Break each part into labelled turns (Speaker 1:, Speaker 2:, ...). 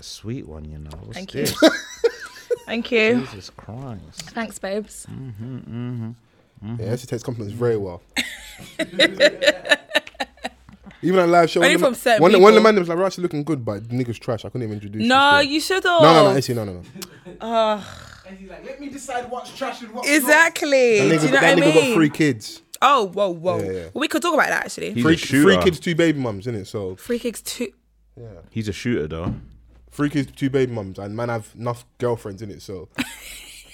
Speaker 1: sweet one, you know. What's
Speaker 2: Thank you.
Speaker 1: this?
Speaker 2: Thank you.
Speaker 1: Jesus Christ.
Speaker 2: Thanks, babes. Mm-hmm.
Speaker 3: Yeah, she takes compliments very well. Even at live show,
Speaker 2: Only
Speaker 3: one, of
Speaker 2: from
Speaker 3: the,
Speaker 2: certain
Speaker 3: one, one of the
Speaker 2: people.
Speaker 3: man was like, "We're actually looking good, but the nigga's trash. I couldn't even introduce."
Speaker 2: No,
Speaker 3: you.
Speaker 2: you should
Speaker 3: still."
Speaker 2: have.
Speaker 3: No, no, no, actually, no, no, no.
Speaker 4: And he's like, let me decide what's trash and what's
Speaker 2: Exactly.
Speaker 3: That nigga,
Speaker 2: Do you know what I
Speaker 3: that nigga got
Speaker 2: mean?
Speaker 3: three kids,
Speaker 2: Oh, whoa, whoa.
Speaker 3: Yeah, yeah.
Speaker 2: Well, we could talk about that actually.
Speaker 1: He's
Speaker 3: three,
Speaker 1: a shooter.
Speaker 3: three kids, two baby mums, innit? So
Speaker 2: Free kicks too.
Speaker 1: He's a shooter, though.
Speaker 3: three kids, two baby mums, and man have enough girlfriends, innit? So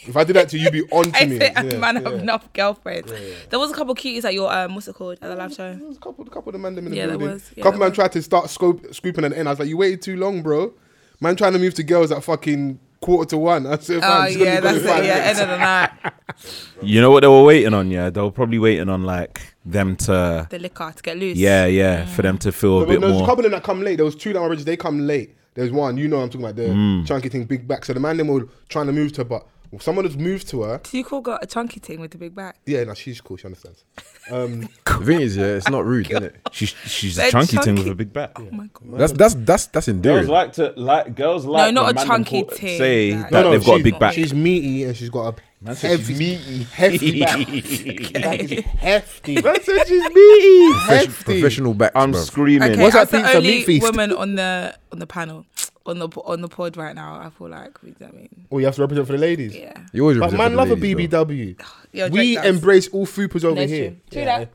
Speaker 3: if I did that to you, be on to
Speaker 2: I
Speaker 3: me.
Speaker 2: said,
Speaker 3: Yeah,
Speaker 2: man,
Speaker 3: yeah.
Speaker 2: have enough girlfriends. There was a couple cuties at your um, what's it called at the live show.
Speaker 3: There was a couple, a couple of the man them in the
Speaker 2: Yeah, there
Speaker 3: building.
Speaker 2: was. Yeah,
Speaker 3: couple
Speaker 2: there
Speaker 3: man
Speaker 2: was.
Speaker 3: tried to start scope, scooping at the end. I was like, you waited too long, bro. Man trying to move to girls at fucking quarter to one. I said,
Speaker 2: Oh
Speaker 3: "Fam, it's gonna
Speaker 2: yeah,
Speaker 3: be
Speaker 2: that's it. Yeah,
Speaker 3: 45 minutes."
Speaker 2: end of the night,
Speaker 1: You know what they were waiting on? Yeah, they were probably waiting on like them to.
Speaker 2: the liquor to get loose.
Speaker 1: Yeah, yeah, for them to feel a
Speaker 3: But
Speaker 1: bit
Speaker 3: there was a
Speaker 1: more.
Speaker 3: couple of them that come late. There was two that were registered. They come late. There's one, you know, what I'm talking about the
Speaker 1: Mm.
Speaker 3: chunky thing, big back. So the man them were trying to move to her, but someone has moved to her.
Speaker 2: Do you call got a chunky thing with the big back?
Speaker 3: Yeah, no, she's cool. She understands.
Speaker 5: The thing is, yeah, it's
Speaker 3: Oh
Speaker 5: not rude, is it?
Speaker 1: She's she's
Speaker 2: They're
Speaker 1: a chunky, thing with
Speaker 2: chunky.
Speaker 1: a big back.
Speaker 2: Oh my god.
Speaker 5: That's that's that's that's endearing.
Speaker 1: Girls like to like girls like
Speaker 2: not
Speaker 1: when
Speaker 2: a
Speaker 1: man
Speaker 2: chunky
Speaker 1: them
Speaker 2: thing,
Speaker 1: Say
Speaker 2: like-
Speaker 1: that
Speaker 2: No, no,
Speaker 1: they've got a
Speaker 3: she's-
Speaker 1: big back.
Speaker 3: She's meaty and she's got a
Speaker 1: Man said she's
Speaker 3: heavy, hefty back. Back is hefty.
Speaker 1: That's it, she's meaty.
Speaker 5: Profe-
Speaker 3: hefty.
Speaker 5: professional backs,
Speaker 1: I'm
Speaker 5: bruv.
Speaker 1: screaming.
Speaker 2: Okay,
Speaker 3: What's
Speaker 2: that's
Speaker 3: that
Speaker 2: the
Speaker 3: pizza
Speaker 2: only
Speaker 3: meat feast?
Speaker 2: woman on the on the panel on the on the pod right now. I feel like you know what I mean,
Speaker 3: Oh, you have to represent for the ladies.
Speaker 2: yeah.
Speaker 5: You always
Speaker 3: But
Speaker 5: represent
Speaker 3: man,
Speaker 5: the
Speaker 3: love a
Speaker 5: ladies, bruv.
Speaker 3: BBW.
Speaker 2: Yo,
Speaker 3: we
Speaker 2: Drake does.
Speaker 3: embrace all fupas over
Speaker 2: No, it's
Speaker 3: here.
Speaker 2: true. True that.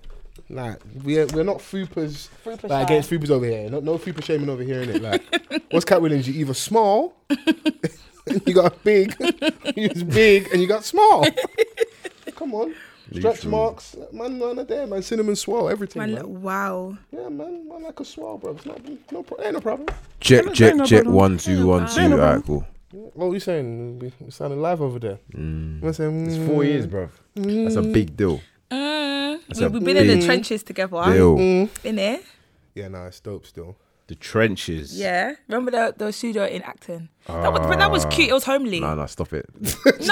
Speaker 3: Like we're we're not fupas
Speaker 2: Fupa
Speaker 3: like,
Speaker 2: shy.
Speaker 3: against fupas over here. No, no fupa shaming over here, innit? Like what's Cat Williams? You either small, you got big, you was big, and you got small. Come on. Stretch
Speaker 5: Literally.
Speaker 3: marks, man, man, are there, man. Cinnamon swirl, everything.
Speaker 2: Man,
Speaker 3: Man,
Speaker 2: look, wow.
Speaker 3: Yeah, man, man, like a swirl, bro. It's not, no, pro- ain't no problem.
Speaker 5: Jet, jet, jet. One, two, one, two. Alright, cool.
Speaker 3: What are you saying? We- We're sounding live over there. Mm. We're saying,
Speaker 5: It's
Speaker 3: mm,
Speaker 5: four years, bruv. That's a big deal.
Speaker 2: Mm.
Speaker 5: That's
Speaker 2: We,
Speaker 5: a
Speaker 2: we've been in the
Speaker 5: big
Speaker 2: trenches together.
Speaker 5: Deal.
Speaker 3: Mm.
Speaker 2: In it,
Speaker 3: Yeah, nah, it's dope still.
Speaker 1: The trenches.
Speaker 2: yeah. Remember the the studio in Acton? that was, but that was cute. It was homely.
Speaker 5: Ah. Nah, nah, stop it.
Speaker 2: No,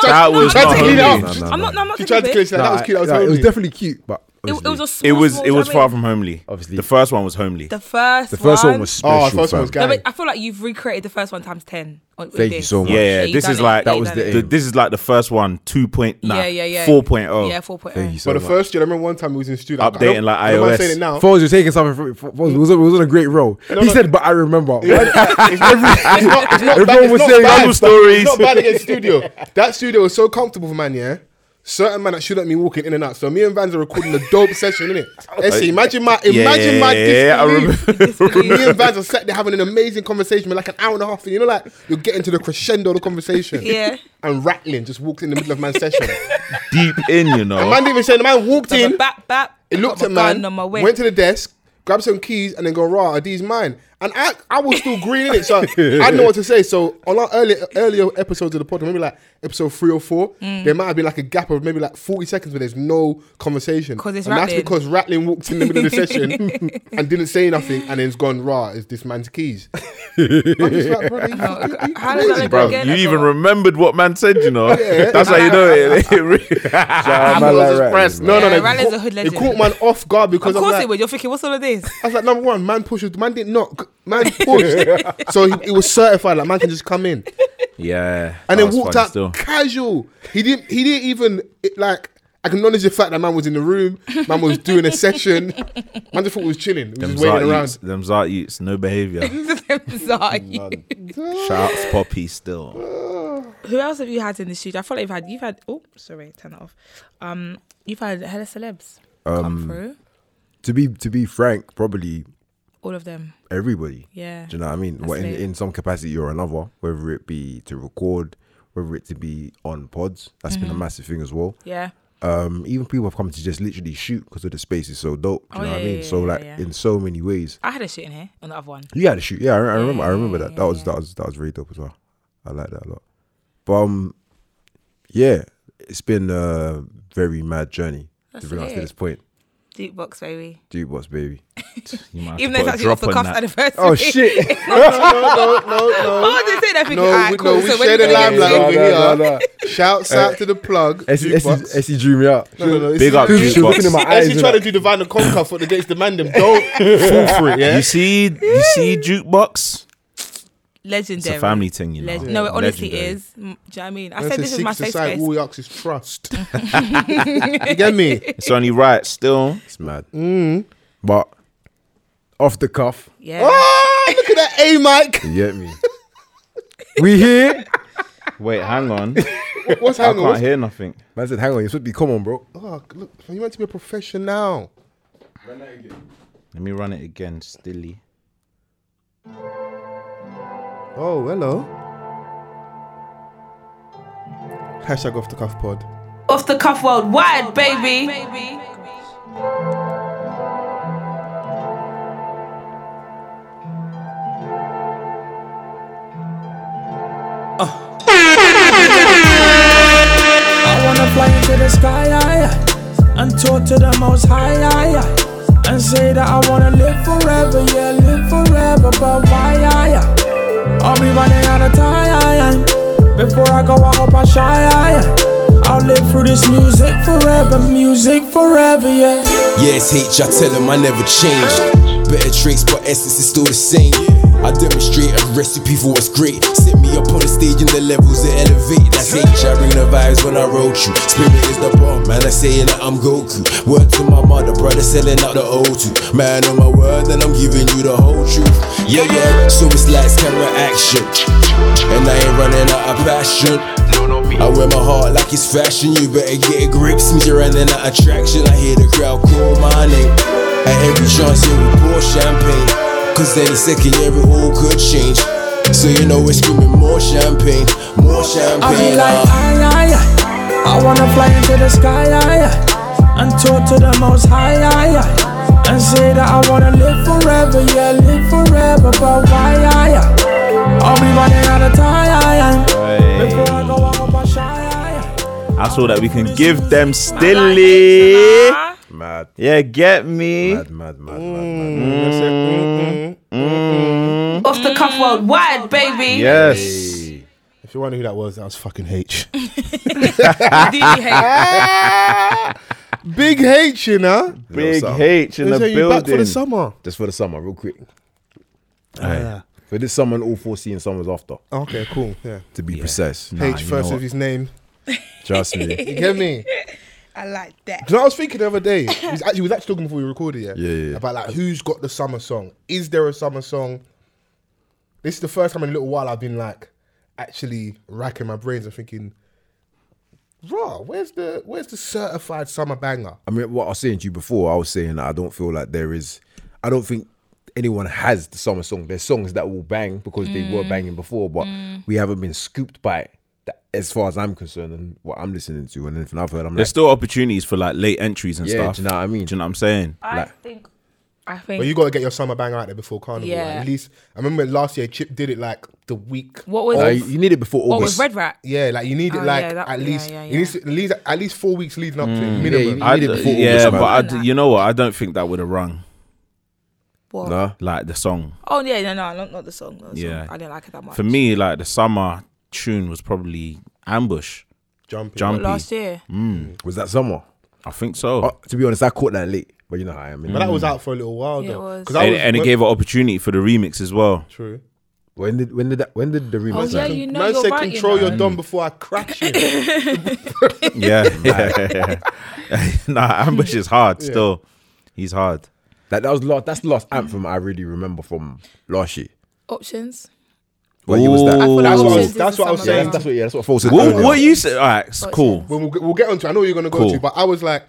Speaker 1: That was
Speaker 2: I'm
Speaker 1: not
Speaker 2: not taking it
Speaker 5: homely.
Speaker 2: off.
Speaker 5: No, no,
Speaker 2: I'm
Speaker 5: no.
Speaker 2: not. No, I'm not
Speaker 3: She tried
Speaker 2: taking it
Speaker 3: to
Speaker 2: off.
Speaker 3: clear that. That was
Speaker 5: Nah,
Speaker 3: cute. That was
Speaker 5: nah, it was
Speaker 3: homely.
Speaker 5: definitely cute, but
Speaker 2: It,
Speaker 5: obviously,
Speaker 2: it was a small.
Speaker 1: It was
Speaker 2: small,
Speaker 1: it
Speaker 2: do you
Speaker 1: was
Speaker 2: know what I
Speaker 1: far
Speaker 2: mean?
Speaker 1: from homely.
Speaker 5: Obviously.
Speaker 1: the first one was homely.
Speaker 2: the first.
Speaker 5: the first one was special.
Speaker 3: Oh, the first one
Speaker 5: fam.
Speaker 3: was
Speaker 2: No,
Speaker 3: Guys.
Speaker 2: but I feel like you've recreated the first one times ten. on- with
Speaker 5: Thank you
Speaker 2: this.
Speaker 5: so much.
Speaker 1: yeah, yeah,
Speaker 2: you
Speaker 1: this
Speaker 2: done
Speaker 1: is
Speaker 2: it,
Speaker 1: like
Speaker 2: you
Speaker 5: That was
Speaker 2: done it.
Speaker 5: the aim.
Speaker 1: the, this is like the first one 2.0 nah, oh.
Speaker 2: Yeah, yeah, yeah.
Speaker 1: 4.0.
Speaker 2: Yeah, four point.
Speaker 5: oh.
Speaker 2: oh.
Speaker 5: Thank you so
Speaker 3: But the
Speaker 5: much.
Speaker 3: first year, I remember one time we was in studio.
Speaker 1: Updating
Speaker 3: I
Speaker 1: like
Speaker 3: I
Speaker 1: iOS.
Speaker 3: saying it now.
Speaker 5: Foles was taking something from Foles was, was on a great roll. he
Speaker 3: no.
Speaker 5: said, but I remember.
Speaker 3: it's not- it's not- it's not
Speaker 5: Everyone
Speaker 3: bad- it's
Speaker 5: was
Speaker 3: not
Speaker 5: saying
Speaker 3: bad,
Speaker 5: Bible
Speaker 3: but
Speaker 1: stories.
Speaker 3: It's not bad against studio. That studio was so comfortable for man, yeah. Certain man that shouldn't be walking in and out. So me and Vans are recording a dope session, innit? Essie, imagine my imagine my
Speaker 1: Yeah, I
Speaker 3: disbelief.
Speaker 2: remember.
Speaker 3: Me and Vans are sat there having an amazing conversation with like an hour and a half, and you know, like you're getting to the crescendo of the conversation.
Speaker 2: Yeah.
Speaker 3: And rattling just walks in the middle of man's session.
Speaker 1: deep in, you know.
Speaker 3: And man didn't even say the man walked in.
Speaker 2: Bap, bap.
Speaker 3: It looked
Speaker 2: Got
Speaker 3: at
Speaker 2: my
Speaker 3: man,
Speaker 2: gun on my way.
Speaker 3: went to the desk, grabbed some keys, and then go, raw, are these mine? And I, I was still green in it, so I didn't know what to say. So on our earlier, earlier episodes of the podcast, maybe like episode three or four,
Speaker 2: Mm.
Speaker 3: there might have been like a gap of maybe like 40 seconds where there's no conversation.
Speaker 2: 'Cause it's
Speaker 3: and
Speaker 2: Rattling.
Speaker 3: that's because Rattling walked in the middle of the session and didn't say nothing, and then's gone, raw, is this man's keys? I'm just like, brother, you,
Speaker 2: No,
Speaker 3: you- you
Speaker 2: how does
Speaker 3: crazy,
Speaker 2: that look
Speaker 3: bro.
Speaker 1: Bro,
Speaker 2: again?
Speaker 1: you
Speaker 2: that's
Speaker 1: even
Speaker 2: all.
Speaker 1: remembered what man said, you know. That's how you know it. It really-
Speaker 5: I'm
Speaker 3: I
Speaker 5: not
Speaker 3: was
Speaker 5: like that,
Speaker 3: impressed.
Speaker 5: man.
Speaker 3: No, no,
Speaker 2: Yeah,
Speaker 3: no.
Speaker 2: Rattling's a hood
Speaker 3: It
Speaker 2: legend.
Speaker 3: caught man off guard because
Speaker 2: Of
Speaker 3: I'm
Speaker 2: course
Speaker 3: like,
Speaker 2: it would. You're thinking, what's all of this?
Speaker 3: I was like, number one, man pushes, man didn't knock, man pushed. so he, it was certified, like man can just come in.
Speaker 1: yeah.
Speaker 3: And
Speaker 1: that
Speaker 3: then
Speaker 1: was
Speaker 3: walked
Speaker 1: fun
Speaker 3: out casual. He didn't he didn't even it, like acknowledge the fact that man was in the room, man was doing a session. Man just thought we was chilling. We was
Speaker 1: Them
Speaker 3: just waiting
Speaker 1: Zart utes,
Speaker 3: around.
Speaker 1: them Zart utes, no behavior.
Speaker 2: Sorry.
Speaker 1: Shouts Poppy still.
Speaker 2: Who else have you had in the studio? I feel like you've had, you've had, oh, sorry, turn that off. Um, You've had hella celebs come through.
Speaker 5: to be to be frank, probably
Speaker 2: All of them.
Speaker 5: everybody.
Speaker 2: Yeah.
Speaker 5: Do you know what I mean?
Speaker 2: That's
Speaker 5: Well, in,
Speaker 2: lit.
Speaker 5: in some capacity or another, whether it be to record, whether it to be on pods, that's
Speaker 2: Mm-hmm.
Speaker 5: been a massive thing as well.
Speaker 2: Yeah.
Speaker 5: Um, even people have come to just literally shoot because of the space is so dope. Do you
Speaker 2: Oh,
Speaker 5: know what
Speaker 2: yeah,
Speaker 5: I mean?
Speaker 2: yeah,
Speaker 5: so
Speaker 2: yeah,
Speaker 5: like
Speaker 2: yeah.
Speaker 5: in so many ways,
Speaker 2: I had a shoot in here on the other one.
Speaker 5: you had to shoot. Yeah, I, I remember. I remember that. That was that was that was really dope as well. I like that a lot. But um, yeah, it's been a very mad journey
Speaker 2: That's
Speaker 5: to bring us to
Speaker 2: lit.
Speaker 5: this point.
Speaker 2: Jukebox, baby.
Speaker 5: Dude, what's baby?
Speaker 1: You might have to
Speaker 2: Even though
Speaker 1: put
Speaker 2: it's
Speaker 1: a
Speaker 2: actually off the
Speaker 1: drop on
Speaker 2: cuff
Speaker 1: that.
Speaker 2: anniversary.
Speaker 5: Oh shit!
Speaker 3: No, no, no.
Speaker 2: Oh, they say that thinking,
Speaker 3: No,
Speaker 2: all right,
Speaker 3: we,
Speaker 2: cool.
Speaker 3: no, we
Speaker 2: so when
Speaker 3: share
Speaker 2: you
Speaker 3: the
Speaker 2: gonna get
Speaker 3: limelight
Speaker 2: it?
Speaker 3: over
Speaker 5: No, no,
Speaker 3: here.
Speaker 5: no, no.
Speaker 3: Shouts out to the plug.
Speaker 5: Essie,
Speaker 3: Jukebox.
Speaker 5: Essie, Essie drew me out.
Speaker 3: No, no, no.
Speaker 1: Big up,
Speaker 5: She was
Speaker 1: Jukebox.
Speaker 5: looking in my eyes.
Speaker 3: Essie
Speaker 5: innit?
Speaker 3: trying to do the Vine and Conquer for against the man them. Don't fall for it, yeah?
Speaker 1: You see, you see, jukebox. It's
Speaker 2: legendary.
Speaker 1: a family thing, you know.
Speaker 2: Leg- No, it honestly
Speaker 1: Legendary.
Speaker 2: is. Mm, Do you know what I mean? I
Speaker 3: Man
Speaker 2: said this is
Speaker 3: seek
Speaker 2: my
Speaker 3: to
Speaker 2: safe
Speaker 3: side
Speaker 2: space.
Speaker 3: all you ask is trust. you get me?
Speaker 1: It's only right still.
Speaker 5: It's mad. But off the cuff,
Speaker 2: Yeah.
Speaker 3: Oh, look at that A mic.
Speaker 5: you get me. we here.
Speaker 1: Wait, hang on.
Speaker 3: What's
Speaker 1: I
Speaker 3: happening?
Speaker 1: can't
Speaker 3: What's-
Speaker 1: hear nothing.
Speaker 5: Man said, hang on, you should be come on, bro.
Speaker 3: Oh, look, you meant to be a professional.
Speaker 1: Let me run it again, stilly.
Speaker 3: Oh, hello. Hashtag off the cuff pod.
Speaker 6: Off the cuff worldwide, baby.
Speaker 7: I wanna fly into the sky aye, aye, and talk to the most high aye, aye, and say that I wanna live forever, yeah, live forever. But why? aye, aye? I'll be running out of time. aye, aye. Before I go, I hope I shy. aye, aye. I'll live through this music forever, music forever, yeah.
Speaker 8: Yes, hate, I tell him I never changed. Better tricks, but essence is still the same. I demonstrate a recipe for what's great. Set me up on the stage and the levels that elevate. That's hate, I bring the vibes when I wrote you. Spirit is the bomb, man, I saying that I'm Goku. Word to my mother, brother, selling out the O2. Man, on my word, then I'm giving you the whole truth. Yeah, yeah, so it's lights, camera, action. And I ain't running out of passion. I wear my heart like it's fashion. You better get a grip since you're running out of traction. I hear the crowd call my name. At every chance, yeah, we pour champagne. Cause any second, yeah, it all could change. So you know we're screaming more champagne, more
Speaker 7: I be
Speaker 8: champagne.
Speaker 7: like,
Speaker 8: uh.
Speaker 7: aye, aye, aye. I wanna fly into the sky, aye, aye. and talk to the most high, aye, aye. and say that I wanna live forever, yeah, live forever. But why, aye, aye? I'll be running out of time, aye, aye. before I go, I hope I shy, aye, aye.
Speaker 1: That's all that we can give them, stilly.
Speaker 5: Mad,
Speaker 1: Yeah, get me.
Speaker 5: mad, mad, mad, mad, mad.
Speaker 3: That's it. Mm-mm.
Speaker 6: Off the
Speaker 2: Mm.
Speaker 6: cuff worldwide, baby.
Speaker 1: Yes.
Speaker 3: If you wonder who that was, that was fucking H.
Speaker 2: Really hate-
Speaker 3: Big H, you know?
Speaker 1: Big
Speaker 5: Little something.
Speaker 1: H in
Speaker 3: They
Speaker 1: the
Speaker 3: say you
Speaker 1: building.
Speaker 3: back for the summer.
Speaker 5: Just for the summer, real quick.
Speaker 1: Aye.
Speaker 5: For this summer and all four seeing summers after,
Speaker 3: Okay, cool. Yeah.
Speaker 5: to be precise.
Speaker 3: H first with his name.
Speaker 5: Trust me.
Speaker 3: You get me?
Speaker 2: I like that.
Speaker 3: Do you know what I was thinking the other day? We was actually, we was actually talking before we recorded, yeah?
Speaker 5: Yeah, yeah, yeah.
Speaker 3: About like who's got the summer song? Is there a summer song? This is the first time in a little while I've been like actually racking my brains and thinking, raw, where's the where's the certified summer banger?
Speaker 5: I mean, what I was saying to you before, I was saying that I don't feel like there is, I don't think anyone has the summer song. There's songs that will bang because they
Speaker 2: Mm.
Speaker 5: were banging before, but we haven't been scooped by it, that, as far as I'm concerned and what I'm listening to and anything I've heard. I'm
Speaker 1: There's still opportunities for like late entries and
Speaker 5: Yeah,
Speaker 1: stuff.
Speaker 5: do you know what I mean?
Speaker 1: Do you know what I'm saying?
Speaker 6: I
Speaker 5: Like-
Speaker 6: think
Speaker 2: I
Speaker 3: But you
Speaker 2: think.
Speaker 3: gotta get your summer banger out there before carnival.
Speaker 2: Yeah.
Speaker 3: like, at least I remember last year Chip did it like the week.
Speaker 2: What was
Speaker 5: like, like, you, you need it before
Speaker 2: what Oh. was
Speaker 5: August.
Speaker 2: Red Rat?
Speaker 3: Yeah, like you need it
Speaker 2: Oh,
Speaker 3: like
Speaker 2: yeah, that-
Speaker 3: at
Speaker 2: yeah,
Speaker 3: least
Speaker 2: yeah,
Speaker 3: you need
Speaker 2: yeah.
Speaker 3: to- at least at least four weeks leading up to it,
Speaker 5: you
Speaker 3: minimum.
Speaker 5: need- I did it
Speaker 1: d-
Speaker 5: before
Speaker 1: Mm. yeah,
Speaker 5: August,
Speaker 1: but
Speaker 5: man.
Speaker 1: I d- you know what? I don't think that would have rung
Speaker 2: What?
Speaker 5: Nah.
Speaker 1: like the song.
Speaker 2: Oh yeah, no, no, not, not the song. not the song.
Speaker 1: Yeah.
Speaker 2: I didn't like it that much.
Speaker 1: For me, like the summer tune was probably Ambush,
Speaker 3: Jumping.
Speaker 1: Jumpy.
Speaker 2: last year.
Speaker 5: Was that summer?
Speaker 1: I think so.
Speaker 5: Oh, to be honest, I caught that late, but you know how I am. innit?
Speaker 3: But that was out for a little while
Speaker 2: Yeah, it
Speaker 3: though.
Speaker 2: was.
Speaker 3: 'Cause I
Speaker 1: and,
Speaker 3: was-
Speaker 1: and it
Speaker 3: when-
Speaker 1: gave an opportunity for the remix as well.
Speaker 3: true.
Speaker 5: When did when did that when did the remix?
Speaker 2: Oh, yeah,
Speaker 5: happen?
Speaker 2: you know
Speaker 3: Man
Speaker 2: you're
Speaker 3: said
Speaker 2: right.
Speaker 3: control
Speaker 2: you know.
Speaker 3: your dom before I crash you.
Speaker 1: Yeah, yeah, nah, Ambush is hard. Still, he's hard.
Speaker 5: That, that was last. That's the last anthem I really remember from last year.
Speaker 2: options.
Speaker 5: But it was that.
Speaker 1: Ooh.
Speaker 3: That's what I
Speaker 2: Options
Speaker 3: was,
Speaker 2: is
Speaker 3: that's
Speaker 2: the
Speaker 3: what I was
Speaker 2: summer
Speaker 5: Yeah,
Speaker 3: saying.
Speaker 5: that's, that's what. Yeah, that's what. False said
Speaker 1: What,
Speaker 5: earlier.
Speaker 1: what you said? All right, it's
Speaker 2: Options.
Speaker 1: cool.
Speaker 3: Well, we'll, get- we'll get onto. I know you're going to go
Speaker 1: Cool.
Speaker 3: to, but I was like,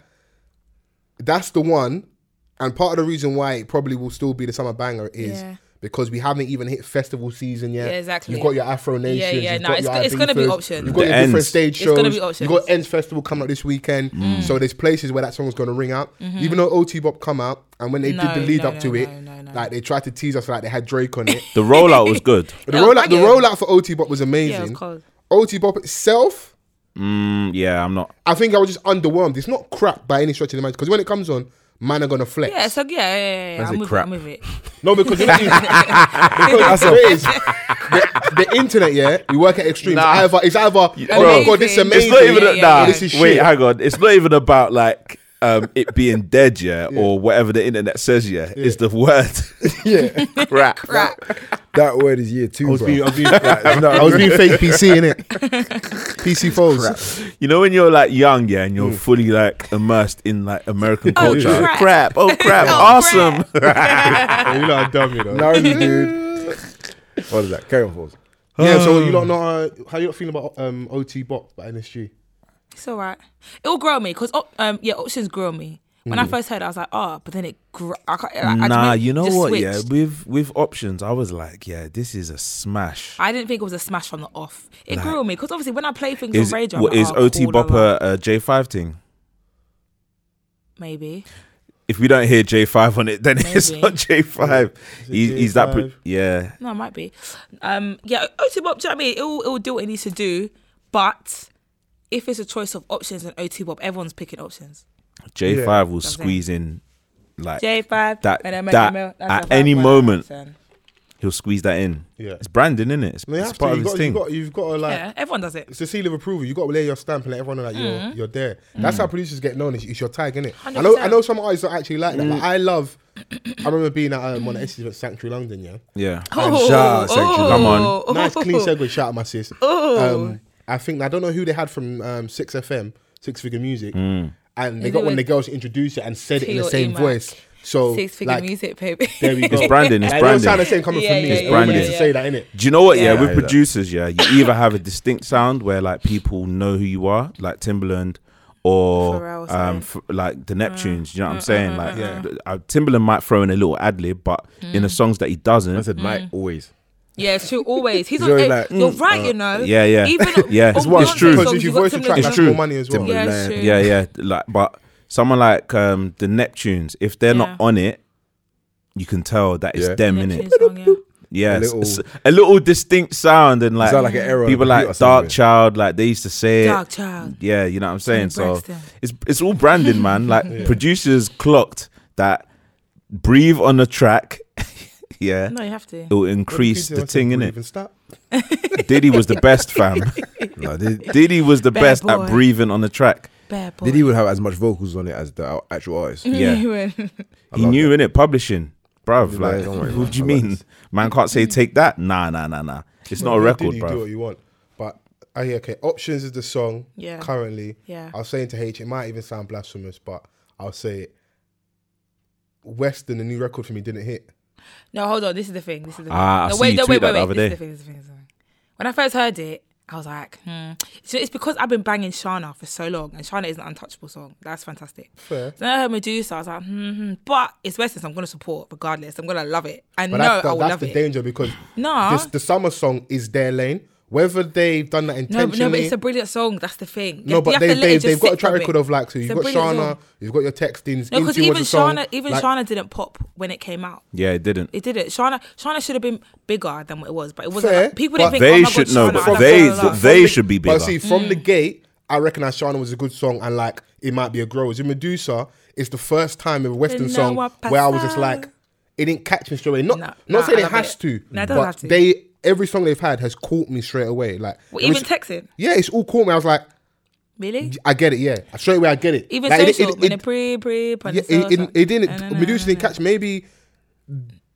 Speaker 3: that's the one, and part of the reason why it probably will still be the summer banger is.
Speaker 2: Yeah.
Speaker 3: Because we haven't even hit festival season yet.
Speaker 2: Yeah, exactly.
Speaker 3: You've got your Afro Nations.
Speaker 2: Yeah, yeah,
Speaker 3: you've
Speaker 2: no,
Speaker 3: got
Speaker 2: it's
Speaker 3: your
Speaker 2: go- it's gonna be
Speaker 3: Ibifas,
Speaker 2: options.
Speaker 3: You've got
Speaker 1: The
Speaker 3: your different
Speaker 1: Ends.
Speaker 3: stage
Speaker 2: It's
Speaker 3: shows.
Speaker 2: gonna be
Speaker 3: You've
Speaker 2: options. Mm.
Speaker 3: got Ends Festival coming up this weekend. So there's places where that song's going to ring out. Even though OT Bop come out, and when they
Speaker 2: Mm-hmm. No,
Speaker 3: did the lead
Speaker 2: no,
Speaker 3: up
Speaker 2: no,
Speaker 3: to
Speaker 2: no,
Speaker 3: it,
Speaker 2: no, no.
Speaker 3: like they tried to tease us like they had Drake on it.
Speaker 1: The rollout was good.
Speaker 3: But the
Speaker 2: Yeah, it was
Speaker 3: rollout, the
Speaker 2: banging.
Speaker 3: rollout for OT Bop was
Speaker 2: Yeah,
Speaker 3: amazing.
Speaker 2: it's cold.
Speaker 3: OT Bop itself,
Speaker 1: Mm, yeah, I'm not.
Speaker 3: I think I was just underwhelmed. It's not crap by any stretch of the imagination because when it comes on, man are gonna flex.
Speaker 2: Yeah, so yeah, yeah, yeah, yeah.
Speaker 5: That's
Speaker 2: I'm
Speaker 5: it,
Speaker 2: with, it,
Speaker 5: crap.
Speaker 2: I'm with it.
Speaker 3: No, because, because it is, the, the internet. Yeah, we work at extremes.
Speaker 1: Nah.
Speaker 3: Either it's either oh
Speaker 1: Bro,
Speaker 3: my god, this is
Speaker 2: Amazing.
Speaker 3: amazing.
Speaker 1: It's not even
Speaker 2: Yeah,
Speaker 1: a-
Speaker 2: yeah,
Speaker 1: nah.
Speaker 2: yeah.
Speaker 3: This is
Speaker 1: Wait,
Speaker 3: shit.
Speaker 1: hang on. It's not even about like um, it being dead, yeah, or whatever the internet says, yeah, is the word.
Speaker 5: yeah,
Speaker 1: Crap.
Speaker 5: that word is year two,
Speaker 3: I was
Speaker 5: bro.
Speaker 3: being, I was being, I was being fake PC in it. PC foes.
Speaker 1: You know when you're like young, yeah, and you're fully like immersed in like American
Speaker 2: Oh,
Speaker 1: culture.
Speaker 2: crap.
Speaker 1: Oh crap!
Speaker 2: Oh,
Speaker 1: awesome.
Speaker 3: Yeah, you lot are dumb, you know.
Speaker 5: Gnarly, dude. What is that? Carry on, Foles.
Speaker 3: Yeah, so
Speaker 1: Um,
Speaker 3: you lot not uh, how you lot feeling about um, OT bot by NSG?
Speaker 2: It's all right. It will grow me because um yeah options grow me. When I first heard, it, I was like, oh, but then it grew. I can't, I- I just
Speaker 1: nah,
Speaker 2: went-
Speaker 1: you know
Speaker 2: just
Speaker 1: what?
Speaker 2: switched.
Speaker 1: Yeah, with with options, I was like, yeah, this is a smash.
Speaker 2: I didn't think it was a smash from the off. It grew on me because obviously when I play things
Speaker 1: Is
Speaker 2: on radio, I'm
Speaker 1: what
Speaker 2: like,
Speaker 1: is
Speaker 2: oh,
Speaker 1: OT
Speaker 2: cool, blah, blah.
Speaker 1: Bopper a J five thing?
Speaker 2: Maybe.
Speaker 1: If we don't hear J five on it, then it's
Speaker 2: Maybe.
Speaker 1: not J five. He's, he's that. Pre- yeah,
Speaker 2: No, it might be. Um, yeah, OT Bob, do you know what I mean? It'll, it'll do what it needs to do, but if it's a choice of options and OT Bob, everyone's picking options.
Speaker 1: J five will
Speaker 2: That's it.
Speaker 1: squeeze in. Like
Speaker 2: J5,
Speaker 1: That-
Speaker 2: and then
Speaker 1: that-
Speaker 2: Mel- that's
Speaker 1: at
Speaker 2: a
Speaker 1: any
Speaker 2: five,
Speaker 1: moment.
Speaker 2: one, one,
Speaker 1: he'll squeeze that in.
Speaker 3: Yeah.
Speaker 1: it's branding, isn't it? It's,
Speaker 3: No, you
Speaker 1: it's
Speaker 3: have to. You
Speaker 1: part of his
Speaker 3: got, you
Speaker 1: thing.
Speaker 3: got, you've got to like.
Speaker 2: Yeah, everyone does it.
Speaker 3: It's a seal of approval. You got to lay your stamp and let everyone know that you're
Speaker 2: Mm-hmm.
Speaker 3: you're there. That's
Speaker 1: Mm.
Speaker 3: how producers get known. It's, it's your tag, innit? I know. I
Speaker 2: 100%.
Speaker 3: know some artists are actually like that.
Speaker 1: Mm.
Speaker 3: Like, I love. I remember being at um, one of Essie's at Sanctuary London. Yeah,
Speaker 1: yeah,
Speaker 2: Oh,
Speaker 5: shout out, Sanctuary.
Speaker 1: Come on.
Speaker 2: oh,
Speaker 3: nice
Speaker 2: oh.
Speaker 3: clean segue. Shout out my sis.
Speaker 2: Oh.
Speaker 3: Um, I think I don't know who they had from um, Six FM, Six Figure Music,
Speaker 1: Mm.
Speaker 3: and they
Speaker 2: Is
Speaker 3: got
Speaker 2: it
Speaker 3: one of the
Speaker 2: with-
Speaker 3: girls to introduce it and said it in the
Speaker 2: T.O.
Speaker 3: same
Speaker 2: Emac.
Speaker 3: voice. So
Speaker 2: Six figure
Speaker 3: like,
Speaker 2: music, baby.
Speaker 3: There we go.
Speaker 1: It's branding, it's
Speaker 3: Like, it don't sound
Speaker 1: branding.
Speaker 3: the same coming
Speaker 2: Yeah,
Speaker 3: from me.
Speaker 2: yeah,
Speaker 3: It's
Speaker 2: yeah,
Speaker 3: branding.
Speaker 1: yeah,
Speaker 3: to
Speaker 1: yeah.
Speaker 3: say that, innit?
Speaker 1: Do you know what? Yeah,
Speaker 5: Yeah.
Speaker 1: with
Speaker 5: Yeah.
Speaker 1: producers, yeah, you either have a distinct sound where like people know who you are, like Timberland, or
Speaker 2: Pharrell Mm,
Speaker 1: um,
Speaker 2: Smith.
Speaker 1: f- like the Neptunes. you know what I'm saying? Like th- uh, Timberland might throw in a little ad lib, but in
Speaker 2: Mm.
Speaker 1: the songs that he
Speaker 5: I
Speaker 1: doesn't,
Speaker 5: said, Mike, always.
Speaker 2: Yeah, it's true. Always. He's
Speaker 5: He's
Speaker 2: on.
Speaker 5: always
Speaker 2: eh,
Speaker 5: like,
Speaker 2: you're
Speaker 5: mm,
Speaker 2: right. you know.
Speaker 1: yeah, yeah.
Speaker 2: Even
Speaker 1: Yeah,
Speaker 2: on
Speaker 1: it's what- it's
Speaker 2: Beyonce
Speaker 1: true.
Speaker 3: Because
Speaker 2: songs,
Speaker 3: if you
Speaker 2: you've got
Speaker 3: voice the
Speaker 2: Timberland
Speaker 3: track,
Speaker 1: It's
Speaker 3: that's
Speaker 2: songs.
Speaker 1: true.
Speaker 3: more money as well.
Speaker 5: Timberland.
Speaker 2: Yeah, it's
Speaker 5: Land.
Speaker 2: true.
Speaker 1: yeah, yeah, like but someone like um, the Neptunes, if they're not
Speaker 2: Yeah.
Speaker 1: on it, you can tell that it's
Speaker 5: Yeah.
Speaker 1: them in
Speaker 2: Neptune's
Speaker 1: it.
Speaker 2: song, yeah.
Speaker 1: Yeah,
Speaker 5: A
Speaker 1: it's- it's a
Speaker 5: little-
Speaker 1: little, distinct sound and like,
Speaker 5: that like an error on
Speaker 1: people
Speaker 5: the
Speaker 1: like
Speaker 5: computer
Speaker 1: Dark
Speaker 5: somewhere?
Speaker 1: Child, like they used to say it.
Speaker 2: Dark Child.
Speaker 1: Yeah, you know what I'm saying. So
Speaker 2: Braxton.
Speaker 1: it's it's all branding, man. Like producers clocked that breathe on the track. yeah.
Speaker 2: No, you have to.
Speaker 1: It'll increase the thing in
Speaker 3: Even
Speaker 1: it.
Speaker 3: stop.
Speaker 1: Diddy was the best, fam.
Speaker 5: No, did,
Speaker 1: Diddy was the
Speaker 2: Bad
Speaker 1: best
Speaker 2: boy.
Speaker 1: at breathing on the track.
Speaker 2: Bad boy.
Speaker 5: Diddy would have as much vocals on it as the out- actual artist.
Speaker 2: Mm-hmm.
Speaker 1: Yeah,
Speaker 2: When-
Speaker 1: he knew in it publishing, bruv.
Speaker 5: Yeah,
Speaker 1: Like,
Speaker 5: don't worry,
Speaker 1: what
Speaker 5: man.
Speaker 1: do you
Speaker 5: I like
Speaker 1: mean?
Speaker 5: this.
Speaker 1: Man can't
Speaker 2: Mm.
Speaker 1: say take that. Nah, nah, nah, nah. It's not a record,
Speaker 3: You do
Speaker 1: bruv.
Speaker 3: what you want, but I hear okay. Options is the song.
Speaker 2: Yeah.
Speaker 3: Currently,
Speaker 2: Yeah.
Speaker 3: I was saying to H, it might even sound blasphemous, but I'll say it. Western, the new record for me, didn't hit.
Speaker 2: No, hold on. This is the thing. This is the thing.
Speaker 1: Ah, I
Speaker 2: no,
Speaker 1: see you tweet that the other
Speaker 2: This
Speaker 1: day.
Speaker 2: is the thing. This is the thing. This is the thing. When I first heard it, I was like, hmm. So it's because I've been banging Shana for so long, and Shana is an untouchable song. That's fantastic.
Speaker 3: Fair.
Speaker 2: Then I heard Medusa. I was like, hmm. hmm. But it's Western, so I'm gonna support regardless. I'm gonna love it. And
Speaker 3: But
Speaker 2: no,
Speaker 3: that's
Speaker 2: I
Speaker 3: the,
Speaker 2: will
Speaker 3: that's
Speaker 2: love
Speaker 3: the
Speaker 2: it.
Speaker 3: danger because
Speaker 2: Nah.
Speaker 3: this, the summer song is their lane. Whether they've done that
Speaker 2: no, but
Speaker 3: intentionally,
Speaker 2: no, but it's a brilliant song. That's the thing.
Speaker 3: No, but they, they, they've got a track record of like, so
Speaker 2: It's
Speaker 3: you've got
Speaker 2: a brilliant
Speaker 3: Shana,
Speaker 2: song.
Speaker 3: you've got your textings.
Speaker 2: No, because
Speaker 3: Into You
Speaker 2: even
Speaker 3: was a song,
Speaker 2: Shana, even
Speaker 3: like,
Speaker 2: Shana didn't pop when it came out.
Speaker 1: Yeah, it didn't.
Speaker 2: It didn't. Shana, Shana should have been bigger than what it was, but it wasn't.
Speaker 3: Fair,
Speaker 2: like- people didn't
Speaker 3: but-
Speaker 2: think
Speaker 1: They
Speaker 2: oh my
Speaker 1: should
Speaker 2: God,
Speaker 1: know,
Speaker 2: Shana,
Speaker 1: but
Speaker 2: I love
Speaker 1: they-
Speaker 2: Shana, I love
Speaker 1: they-
Speaker 2: Shana.
Speaker 1: should be
Speaker 3: But
Speaker 1: bigger.
Speaker 3: see, from the
Speaker 2: Mm.
Speaker 3: gate, I recognize Shana was a good song and like it might be a grower. With Medusa, it's the first time in a Western
Speaker 2: Then
Speaker 3: song
Speaker 2: now I
Speaker 3: where I was just
Speaker 2: pass
Speaker 3: like,
Speaker 2: out.
Speaker 3: it didn't catch me straight away. Not,
Speaker 2: No,
Speaker 3: not
Speaker 2: no,
Speaker 3: saying
Speaker 2: I
Speaker 3: it
Speaker 2: love
Speaker 3: has
Speaker 2: it.
Speaker 3: to,
Speaker 2: No, it doesn't
Speaker 3: but
Speaker 2: have to.
Speaker 3: they every song they've had has caught me straight away. Like
Speaker 2: Well,
Speaker 3: it was-
Speaker 2: even texting,
Speaker 3: yeah, it's all caught me. I was like,
Speaker 2: really?
Speaker 3: I get it. Yeah, straight away I get it.
Speaker 2: Even
Speaker 3: Like, it-
Speaker 2: social,
Speaker 3: it-
Speaker 2: when
Speaker 3: it-
Speaker 2: it pre pre. pon
Speaker 3: yeah,
Speaker 2: the
Speaker 3: it, it,
Speaker 2: social.
Speaker 3: it didn't.
Speaker 2: Na, na, na,
Speaker 3: Medusa
Speaker 2: na,
Speaker 3: didn't
Speaker 2: na.
Speaker 3: catch. Maybe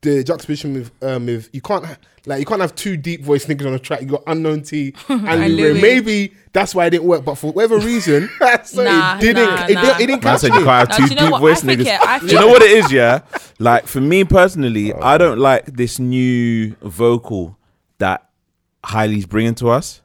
Speaker 3: the juxtaposition with um with you can't ha- like you can't have two deep voice niggas on a track. You got unknown T and,
Speaker 2: And
Speaker 3: Lil Ray.
Speaker 2: Louis.
Speaker 3: Maybe that's why it didn't work. But for whatever reason, so
Speaker 2: Nah,
Speaker 3: it didn't.
Speaker 2: nah,
Speaker 3: it,
Speaker 2: nah.
Speaker 3: didn't it didn't
Speaker 1: Man
Speaker 3: catch
Speaker 1: said you
Speaker 3: me.
Speaker 1: can't
Speaker 2: No,
Speaker 1: have
Speaker 2: do
Speaker 1: two
Speaker 2: you know
Speaker 1: deep
Speaker 2: what? I
Speaker 1: voice
Speaker 2: think
Speaker 1: niggas.
Speaker 2: it- I
Speaker 1: do you know
Speaker 2: think-
Speaker 1: what it is? Yeah, like for me personally, I don't like this new vocal that Hailey's bringing to us.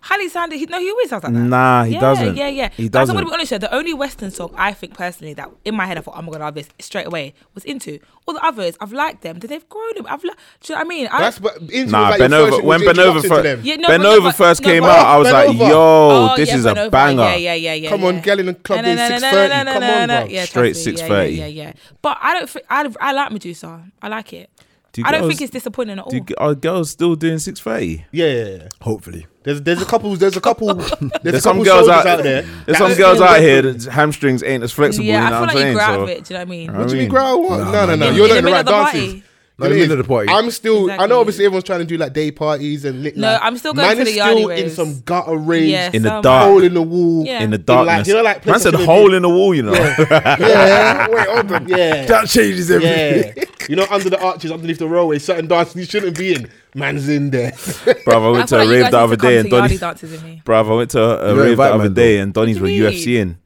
Speaker 2: Halle sounded. He, no, he always sounds like that.
Speaker 1: Nah, he
Speaker 2: yeah,
Speaker 1: doesn't.
Speaker 2: Yeah, yeah.
Speaker 1: He
Speaker 2: Guys,
Speaker 1: doesn't.
Speaker 2: I'm gonna be honest. Here, the only Western song I think personally that in my head I thought I'm gonna love this straight away was Into. All the others I've liked them. Then they've grown them. I've. Li- do you know what I mean? I,
Speaker 3: That's but into
Speaker 1: Nah,
Speaker 3: like your first-
Speaker 1: Benova.
Speaker 3: it
Speaker 1: When
Speaker 3: was
Speaker 1: Benova
Speaker 3: introduction to
Speaker 1: first,
Speaker 3: them.
Speaker 2: Yeah, no, but no,
Speaker 1: Benova
Speaker 2: but-
Speaker 1: first
Speaker 2: no,
Speaker 1: came
Speaker 2: but-
Speaker 1: out, I was like,
Speaker 3: Benova.
Speaker 1: "Yo, Oh, this
Speaker 2: Oh, yeah,
Speaker 1: is a
Speaker 2: Benova.
Speaker 1: banger."
Speaker 2: Yeah, yeah, yeah, yeah.
Speaker 3: Come
Speaker 2: yeah.
Speaker 3: on, Gallon and Club in 6:30. Come on, bruv.
Speaker 2: Yeah, trust
Speaker 1: Straight
Speaker 2: me.
Speaker 1: 6:30.
Speaker 2: Yeah, yeah, yeah, yeah. But I don't. Think, I I like Medusa. I like it.
Speaker 1: Do
Speaker 2: I don't
Speaker 1: girls-
Speaker 2: think it's disappointing at all.
Speaker 1: Do, g- are girls still doing six thirty?
Speaker 3: Yeah, yeah, yeah.
Speaker 5: Hopefully.
Speaker 3: There's there's a couple there's a couple there's, a
Speaker 1: There's some
Speaker 3: couple
Speaker 1: girls
Speaker 3: soldiers
Speaker 1: out,
Speaker 3: out there.
Speaker 1: There's some
Speaker 3: that-
Speaker 1: girls out here. That hamstrings ain't as flexible.
Speaker 2: yeah,
Speaker 1: you know
Speaker 2: I feel
Speaker 1: what
Speaker 2: like
Speaker 1: I'm
Speaker 2: you
Speaker 1: saying?
Speaker 2: grew out
Speaker 1: So-
Speaker 2: of it. Do you know what I mean?
Speaker 1: I
Speaker 3: What do you mean,
Speaker 1: mean-
Speaker 3: growl? What? No, no, no. You're
Speaker 2: In-
Speaker 3: not
Speaker 2: in the
Speaker 3: in the
Speaker 2: middle
Speaker 3: right
Speaker 2: of the
Speaker 3: dances.
Speaker 2: party.
Speaker 5: Not in
Speaker 3: It
Speaker 5: the
Speaker 3: is.
Speaker 5: middle of the party.
Speaker 3: I'm still. I
Speaker 2: Exactly.
Speaker 3: know obviously everyone's trying to do like day parties and lit.
Speaker 2: No,
Speaker 3: life.
Speaker 2: I'm still going
Speaker 3: Man
Speaker 2: to
Speaker 3: is
Speaker 2: the yard
Speaker 3: still in
Speaker 2: anyways.
Speaker 3: some gutter rage.
Speaker 2: Yeah,
Speaker 1: In the
Speaker 2: some-
Speaker 1: dark.
Speaker 3: hole in the wall.
Speaker 2: Yeah.
Speaker 1: in the
Speaker 2: In like-
Speaker 1: darkness.
Speaker 3: you know, like
Speaker 1: man said,
Speaker 3: PlayStation
Speaker 1: hole
Speaker 3: View.
Speaker 1: in the wall. You know,
Speaker 3: Yeah. Wait, hold on. Yeah.
Speaker 5: that changes everything.
Speaker 3: Yeah. you know, under the arches, underneath the railway, certain dances you shouldn't be in. Man's in there.
Speaker 1: bro. I
Speaker 2: I
Speaker 1: went to
Speaker 2: feel
Speaker 1: a
Speaker 2: like you
Speaker 1: rave
Speaker 2: guys
Speaker 1: the
Speaker 2: need
Speaker 1: other
Speaker 2: to come
Speaker 1: day and
Speaker 2: to Yardi
Speaker 1: Donny's.
Speaker 2: dances with me.
Speaker 1: Bruv, I went to a, a rave
Speaker 5: don't
Speaker 1: the
Speaker 5: invite
Speaker 1: other
Speaker 5: man,
Speaker 1: day and Donny's
Speaker 2: What
Speaker 1: were
Speaker 2: do you
Speaker 1: UFC in.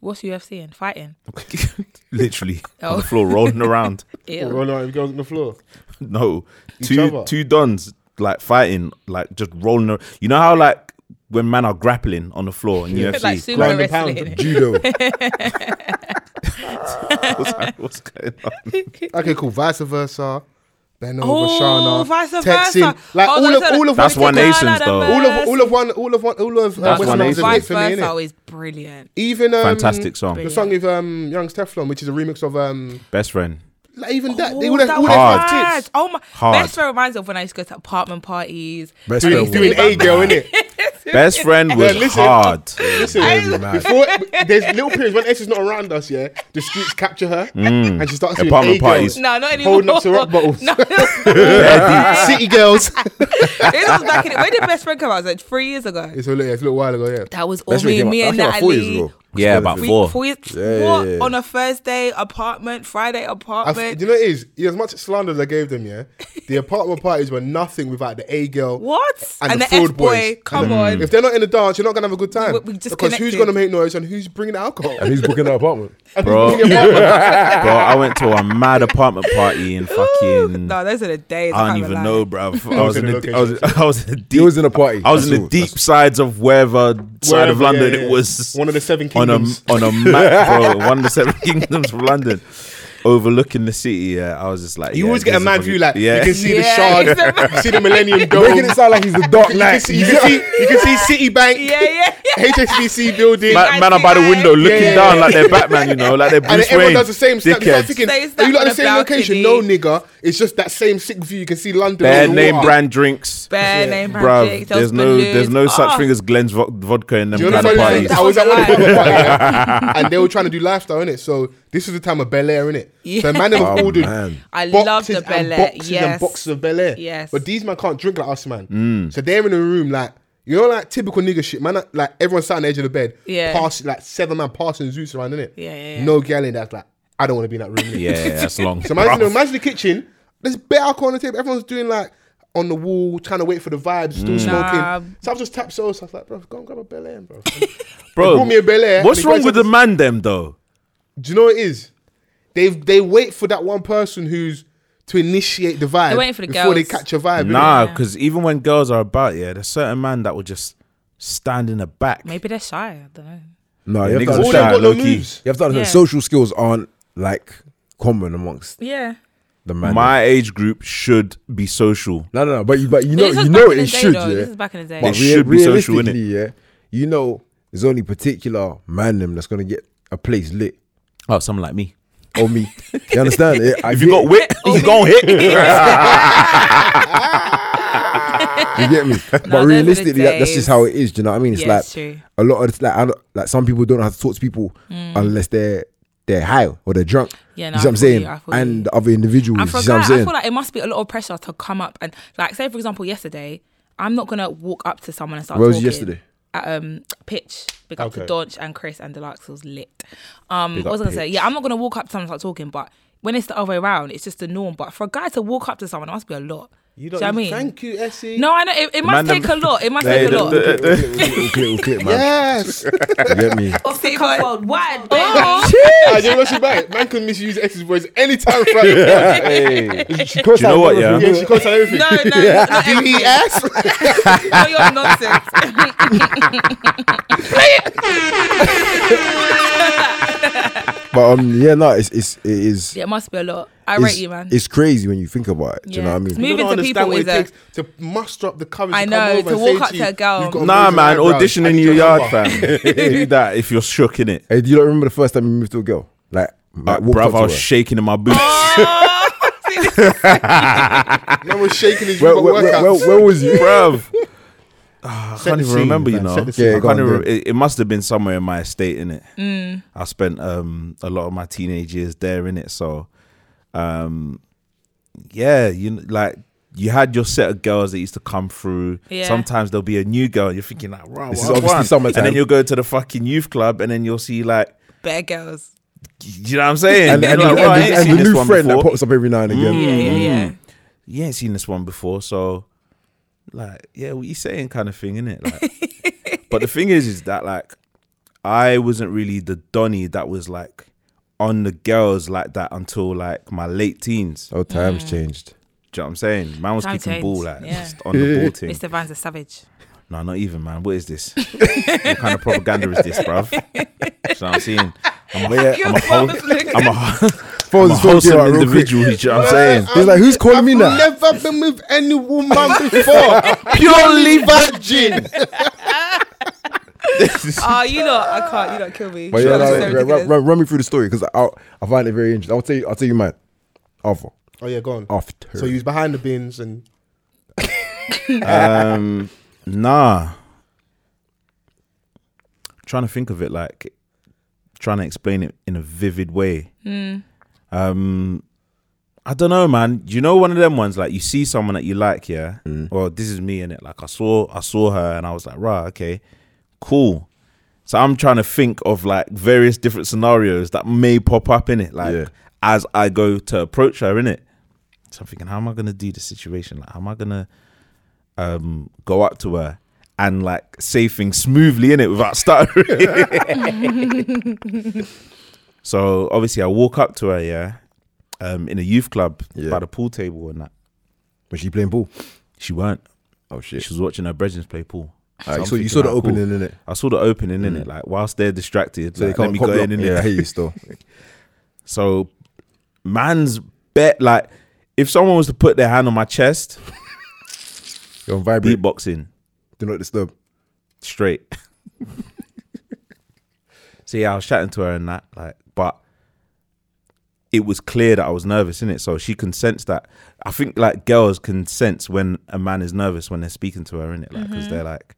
Speaker 2: What's UFC and fighting?
Speaker 1: Literally on
Speaker 2: Oh.
Speaker 1: the floor rolling around.
Speaker 2: Ew.
Speaker 3: Rolling around with girls on the floor.
Speaker 1: No,
Speaker 3: Each
Speaker 1: two
Speaker 3: other.
Speaker 1: two dons like fighting, like just rolling. ar- You know how like when men are grappling on the floor in UFC.
Speaker 2: It's like sumo
Speaker 3: Ground and
Speaker 2: wrestling.
Speaker 3: pound.
Speaker 2: innit?
Speaker 5: Judo.
Speaker 1: what's, what's going on?
Speaker 3: Okay, cool. Vice versa. Ben over
Speaker 2: Oh,
Speaker 3: Shana.
Speaker 2: vice versa.
Speaker 3: Texting. Like
Speaker 2: Oh,
Speaker 3: all
Speaker 2: that's
Speaker 3: of
Speaker 2: what-
Speaker 3: all of
Speaker 1: That's
Speaker 3: one.
Speaker 1: one nations though.
Speaker 3: All of all of one. All of one. All of uh,
Speaker 1: That's
Speaker 3: West
Speaker 1: one
Speaker 3: Ham was a
Speaker 1: nation.
Speaker 3: hit
Speaker 2: Vice
Speaker 3: for me,
Speaker 2: versa
Speaker 3: innit?
Speaker 2: is brilliant.
Speaker 3: Even um,
Speaker 1: Fantastic song,
Speaker 3: The song with um, Young's Teflon, which is a remix of um,
Speaker 1: best friend.
Speaker 3: like even that. They
Speaker 2: Oh,
Speaker 3: would have
Speaker 2: that
Speaker 3: all
Speaker 2: was
Speaker 3: their
Speaker 1: Hard.
Speaker 3: five
Speaker 2: mad.
Speaker 3: tits.
Speaker 2: Oh my!
Speaker 1: Hard.
Speaker 2: Best friend reminds me of when I used to go to apartment parties.
Speaker 5: Best
Speaker 2: I
Speaker 5: friend
Speaker 3: Doing,
Speaker 2: used to
Speaker 5: was-
Speaker 3: doing
Speaker 2: go
Speaker 3: A
Speaker 2: back-
Speaker 3: girl, innit?
Speaker 1: Best friend was
Speaker 3: Yeah, listen.
Speaker 1: hard.
Speaker 5: Very
Speaker 3: Listen,
Speaker 5: mad.
Speaker 3: before there's little periods when S is not around us, yeah, the streets capture her and she starts doing
Speaker 1: Mm. Apartment
Speaker 3: A
Speaker 1: parties.
Speaker 3: girls,
Speaker 2: No, not anymore.
Speaker 3: holding up to rock bottles,
Speaker 2: No, this
Speaker 3: city girls.
Speaker 2: was back in. When did Best Friend come out? It was like three years ago.
Speaker 3: It's a little, it's a little while ago, yeah.
Speaker 2: That was all
Speaker 5: That's when
Speaker 2: me,
Speaker 5: it came out-
Speaker 2: me
Speaker 5: that
Speaker 2: and
Speaker 5: came out
Speaker 2: Natalie.
Speaker 5: four years ago.
Speaker 1: Yeah, about
Speaker 2: Three-
Speaker 1: four.
Speaker 2: four years.
Speaker 5: Yeah,
Speaker 2: what
Speaker 5: yeah, yeah.
Speaker 2: on a Thursday apartment, Friday
Speaker 3: I
Speaker 2: apartment.
Speaker 3: f- do you know what it is? Yeah, As much slander as I gave them, yeah, the apartment parties were nothing without the A girl
Speaker 2: what?
Speaker 3: and, the,
Speaker 2: F
Speaker 3: fraud boys.
Speaker 2: boy. Come
Speaker 3: And the-
Speaker 1: Mm.
Speaker 2: on.
Speaker 3: If they're not in the dance, you're not gonna have a good time.
Speaker 2: We- we just
Speaker 3: because who's
Speaker 2: connected.
Speaker 3: gonna make noise and who's bringing the alcohol?
Speaker 5: And he's booking an apartment.
Speaker 1: bro. bro, I went to a mad apartment party in fucking.
Speaker 2: no, those are the days.
Speaker 1: I
Speaker 2: can't
Speaker 1: don't
Speaker 2: even
Speaker 1: even
Speaker 2: lie.
Speaker 1: know, bro. I was in
Speaker 3: in a
Speaker 1: the, I was, I was in the deep.
Speaker 5: He was in a party.
Speaker 1: I was in
Speaker 5: That's
Speaker 1: the
Speaker 5: all.
Speaker 1: deep sides of wherever side of
Speaker 3: Wherever,
Speaker 1: London
Speaker 3: yeah, yeah.
Speaker 1: it was.
Speaker 3: One of the seven
Speaker 1: on a
Speaker 3: kingdoms.
Speaker 1: on a map, bro. One of the seven kingdoms of London, overlooking the city. Yeah, I was just like,
Speaker 3: You
Speaker 1: yeah,
Speaker 3: always get a
Speaker 1: this is
Speaker 3: mad
Speaker 1: fucking-
Speaker 3: view, like you
Speaker 1: yeah,
Speaker 3: can see
Speaker 2: Yeah,
Speaker 3: the shard, you see the Millennium Dome,
Speaker 5: Making it sound like he's the Dark
Speaker 3: you can
Speaker 5: Knight.
Speaker 3: see, you can see, you can see Citibank,
Speaker 2: Yeah, yeah, yeah.
Speaker 3: HSBC building.
Speaker 1: man, man are by the
Speaker 2: Yeah,
Speaker 1: window looking
Speaker 3: yeah.
Speaker 1: down like they're Batman, you know, like they're
Speaker 3: and
Speaker 1: Bruce
Speaker 3: then everyone
Speaker 1: Wayne.
Speaker 3: does the same stuff. You start
Speaker 1: Dickheads.
Speaker 3: thinking,
Speaker 2: They
Speaker 3: are you
Speaker 2: stop
Speaker 3: like
Speaker 2: on
Speaker 3: the
Speaker 2: the
Speaker 3: same location? No,
Speaker 2: balcony.
Speaker 3: nigga. It's just that same sick view. You can see London.
Speaker 1: Bare
Speaker 3: on the
Speaker 1: name
Speaker 3: water.
Speaker 1: brand drinks.
Speaker 2: Bare name
Speaker 1: Bruv,
Speaker 2: project.
Speaker 1: there's no, there's no
Speaker 2: Oh.
Speaker 1: such thing as Glen's vo- vodka in them
Speaker 3: Do you know
Speaker 1: kind of
Speaker 3: what I'm saying?
Speaker 1: parties.
Speaker 3: I was at one of
Speaker 2: Lie.
Speaker 3: the party, yeah, and they were trying to do lifestyle in it. So this is the time of Bel Air in it. So
Speaker 2: Yeah.
Speaker 3: man, them have
Speaker 5: Oh,
Speaker 3: ordered
Speaker 5: man.
Speaker 2: I
Speaker 3: boxes
Speaker 2: love the
Speaker 3: and
Speaker 2: Bel Air.
Speaker 3: boxes and
Speaker 2: Yes.
Speaker 3: boxes of Bel Air.
Speaker 2: Yes.
Speaker 3: but these man can't drink like us, man. So they're in a room like. You know, like typical nigga shit, man. Like everyone's sat on the edge of the bed,
Speaker 2: Yeah.
Speaker 3: pass like seven man passing Zeus around, innit?
Speaker 2: Yeah, yeah, yeah.
Speaker 3: No gal in that's like, I don't want to be in that room. innit?
Speaker 1: Yeah, that's long.
Speaker 3: So imagine,
Speaker 1: bruv.
Speaker 3: imagine the kitchen. There's bare alcohol on the table. Everyone's doing like on the wall, trying to wait for the vibes, still smoking.
Speaker 2: Nah.
Speaker 3: So I've just tapped so I was like, bro, go and grab a Bel Air, bro.
Speaker 1: bro.
Speaker 3: brought me a Bel Air and
Speaker 1: what's
Speaker 3: he
Speaker 1: wrong
Speaker 3: goes
Speaker 1: with
Speaker 3: up
Speaker 1: the man them though?
Speaker 3: Do you know what it is? They they wait for that one person who's to initiate the vibe
Speaker 2: They're waiting for the
Speaker 3: before they
Speaker 2: girls.
Speaker 3: catch a vibe. innit?
Speaker 1: Nah, because even when girls are about, yeah, there's certain man that will just stand in the back.
Speaker 2: Maybe they're shy. I don't know.
Speaker 5: No,
Speaker 1: Yeah,
Speaker 5: you have to
Speaker 1: niggas
Speaker 3: all
Speaker 1: are
Speaker 3: they've
Speaker 5: understand.
Speaker 1: shy,
Speaker 3: got no
Speaker 1: low key.
Speaker 3: moves.
Speaker 5: You have to understand.
Speaker 2: Yeah.
Speaker 5: Social skills aren't like common amongst
Speaker 2: Yeah.
Speaker 5: the man.
Speaker 1: My age group should be social.
Speaker 5: no, no, no. But you, but you know,
Speaker 2: this was
Speaker 5: you
Speaker 2: back
Speaker 5: know,
Speaker 2: in
Speaker 5: it
Speaker 2: the day,
Speaker 5: should.
Speaker 2: though.
Speaker 5: Yeah,
Speaker 2: This is back in the day.
Speaker 5: But
Speaker 1: It
Speaker 5: rea-
Speaker 1: should be social,
Speaker 5: realistically, Yeah, you know, there's only particular man them that's gonna get a place lit
Speaker 1: Oh, someone like me.
Speaker 5: or me. You understand? Yeah, I
Speaker 1: If you
Speaker 5: get
Speaker 1: got
Speaker 5: it.
Speaker 1: wit, you gon' hit.
Speaker 5: You get me?
Speaker 2: those
Speaker 5: but
Speaker 2: are the
Speaker 5: realistically, that, that's
Speaker 2: days.
Speaker 5: just how it is. Do you know what I mean? It's
Speaker 2: Yeah,
Speaker 5: like
Speaker 2: it's true. Mm.
Speaker 5: a lot of it's like I don't, like some people don't know how to talk to people unless they're they're high or they're drunk.
Speaker 2: Yeah,
Speaker 5: you
Speaker 2: no,
Speaker 5: see
Speaker 2: I
Speaker 5: what I'm
Speaker 2: feel you,
Speaker 5: saying?
Speaker 2: I feel you.
Speaker 5: and the other
Speaker 2: And
Speaker 5: individuals. You see
Speaker 2: for a
Speaker 5: what
Speaker 2: guy,
Speaker 5: I'm
Speaker 2: I
Speaker 5: saying?
Speaker 2: feel like it must be a lot of pressure to come up and like say for example yesterday, I'm not gonna walk up to someone and start
Speaker 5: Where was
Speaker 2: talking.
Speaker 5: you yesterday?
Speaker 2: At um pitch. Big up
Speaker 3: Okay.
Speaker 2: to Donch and Chris and Deluxe it was lit. Um
Speaker 1: Big
Speaker 2: what was I
Speaker 1: up
Speaker 2: gonna say?
Speaker 1: Pitch.
Speaker 2: Yeah, I'm not gonna walk up to someone and start talking, but when it's the other way around, it's just the norm. But for a guy to walk up to someone, it must be a lot.
Speaker 3: You
Speaker 2: Do
Speaker 3: don't,
Speaker 2: you know what I mean?
Speaker 3: Thank you, E. Essie.
Speaker 2: No, I know it, it must
Speaker 1: Man,
Speaker 2: take a
Speaker 1: them-
Speaker 2: lot. It must
Speaker 1: Hey,
Speaker 2: take a
Speaker 1: the-
Speaker 2: lot.
Speaker 1: the-
Speaker 5: Clip, clip, clip, clip, man.
Speaker 3: Yes.
Speaker 5: You get me?
Speaker 6: Off the cuff world wide, baby.
Speaker 2: Oh,
Speaker 3: I don't know about it. Man can misuse Essie's voice anytime throughout the podcast.
Speaker 5: Do
Speaker 1: you know what, yeah?
Speaker 3: Yeah, she calls out everything. E
Speaker 2: no, no, not everything.
Speaker 3: DES.
Speaker 2: All your nonsense.
Speaker 5: But um, yeah, no, it's it's it is.
Speaker 2: yeah, it must be a lot. I
Speaker 5: it's,
Speaker 2: rate you, man.
Speaker 5: It's crazy when you think about it. Do you know
Speaker 2: Yeah.
Speaker 5: what I mean?
Speaker 2: It's me- Moving
Speaker 3: You don't
Speaker 2: to
Speaker 3: understand
Speaker 2: people
Speaker 3: what
Speaker 2: is
Speaker 3: it
Speaker 2: a-
Speaker 3: takes to muster up the courage.
Speaker 2: I
Speaker 3: to
Speaker 2: know,
Speaker 3: come over
Speaker 2: to
Speaker 3: and
Speaker 2: walk
Speaker 3: say
Speaker 2: up
Speaker 3: you,
Speaker 2: to a girl.
Speaker 3: "You've got
Speaker 1: nah,
Speaker 3: amazing
Speaker 1: man,
Speaker 3: eyebrows.
Speaker 1: audition
Speaker 3: I
Speaker 1: in
Speaker 3: need
Speaker 1: your yard,
Speaker 3: number."
Speaker 1: fam. Do that if you're shook in it.
Speaker 5: Hey, do you not remember the first time you moved to a girl? Like,
Speaker 1: Like,
Speaker 5: like walked up
Speaker 1: Uh, bruv,
Speaker 5: to
Speaker 1: I was
Speaker 5: her?
Speaker 1: shaking in my boots.
Speaker 3: Man was shaking his
Speaker 5: where, where,
Speaker 3: workout.
Speaker 5: where, where, where was you?
Speaker 1: bruv. Ah, I
Speaker 3: Set
Speaker 1: can't
Speaker 3: the
Speaker 1: even
Speaker 3: scene,
Speaker 1: remember, you
Speaker 3: man.
Speaker 1: know.
Speaker 3: Set the
Speaker 5: scene. Yeah,
Speaker 1: I
Speaker 5: go
Speaker 1: can't
Speaker 5: on,
Speaker 1: even,
Speaker 5: do
Speaker 1: it, it must have been somewhere in my estate, innit?
Speaker 3: Mm.
Speaker 1: I spent um, a lot of my teenage years there, innit? So um, yeah, you kn- like you had your set of girls that used to come through.
Speaker 2: Yeah.
Speaker 1: Sometimes there'll be a new girl. And you're thinking like, wow,
Speaker 5: This is
Speaker 1: what I
Speaker 5: obviously
Speaker 1: want.
Speaker 5: summertime.
Speaker 1: And then you'll go to the fucking youth club, and then you'll see like,
Speaker 2: Bear girls.
Speaker 1: you know what I'm saying?
Speaker 5: And,
Speaker 1: You're
Speaker 5: and,
Speaker 1: like,
Speaker 5: and,
Speaker 1: "Wow, I
Speaker 5: and-
Speaker 1: ain't
Speaker 5: and
Speaker 1: seen
Speaker 5: the
Speaker 1: this
Speaker 5: new
Speaker 1: one
Speaker 5: friend that
Speaker 1: before." Mm.
Speaker 5: pops up every now and again.
Speaker 2: Yeah, yeah, yeah.
Speaker 1: you ain't seen this one before, so like, yeah, what you saying kind of thing, innit? Like But the thing is, is that like I wasn't really the Donny that was like on the girls like that until like my late teens.
Speaker 5: Oh,
Speaker 1: Mm.
Speaker 5: times changed.
Speaker 1: Do you know what I'm saying? Man was
Speaker 2: Time
Speaker 1: kicking
Speaker 2: changed,
Speaker 1: ball like
Speaker 2: yeah.
Speaker 1: just on the ball thing.
Speaker 2: Mr. Vines a savage.
Speaker 1: No, not even, man. What is this? what kind of propaganda is this, bruv? Do you know what I'm saying? I'm,
Speaker 5: Eh,
Speaker 1: yeah, I'm a whole, I'm a, I'm
Speaker 5: Phones
Speaker 1: a
Speaker 5: is talking
Speaker 1: wholesome
Speaker 5: about real quick.
Speaker 1: individual. You know what I'm saying?
Speaker 5: He's like, who's calling me now?
Speaker 3: I've never been with any woman before. Purely virgin.
Speaker 2: Oh, you lot, I can't. You lot kill me.
Speaker 5: But yeah,
Speaker 2: That's
Speaker 5: like,
Speaker 2: so
Speaker 5: run,
Speaker 2: ridiculous.
Speaker 5: run, run, run me through the story because I I find it very interesting. I'll tell you. I'll tell you mine. Alpha.
Speaker 3: Oh yeah, go on.
Speaker 5: After.
Speaker 3: So you was behind the bins and
Speaker 1: Nah. Trying to think of it like trying to explain it in a vivid way. Um I don't know, man. You know one of them ones like you see someone that you like, yeah? Well, this is me in it. Like I saw I saw her and I was like, right, okay, cool. So I'm trying to think of like various different scenarios that may pop up in it, like
Speaker 5: Yeah.
Speaker 1: as I go to approach her in it. So I'm thinking, how am I gonna do the situation? Like, how am I gonna um, go up to her and like say things smoothly in it without stuttering. so obviously, I walk up to her, yeah, um, in a youth club
Speaker 5: Yeah.
Speaker 1: by the pool table and that.
Speaker 5: Was she playing ball?
Speaker 1: She weren't.
Speaker 5: Oh shit.
Speaker 1: She was watching her brethren play pool. So
Speaker 5: Alright,
Speaker 1: I'm
Speaker 5: so you
Speaker 1: thinking,
Speaker 5: saw the
Speaker 1: "Alright, cool."
Speaker 5: opening in it.
Speaker 1: I saw the opening in it. Like whilst they're distracted,
Speaker 5: So
Speaker 1: like,
Speaker 5: they
Speaker 1: let
Speaker 5: can't
Speaker 1: me
Speaker 5: cop
Speaker 1: go
Speaker 5: you
Speaker 1: in
Speaker 5: up.
Speaker 1: in
Speaker 5: Yeah, I
Speaker 1: it.
Speaker 5: hear you still.
Speaker 1: So, man's bet like if someone was to put their hand on my chest,
Speaker 5: You're on vibrate.
Speaker 1: beatboxing.
Speaker 5: Do not disturb.
Speaker 1: straight. so yeah, I was chatting to her and that, like, but it was clear that I was nervous, in it. So she can sense that. I think like girls can sense when a man is nervous when they're speaking to her, in it, like, because they're like,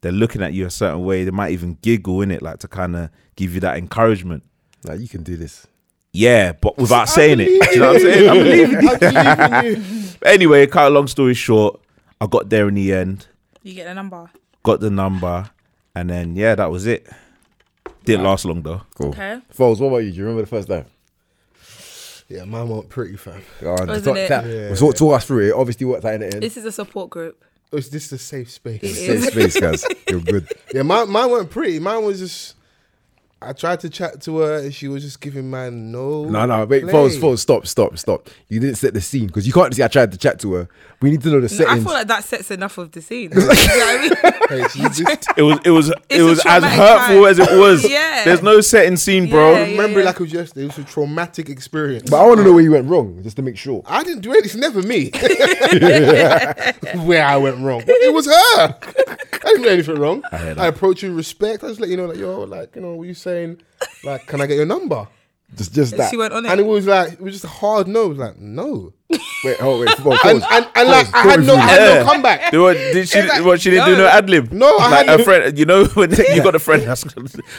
Speaker 1: they're looking at you a certain way. They might even giggle, in it, like to kind of give you that encouragement.
Speaker 5: Nah, you can do this.
Speaker 1: Yeah, but without saying it, do you know what I'm saying? I believe in you. anyway, cut a long story short, I got there in the end
Speaker 2: You get the number.
Speaker 1: got the number, and then yeah, that was it. Didn't last long though.
Speaker 5: Cool.
Speaker 2: Okay.
Speaker 5: Foles, what about you? Do you remember the first time?
Speaker 3: yeah, mine weren't pretty fam.
Speaker 5: Oh,
Speaker 2: Wasn't
Speaker 5: talk,
Speaker 2: it?
Speaker 5: Talk, talk, talk us through it. It Obviously, worked out in the end.
Speaker 2: This is a support group.
Speaker 3: Is this a safe space?
Speaker 5: Safe space, guys. You're good.
Speaker 3: Yeah, mine, mine weren't pretty. Mine was just. I tried to chat to her and she was just giving man no.
Speaker 5: No, no, wait,
Speaker 3: play.
Speaker 5: Foles, Foles, stop, stop, stop. You didn't set the scene because you can't see I tried to chat to her. We need to know the
Speaker 2: I
Speaker 5: settings.
Speaker 2: feel like that sets enough of the scene. You know what I mean?
Speaker 3: Hey, she's just-
Speaker 1: It was it was it
Speaker 2: a
Speaker 1: was as
Speaker 2: traumatic
Speaker 1: hurtful
Speaker 2: time.
Speaker 1: as it was.
Speaker 2: Yeah.
Speaker 1: There's no setting scene, bro.
Speaker 2: Yeah, yeah.
Speaker 3: remember it like it was yesterday. It was a traumatic experience.
Speaker 5: but I want to know where you went wrong just to make sure.
Speaker 3: I didn't do it. It's never me. Where I went wrong. It was her. I didn't do anything wrong. I, approached you with respect. I just let you know, like, yo, like, you know, were you saying, like, can I get your number?
Speaker 5: Just, just that.
Speaker 2: she went on it.
Speaker 3: And it was like, it was just a hard no. It was like, no.
Speaker 5: Wait, oh wait, Foles,
Speaker 3: And,
Speaker 5: Foles.
Speaker 3: and, and like, I had no, I had no comeback.
Speaker 1: They were- did she, what, she didn't do no ad lib.
Speaker 3: No, I
Speaker 1: like
Speaker 3: had-
Speaker 1: a friend. You know when you got a friend that's,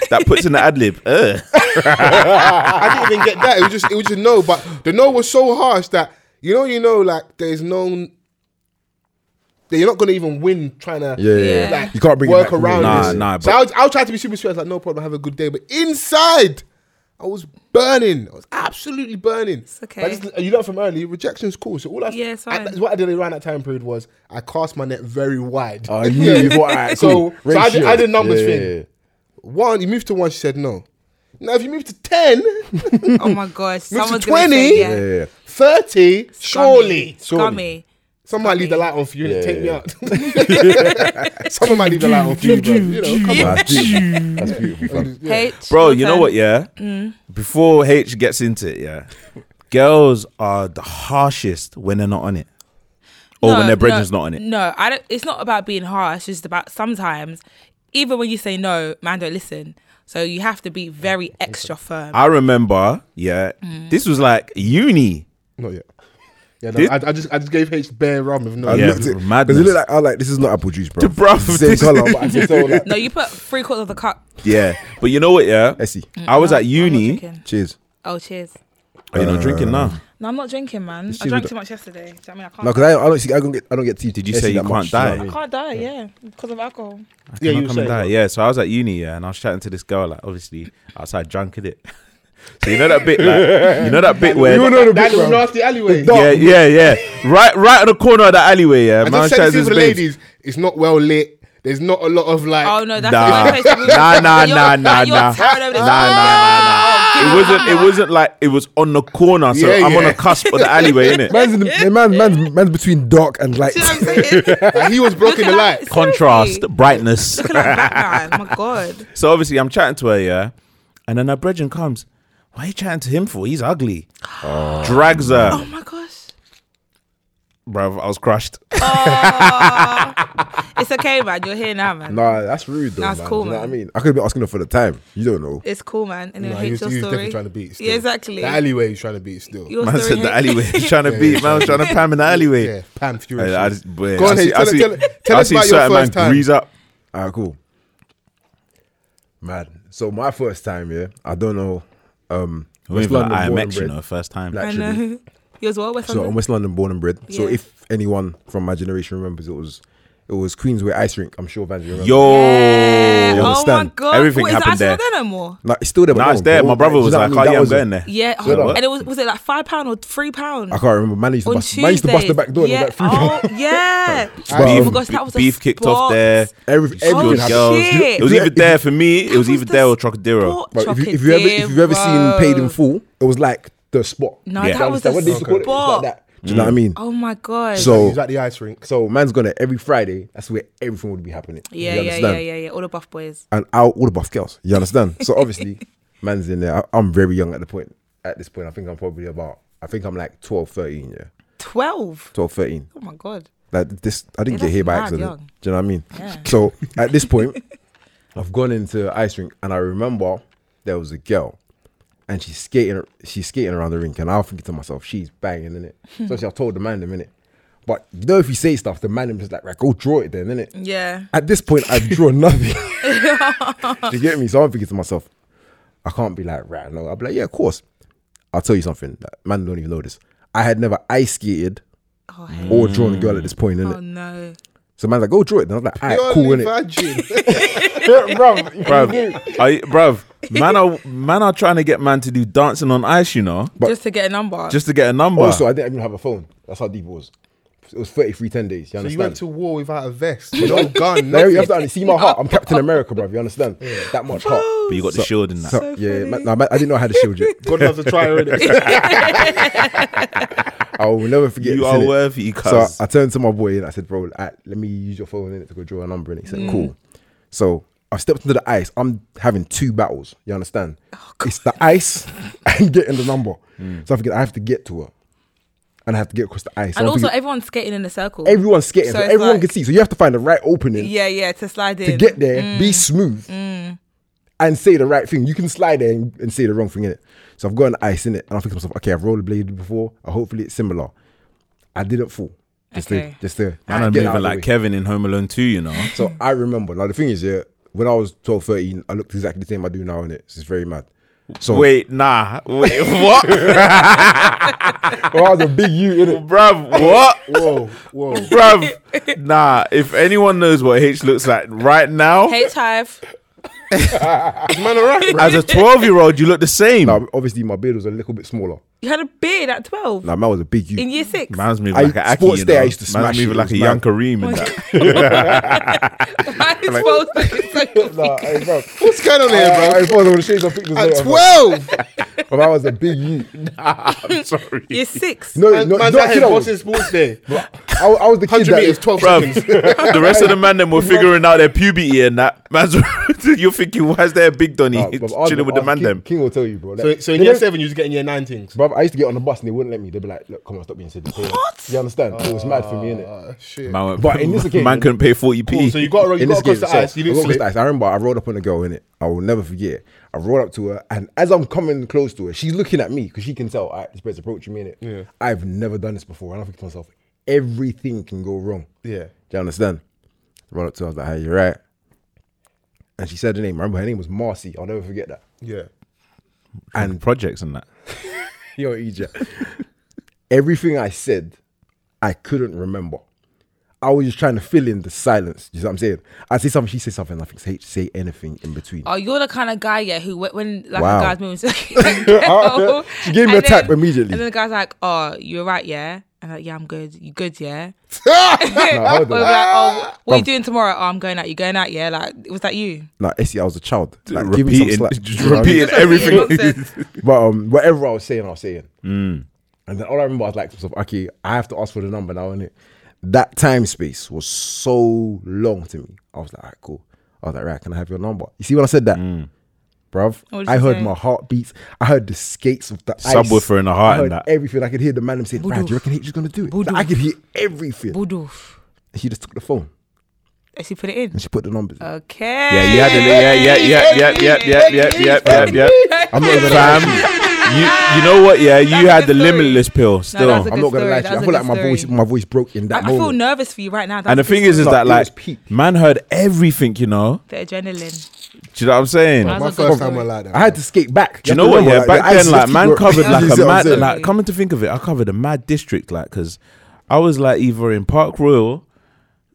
Speaker 1: that puts in the ad lib. Uh.
Speaker 3: I didn't even get that. It was just, it was just no. But the no was so harsh that, you know, you know, like, there's no, that you're not going to even win trying to.
Speaker 5: yeah, yeah, yeah.
Speaker 2: Yeah.
Speaker 5: You can't bring it
Speaker 3: work
Speaker 5: back from
Speaker 3: around
Speaker 5: it.
Speaker 1: Nah,
Speaker 3: this.
Speaker 1: nah.
Speaker 3: so
Speaker 1: but-
Speaker 3: I'll, I'll try to be super sweet. I was like, no problem, have a good day. But inside, I was burning. I was absolutely burning.
Speaker 2: okay.
Speaker 3: But I just- you learn from early, rejection's cool. So all I,
Speaker 2: Yeah, it's
Speaker 3: I-
Speaker 2: fine.
Speaker 3: that's what I did around that time period was I cast my net very wide.
Speaker 5: Oh, yeah, you thought, all right,
Speaker 3: So-
Speaker 5: cool.
Speaker 3: so I did-
Speaker 5: Ratio.
Speaker 3: I did numbers
Speaker 5: Yeah,
Speaker 3: thing.
Speaker 5: yeah, yeah.
Speaker 3: One, you moved to one, she said no. Now, if you move to 10,
Speaker 2: Oh my gosh.
Speaker 3: 20?
Speaker 2: Someone's Gonna say, yeah.
Speaker 5: Yeah, yeah.
Speaker 3: 30,
Speaker 2: Scummy.
Speaker 3: surely.
Speaker 2: Scummy.
Speaker 3: Someone might leave the light on for you
Speaker 5: Yeah,
Speaker 3: and take me
Speaker 5: yeah.
Speaker 3: out. Someone might leave the light on for you, but, you know, come
Speaker 5: Nah, that's beautiful. That's beautiful, fam.
Speaker 3: Yeah.
Speaker 2: H,
Speaker 1: Bro,
Speaker 2: your
Speaker 1: you know
Speaker 2: turn.
Speaker 1: what, yeah?
Speaker 2: Mm.
Speaker 1: Before H gets into it, yeah. girls are the harshest when they're not on it. Or Oh, when their brethren's
Speaker 2: no,
Speaker 1: not on it.
Speaker 2: No, I don't. It's not about being harsh. It's just about sometimes, even when you say no, man don't listen. So you have to be very extra firm.
Speaker 1: I remember, yeah,
Speaker 2: Mm.
Speaker 1: this was like uni.
Speaker 3: Not yet. Yeah, no,
Speaker 1: Did-
Speaker 3: I, I just I just gave H bare rum with no.
Speaker 5: I
Speaker 1: Yeah,
Speaker 5: looked at because
Speaker 1: madness.
Speaker 5: it looked like I was like this is not apple juice, bro.
Speaker 1: Bruv,
Speaker 5: It's the
Speaker 1: this-
Speaker 5: same color, but I can tell like
Speaker 2: no, you put three quarters of the cup.
Speaker 1: Yeah. But you know what, yeah?
Speaker 2: Mm.
Speaker 5: Essie.
Speaker 1: I was at
Speaker 2: I'm not
Speaker 1: uni.
Speaker 2: drinking.
Speaker 5: Cheers.
Speaker 2: Oh, cheers.
Speaker 1: Are you not drinking
Speaker 3: Uh,
Speaker 1: now?
Speaker 2: No, I'm not drinking, man. I drank
Speaker 5: we don't-
Speaker 2: too much yesterday. Do you know what I mean? I can't.
Speaker 5: No, because I, I don't see. I don't get. I don't get TTS
Speaker 1: Did you say you
Speaker 5: that
Speaker 1: can't
Speaker 5: much,
Speaker 1: die?
Speaker 5: you know
Speaker 2: I
Speaker 5: what
Speaker 2: can't die, yeah, because of alcohol.
Speaker 3: Yeah,
Speaker 1: Can I
Speaker 3: you
Speaker 1: come
Speaker 3: say
Speaker 1: and die? Yeah, so I was at uni, yeah, and I was chatting to this girl, like obviously outside drunk in it. So you know that bit, like you know that bit where
Speaker 3: You know the
Speaker 1: yeah,
Speaker 3: big
Speaker 4: That little
Speaker 3: bro.
Speaker 4: nasty alleyway.
Speaker 1: yeah, yeah, right, right at the corner of the alleyway, yeah.
Speaker 3: I
Speaker 1: man, I was
Speaker 3: just said
Speaker 1: chatting
Speaker 3: this to
Speaker 1: to
Speaker 3: the
Speaker 1: this babe.
Speaker 3: ladies. It's not well lit. There's not a lot of like.
Speaker 2: Oh no, that's
Speaker 1: Nah.
Speaker 2: the only place that we-
Speaker 1: Nah, nah,
Speaker 2: you're-
Speaker 1: nah, nah,
Speaker 2: like, you're
Speaker 1: nah.
Speaker 2: tired of this.
Speaker 1: Nah, nah, nah, nah. It wasn't. It wasn't like it was on the corner. So
Speaker 3: Yeah,
Speaker 1: I'm on
Speaker 3: yeah.
Speaker 1: the cusp of the alleyway, innit?
Speaker 5: I mean? Man's, in the, man, man's, man's between dark and light.
Speaker 2: See what I'm saying?
Speaker 3: Like, he was blocking the
Speaker 2: Looking
Speaker 3: light.
Speaker 2: like-
Speaker 1: Contrast,
Speaker 2: Seriously.
Speaker 1: brightness.
Speaker 2: Looking like Batman. Oh My God.
Speaker 1: So obviously I'm chatting to her, yeah. And then her brethren comes. Why are you chatting to him for? He's ugly. Drags her.
Speaker 2: Oh my gosh.
Speaker 1: Bruv, I was crushed.
Speaker 2: It's okay, man. You're here now, man.
Speaker 5: Nah, that's rude though.
Speaker 2: That's
Speaker 5: man.
Speaker 2: cool,
Speaker 5: You know what I
Speaker 2: man.
Speaker 5: mean? I could have been asking her for the time. You don't know.
Speaker 2: It's cool, man. And
Speaker 3: Nah,
Speaker 2: I
Speaker 3: he
Speaker 2: hate
Speaker 3: was,
Speaker 2: your
Speaker 3: he was
Speaker 2: story.
Speaker 3: definitely trying to beat. Still.
Speaker 2: Yeah, exactly.
Speaker 3: The alleyway, he's trying to beat still.
Speaker 2: Your
Speaker 1: Man
Speaker 2: story
Speaker 1: said the
Speaker 2: hate-
Speaker 1: alleyway. He's trying to beat. Man was trying to pam in the alleyway.
Speaker 3: yeah, Pam Fury.
Speaker 1: I, I just, yeah,
Speaker 3: Go on,
Speaker 1: I
Speaker 3: Hayes,
Speaker 1: see, I
Speaker 3: tell-
Speaker 1: see,
Speaker 3: tell- tell
Speaker 1: I
Speaker 3: us
Speaker 1: see
Speaker 3: about your
Speaker 1: certain
Speaker 3: first
Speaker 1: man
Speaker 3: time.
Speaker 1: grease up.
Speaker 5: All right, cool. Man, so my first time, yeah. I don't know. Um,
Speaker 1: Like,
Speaker 5: West London
Speaker 1: I
Speaker 5: born
Speaker 1: met
Speaker 5: and
Speaker 1: you
Speaker 5: bred,
Speaker 1: know first time.
Speaker 2: I
Speaker 5: literally.
Speaker 2: know. You as well, West
Speaker 5: So I'm
Speaker 2: London?
Speaker 5: West London born and bred. So
Speaker 2: Yeah.
Speaker 5: if anyone from my generation remembers, it was it was Queensway Ice Rink. I'm sure Vans remembers.
Speaker 1: Yo,
Speaker 2: Yeah. Oh my
Speaker 5: understand.
Speaker 2: God.
Speaker 1: Everything
Speaker 2: What, is
Speaker 1: happened
Speaker 2: that
Speaker 1: there.
Speaker 2: actually there no more?
Speaker 5: Nah, it's still there. but
Speaker 1: nah,
Speaker 5: no
Speaker 1: it's
Speaker 5: one
Speaker 1: there.
Speaker 5: goes.
Speaker 1: My brother
Speaker 5: Do you
Speaker 1: was
Speaker 5: know
Speaker 1: like,
Speaker 5: what
Speaker 1: "Oh
Speaker 5: I mean?
Speaker 1: yeah,
Speaker 5: That
Speaker 1: I'm
Speaker 5: was a-
Speaker 1: going there."
Speaker 2: Yeah,
Speaker 5: So what?
Speaker 2: and it was was it like five pound or three pound
Speaker 5: I can't remember. Man used to
Speaker 2: on
Speaker 5: bust,
Speaker 2: Tuesday?
Speaker 5: man used to bust the back door.
Speaker 2: Yeah,
Speaker 5: Yeah. Like,
Speaker 2: oh yeah.
Speaker 5: But,
Speaker 2: oh my
Speaker 5: um,
Speaker 2: gosh, that was a
Speaker 1: beef kicked off
Speaker 2: sport.
Speaker 1: there.
Speaker 5: Every,
Speaker 1: Good
Speaker 5: everything happened.
Speaker 1: girls.
Speaker 2: shit.
Speaker 1: It was
Speaker 5: Yeah,
Speaker 1: either
Speaker 5: if-
Speaker 1: there for me. It was
Speaker 2: was
Speaker 1: either
Speaker 2: the
Speaker 1: there or Trocadero.
Speaker 2: Sport
Speaker 5: But if, you, if
Speaker 2: chocolate
Speaker 5: you ever if
Speaker 2: dip,
Speaker 5: you've ever seen Paid in
Speaker 2: bro.
Speaker 5: Full, it was like the spot.
Speaker 2: No,
Speaker 1: Yeah.
Speaker 2: that was a
Speaker 5: Understand what they used to call it? It was like
Speaker 2: sport.
Speaker 5: that. Do you know what I mean?
Speaker 2: Oh my god.
Speaker 5: So
Speaker 3: He's at the ice rink.
Speaker 5: So man's gonna every Friday. That's where everything would be happening.
Speaker 2: yeah,
Speaker 5: You
Speaker 2: yeah, yeah,
Speaker 5: understand?
Speaker 2: yeah, yeah. All the buff boys.
Speaker 5: And out all the buff girls. You understand? So obviously, man's in there. I, I'm very young at the point. At this point, I think I'm probably about. I think I'm like 12, 13, yeah,
Speaker 2: Twelve.
Speaker 5: 12, 13.
Speaker 2: Oh my god.
Speaker 5: Like this, I didn't
Speaker 2: Yeah,
Speaker 5: get here
Speaker 2: that's
Speaker 5: by
Speaker 2: mad
Speaker 5: accident.
Speaker 2: young.
Speaker 5: Do you know what I mean?
Speaker 2: Yeah.
Speaker 5: So at this point, I've gone into ice rink, and I remember there was a girl, and she's skating. She's skating around the rink, and I was thinking to myself, she's banging in it. so I told the man the minute. But you know, if you say stuff, the man is like, right, go draw it then, innit?
Speaker 2: Yeah.
Speaker 5: At this point, I've drawn nothing. Do you get me? So I'm thinking to myself, I can't be like, right, no. I'll be like, yeah, of course. I'll tell you something. That man don't even know this. I had never ice skated
Speaker 2: Oh, hey.
Speaker 5: or drawn a girl at this point,
Speaker 2: oh
Speaker 5: innit?
Speaker 2: no.
Speaker 5: So man's like, go draw it. And I was like, all right, cool,
Speaker 3: Purely
Speaker 5: innit?
Speaker 3: virgin.
Speaker 1: Bruv, I, bruv, man are man are trying to get man to do dancing on ice, you know,
Speaker 5: But-
Speaker 2: Just to get a number.
Speaker 1: just to get a number.
Speaker 5: Also, I didn't even have a phone. That's how deep it was. It was 33, 10 days. You
Speaker 3: so
Speaker 5: understand?
Speaker 3: you went to war without a vest, no gun,
Speaker 5: Like, you
Speaker 3: nothing.
Speaker 5: have to see my heart. I'm Captain America, bruv. You understand? That much heart.
Speaker 1: but you got the shield in that.
Speaker 5: So, yeah, yeah, man, nah, man, I didn't know how to shield it.
Speaker 3: God loves a trier in it.
Speaker 5: I will never forget.
Speaker 1: you
Speaker 5: this,
Speaker 1: are
Speaker 5: innit?
Speaker 1: worthy,
Speaker 5: So
Speaker 1: cuz.
Speaker 5: I turned to my boy and I said, bro, I, let me use your phone in it to go draw a number. And he said,
Speaker 2: Mm.
Speaker 5: cool. So I stepped into the ice. I'm having two battles. You understand?
Speaker 2: Oh,
Speaker 5: it's the ice and getting the number.
Speaker 2: Mm.
Speaker 5: So I forget I have to get to her. And I have to get across the ice. So
Speaker 2: and
Speaker 5: I'm
Speaker 2: also
Speaker 5: thinking,
Speaker 2: everyone's skating in a circle.
Speaker 5: everyone's skating.
Speaker 2: So
Speaker 5: So,
Speaker 2: it's
Speaker 5: everyone
Speaker 2: like-
Speaker 5: can see. So you have to find the right opening
Speaker 2: yeah, yeah, to slide in.
Speaker 5: to get there, be
Speaker 2: Mm.
Speaker 5: smooth, and say the right thing. You can slide there and, and say the wrong thing in it. So I've got an ice in it, and I think to myself, okay, I've rollerbladed before. uh, Hopefully, it's similar. I didn't fall. Just
Speaker 2: Okay.
Speaker 5: to, just to
Speaker 1: Man, I'm
Speaker 5: get out
Speaker 1: moving
Speaker 5: of the
Speaker 1: like
Speaker 5: way.
Speaker 1: Kevin in Home Alone 2, you know.
Speaker 5: So I remember. Now the thing is, yeah, when I was 12, 13, I looked exactly the same I do now in it. It's very mad. So
Speaker 1: Wait, nah. Wait, what?
Speaker 5: Well, I was a big you in it.
Speaker 1: Bruv, what?
Speaker 3: Whoa, whoa.
Speaker 1: Bruv, nah. If anyone knows what H looks like right now,
Speaker 2: H Hive.
Speaker 3: Man, all right.
Speaker 1: as a 12 year old, you look the same.
Speaker 5: Now, obviously, my beard was a little bit smaller.
Speaker 2: You had a beard at twelve
Speaker 5: Now, man was a big
Speaker 2: in
Speaker 5: you.
Speaker 2: year six.
Speaker 1: Man's moving
Speaker 5: I-
Speaker 1: like an Aki.
Speaker 5: sports
Speaker 1: You
Speaker 5: day,
Speaker 1: know?
Speaker 5: I used to smash
Speaker 1: Man's
Speaker 5: it,
Speaker 1: moving
Speaker 5: it
Speaker 1: like a
Speaker 5: was
Speaker 1: young
Speaker 5: mad.
Speaker 1: Kareem and that.
Speaker 2: I was supposed to get so
Speaker 5: Nah, hey, bro.
Speaker 3: What's going on here,
Speaker 5: Hey,
Speaker 3: bro?
Speaker 5: bro, if I was on the shades of pictures
Speaker 3: At
Speaker 5: later, bro.
Speaker 3: 12,
Speaker 5: But I was a big you.
Speaker 1: I'm sorry.
Speaker 2: year six.
Speaker 5: No, no,
Speaker 3: man,
Speaker 5: no,
Speaker 3: man's
Speaker 5: no
Speaker 3: at
Speaker 5: kid
Speaker 3: head
Speaker 5: I was.
Speaker 3: boss in sports day.
Speaker 5: I, I was the kid
Speaker 3: 100
Speaker 5: that
Speaker 3: meters, 12
Speaker 1: Bruv,
Speaker 3: seconds.
Speaker 1: the rest of the man them were figuring out their puberty and that. Man's, you're thinking, why is there a big Donny
Speaker 5: Nah, bruv, I was-
Speaker 1: chilling with
Speaker 5: I
Speaker 1: the
Speaker 5: was-
Speaker 1: man
Speaker 5: King,
Speaker 1: them?
Speaker 5: King will tell you, bro.
Speaker 3: So,
Speaker 5: Like,
Speaker 3: so
Speaker 5: you
Speaker 3: in year
Speaker 5: know,
Speaker 3: seven, you was getting year nine things.
Speaker 5: bruv, I used to get on the bus and they wouldn't let me. They'd be like, "Look, come on, stop being silly." What? You understand? it was mad for me, innit?
Speaker 3: Uh, shit.
Speaker 1: Man, went-
Speaker 5: But in this occasion- Oh,
Speaker 1: man couldn't pay 40p.
Speaker 3: Cool, so you got you
Speaker 5: In
Speaker 3: got
Speaker 5: this
Speaker 3: across
Speaker 5: game,
Speaker 3: the
Speaker 5: so,
Speaker 3: ice. You
Speaker 5: I
Speaker 3: didn't
Speaker 5: got across
Speaker 3: slip.
Speaker 5: the ice. I remember I rolled up on a girl, innit? I will never forget. I rolled up to her, and as I'm coming close to her, she's looking at me because she can tell, all right, this person's approaching me, innit?
Speaker 3: Yeah.
Speaker 5: I've never done this before, and I think to myself, everything can go wrong.
Speaker 3: Yeah.
Speaker 5: Do you understand? Roll up to her, I was like, hey, you're right. And she said her name. I remember her name was Marcy. I'll never forget that.
Speaker 3: Yeah.
Speaker 5: And
Speaker 1: projects and that.
Speaker 5: Yo, EJ. Everything I said, I couldn't remember. I was just trying to fill in the silence. You know what I'm saying? I say something, she says something, nothing. Say, say anything in
Speaker 1: Uh,
Speaker 5: between.
Speaker 2: Oh, you're the kind of guy, yeah, who wh- when like
Speaker 5: Wow. Uh,
Speaker 2: a guy's moving, to
Speaker 5: She gave me a tap immediately.
Speaker 2: and then the guy's like, "Oh, you're right, yeah." And I'm like, yeah, I'm good. You good, yeah?
Speaker 5: hold
Speaker 2: Or
Speaker 5: on. Ah!
Speaker 2: we're like, oh, what are you
Speaker 5: Bruv.
Speaker 2: doing tomorrow? Oh, I'm going out. You going out? Yeah, like was that you?
Speaker 5: No, Essie, E, I was a child. Like, give me some
Speaker 1: repeating,
Speaker 5: slack.
Speaker 1: just
Speaker 5: You know what I mean?
Speaker 1: repeating everything.
Speaker 2: Nonsense.
Speaker 5: But um, whatever I was saying, I was saying.
Speaker 1: Mm.
Speaker 5: And then all I remember, I was like to myself, okay, I have to ask for the number now, innit? That time space was so long to me. I was like, all right, cool. I was like, right, can I have your number? You see when I said that?
Speaker 1: Mm.
Speaker 2: What
Speaker 5: Bruv,
Speaker 2: did
Speaker 5: I
Speaker 2: you
Speaker 5: heard
Speaker 2: say?
Speaker 5: my heartbeats. I heard the skates of the ice.
Speaker 1: Subwoofer in the heart
Speaker 5: I
Speaker 1: and
Speaker 5: heard
Speaker 1: that.
Speaker 5: everything. I could hear the man him saying, "Bruv, do you reckon he's just gonna do it?" Like, I could hear everything.
Speaker 2: Budoof.
Speaker 5: She just took the phone
Speaker 2: And she put it in.
Speaker 5: and she put the numbers.
Speaker 2: Uh,
Speaker 5: in.
Speaker 2: Okay.
Speaker 1: Yeah, you had it. Yeah, yeah, yeah, yeah, yeah, yeah, yeah, yeah, yeah, yeah.
Speaker 5: I'm not gonna lie.
Speaker 1: Fam, you you know what? Yeah, you
Speaker 2: That's a
Speaker 1: had the
Speaker 2: good story.
Speaker 1: limitless pill
Speaker 2: No, that's
Speaker 1: still.
Speaker 2: a
Speaker 5: I'm
Speaker 2: good
Speaker 5: not gonna
Speaker 2: story.
Speaker 5: lie to you.
Speaker 2: That's a
Speaker 5: I feel like
Speaker 2: good
Speaker 5: my
Speaker 2: story.
Speaker 5: voice, my voice broke in
Speaker 2: I,
Speaker 5: that
Speaker 2: I feel
Speaker 5: moment.
Speaker 2: nervous for you right now. That's
Speaker 1: And the
Speaker 2: a good
Speaker 1: thing is, is
Speaker 2: story.
Speaker 5: No,
Speaker 1: that
Speaker 5: it
Speaker 1: like
Speaker 5: was peak.
Speaker 1: man heard everything. You know,
Speaker 2: the adrenaline.
Speaker 1: do you know what I'm saying?
Speaker 2: That's
Speaker 3: My
Speaker 2: a good
Speaker 3: first time I
Speaker 2: story.
Speaker 3: like that.
Speaker 5: I had to skate back.
Speaker 1: Do you know what? Yeah, back then, like man covered like a mad.
Speaker 2: saying?
Speaker 1: Like coming to think of it, I covered a mad district. Like because I was like either in Park Royal,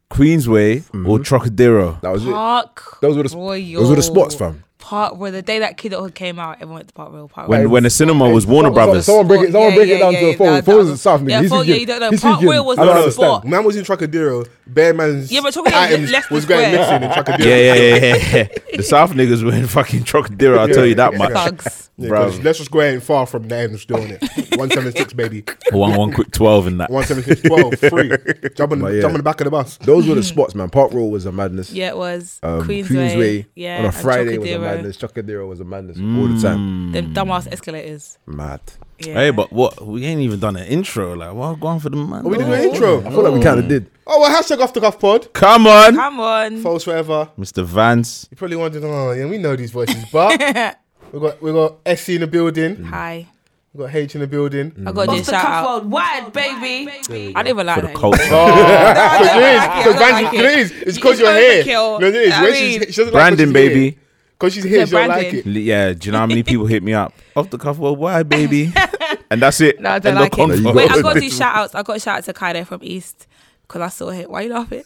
Speaker 1: Queensway, or Trocadero.
Speaker 5: Mm-hmm. That was it.
Speaker 2: Park.
Speaker 5: Those were the sp-
Speaker 2: Royal.
Speaker 5: those were the spots, fam.
Speaker 2: Park where the day that kid all came out, everyone went to Park Royal. Park Royal.
Speaker 1: When when the cinema was Warner
Speaker 5: Someone- someone-
Speaker 1: Brothers.
Speaker 5: Someone break it. Someone
Speaker 2: Yeah,
Speaker 5: break
Speaker 2: yeah,
Speaker 5: it down
Speaker 2: yeah,
Speaker 5: to
Speaker 2: yeah,
Speaker 5: a phone.
Speaker 2: that-
Speaker 5: Phone is
Speaker 2: that-
Speaker 5: a south nigga.
Speaker 2: yeah,
Speaker 5: He's
Speaker 2: phone, yeah,
Speaker 5: thinking-
Speaker 2: you don't know.
Speaker 5: he's
Speaker 2: Park
Speaker 5: thinking-
Speaker 2: Royal was
Speaker 5: I
Speaker 2: not
Speaker 5: don't
Speaker 2: a
Speaker 5: understand.
Speaker 2: spot.
Speaker 3: Man was in Trocadero. Bear man's
Speaker 2: Yeah, but Trocadero
Speaker 3: items
Speaker 2: left
Speaker 3: was
Speaker 2: is
Speaker 3: going
Speaker 2: where?
Speaker 3: missing in Trocadero.
Speaker 1: Yeah, yeah, yeah, yeah, yeah. The South niggas were in fucking Trocadero. I'll tell you that much,
Speaker 2: Thugs.
Speaker 3: Yeah,
Speaker 1: bro.
Speaker 3: 'cause let's just go ahead far from the ends doing it. 176, baby.
Speaker 1: One one quick twelve in that.
Speaker 3: 176, 12, free. Jump on, the,
Speaker 5: But yeah.
Speaker 3: jump on the back of the bus.
Speaker 5: Those were the spots, man. Park Row was a madness.
Speaker 2: Yeah, it was.
Speaker 5: Um,
Speaker 2: Queensway. Yeah.
Speaker 5: on a
Speaker 2: and
Speaker 5: Friday was a
Speaker 2: Trocadero.
Speaker 5: madness. Chocadero was a madness all the time.
Speaker 2: Them dumbass escalators.
Speaker 5: Mad.
Speaker 2: Yeah.
Speaker 1: Mm. Hey, but what? We ain't even done an intro. Like, what? Go on for the man.
Speaker 3: Oh, we didn't do an intro.
Speaker 5: I feel like we kind of did.
Speaker 3: Oh, well, hashtag off the cuff pod.
Speaker 1: Come on,
Speaker 2: Come on.
Speaker 3: False forever.
Speaker 1: Mr. Vance.
Speaker 3: You probably wondered, oh, yeah, we know these voices, but we got we got SC in the building,
Speaker 2: Hi.
Speaker 3: we got H in the building.
Speaker 1: Mm.
Speaker 2: I got
Speaker 6: Off
Speaker 2: this
Speaker 6: the
Speaker 2: shout
Speaker 6: cuff
Speaker 2: out.
Speaker 6: worldwide, baby.
Speaker 2: I didn't even like
Speaker 1: For the
Speaker 2: that.
Speaker 1: culture.
Speaker 3: Because
Speaker 2: I don't like it, I don't like
Speaker 3: it is. It's because
Speaker 2: It's
Speaker 3: you're here.
Speaker 2: overkill.
Speaker 3: No, it is.
Speaker 2: I
Speaker 3: When
Speaker 2: mean-
Speaker 3: she's, she doesn't
Speaker 1: Brandon,
Speaker 3: like when she's
Speaker 1: baby.
Speaker 3: Because she's here,
Speaker 2: Yeah,
Speaker 3: she don't like
Speaker 2: Brandon.
Speaker 3: it.
Speaker 1: Yeah, do you know how many people hit me up? Off the cuff, well, why, baby? and that's it.
Speaker 2: No, I don't
Speaker 1: End of
Speaker 2: like it.
Speaker 1: convo.
Speaker 2: Wait, I got two shout outs. I got a shout out to Kaido from East because I saw him. Why are you laughing?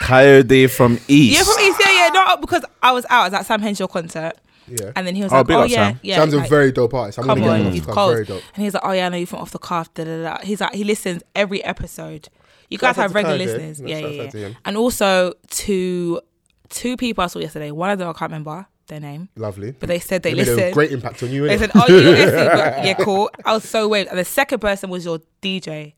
Speaker 1: Coyote from East.
Speaker 2: yeah, from East. Yeah, yeah. No, because I was out. I was at Sam Henshaw concert.
Speaker 3: Yeah.
Speaker 2: And then he was
Speaker 1: Oh,
Speaker 2: like,
Speaker 1: big
Speaker 2: oh,
Speaker 1: up,
Speaker 2: yeah,
Speaker 1: Sam.
Speaker 2: yeah.
Speaker 3: Sam's a
Speaker 2: like,
Speaker 3: very dope artist. I'm
Speaker 2: Come
Speaker 3: gonna
Speaker 2: on,
Speaker 3: get
Speaker 2: he's
Speaker 3: him off
Speaker 2: cold.
Speaker 3: the cuff. Very dope.
Speaker 2: And he's like, oh yeah, I know you from off the cuff. Da, da, da. da." He's like, he listens every episode. You guys
Speaker 3: Shout out
Speaker 2: have
Speaker 3: to
Speaker 2: regular
Speaker 3: Kanye.
Speaker 2: listeners,
Speaker 3: No,
Speaker 2: yeah,
Speaker 3: shout
Speaker 2: yeah,
Speaker 3: out to
Speaker 2: yeah.
Speaker 3: him.
Speaker 2: And also to two people I saw yesterday. One of them I can't remember their name,
Speaker 3: Lovely.
Speaker 2: but they said they
Speaker 3: It made a
Speaker 2: listened.
Speaker 3: great impact on you.
Speaker 2: They
Speaker 3: innit?
Speaker 2: said, "Oh, you yeah, yeah, cool." I was so waved. And the second person was your DJ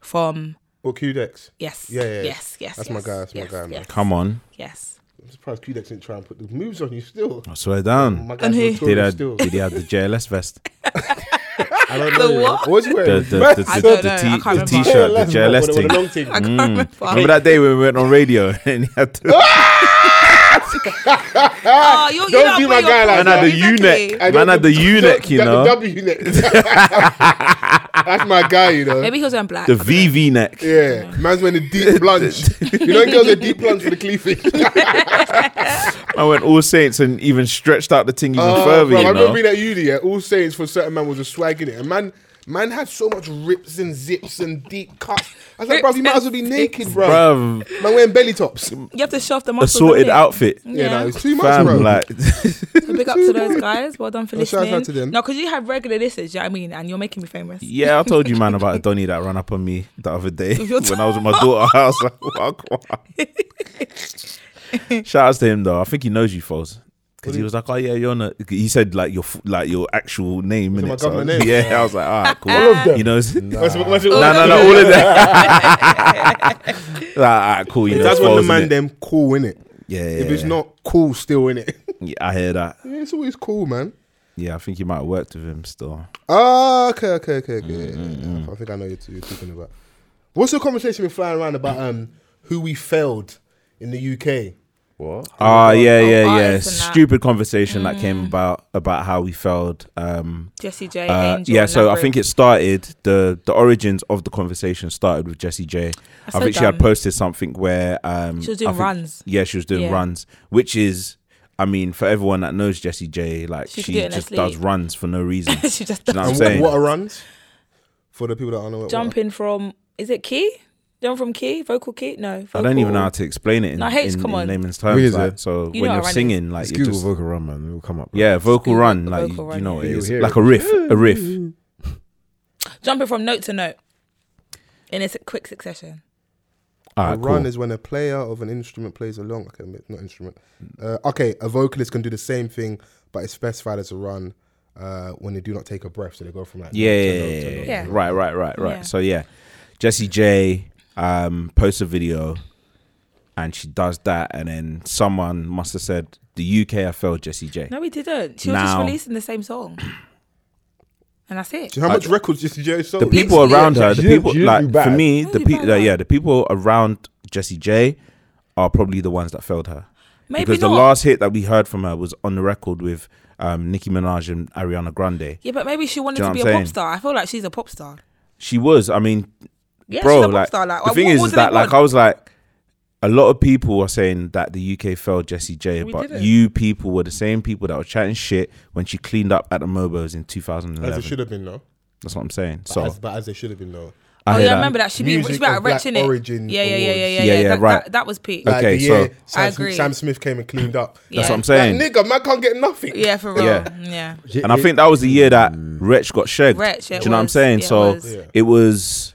Speaker 2: from
Speaker 3: Or Qdex.
Speaker 2: Yes,
Speaker 3: Yeah, yeah, yeah.
Speaker 2: yes, yes.
Speaker 3: That's my
Speaker 2: yes,
Speaker 3: guy, that's my
Speaker 2: yes,
Speaker 3: guy, man.
Speaker 2: Yes,
Speaker 1: Come on.
Speaker 2: yes.
Speaker 3: I'm surprised Qdex didn't try and put the moves on you still.
Speaker 1: I swear down.
Speaker 3: My
Speaker 2: And
Speaker 3: guy's
Speaker 2: who?
Speaker 1: Did, I,
Speaker 3: notorious still.
Speaker 1: did he have the JLS vest?
Speaker 3: I don't know. you know.
Speaker 2: what?
Speaker 3: was he
Speaker 1: The,
Speaker 3: wearing?
Speaker 1: the, the, the,
Speaker 2: I
Speaker 1: the,
Speaker 2: don't know, I
Speaker 1: t-
Speaker 2: can't
Speaker 1: the
Speaker 2: remember.
Speaker 1: t-shirt, the JLS
Speaker 3: With a long
Speaker 1: thing.
Speaker 3: thing.
Speaker 2: I can't
Speaker 1: Mm. Remember
Speaker 2: remember.
Speaker 1: that day when we went on radio and he had to...
Speaker 2: Oh, you, you
Speaker 3: Don't
Speaker 2: lot
Speaker 3: be
Speaker 2: put
Speaker 3: my
Speaker 2: your
Speaker 3: guy like
Speaker 1: Man
Speaker 2: point-
Speaker 1: had the
Speaker 2: Exactly.
Speaker 1: U-neck. Man had the U-neck, you
Speaker 3: The- The
Speaker 1: know?
Speaker 3: W neck. That's my guy, you know.
Speaker 2: Maybe he was wearing black.
Speaker 1: The VV neck.
Speaker 3: Yeah, man's wearing a deep plunge. you know, girls a deep plunge for the cleavage.
Speaker 1: I went all saints and even stretched out the thing even
Speaker 3: Uh,
Speaker 1: further,
Speaker 3: bro, I
Speaker 1: you
Speaker 3: remember
Speaker 1: know?
Speaker 3: being at uni, yeah, all sayings for certain man was a swag in it. And man, man had so much rips and zips and deep cuts. I was like, bro, you might as well be naked, bro.
Speaker 1: Bruv,
Speaker 3: Man wearing belly tops. Yeah,
Speaker 2: You have to shove the muscles.
Speaker 1: assorted
Speaker 2: innit?
Speaker 1: outfit.
Speaker 2: Yeah.
Speaker 3: no, it's too much, bro.
Speaker 1: Fam, like...
Speaker 2: So big up to those guys. Well done for
Speaker 3: Well, shout
Speaker 2: listening.
Speaker 3: out to them.
Speaker 2: No, because you have regular listeners, you know what I mean? And you're making me famous.
Speaker 1: Yeah, I told you, man, about Donny that ran up on me the other day
Speaker 2: your
Speaker 1: when I was with my daughter. I was like, "Wag, wag." Shout outs to him though. I think he knows you, Foz. Because he was like, "Oh yeah, you're not." He said like your f- like your actual name.
Speaker 3: it my
Speaker 1: innit? So-
Speaker 3: government name?
Speaker 1: Yeah, I was like, "All right, cool." All of them. He knows. Nah, nah, nah. All of them. like, all right, cool. You know,
Speaker 3: That's when
Speaker 1: Foz,
Speaker 3: the man
Speaker 1: innit?
Speaker 3: them cool in it.
Speaker 1: Yeah, yeah,
Speaker 3: If it's
Speaker 1: yeah.
Speaker 3: not cool, still in it.
Speaker 1: Yeah, I hear that.
Speaker 3: yeah, it's always cool, man.
Speaker 1: Yeah, I think you might have worked with him still.
Speaker 3: Ah, okay, okay, okay,
Speaker 1: Mm,
Speaker 3: okay. I think I know what you're talking about. What's the conversation been flying around about um who we failed in the UK?
Speaker 5: What?
Speaker 1: Ah, yeah, yeah, yeah.
Speaker 2: Oh, artists and that. Mm.
Speaker 1: Stupid conversation that came about about how we failed. Um,
Speaker 2: Jesse J,
Speaker 1: Uh,
Speaker 2: Angel.
Speaker 1: yeah,
Speaker 2: and
Speaker 1: so
Speaker 2: that
Speaker 1: I think
Speaker 2: group.
Speaker 1: it started the the origins of the conversation started with Jessie J.
Speaker 2: That's
Speaker 1: I
Speaker 2: so
Speaker 1: think she had
Speaker 2: dumb.
Speaker 1: posted something where um,
Speaker 2: She was
Speaker 1: I
Speaker 2: doing
Speaker 1: think-
Speaker 2: runs.
Speaker 1: Yeah, she was doing
Speaker 2: Yeah.
Speaker 1: runs, which is I mean, for everyone that knows Jessie J, like she,
Speaker 2: She could do it in her
Speaker 1: just
Speaker 2: sleep.
Speaker 1: does runs for no reason. Do
Speaker 2: she just
Speaker 1: you know what I'm
Speaker 3: And
Speaker 1: saying?
Speaker 3: what, what are runs? For the people that don't know what
Speaker 2: jumping from is it key? Jump from key, vocal key? No, vocal.
Speaker 1: I don't even know how to explain it in,
Speaker 2: No, Hates,
Speaker 1: in,
Speaker 2: come
Speaker 1: in
Speaker 2: on.
Speaker 1: layman's
Speaker 5: Where
Speaker 1: terms.
Speaker 5: is
Speaker 1: Like,
Speaker 5: it?
Speaker 1: so
Speaker 2: You know
Speaker 1: when
Speaker 2: what
Speaker 1: you're
Speaker 2: run is.
Speaker 1: singing, like
Speaker 5: Just
Speaker 1: you're
Speaker 5: Google
Speaker 1: just,
Speaker 5: vocal run, man. It will come up.
Speaker 1: yeah, vocal run,
Speaker 2: a
Speaker 1: like
Speaker 2: vocal
Speaker 1: you,
Speaker 2: run,
Speaker 1: know what
Speaker 5: yeah.
Speaker 1: it is,
Speaker 5: You'll hear
Speaker 1: like
Speaker 5: it.
Speaker 1: a riff, a riff.
Speaker 2: Jumping from note to note in a s- quick succession.
Speaker 1: All
Speaker 3: A
Speaker 1: right,
Speaker 3: run
Speaker 1: Ah, cool.
Speaker 3: is when a player of an instrument plays along. Okay, m- not instrument. Uh, okay, a vocalist can do the same thing, but it's specified as a run uh, when they do not take a breath. So they go from like
Speaker 1: Yeah,
Speaker 3: note
Speaker 1: yeah,
Speaker 3: to
Speaker 1: yeah,
Speaker 3: note
Speaker 1: yeah,
Speaker 3: to note.
Speaker 1: yeah.
Speaker 2: Yeah.
Speaker 1: right, right, right, right.
Speaker 2: Yeah.
Speaker 1: So yeah, Jessie J um, posts a video, and she does that, and then someone must have said the UK I failed Jessie J.
Speaker 2: No, we didn't. She was just
Speaker 1: Now-
Speaker 2: releasing the same song, and that's it.
Speaker 3: Do you know how much records Jesse J sold?
Speaker 1: the people
Speaker 2: Literally,
Speaker 1: around
Speaker 5: yeah,
Speaker 1: her, the
Speaker 5: she didn't-
Speaker 1: people
Speaker 5: she didn't
Speaker 1: like
Speaker 5: do
Speaker 1: for
Speaker 5: bad.
Speaker 1: me, the
Speaker 2: didn't do
Speaker 1: people,
Speaker 2: bad.
Speaker 1: yeah, the people around Jessie J are probably the ones that failed her.
Speaker 2: Maybe
Speaker 1: because
Speaker 2: not.
Speaker 1: the last hit that we heard from her was on the record with um, Nicki Minaj and Ariana Grande.
Speaker 2: yeah, but maybe she wanted
Speaker 1: Do you
Speaker 2: to
Speaker 1: know
Speaker 2: be a
Speaker 1: what I'm
Speaker 2: pop
Speaker 1: saying?
Speaker 2: star. I feel like she's a pop star.
Speaker 1: She was, I mean,
Speaker 2: Yeah,
Speaker 1: bro,
Speaker 2: she's a pop
Speaker 1: like
Speaker 2: star. Like,
Speaker 1: the
Speaker 2: what-
Speaker 1: thing
Speaker 2: what
Speaker 1: is,
Speaker 2: more
Speaker 1: is
Speaker 2: do
Speaker 1: that
Speaker 2: they
Speaker 1: like I
Speaker 2: want?
Speaker 1: was like, a lot of people are saying that the UK failed Jessie J, but
Speaker 2: didn't.
Speaker 1: you people were the same people that were chatting shit when she cleaned up at the Mobos
Speaker 3: as
Speaker 1: in
Speaker 3: it
Speaker 1: 2011.
Speaker 3: should have been, though.
Speaker 1: That's what I'm saying.
Speaker 3: So.
Speaker 1: So
Speaker 3: As, but as they should have been, though.
Speaker 1: I
Speaker 2: oh
Speaker 1: hear
Speaker 2: yeah,
Speaker 1: that.
Speaker 2: I remember that. She be
Speaker 3: Music
Speaker 2: she be out
Speaker 3: of
Speaker 2: of
Speaker 3: Black
Speaker 2: retching it.
Speaker 3: Origin
Speaker 2: yeah, yeah, yeah, yeah,
Speaker 3: Awards.
Speaker 2: yeah,
Speaker 1: Yeah,
Speaker 2: yeah,
Speaker 1: yeah,
Speaker 2: that,
Speaker 1: right.
Speaker 2: That, that was peak.
Speaker 1: Like-
Speaker 3: Like
Speaker 1: Okay,
Speaker 3: the year
Speaker 1: so-
Speaker 2: I
Speaker 3: Sam,
Speaker 2: agree.
Speaker 3: Sam Smith came and cleaned up.
Speaker 2: That's
Speaker 1: what I'm saying.
Speaker 3: Like, nigga, man can't get nothing.
Speaker 2: yeah, for real.
Speaker 1: Yeah.
Speaker 2: Yeah.
Speaker 1: and I think that was the year that Wretch got shagged.
Speaker 2: Wretch,
Speaker 1: Do you
Speaker 2: it
Speaker 1: know what I'm
Speaker 2: was.
Speaker 1: saying?
Speaker 2: Yeah, it
Speaker 1: so
Speaker 2: was.
Speaker 3: Mm. Yeah.
Speaker 1: it was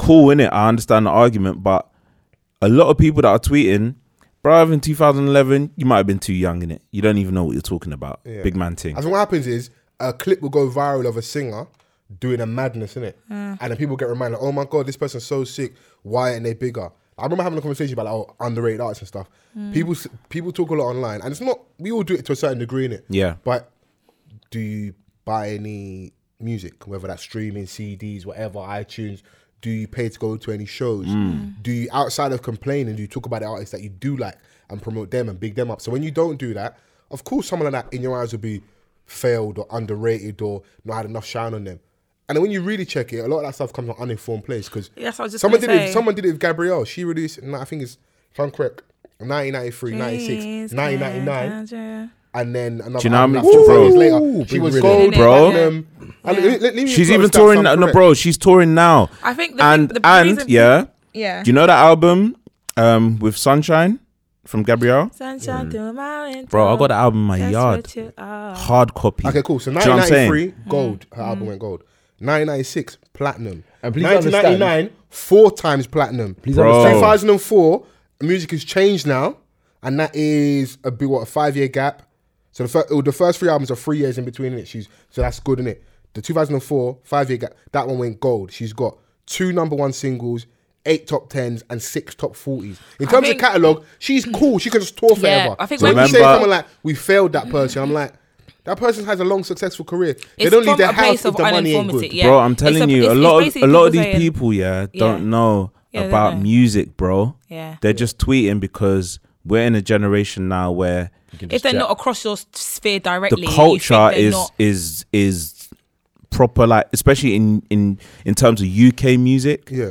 Speaker 1: cool, innit? I understand the argument, but a lot of people that are tweeting, bro, in 2011, you might have been too young in it. You don't even know what you're talking about.
Speaker 3: Yeah.
Speaker 1: Big man thing.
Speaker 3: I think what happens is a clip will go viral of a singer doing a madness, innit?
Speaker 2: Mm.
Speaker 3: And then people get reminded, oh my God, this person's so sick. Why aren't they bigger? I remember having a conversation about like, oh, underrated artists and stuff.
Speaker 2: Mm.
Speaker 3: People s- people talk a lot online, and it's not, we all do it to a certain degree, innit?
Speaker 1: Yeah.
Speaker 3: But do you buy any music, whether that's streaming, CDs, whatever, iTunes? Do you pay to go to any shows? Do you, outside of complaining, do you talk about the artists that you do like and promote them and big them up? So when you don't do that, of course, someone like that in your eyes will be failed or underrated or not had enough shine on them. And then when you really check it, a lot of that stuff comes from uninformed place because
Speaker 2: Yes, I was just
Speaker 3: someone did
Speaker 2: gonna
Speaker 3: it.
Speaker 2: say.
Speaker 3: Someone did it with Gabrielle. She released, no, I think it's if I'm correct, 1993, 96, 1999 and then another
Speaker 1: Do you know how
Speaker 3: album
Speaker 1: many-
Speaker 3: that's two
Speaker 1: Bro.
Speaker 3: years later, she
Speaker 5: big
Speaker 3: was
Speaker 5: rhythm.
Speaker 3: gold,
Speaker 1: Bro.
Speaker 3: platinum. And
Speaker 2: Yeah.
Speaker 3: let- let- let me
Speaker 1: She's
Speaker 3: close
Speaker 1: even
Speaker 3: that
Speaker 1: touring,
Speaker 3: some
Speaker 1: no,
Speaker 3: correct.
Speaker 1: bro, she's touring now.
Speaker 2: I think the,
Speaker 1: and
Speaker 2: the, the
Speaker 1: and
Speaker 2: reason-
Speaker 1: yeah,
Speaker 2: yeah.
Speaker 1: do you know that album um, with Sunshine from Gabrielle?
Speaker 2: Sunshine through my window.
Speaker 1: Bro, I got that album in my
Speaker 2: That's
Speaker 1: yard,
Speaker 2: what you are.
Speaker 1: hard copy.
Speaker 3: Okay, cool. So
Speaker 1: Do you know what I'm saying?
Speaker 3: 1993, gold. Her album went gold. 1996, platinum.
Speaker 5: And please
Speaker 3: 1999, four times platinum. Please
Speaker 1: Bro. understand.
Speaker 3: 2004, music has changed now, and that is a big what a five year gap. So the first, the first three albums are three years in between it. She's so that's good in it. The 2004 five year gap that one went gold. She's got two number one singles. Eight top tens and six top forties. In terms
Speaker 2: think-
Speaker 3: of catalog, she's cool. She can just tour
Speaker 2: Yeah,
Speaker 3: forever.
Speaker 2: I think
Speaker 3: when
Speaker 1: when-
Speaker 3: you say
Speaker 1: Remember-
Speaker 3: someone like we failed that person, I'm like, that person has a long successful career. They
Speaker 2: It's
Speaker 3: don't leave
Speaker 2: from
Speaker 3: their
Speaker 2: a
Speaker 3: house
Speaker 2: place
Speaker 3: if
Speaker 2: of
Speaker 3: the money ain't good.
Speaker 2: uninformity. Yeah.
Speaker 1: bro i'm
Speaker 2: It's
Speaker 1: telling you
Speaker 2: it's-
Speaker 1: a
Speaker 2: it's
Speaker 1: lot of
Speaker 2: basically
Speaker 1: a lot of
Speaker 2: people
Speaker 1: these
Speaker 2: saying-
Speaker 1: people yeah don't
Speaker 2: Yeah.
Speaker 1: know
Speaker 2: Yeah, they
Speaker 1: about
Speaker 2: don't know.
Speaker 1: music bro
Speaker 2: Yeah.
Speaker 1: they're just tweeting because we're in a generation now where
Speaker 2: If they're not across your s- sphere directly,
Speaker 1: the
Speaker 2: you
Speaker 1: culture
Speaker 2: think they're
Speaker 1: is
Speaker 2: not-
Speaker 1: is is proper like especially in in in terms of uk music
Speaker 3: Yeah.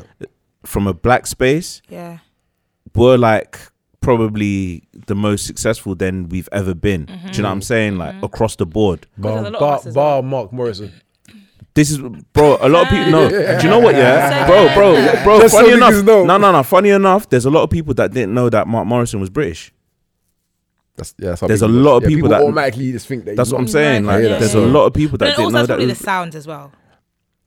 Speaker 1: from a black space
Speaker 2: yeah.
Speaker 1: we're like probably the most successful than we've ever been do you know what
Speaker 2: Mm-hmm.
Speaker 1: i'm saying like across the board
Speaker 2: there's
Speaker 5: Bar,
Speaker 2: a lot of
Speaker 5: bar,
Speaker 2: us as
Speaker 5: bar Mark Morrison.
Speaker 1: This is bro. A lot of people know. Do you know what? Yeah,
Speaker 2: So
Speaker 1: bro, bro,
Speaker 2: bad.
Speaker 1: bro.
Speaker 5: Just so
Speaker 1: funny
Speaker 5: niggas
Speaker 1: enough,
Speaker 5: know.
Speaker 1: no, no, no. Funny enough, there's a lot of people that didn't know that Mark Morrison was British.
Speaker 5: That's yeah. That's how
Speaker 1: There's
Speaker 5: big
Speaker 1: a
Speaker 5: he
Speaker 1: lot
Speaker 5: was.
Speaker 1: of
Speaker 5: Yeah,
Speaker 1: people that-
Speaker 5: automatically just think that.
Speaker 1: That's
Speaker 5: he-
Speaker 1: what I'm saying.
Speaker 2: Right,
Speaker 1: Like,
Speaker 5: yeah.
Speaker 1: there's a lot of people
Speaker 2: But
Speaker 1: that
Speaker 2: then
Speaker 1: didn't
Speaker 2: also
Speaker 1: know
Speaker 2: that's
Speaker 1: that.
Speaker 2: probably the
Speaker 1: was-
Speaker 2: sound as well.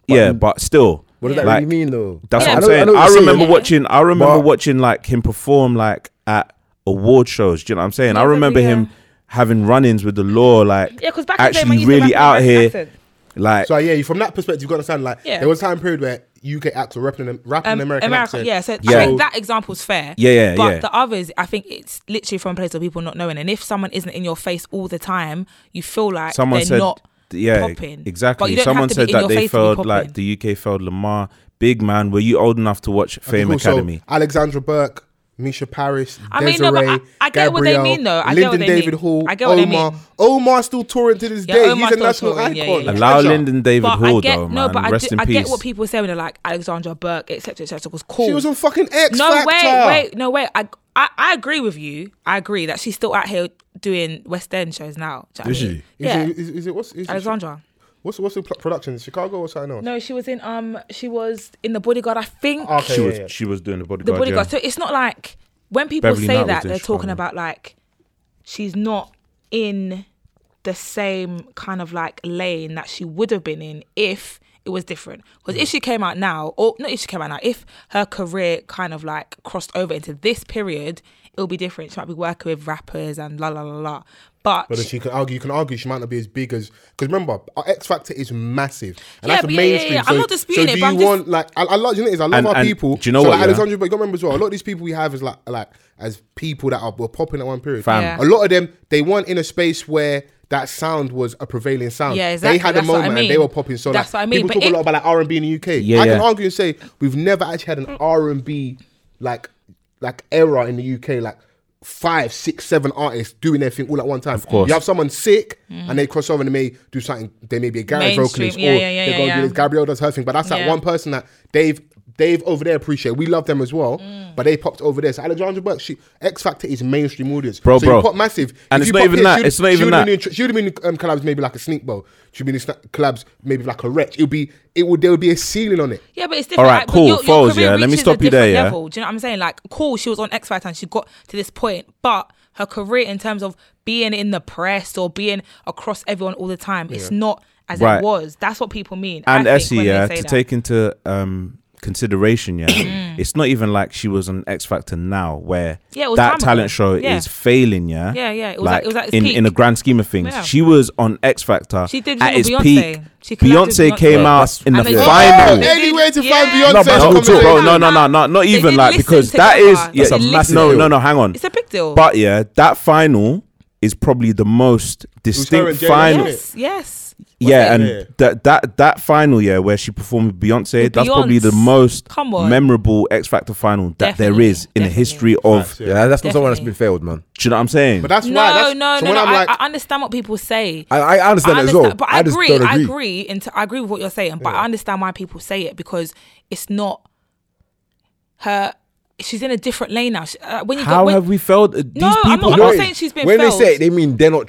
Speaker 1: Yeah, but still,
Speaker 5: What does that
Speaker 1: Like,
Speaker 5: really mean though?
Speaker 1: that's what
Speaker 2: Yeah.
Speaker 5: I
Speaker 1: I'm
Speaker 5: know- I
Speaker 1: saying.
Speaker 5: know what
Speaker 1: I
Speaker 5: you're
Speaker 1: remember
Speaker 5: saying.
Speaker 1: watching. I remember
Speaker 5: But-
Speaker 1: watching like him perform like at award shows. Do you know what I'm saying? I
Speaker 2: probably,
Speaker 1: remember him
Speaker 2: yeah.
Speaker 1: having run-ins with the law. Like,
Speaker 2: Yeah, because back in the day,
Speaker 1: actually
Speaker 2: man, you used
Speaker 1: really
Speaker 2: to rap in
Speaker 1: out
Speaker 2: an
Speaker 1: here.
Speaker 2: accent.
Speaker 1: Like,
Speaker 3: So yeah, from that perspective, you've got to understand like
Speaker 2: Yeah.
Speaker 3: there was a time period where UK acts were rapping, rapping
Speaker 2: Um,
Speaker 3: American
Speaker 2: America,
Speaker 3: accent.
Speaker 2: yeah. So
Speaker 1: Yeah.
Speaker 2: I think that example's fair.
Speaker 1: Yeah, yeah,
Speaker 2: But
Speaker 1: yeah.
Speaker 2: the others, I think it's literally from a place of people not knowing. And if someone isn't in your face all the time, you feel like
Speaker 1: someone
Speaker 2: they're
Speaker 1: said
Speaker 2: not
Speaker 1: yeah
Speaker 2: popping.
Speaker 1: exactly
Speaker 2: But you don't
Speaker 1: someone
Speaker 2: have to
Speaker 1: said
Speaker 2: be in
Speaker 1: that
Speaker 2: your
Speaker 1: they
Speaker 2: face to be
Speaker 1: failed like
Speaker 2: popping.
Speaker 1: the uk failed lamar big man were you old enough to watch fame
Speaker 3: Cool, so
Speaker 1: academy
Speaker 3: Alexandra Burke, Misha Paris, Desiree,
Speaker 2: I mean, no, but I- I get
Speaker 3: Gabrielle,
Speaker 2: what they mean, though. I get
Speaker 3: Lyndon
Speaker 2: what they
Speaker 3: David
Speaker 2: mean.
Speaker 3: Hall,
Speaker 2: I get what they
Speaker 3: Omar.
Speaker 2: mean.
Speaker 3: Omar's still touring to this
Speaker 2: Yeah,
Speaker 3: day.
Speaker 2: Omar's
Speaker 3: He's a
Speaker 2: still
Speaker 3: national
Speaker 2: touring, yeah,
Speaker 3: icon.
Speaker 2: yeah, yeah.
Speaker 1: Allow
Speaker 3: Treasure.
Speaker 1: Lyndon David
Speaker 2: But
Speaker 1: Hall
Speaker 2: I get
Speaker 1: though,
Speaker 2: no,
Speaker 1: man.
Speaker 2: but I,
Speaker 1: Rest
Speaker 2: do,
Speaker 1: in
Speaker 2: I
Speaker 1: peace.
Speaker 2: get what people say when they're like Alexandra Burke, etc., etc., was cool.
Speaker 3: She was on fucking X
Speaker 2: no
Speaker 3: Factor.
Speaker 2: wait, wait, no wait. I, I I agree with you. I agree that she's still out here doing West End shows now. Do you know
Speaker 1: Is
Speaker 2: what I mean?
Speaker 1: she?
Speaker 3: Is,
Speaker 2: Yeah,
Speaker 3: it, is, is it what's is it,
Speaker 2: Alexandra.
Speaker 3: what's what's the pl- production? Chicago or something else?
Speaker 2: No, she was in um, she was in the Bodyguard, I think.
Speaker 3: Okay,
Speaker 1: She
Speaker 3: yeah,
Speaker 1: was
Speaker 3: yeah.
Speaker 1: she was doing the bodyguard.
Speaker 2: the bodyguard.
Speaker 1: yeah.
Speaker 2: So it's not like when people
Speaker 1: Beverly
Speaker 2: say
Speaker 1: Knight was
Speaker 2: that
Speaker 1: in
Speaker 2: they're talking
Speaker 1: Chicago.
Speaker 2: about like she's not in the same kind of like lane that she would have been in if it was different. Because if she came out now, or not if she came out now, if her career kind of like crossed over into this period, it'll be different. She might be working with rappers and la la la la. But,
Speaker 3: But then she can argue. You can argue she might not be as big as because remember, our X Factor is massive, and
Speaker 2: Yeah,
Speaker 3: that's
Speaker 2: but yeah, yeah, yeah.
Speaker 3: mainstream.
Speaker 2: I'm
Speaker 3: So,
Speaker 2: not disputing
Speaker 3: so
Speaker 2: it,
Speaker 3: do
Speaker 2: but
Speaker 3: you
Speaker 2: I'm just-
Speaker 3: want like I, I love you know it is, I love
Speaker 1: And-
Speaker 3: our
Speaker 1: and
Speaker 3: people.
Speaker 1: do you know
Speaker 3: so
Speaker 1: what,
Speaker 3: Like,
Speaker 1: yeah?
Speaker 3: Alexandra, but you got to remember as well. A lot of these people we have is like like as people that are were popping at one period.
Speaker 1: Fam.
Speaker 2: Yeah.
Speaker 3: A lot of them they weren't in a space where. That sound was a prevailing sound.
Speaker 2: Yeah, exactly,
Speaker 3: They had a
Speaker 2: that's what I
Speaker 3: moment and
Speaker 2: mean.
Speaker 3: they were popping. So
Speaker 2: That's
Speaker 3: like,
Speaker 2: what I mean,
Speaker 3: People
Speaker 2: but
Speaker 3: talk
Speaker 2: it-
Speaker 3: a lot about like R and B in the UK.
Speaker 1: Yeah,
Speaker 3: I can
Speaker 1: yeah.
Speaker 3: argue and say we've never actually had an R and B like like era in the UK. Like five, six, seven artists doing their thing all at one time. Of
Speaker 1: course.
Speaker 3: you have someone sick and they cross over and they may do something. They may be a garage
Speaker 2: Mm. Mainstream,
Speaker 3: vocalist
Speaker 2: yeah,
Speaker 3: or
Speaker 2: yeah, yeah,
Speaker 3: they
Speaker 2: yeah,
Speaker 3: go
Speaker 2: yeah.
Speaker 3: do this. Gabrielle does her thing, but that's that
Speaker 2: Yeah.
Speaker 3: one person that they've they've over there appreciate. We love them as well,
Speaker 2: Mm.
Speaker 3: but they popped over there. So Alexandra Burke, she X Factor is mainstream audience,
Speaker 1: Bro,
Speaker 3: so You
Speaker 1: bro.
Speaker 3: pop massive,
Speaker 1: And
Speaker 3: If
Speaker 1: it's
Speaker 3: you
Speaker 1: not
Speaker 3: pop
Speaker 1: even
Speaker 3: here,
Speaker 1: that,
Speaker 3: she'd-
Speaker 1: it's not even
Speaker 3: she would've
Speaker 1: that.
Speaker 3: been in- She would have been in um, collabs maybe like a sneak bowl. She'd been in sna- collabs maybe like a wretch. It would be it would there would be a ceiling on it.
Speaker 2: Yeah, but it's different.
Speaker 1: All right,
Speaker 2: like, but
Speaker 1: cool,
Speaker 2: Your, your
Speaker 1: Foles,
Speaker 2: career
Speaker 1: yeah, let me
Speaker 2: reaches a
Speaker 1: stop you there,
Speaker 2: different
Speaker 1: yeah?
Speaker 2: Level. Do you know what I'm saying? Like, cool, she was on X Factor and she got to this point, but her career in terms of being in the press or being across everyone all the time, it's not as
Speaker 1: Right.
Speaker 2: it was. That's what people mean.
Speaker 1: and
Speaker 2: I think,
Speaker 1: Essie,
Speaker 2: when they
Speaker 1: yeah,
Speaker 2: say
Speaker 1: to
Speaker 2: that. Mm.
Speaker 1: take into um, consideration, yeah, it's not even like she was on X Factor now, where
Speaker 2: Yeah, it was time
Speaker 1: that
Speaker 2: ago.
Speaker 1: talent show
Speaker 2: Yeah.
Speaker 1: is failing, yeah,
Speaker 2: Yeah, yeah, it was at- it was at its
Speaker 1: in
Speaker 2: peak.
Speaker 1: in the grand scheme of things,
Speaker 2: Yeah.
Speaker 1: she was on X Factor
Speaker 2: She did
Speaker 1: at its
Speaker 2: little Beyonce.
Speaker 1: peak.
Speaker 2: She collabed with
Speaker 1: Beyonce,
Speaker 2: Beyonce.
Speaker 1: came
Speaker 2: Bro,
Speaker 1: out in the
Speaker 2: and they-
Speaker 1: final.
Speaker 2: Yeah.
Speaker 3: Any way to find
Speaker 2: Yeah.
Speaker 3: Beyonce?
Speaker 1: No,
Speaker 2: Beyonce's
Speaker 3: to
Speaker 1: but no,
Speaker 3: come
Speaker 2: coming
Speaker 1: bro,
Speaker 3: and
Speaker 2: out.
Speaker 1: bro,
Speaker 3: play.
Speaker 1: no, no, no, no, not
Speaker 2: They
Speaker 1: even
Speaker 2: did
Speaker 1: like
Speaker 2: listen
Speaker 1: because
Speaker 2: to
Speaker 1: that
Speaker 2: Gaga.
Speaker 1: is
Speaker 2: They
Speaker 1: yeah,
Speaker 2: did listen
Speaker 1: no,
Speaker 2: to
Speaker 1: no,
Speaker 2: her.
Speaker 1: no, hang on.
Speaker 2: It's a big deal.
Speaker 1: But yeah, that final is probably the most
Speaker 3: her
Speaker 1: distinct
Speaker 3: and Jay-Z,
Speaker 1: final.
Speaker 3: wasn't it?
Speaker 2: yes, yes.
Speaker 1: Yeah, and
Speaker 3: Yeah.
Speaker 1: that that that final yeah, where she performed with Beyonce,
Speaker 2: With
Speaker 1: that's probably the
Speaker 2: Beyonce.
Speaker 1: most
Speaker 2: Come on.
Speaker 1: memorable X Factor final that there
Speaker 2: Definitely,
Speaker 1: is in the
Speaker 2: definitely.
Speaker 1: history of.
Speaker 3: Facts,
Speaker 5: Yeah, that's not someone that's
Speaker 2: Definitely.
Speaker 5: been failed, man.
Speaker 1: Do you know what I'm saying?
Speaker 3: But that's
Speaker 2: No,
Speaker 3: why. That's,
Speaker 2: no,
Speaker 3: so
Speaker 2: no,
Speaker 3: when
Speaker 2: no.
Speaker 3: I'm
Speaker 2: I,
Speaker 3: like,
Speaker 2: I understand what people say.
Speaker 5: I, I understand
Speaker 2: I
Speaker 5: it as well.
Speaker 2: But I,
Speaker 5: just
Speaker 2: agree,
Speaker 5: don't
Speaker 2: I
Speaker 5: agree.
Speaker 2: agree. Into, I agree with what you're saying, but I understand why people say it because it's not her. She's in a different lane now. She- uh, when you
Speaker 1: How
Speaker 2: go, when,
Speaker 1: have we failed? These
Speaker 2: No, I'm
Speaker 1: people.
Speaker 2: not- I'm
Speaker 5: know
Speaker 2: not
Speaker 5: it
Speaker 2: saying
Speaker 5: is?
Speaker 2: she's been
Speaker 5: When
Speaker 2: failed.
Speaker 5: they say it, they mean they're not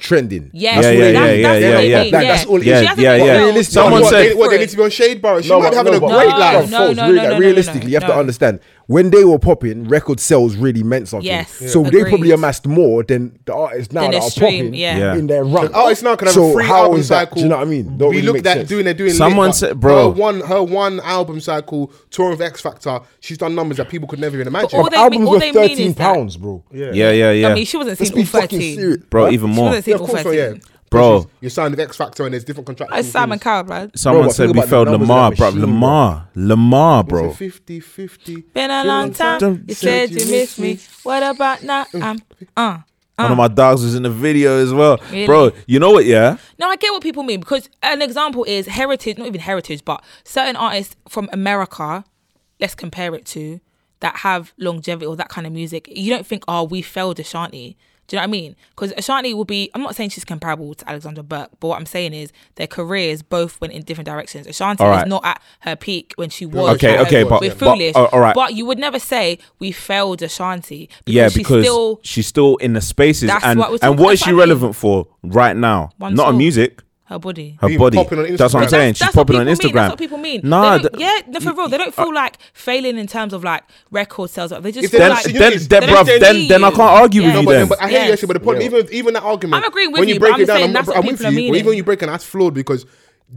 Speaker 2: Yeah,
Speaker 5: trending. That's
Speaker 1: Yeah,
Speaker 5: what
Speaker 1: yeah,
Speaker 5: they
Speaker 1: yeah,
Speaker 5: mean.
Speaker 1: yeah,
Speaker 5: They're
Speaker 1: yeah,
Speaker 5: not-
Speaker 1: yeah.
Speaker 5: that- That's all it
Speaker 1: Yeah,
Speaker 5: is.
Speaker 1: yeah, yeah. Someone
Speaker 3: what,
Speaker 1: said-
Speaker 3: they, what, they need to be on Shade Bar. She might
Speaker 5: but-
Speaker 3: be having a
Speaker 5: but-
Speaker 3: great
Speaker 2: no,
Speaker 3: life.
Speaker 2: no,
Speaker 5: folks,
Speaker 2: no,
Speaker 5: really,
Speaker 2: no,
Speaker 5: like,
Speaker 2: no, no,
Speaker 5: realistically,
Speaker 2: no,
Speaker 5: you have
Speaker 2: no.
Speaker 5: to understand when they were popping, record sales really meant something.
Speaker 2: Yes,
Speaker 5: So
Speaker 2: yeah.
Speaker 5: they
Speaker 2: Agreed.
Speaker 5: probably amassed more than the artists now
Speaker 2: Than
Speaker 5: that
Speaker 2: the
Speaker 5: are
Speaker 2: stream,
Speaker 5: popping
Speaker 2: yeah.
Speaker 1: Yeah.
Speaker 5: in their run.
Speaker 3: Oh, it's not gonna have
Speaker 5: so
Speaker 3: a free
Speaker 5: how
Speaker 3: album
Speaker 5: is that?
Speaker 3: cycle.
Speaker 5: Do you know what I mean? Don't
Speaker 3: we
Speaker 5: really
Speaker 3: looked
Speaker 5: make
Speaker 3: at
Speaker 5: sense.
Speaker 3: doing they're doing.
Speaker 1: Someone
Speaker 3: later.
Speaker 1: said-
Speaker 3: her
Speaker 1: bro.
Speaker 3: one her one album cycle touring with X Factor. She's done numbers that people could never even imagine.
Speaker 2: all they mean-
Speaker 5: albums
Speaker 2: all
Speaker 5: were
Speaker 2: they mean is
Speaker 5: thirteen
Speaker 2: that-
Speaker 5: pounds, bro.
Speaker 1: yeah, yeah, yeah,
Speaker 2: I mean, she wasn't
Speaker 5: Let's
Speaker 2: seen
Speaker 5: be
Speaker 2: all
Speaker 5: fucking
Speaker 2: 13.
Speaker 5: serious,
Speaker 1: bro. Even
Speaker 2: She
Speaker 1: more.
Speaker 2: wasn't seen
Speaker 3: of
Speaker 2: all
Speaker 3: course, so,
Speaker 2: 13.
Speaker 1: Bro.
Speaker 3: Because You're signed with X Factor and there's different contractual
Speaker 2: That's Simon
Speaker 3: things.
Speaker 2: Cowell, man.
Speaker 1: Someone
Speaker 5: Bro, but
Speaker 1: said
Speaker 5: think
Speaker 1: we
Speaker 5: about the
Speaker 1: failed
Speaker 5: numbers
Speaker 1: Lamar,
Speaker 5: of that
Speaker 1: bro.
Speaker 5: machine, bro.
Speaker 1: Lamar, Lamar,
Speaker 3: It's
Speaker 1: bro.
Speaker 3: a 50 50.
Speaker 2: Been a long time. You said you miss me. What about now?
Speaker 5: Mm.
Speaker 2: I'm uh.
Speaker 1: One of my dogs was in the video as well,
Speaker 2: Really?
Speaker 1: bro. You know what? Yeah,
Speaker 2: No, I get what people mean because an example is heritage, not even heritage, but certain artists from America, let's compare it to, that have longevity or that kind of music. You don't think, oh, we failed Ashanti. Do you know what I mean? Because Ashanti will be, I'm not saying she's comparable to Alexandra Burke, but what I'm saying is their careers both went in different directions. Ashanti
Speaker 1: All right.
Speaker 2: is not at her peak when she was.
Speaker 1: Okay,
Speaker 2: at her
Speaker 1: okay,
Speaker 2: peak.
Speaker 1: but-
Speaker 2: We're
Speaker 1: but- uh,
Speaker 2: foolish.
Speaker 1: all- all right.
Speaker 2: But you would never say we failed Ashanti. Because
Speaker 1: yeah,
Speaker 2: she's
Speaker 1: because
Speaker 2: still.
Speaker 1: she's still in the spaces,
Speaker 2: That's
Speaker 1: and
Speaker 2: what we're
Speaker 1: and
Speaker 2: talking-
Speaker 1: what is
Speaker 2: that's
Speaker 1: she
Speaker 2: what I mean.
Speaker 1: relevant for right now?
Speaker 2: One
Speaker 1: Not her
Speaker 2: song.
Speaker 1: music.
Speaker 2: Her body.
Speaker 1: her
Speaker 3: Being
Speaker 1: body.
Speaker 3: popping on
Speaker 1: That's what I'm
Speaker 3: Instagram.
Speaker 1: saying. She's
Speaker 2: That's
Speaker 1: popping on
Speaker 2: what people
Speaker 1: Instagram.
Speaker 2: mean. That's what people mean.
Speaker 1: Nah,
Speaker 2: They don't-
Speaker 1: th-
Speaker 2: yeah, no, for real. They don't feel like failing in terms of like record sales. They just
Speaker 3: If they're
Speaker 2: feel
Speaker 1: then,
Speaker 3: not
Speaker 2: like
Speaker 3: seeing
Speaker 1: then,
Speaker 3: it,
Speaker 1: then,
Speaker 2: they
Speaker 1: bruv,
Speaker 2: don't
Speaker 1: then,
Speaker 2: see
Speaker 1: then,
Speaker 2: you.
Speaker 1: I can't argue
Speaker 2: Yeah.
Speaker 1: with
Speaker 3: No,
Speaker 1: you
Speaker 3: but,
Speaker 1: then.
Speaker 3: but I hear
Speaker 2: Yeah.
Speaker 3: you, actually, but the point,
Speaker 5: Yeah.
Speaker 3: even even that argument,
Speaker 2: I'm agreeing with
Speaker 3: when you,
Speaker 2: you,
Speaker 3: break
Speaker 2: but
Speaker 3: it
Speaker 2: I'm
Speaker 3: down,
Speaker 2: saying
Speaker 3: I'm,
Speaker 2: that's what
Speaker 3: I'm with
Speaker 2: people are
Speaker 3: you. Or even
Speaker 2: meaning.
Speaker 3: when you break it, that's flawed because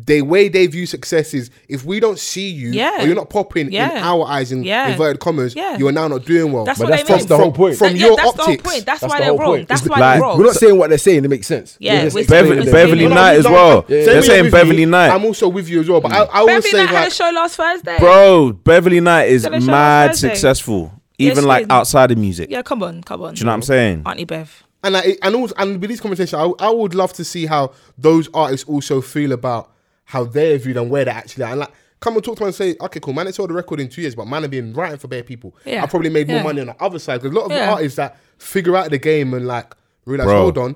Speaker 3: the way they view success is if we don't see you
Speaker 2: Yeah.
Speaker 3: or you're not popping in
Speaker 2: Yeah.
Speaker 3: our eyes in
Speaker 2: Yeah.
Speaker 3: inverted commas,
Speaker 2: Yeah.
Speaker 3: you are now not doing well.
Speaker 2: That's
Speaker 5: But
Speaker 2: what
Speaker 5: that's,
Speaker 2: they mean.
Speaker 5: that's the whole point.
Speaker 3: from
Speaker 2: yeah,
Speaker 3: your
Speaker 2: that's the whole
Speaker 3: optics.
Speaker 2: point. That's,
Speaker 5: That's
Speaker 2: why
Speaker 5: the
Speaker 2: they're
Speaker 5: whole
Speaker 2: wrong.
Speaker 5: point.
Speaker 2: That's
Speaker 5: It's
Speaker 2: why
Speaker 1: like-
Speaker 2: they're wrong.
Speaker 5: We're not
Speaker 2: So-
Speaker 5: saying what they're saying. It makes sense.
Speaker 2: Yeah,
Speaker 5: We're just
Speaker 2: we're
Speaker 5: explaining
Speaker 1: Bev-
Speaker 5: them.
Speaker 1: Beverly
Speaker 3: No, no,
Speaker 1: Knight as
Speaker 3: no,
Speaker 1: well.
Speaker 3: I'm- same
Speaker 1: They're
Speaker 3: way
Speaker 1: saying
Speaker 3: with me.
Speaker 1: Beverly Knight.
Speaker 3: I'm also with you as well, but I, I always
Speaker 2: Beverly
Speaker 3: say
Speaker 2: Knight had
Speaker 3: like,
Speaker 2: a show last Thursday.
Speaker 1: Bro, Beverly Knight is
Speaker 2: Did I show
Speaker 1: mad
Speaker 2: last Thursday?
Speaker 1: successful,
Speaker 2: Yeah,
Speaker 1: even
Speaker 2: she
Speaker 1: like
Speaker 2: is.
Speaker 1: outside of music.
Speaker 2: Yeah, come on, come on.
Speaker 1: Do you know what I'm saying?
Speaker 2: Auntie Bev.
Speaker 3: and I, and also, and with these conversations, I, I would love to see how those artists also feel about how they're viewed and where they actually are. And like, Come and talk to man and say, okay, cool, man, it's all the record in two years, but man, I've been writing for bare people.
Speaker 2: Yeah.
Speaker 3: I probably made more
Speaker 2: Yeah.
Speaker 3: money on the other side because a lot of
Speaker 2: Yeah.
Speaker 3: artists that figure out the game and like realize,
Speaker 1: Bro.
Speaker 3: hold on,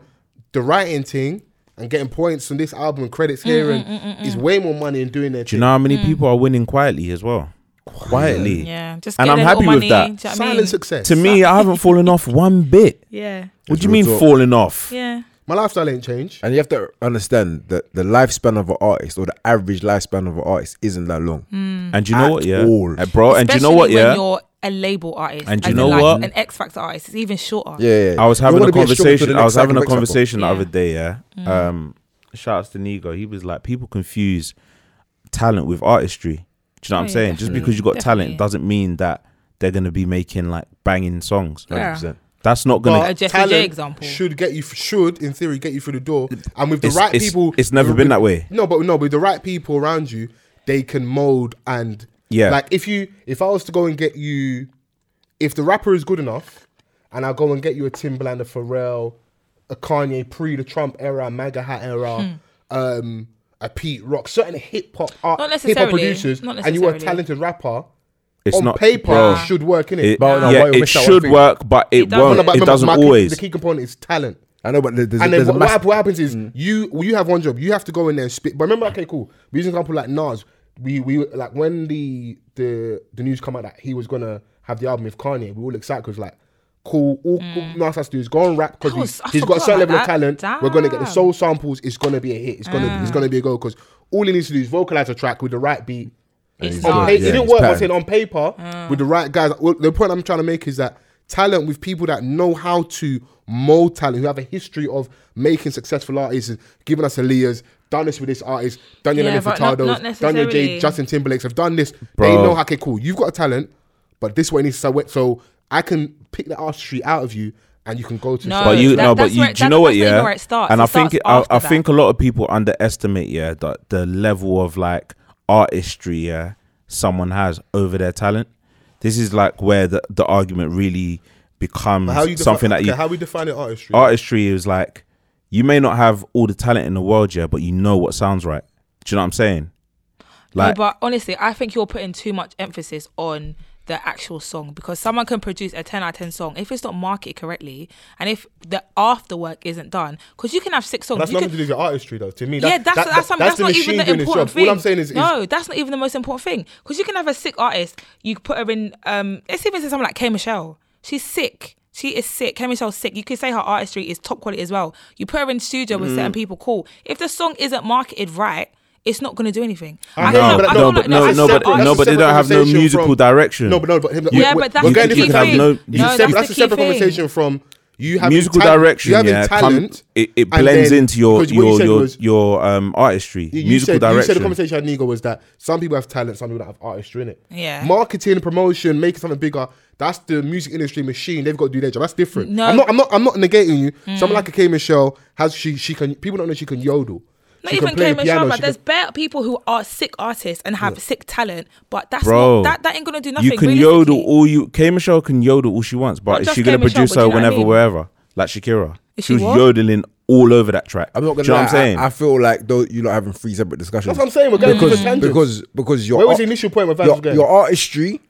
Speaker 3: the writing thing and getting points on this album and
Speaker 2: Mm,
Speaker 3: credits here and is way more money in doing their
Speaker 1: Do
Speaker 3: thing.
Speaker 1: you know how many people are winning quietly as well? Quietly.
Speaker 2: Yeah, just
Speaker 1: And
Speaker 2: get
Speaker 1: I'm
Speaker 2: their
Speaker 1: happy
Speaker 2: little
Speaker 1: with
Speaker 2: money,
Speaker 1: that.
Speaker 2: do you know what I
Speaker 3: Silent
Speaker 2: mean?
Speaker 3: success.
Speaker 1: To me, I haven't fallen off one bit.
Speaker 2: Yeah,
Speaker 1: What do you
Speaker 5: real
Speaker 1: mean
Speaker 5: talk.
Speaker 1: falling off?
Speaker 2: yeah,
Speaker 3: my lifestyle ain't changed.
Speaker 5: And you have to understand that the lifespan of an artist or the average lifespan of an artist isn't that long.
Speaker 3: Mm.
Speaker 1: And do you know
Speaker 5: At
Speaker 1: what, yeah,
Speaker 5: all.
Speaker 1: Uh, bro. and do you know
Speaker 2: Especially
Speaker 1: what, yeah,
Speaker 2: When you're a label artist,
Speaker 1: And do you
Speaker 2: as in
Speaker 1: know
Speaker 2: like
Speaker 1: what?
Speaker 2: An X Factor artist, it's even shorter.
Speaker 5: Yeah, yeah.
Speaker 1: I was
Speaker 5: You
Speaker 1: having
Speaker 5: wanna
Speaker 1: a
Speaker 5: be stripper to the
Speaker 1: conversation. I
Speaker 5: next
Speaker 1: was having a
Speaker 5: cycle, next cycle.
Speaker 1: conversation the
Speaker 2: Yeah. Mm.
Speaker 1: other day. Yeah. Um, shouts to Nigo. He was like, people confuse talent with artistry. Do you know what
Speaker 2: Oh,
Speaker 1: I'm
Speaker 2: yeah,
Speaker 1: saying? Just because you got
Speaker 2: Definitely.
Speaker 1: talent doesn't mean that they're gonna be making like banging songs.
Speaker 2: Yeah.
Speaker 5: 100%.
Speaker 1: That's not
Speaker 3: But
Speaker 1: gonna.
Speaker 2: a Jessie J
Speaker 3: talent
Speaker 2: example.
Speaker 3: should get you, should in theory get you through the door, and with the
Speaker 1: It's-
Speaker 3: right
Speaker 1: it's-
Speaker 3: people,
Speaker 1: it's never
Speaker 3: with-
Speaker 1: been that way.
Speaker 3: No, but no, with the right people around you, they can mold and
Speaker 1: Yeah.
Speaker 3: Like if you, if I was to go and get you, if the rapper is good enough, and I go and get you a Timbaland, a Pharrell, a Kanye pre the Trump era, a MAGA hat era, um, a Pete Rock, certain hip hop
Speaker 2: Hmm. Not
Speaker 3: art, hip hop
Speaker 2: necessarily.
Speaker 3: producers,
Speaker 2: Not
Speaker 3: and you are a
Speaker 2: necessarily.
Speaker 3: talented rapper.
Speaker 1: it's
Speaker 3: on
Speaker 1: not
Speaker 3: paper,
Speaker 1: bro.
Speaker 3: should work in
Speaker 1: It,
Speaker 5: But no, why
Speaker 1: yeah,
Speaker 5: you
Speaker 1: it
Speaker 5: miss out on
Speaker 1: should
Speaker 5: things?
Speaker 1: work, but it,
Speaker 2: doesn't.
Speaker 1: won't.
Speaker 2: No, but
Speaker 1: it
Speaker 3: remember,
Speaker 1: doesn't
Speaker 3: my key-
Speaker 1: always.
Speaker 3: the key component is talent.
Speaker 5: I know, but there's, there's,
Speaker 3: And then
Speaker 5: there's
Speaker 3: what,
Speaker 5: a Mm. massive.
Speaker 3: what happens is you you have one job. You have to go in there and spit. But remember, okay, cool. We use an example like Nas. We we like when the the the news come out that he was gonna have the album with Kanye. We were all excited because like. Cool. All, all Nas has to do is go and rap because
Speaker 2: That was- Mm. I
Speaker 3: he's, he's got a
Speaker 2: forgot
Speaker 3: certain level
Speaker 2: about
Speaker 3: of talent.
Speaker 2: that.
Speaker 3: We're gonna get the
Speaker 2: Damn. Mm.
Speaker 3: soul samples. It's gonna be a hit. It's gonna be, it's gonna be a go because all he needs to do is vocalize a track with the right beat.
Speaker 2: It's
Speaker 3: On
Speaker 2: hard.
Speaker 3: pa-
Speaker 5: yeah,
Speaker 3: it didn't
Speaker 5: it's
Speaker 3: work. I
Speaker 5: patterned.
Speaker 3: said on paper
Speaker 2: Mm.
Speaker 3: with the right guys. Well, the point I'm trying to make is that talent with people that know how to mold talent, who have a history of making successful artists, giving us Aaliyah's, done this with this artist, done your
Speaker 2: Yeah,
Speaker 3: yeah,
Speaker 2: but not-
Speaker 3: Furtados,
Speaker 2: not
Speaker 3: done your J,
Speaker 2: necessarily.
Speaker 3: Justin Timberlake's, have done this. They
Speaker 1: Bro.
Speaker 3: know how. Okay, cool. You've got a talent, but this way needs to work. So I can pick the artistry out of you, and you can go to.
Speaker 2: No.
Speaker 3: some-
Speaker 1: But you
Speaker 2: that-
Speaker 1: no,
Speaker 2: that's
Speaker 1: but you
Speaker 2: where it-
Speaker 1: do you
Speaker 2: that-
Speaker 1: know what?
Speaker 2: that's not even
Speaker 1: Yeah,
Speaker 2: where it starts.
Speaker 1: and
Speaker 2: It
Speaker 1: I think
Speaker 2: starts
Speaker 1: I,
Speaker 2: after
Speaker 1: I
Speaker 2: that.
Speaker 1: think a lot of people underestimate yeah the, the level of like artistry yeah someone has over their talent. This is like where the, the argument really becomes
Speaker 3: How you defi-
Speaker 1: something that
Speaker 3: okay,
Speaker 1: you Oh.
Speaker 3: how we define it artistry?
Speaker 1: artistry is like you may not have all the talent in the world yeah, but you know what sounds right. Do you know what I'm saying? Like
Speaker 2: no, but honestly, I think you're putting too much emphasis on the actual song because someone can produce a 10 out of 10 song if it's not marketed correctly and if the after work isn't done because you can have six songs
Speaker 3: That's
Speaker 2: you
Speaker 3: nothing
Speaker 2: can,
Speaker 3: to do with your artistry, though. To me,
Speaker 2: yeah,
Speaker 3: that-
Speaker 2: that's
Speaker 3: that-
Speaker 2: that's,
Speaker 3: that-
Speaker 2: that's,
Speaker 3: the
Speaker 2: not even
Speaker 3: machine
Speaker 2: the
Speaker 3: doing its
Speaker 2: important
Speaker 3: job.
Speaker 2: thing.
Speaker 3: All I'm saying is, is
Speaker 2: no, that's not even the most important thing because you can have a sick artist. You put her in. Um, let's even say someone like K Michelle. She's sick. She is sick. K Michelle's sick. You could say her artistry is top quality as well. You put her in studio with
Speaker 3: Mm-hmm.
Speaker 2: certain people. Cool. If the song isn't marketed right. It's not going to do anything. I
Speaker 3: hear
Speaker 2: don't
Speaker 3: you,
Speaker 2: know-
Speaker 3: but
Speaker 1: no,
Speaker 2: I
Speaker 1: no,
Speaker 2: don't
Speaker 3: don't
Speaker 1: but
Speaker 2: know-
Speaker 1: no,
Speaker 3: that's
Speaker 1: no,
Speaker 3: a
Speaker 1: but
Speaker 3: separate- that's
Speaker 1: no,
Speaker 3: a
Speaker 1: but they
Speaker 3: separate
Speaker 1: don't have no
Speaker 3: conversation
Speaker 1: musical
Speaker 3: from-
Speaker 1: direction.
Speaker 3: No, but no, but him,
Speaker 2: Yeah, but that's
Speaker 3: we're
Speaker 2: the
Speaker 3: going
Speaker 2: key
Speaker 3: different.
Speaker 1: No,
Speaker 2: thing.
Speaker 3: No,
Speaker 1: you-
Speaker 3: you
Speaker 1: No,
Speaker 3: separate,
Speaker 2: that's
Speaker 3: that's a
Speaker 2: the
Speaker 3: separate
Speaker 2: key thing.
Speaker 3: conversation from you having
Speaker 1: musical
Speaker 3: tal-
Speaker 1: direction,
Speaker 3: You having
Speaker 1: yeah, come-
Speaker 3: talent,
Speaker 1: it, it
Speaker 3: and
Speaker 1: blends
Speaker 3: then-
Speaker 1: into your
Speaker 3: 'cause what you
Speaker 1: your
Speaker 3: said
Speaker 1: your,
Speaker 3: was-
Speaker 1: your um artistry.
Speaker 3: you- you said,
Speaker 1: musical
Speaker 3: You said the
Speaker 1: direction.
Speaker 3: conversation I had Nigo was that some people have talent, some people don't have artistry in it.
Speaker 2: Yeah.
Speaker 3: marketing, promotion, making something bigger. That's the music industry machine. They've got to do their job. That's different.
Speaker 2: No. Mm.
Speaker 3: I'm not. I'm not. I'm not negating you. Someone like a K Michelle has she. She can. People don't know she can yodel.
Speaker 2: Not
Speaker 3: she
Speaker 2: even
Speaker 3: can play
Speaker 2: K
Speaker 3: the
Speaker 2: Michelle,
Speaker 3: piano.
Speaker 2: but
Speaker 3: she
Speaker 2: there's
Speaker 3: can-
Speaker 2: bare people who are sick artists and have sick talent, but that's
Speaker 1: Bro,
Speaker 2: not, that that ain't gonna do nothing.
Speaker 1: you can
Speaker 2: realistically.
Speaker 1: yodel all you. K Michelle can yodel all she wants, but
Speaker 2: Not
Speaker 1: is
Speaker 2: just
Speaker 1: she gonna
Speaker 2: K. Michelle,
Speaker 1: produce
Speaker 2: but do
Speaker 1: her
Speaker 2: you know what I
Speaker 1: whenever,
Speaker 2: mean?
Speaker 1: wherever? Like Shakira,
Speaker 2: Is
Speaker 1: she
Speaker 2: she
Speaker 1: was
Speaker 2: what?
Speaker 1: yodeling all over that track.
Speaker 5: I'm not gonna.
Speaker 1: Do you know
Speaker 5: lie,
Speaker 1: what I'm saying?
Speaker 5: I, I feel like though you lot having three separate discussions.
Speaker 3: That's what I'm saying. We're going
Speaker 5: because
Speaker 3: to tangents.
Speaker 5: because because your
Speaker 3: Where was
Speaker 5: art-
Speaker 3: the initial point where Vance
Speaker 5: your,
Speaker 3: was going?
Speaker 5: your artistry,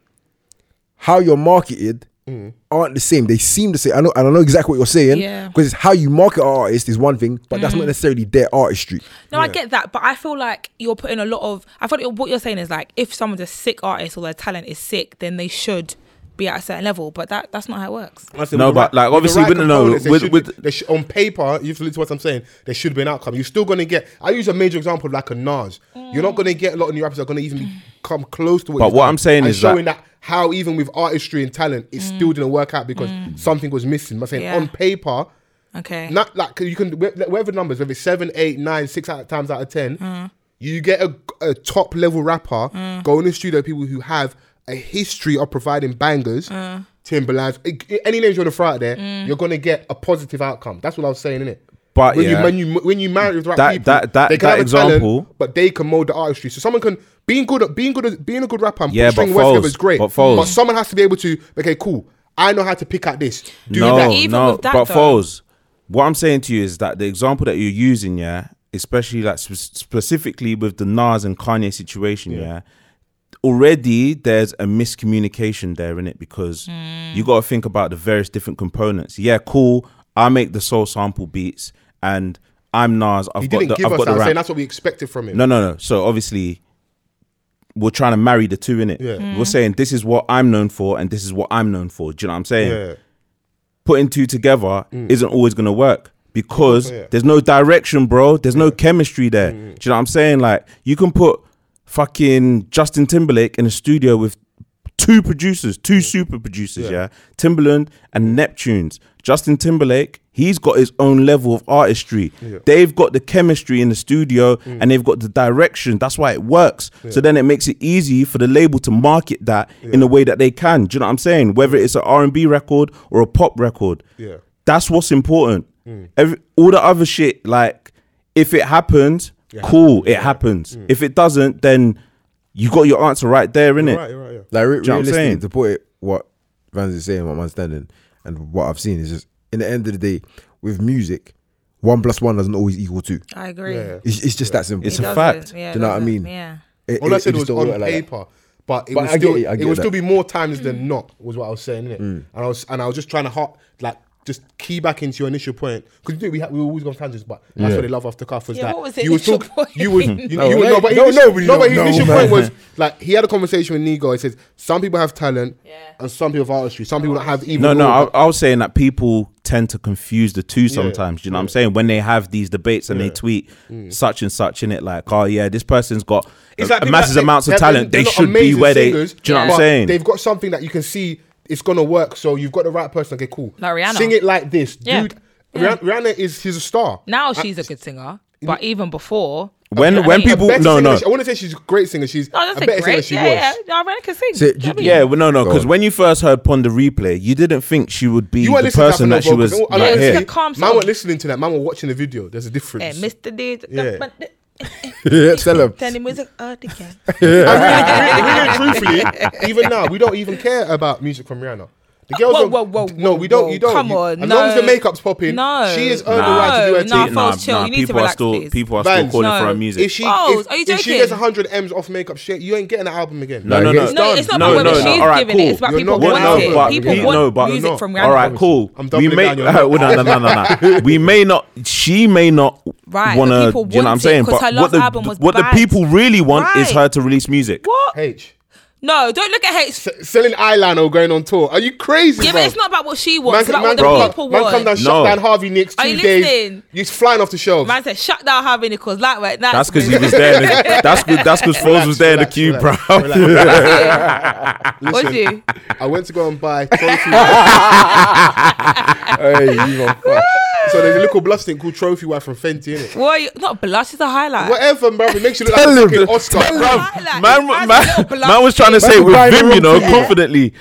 Speaker 5: how you're marketed,
Speaker 3: Mm.
Speaker 5: aren't the same. They seem the same. I know and I know exactly what you're saying.
Speaker 2: Yeah.
Speaker 5: Because it's how you market an artist is one thing, but
Speaker 3: Mm.
Speaker 5: that's not necessarily their artistry.
Speaker 2: No, I get that, but I feel like you're putting a lot of. I feel like what you're saying is like if someone's a sick artist or their talent is sick, then they should be at a certain level. But that that's not how it works.
Speaker 3: I said
Speaker 1: No,
Speaker 3: with the
Speaker 1: but, like,
Speaker 3: with the
Speaker 1: obviously, we don't know.
Speaker 3: components, there
Speaker 1: With-
Speaker 3: should-
Speaker 1: with-
Speaker 3: there should- on paper, you've listened to what I'm saying. There should be an outcome. You're still gonna get. I use a major example like a Nas. You're not gonna get a lot of new rappers that are gonna even be, come close to what.
Speaker 1: But
Speaker 3: he's
Speaker 1: what
Speaker 3: done.
Speaker 1: I'm saying
Speaker 3: And
Speaker 1: is that-
Speaker 3: showing that, how even with artistry and talent, it still didn't work out because something was missing. I'm saying
Speaker 2: Yeah.
Speaker 3: on paper,
Speaker 2: Okay.
Speaker 3: not like 'cause you can wh- whatever numbers, whether it's seven, eight, nine, six out of times out of ten, you get a, a top level rapper go in the studio. People who have a history of providing bangers, Timberlands, i- i- any names you want to throw out there, you're gonna get a positive outcome. That's what I was saying, innit?
Speaker 1: But
Speaker 3: when
Speaker 1: yeah.
Speaker 3: you when you when you marry with the right
Speaker 1: That-
Speaker 3: people,
Speaker 1: that- that-
Speaker 3: they can
Speaker 1: that
Speaker 3: have a talent,
Speaker 1: example-
Speaker 3: but they can mold the artistry. So someone can being good at being good at being a good rapper and
Speaker 1: Yeah,
Speaker 3: put string
Speaker 1: but
Speaker 3: words together
Speaker 1: Foles,
Speaker 3: is great.
Speaker 1: but Foles.
Speaker 3: someone has to be able to okay, cool. I know how to pick out this. Do
Speaker 1: no,
Speaker 3: that.
Speaker 2: Even
Speaker 1: no,
Speaker 2: with that,
Speaker 1: but
Speaker 2: though-
Speaker 1: Foles, what I'm saying to you is that the example that you're using, yeah, especially like sp- specifically with the Nas and Kanye situation, yeah. Already, there's a miscommunication there in it because
Speaker 2: Hmm.
Speaker 1: you got to think about the various different components. Yeah, cool. I make the soul sample beats, and I'm Nas. I've
Speaker 3: He
Speaker 1: got
Speaker 3: didn't
Speaker 1: the
Speaker 3: give
Speaker 1: I've
Speaker 3: us
Speaker 1: got
Speaker 3: that.
Speaker 1: the
Speaker 3: I'm saying
Speaker 1: rap.
Speaker 3: that's what we expected from him.
Speaker 1: No, no, no. So obviously, we're trying to marry the two in it.
Speaker 3: Yeah.
Speaker 1: We're saying this is what I'm known for, and this is what I'm known for. Do you know what I'm saying?
Speaker 3: Yeah. Mm.
Speaker 1: putting two together isn't always gonna work because
Speaker 3: Yeah. Mm-hmm.
Speaker 1: there's no direction, bro. There's no chemistry there. Do you know what I'm saying? Like you can put fucking Justin Timberlake in a studio with two producers, two super producers, yeah. Timberland and Neptunes. Justin Timberlake, he's got his own level of artistry. They've got the chemistry in the studio
Speaker 3: Mm.
Speaker 1: and they've got the direction. That's why it works. So then it makes it easy for the label to market that in the way that they can. Do you know what I'm saying? Whether it's an R&B record or a pop record.
Speaker 3: Yeah. Mm.
Speaker 1: That's what's important. Every, all the other shit like if it happens, cool, it happens. If it doesn't, then you got your answer right there, innit?
Speaker 3: Right, Mm. you're right, yeah.
Speaker 5: Like re-
Speaker 1: Do you know what I'm
Speaker 5: realistically,
Speaker 1: saying?
Speaker 5: to put it, what Vans is saying, what my understanding, and what I've seen is just in the end of the day, with music, one plus one doesn't always equal two.
Speaker 2: I agree.
Speaker 3: Yeah.
Speaker 5: It's, it's just that simple.
Speaker 1: It's
Speaker 2: It
Speaker 1: a
Speaker 2: doesn't,
Speaker 1: fact.
Speaker 2: Yeah,
Speaker 5: Do you know what I
Speaker 2: doesn't,
Speaker 5: mean?
Speaker 2: Yeah.
Speaker 5: It-
Speaker 3: All
Speaker 5: it-
Speaker 3: I
Speaker 5: it
Speaker 3: said
Speaker 5: just
Speaker 3: was
Speaker 5: don't
Speaker 3: on
Speaker 5: work like that.
Speaker 3: paper, but it
Speaker 5: But
Speaker 3: was
Speaker 5: I get
Speaker 3: still
Speaker 5: it, I
Speaker 3: it,
Speaker 5: get
Speaker 3: was
Speaker 5: that. Mm.
Speaker 3: still be more times
Speaker 2: Mm.
Speaker 3: than not was what I was saying, innit? And I was and I was just trying to hot like just key back into your initial point because we ha- we always go on tangents, but that's what they love off the cuff was
Speaker 2: Yeah,
Speaker 3: that
Speaker 2: what was the
Speaker 3: you was
Speaker 2: initial
Speaker 3: talk-
Speaker 2: point?
Speaker 3: you was you, you
Speaker 5: No,
Speaker 3: were-
Speaker 5: no,
Speaker 3: no, but
Speaker 5: no,
Speaker 3: his,
Speaker 5: nobody
Speaker 3: no, but
Speaker 5: knows.
Speaker 3: his initial
Speaker 5: No,
Speaker 3: point was like he had a conversation with Nigo. He says some people have talent
Speaker 2: Yeah.
Speaker 3: and some people have artistry. Some people don't have even
Speaker 1: No, no,
Speaker 3: all
Speaker 1: I,
Speaker 3: of that.
Speaker 1: I was saying that people tend to confuse the two sometimes. You know what I'm saying? When they have these debates and they tweet such and such in it, like, oh yeah, this person's got
Speaker 3: Mm. It's
Speaker 1: a-
Speaker 3: like
Speaker 1: a
Speaker 3: people
Speaker 1: massive
Speaker 3: that-
Speaker 1: amounts of
Speaker 3: they're-
Speaker 1: talent.
Speaker 3: they're
Speaker 1: They
Speaker 3: not
Speaker 1: should be
Speaker 3: amazing
Speaker 1: where they.
Speaker 3: singers,
Speaker 1: do you know what
Speaker 3: but
Speaker 1: I'm saying?
Speaker 3: They've got something that you can see it's gonna work. So you've got the right person. Okay, cool.
Speaker 2: Like Rihanna.
Speaker 3: Sing it like this,
Speaker 2: Yeah.
Speaker 3: dude. Rihanna, Rihanna is she's a star.
Speaker 2: Now she's a good singer, but even before.
Speaker 1: When-
Speaker 2: You know what
Speaker 1: when
Speaker 2: I mean?
Speaker 1: people-
Speaker 3: better
Speaker 1: No,
Speaker 3: singer
Speaker 1: no.
Speaker 3: than she- I wouldn't say she's a great singer. She's
Speaker 2: No, that's
Speaker 3: a
Speaker 2: a
Speaker 3: better singer
Speaker 2: great.
Speaker 3: than she
Speaker 2: yeah,
Speaker 3: was.
Speaker 2: yeah. No, Rihanna can sing.
Speaker 5: So,
Speaker 2: Do you know
Speaker 5: you-
Speaker 2: what I mean?
Speaker 1: yeah, well, no, no,
Speaker 5: Go
Speaker 1: because
Speaker 5: on.
Speaker 1: when you first heard Pon the replay, you didn't think she would be
Speaker 3: You weren't
Speaker 1: the
Speaker 3: listening
Speaker 1: person
Speaker 3: to
Speaker 1: that
Speaker 3: that
Speaker 1: she was.
Speaker 2: Yeah,
Speaker 1: like,
Speaker 2: it's
Speaker 1: here.
Speaker 2: like calm
Speaker 3: Man
Speaker 2: song.
Speaker 3: weren't listening to that. Man were watching the video. There's a
Speaker 2: Yeah,
Speaker 3: difference.
Speaker 2: Mr. Did.
Speaker 3: Yeah.
Speaker 5: Yeah, tell them.
Speaker 2: Tell him music all again.
Speaker 3: And really, really, really, truthfully, even now we don't even care about music from Rihanna. The girls
Speaker 2: Whoa,
Speaker 3: don't,
Speaker 2: whoa, whoa,
Speaker 3: no,
Speaker 2: whoa,
Speaker 3: we don't.
Speaker 2: whoa.
Speaker 3: You don't.
Speaker 2: Come
Speaker 3: You-
Speaker 2: on,
Speaker 3: as long as the
Speaker 2: no.
Speaker 3: makeup's popping,
Speaker 2: No.
Speaker 3: she has earned the right to do her
Speaker 2: Nah,
Speaker 3: thing.
Speaker 2: nah, false chill. You need to
Speaker 1: people are
Speaker 2: relax,
Speaker 1: still
Speaker 2: please.
Speaker 1: people are still
Speaker 3: Vans.
Speaker 1: calling for
Speaker 2: No.
Speaker 1: her
Speaker 3: If
Speaker 1: music.
Speaker 3: she,
Speaker 2: Oh,
Speaker 3: if,
Speaker 2: are you
Speaker 3: if she
Speaker 2: joking?
Speaker 3: gets 100 m's off makeup shit, you ain't getting an album again.
Speaker 1: No, no, no.
Speaker 5: it's
Speaker 2: No, it's not
Speaker 1: No,
Speaker 2: about
Speaker 1: no,
Speaker 2: whether
Speaker 1: no.
Speaker 2: she's
Speaker 1: All right,
Speaker 2: giving
Speaker 1: cool.
Speaker 2: it. It's about
Speaker 3: You're
Speaker 2: people
Speaker 3: not gonna
Speaker 2: want
Speaker 3: have it.
Speaker 2: it.
Speaker 3: But
Speaker 2: People
Speaker 1: we-
Speaker 2: want
Speaker 1: no, but
Speaker 2: music
Speaker 3: no.
Speaker 2: from Rihanna.
Speaker 1: All right, cool.
Speaker 3: I'm
Speaker 1: we
Speaker 3: doubling
Speaker 1: may
Speaker 3: down, you're not-
Speaker 1: well, no, no, no, no, no. We may not. She may not
Speaker 2: Right, but
Speaker 1: want to.
Speaker 2: people
Speaker 1: You know what I'm
Speaker 2: want it
Speaker 1: saying?
Speaker 2: 'cause
Speaker 1: But
Speaker 2: her
Speaker 1: what
Speaker 2: last
Speaker 1: the
Speaker 2: album was
Speaker 1: what
Speaker 2: bad.
Speaker 1: the people really want is
Speaker 2: Right.
Speaker 1: her to release music.
Speaker 2: What?
Speaker 3: H.
Speaker 2: No, don't look at H.
Speaker 3: S- selling eyeliner or going on tour. Are you crazy?
Speaker 2: Yeah,
Speaker 3: bro?
Speaker 2: but it's not about what she
Speaker 3: Man,
Speaker 2: wants.
Speaker 3: man,
Speaker 2: it's about
Speaker 1: bro,
Speaker 2: what
Speaker 3: come-
Speaker 2: the people
Speaker 3: man
Speaker 2: want.
Speaker 3: come down,
Speaker 1: No.
Speaker 3: shut down Harvey Nicks two
Speaker 2: Are you
Speaker 3: days.
Speaker 2: listening?
Speaker 3: You're flying off the shelves.
Speaker 2: Man said, shut down Harvey Nichols. Like, right,
Speaker 1: That's because he was there. in the- That's good. That's because Foles was there in the
Speaker 3: relax,
Speaker 1: queue, bro.
Speaker 3: relax, relax.
Speaker 2: Was you?
Speaker 3: I went to go and buy trophy. wife.
Speaker 5: Hey, you are fucked.
Speaker 3: so there's a little blush thing called trophy wife from Fenty, innit?
Speaker 2: Were you? Not blush, it's a highlight.
Speaker 3: Whatever, bro. It makes you look
Speaker 5: Tell
Speaker 3: like a
Speaker 5: him.
Speaker 3: fucking Oscar. Bruv,
Speaker 2: Highlight.
Speaker 1: Man,
Speaker 2: That's a
Speaker 1: man,
Speaker 2: little blush
Speaker 1: man was trying to
Speaker 2: thing.
Speaker 1: say
Speaker 5: Man,
Speaker 1: with
Speaker 5: buy the
Speaker 1: Vim, you
Speaker 5: wrong
Speaker 1: know,
Speaker 5: ticket.
Speaker 1: confidently.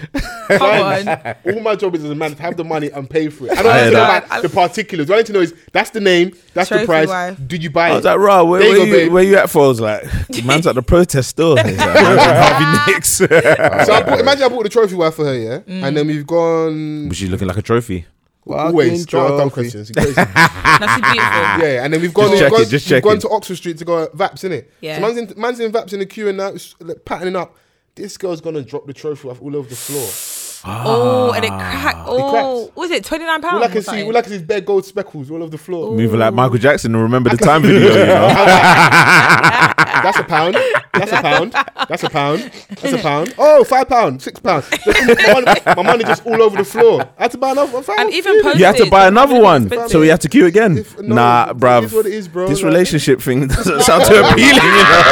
Speaker 2: Come on.
Speaker 3: All my job is as a man to have the money and pay for it. I don't
Speaker 1: I
Speaker 3: need to
Speaker 1: hear
Speaker 3: know
Speaker 2: that.
Speaker 3: about the particulars. What I need to know is that's the name, that's the
Speaker 2: Trophy
Speaker 3: price.
Speaker 2: wife.
Speaker 3: Did you buy it?
Speaker 1: I was like, "Raw, where,
Speaker 3: There you
Speaker 1: where,
Speaker 3: go,
Speaker 1: you,
Speaker 3: babe.
Speaker 1: where you at?" Foles like, "The "Man's at the protest still." He's like, "Man's at Harvey Nicks.
Speaker 3: So I bought, imagine I bought the trophy wife for her, yeah,
Speaker 2: Mm.
Speaker 3: and then we've gone
Speaker 1: But she's looking like a trophy.
Speaker 3: always
Speaker 5: Fucking
Speaker 3: start dumb
Speaker 5: trophy.
Speaker 3: questions. You're crazy.
Speaker 2: That's beautiful.
Speaker 3: Yeah, and then we've gone,
Speaker 1: Just
Speaker 3: we've,
Speaker 1: checking,
Speaker 3: gone,
Speaker 1: just
Speaker 3: we've gone to
Speaker 1: checking.
Speaker 3: Oxford Street to go at Vaps, innit?
Speaker 2: Yeah.
Speaker 3: So man's in, man's in Vaps in the queue and now it's like, patterning up. This girl's gonna drop the trophy off all over the floor.
Speaker 2: Oh, and it cracked. Oh,
Speaker 3: cracks.
Speaker 2: what was it? £29?
Speaker 3: All I can
Speaker 2: or
Speaker 3: see,
Speaker 2: something?
Speaker 3: all I can see is bare gold speckles all over the floor.
Speaker 1: Moving like Michael Jackson and remember the time video. You know,
Speaker 3: That's a pound. That's a pound. That's a pound. That's a pound. Oh, five pound, six pound. my, money, my money just all over the floor. I had to buy another one. fam.
Speaker 2: And even
Speaker 1: you had to buy another one,
Speaker 2: Expensive.
Speaker 1: so you had to queue again.
Speaker 3: If- no,
Speaker 1: nah,
Speaker 3: it
Speaker 1: bruv.
Speaker 3: is what it is, bro,
Speaker 1: This
Speaker 3: like-
Speaker 1: relationship thing doesn't sound too appealing. You know?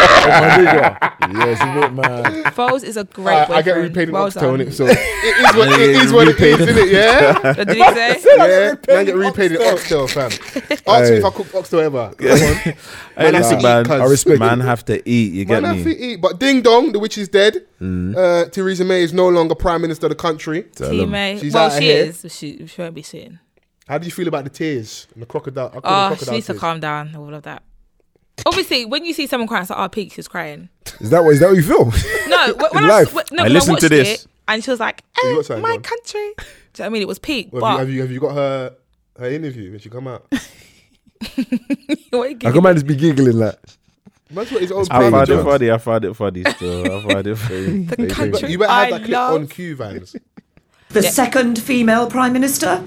Speaker 5: Yes, you know, man.
Speaker 2: Foles is a great
Speaker 3: Uh, I,
Speaker 2: boyfriend.
Speaker 3: I get repaid in
Speaker 2: well
Speaker 3: Oxtel,
Speaker 2: done.
Speaker 3: innit? So it is what it
Speaker 1: Yeah,
Speaker 3: is, what it is
Speaker 1: repaid.
Speaker 3: innit? Yeah?
Speaker 2: What do you say?
Speaker 3: Yeah, man get repaid in Oxtel, fam. Ask me if I cook Oxtel ever. Come on.
Speaker 1: Hey,
Speaker 3: Man have to
Speaker 1: listen,
Speaker 3: eat,
Speaker 1: man.
Speaker 3: cuz.
Speaker 5: I respect
Speaker 1: man
Speaker 5: it.
Speaker 1: have to eat. You get
Speaker 3: Man, I
Speaker 1: me?
Speaker 3: think he- but Ding Dong, the witch is dead. Uh, Theresa May is no longer Prime Minister of the country.
Speaker 2: Teammate.
Speaker 3: She's
Speaker 2: well,
Speaker 3: outta
Speaker 2: she
Speaker 3: here.
Speaker 2: is. She, she won't be soon.
Speaker 3: How do you feel about the tears and the crocodile? I call them
Speaker 2: Oh, she
Speaker 3: crocodile
Speaker 2: needs to
Speaker 3: tears.
Speaker 2: calm down. All of that. Obviously, when you see someone crying, it's like, oh, Peak, she was crying.
Speaker 5: Is that what? Is that what you feel?
Speaker 2: No, wh- when
Speaker 5: In
Speaker 2: I,
Speaker 5: life.
Speaker 2: was, wh- no,
Speaker 1: I
Speaker 2: when
Speaker 1: listened to
Speaker 2: watched
Speaker 1: this.
Speaker 2: It, and she was like,
Speaker 3: you
Speaker 2: eh,
Speaker 3: got something,
Speaker 2: my
Speaker 3: go on.
Speaker 2: country. Do you know what I mean? It was Peak.
Speaker 3: Well,
Speaker 2: but
Speaker 3: have, you, have you have you got her her interview when she come out?
Speaker 2: What you
Speaker 5: I
Speaker 2: give-
Speaker 5: can man just be giggling like.
Speaker 3: That's what his old
Speaker 1: I
Speaker 3: private
Speaker 1: found it
Speaker 3: jokes.
Speaker 1: funny. I found it funny still. I found it funny.
Speaker 2: The country
Speaker 3: You better have
Speaker 2: I
Speaker 3: that clip
Speaker 2: love.
Speaker 3: on Q Vans.
Speaker 9: The second female prime minister,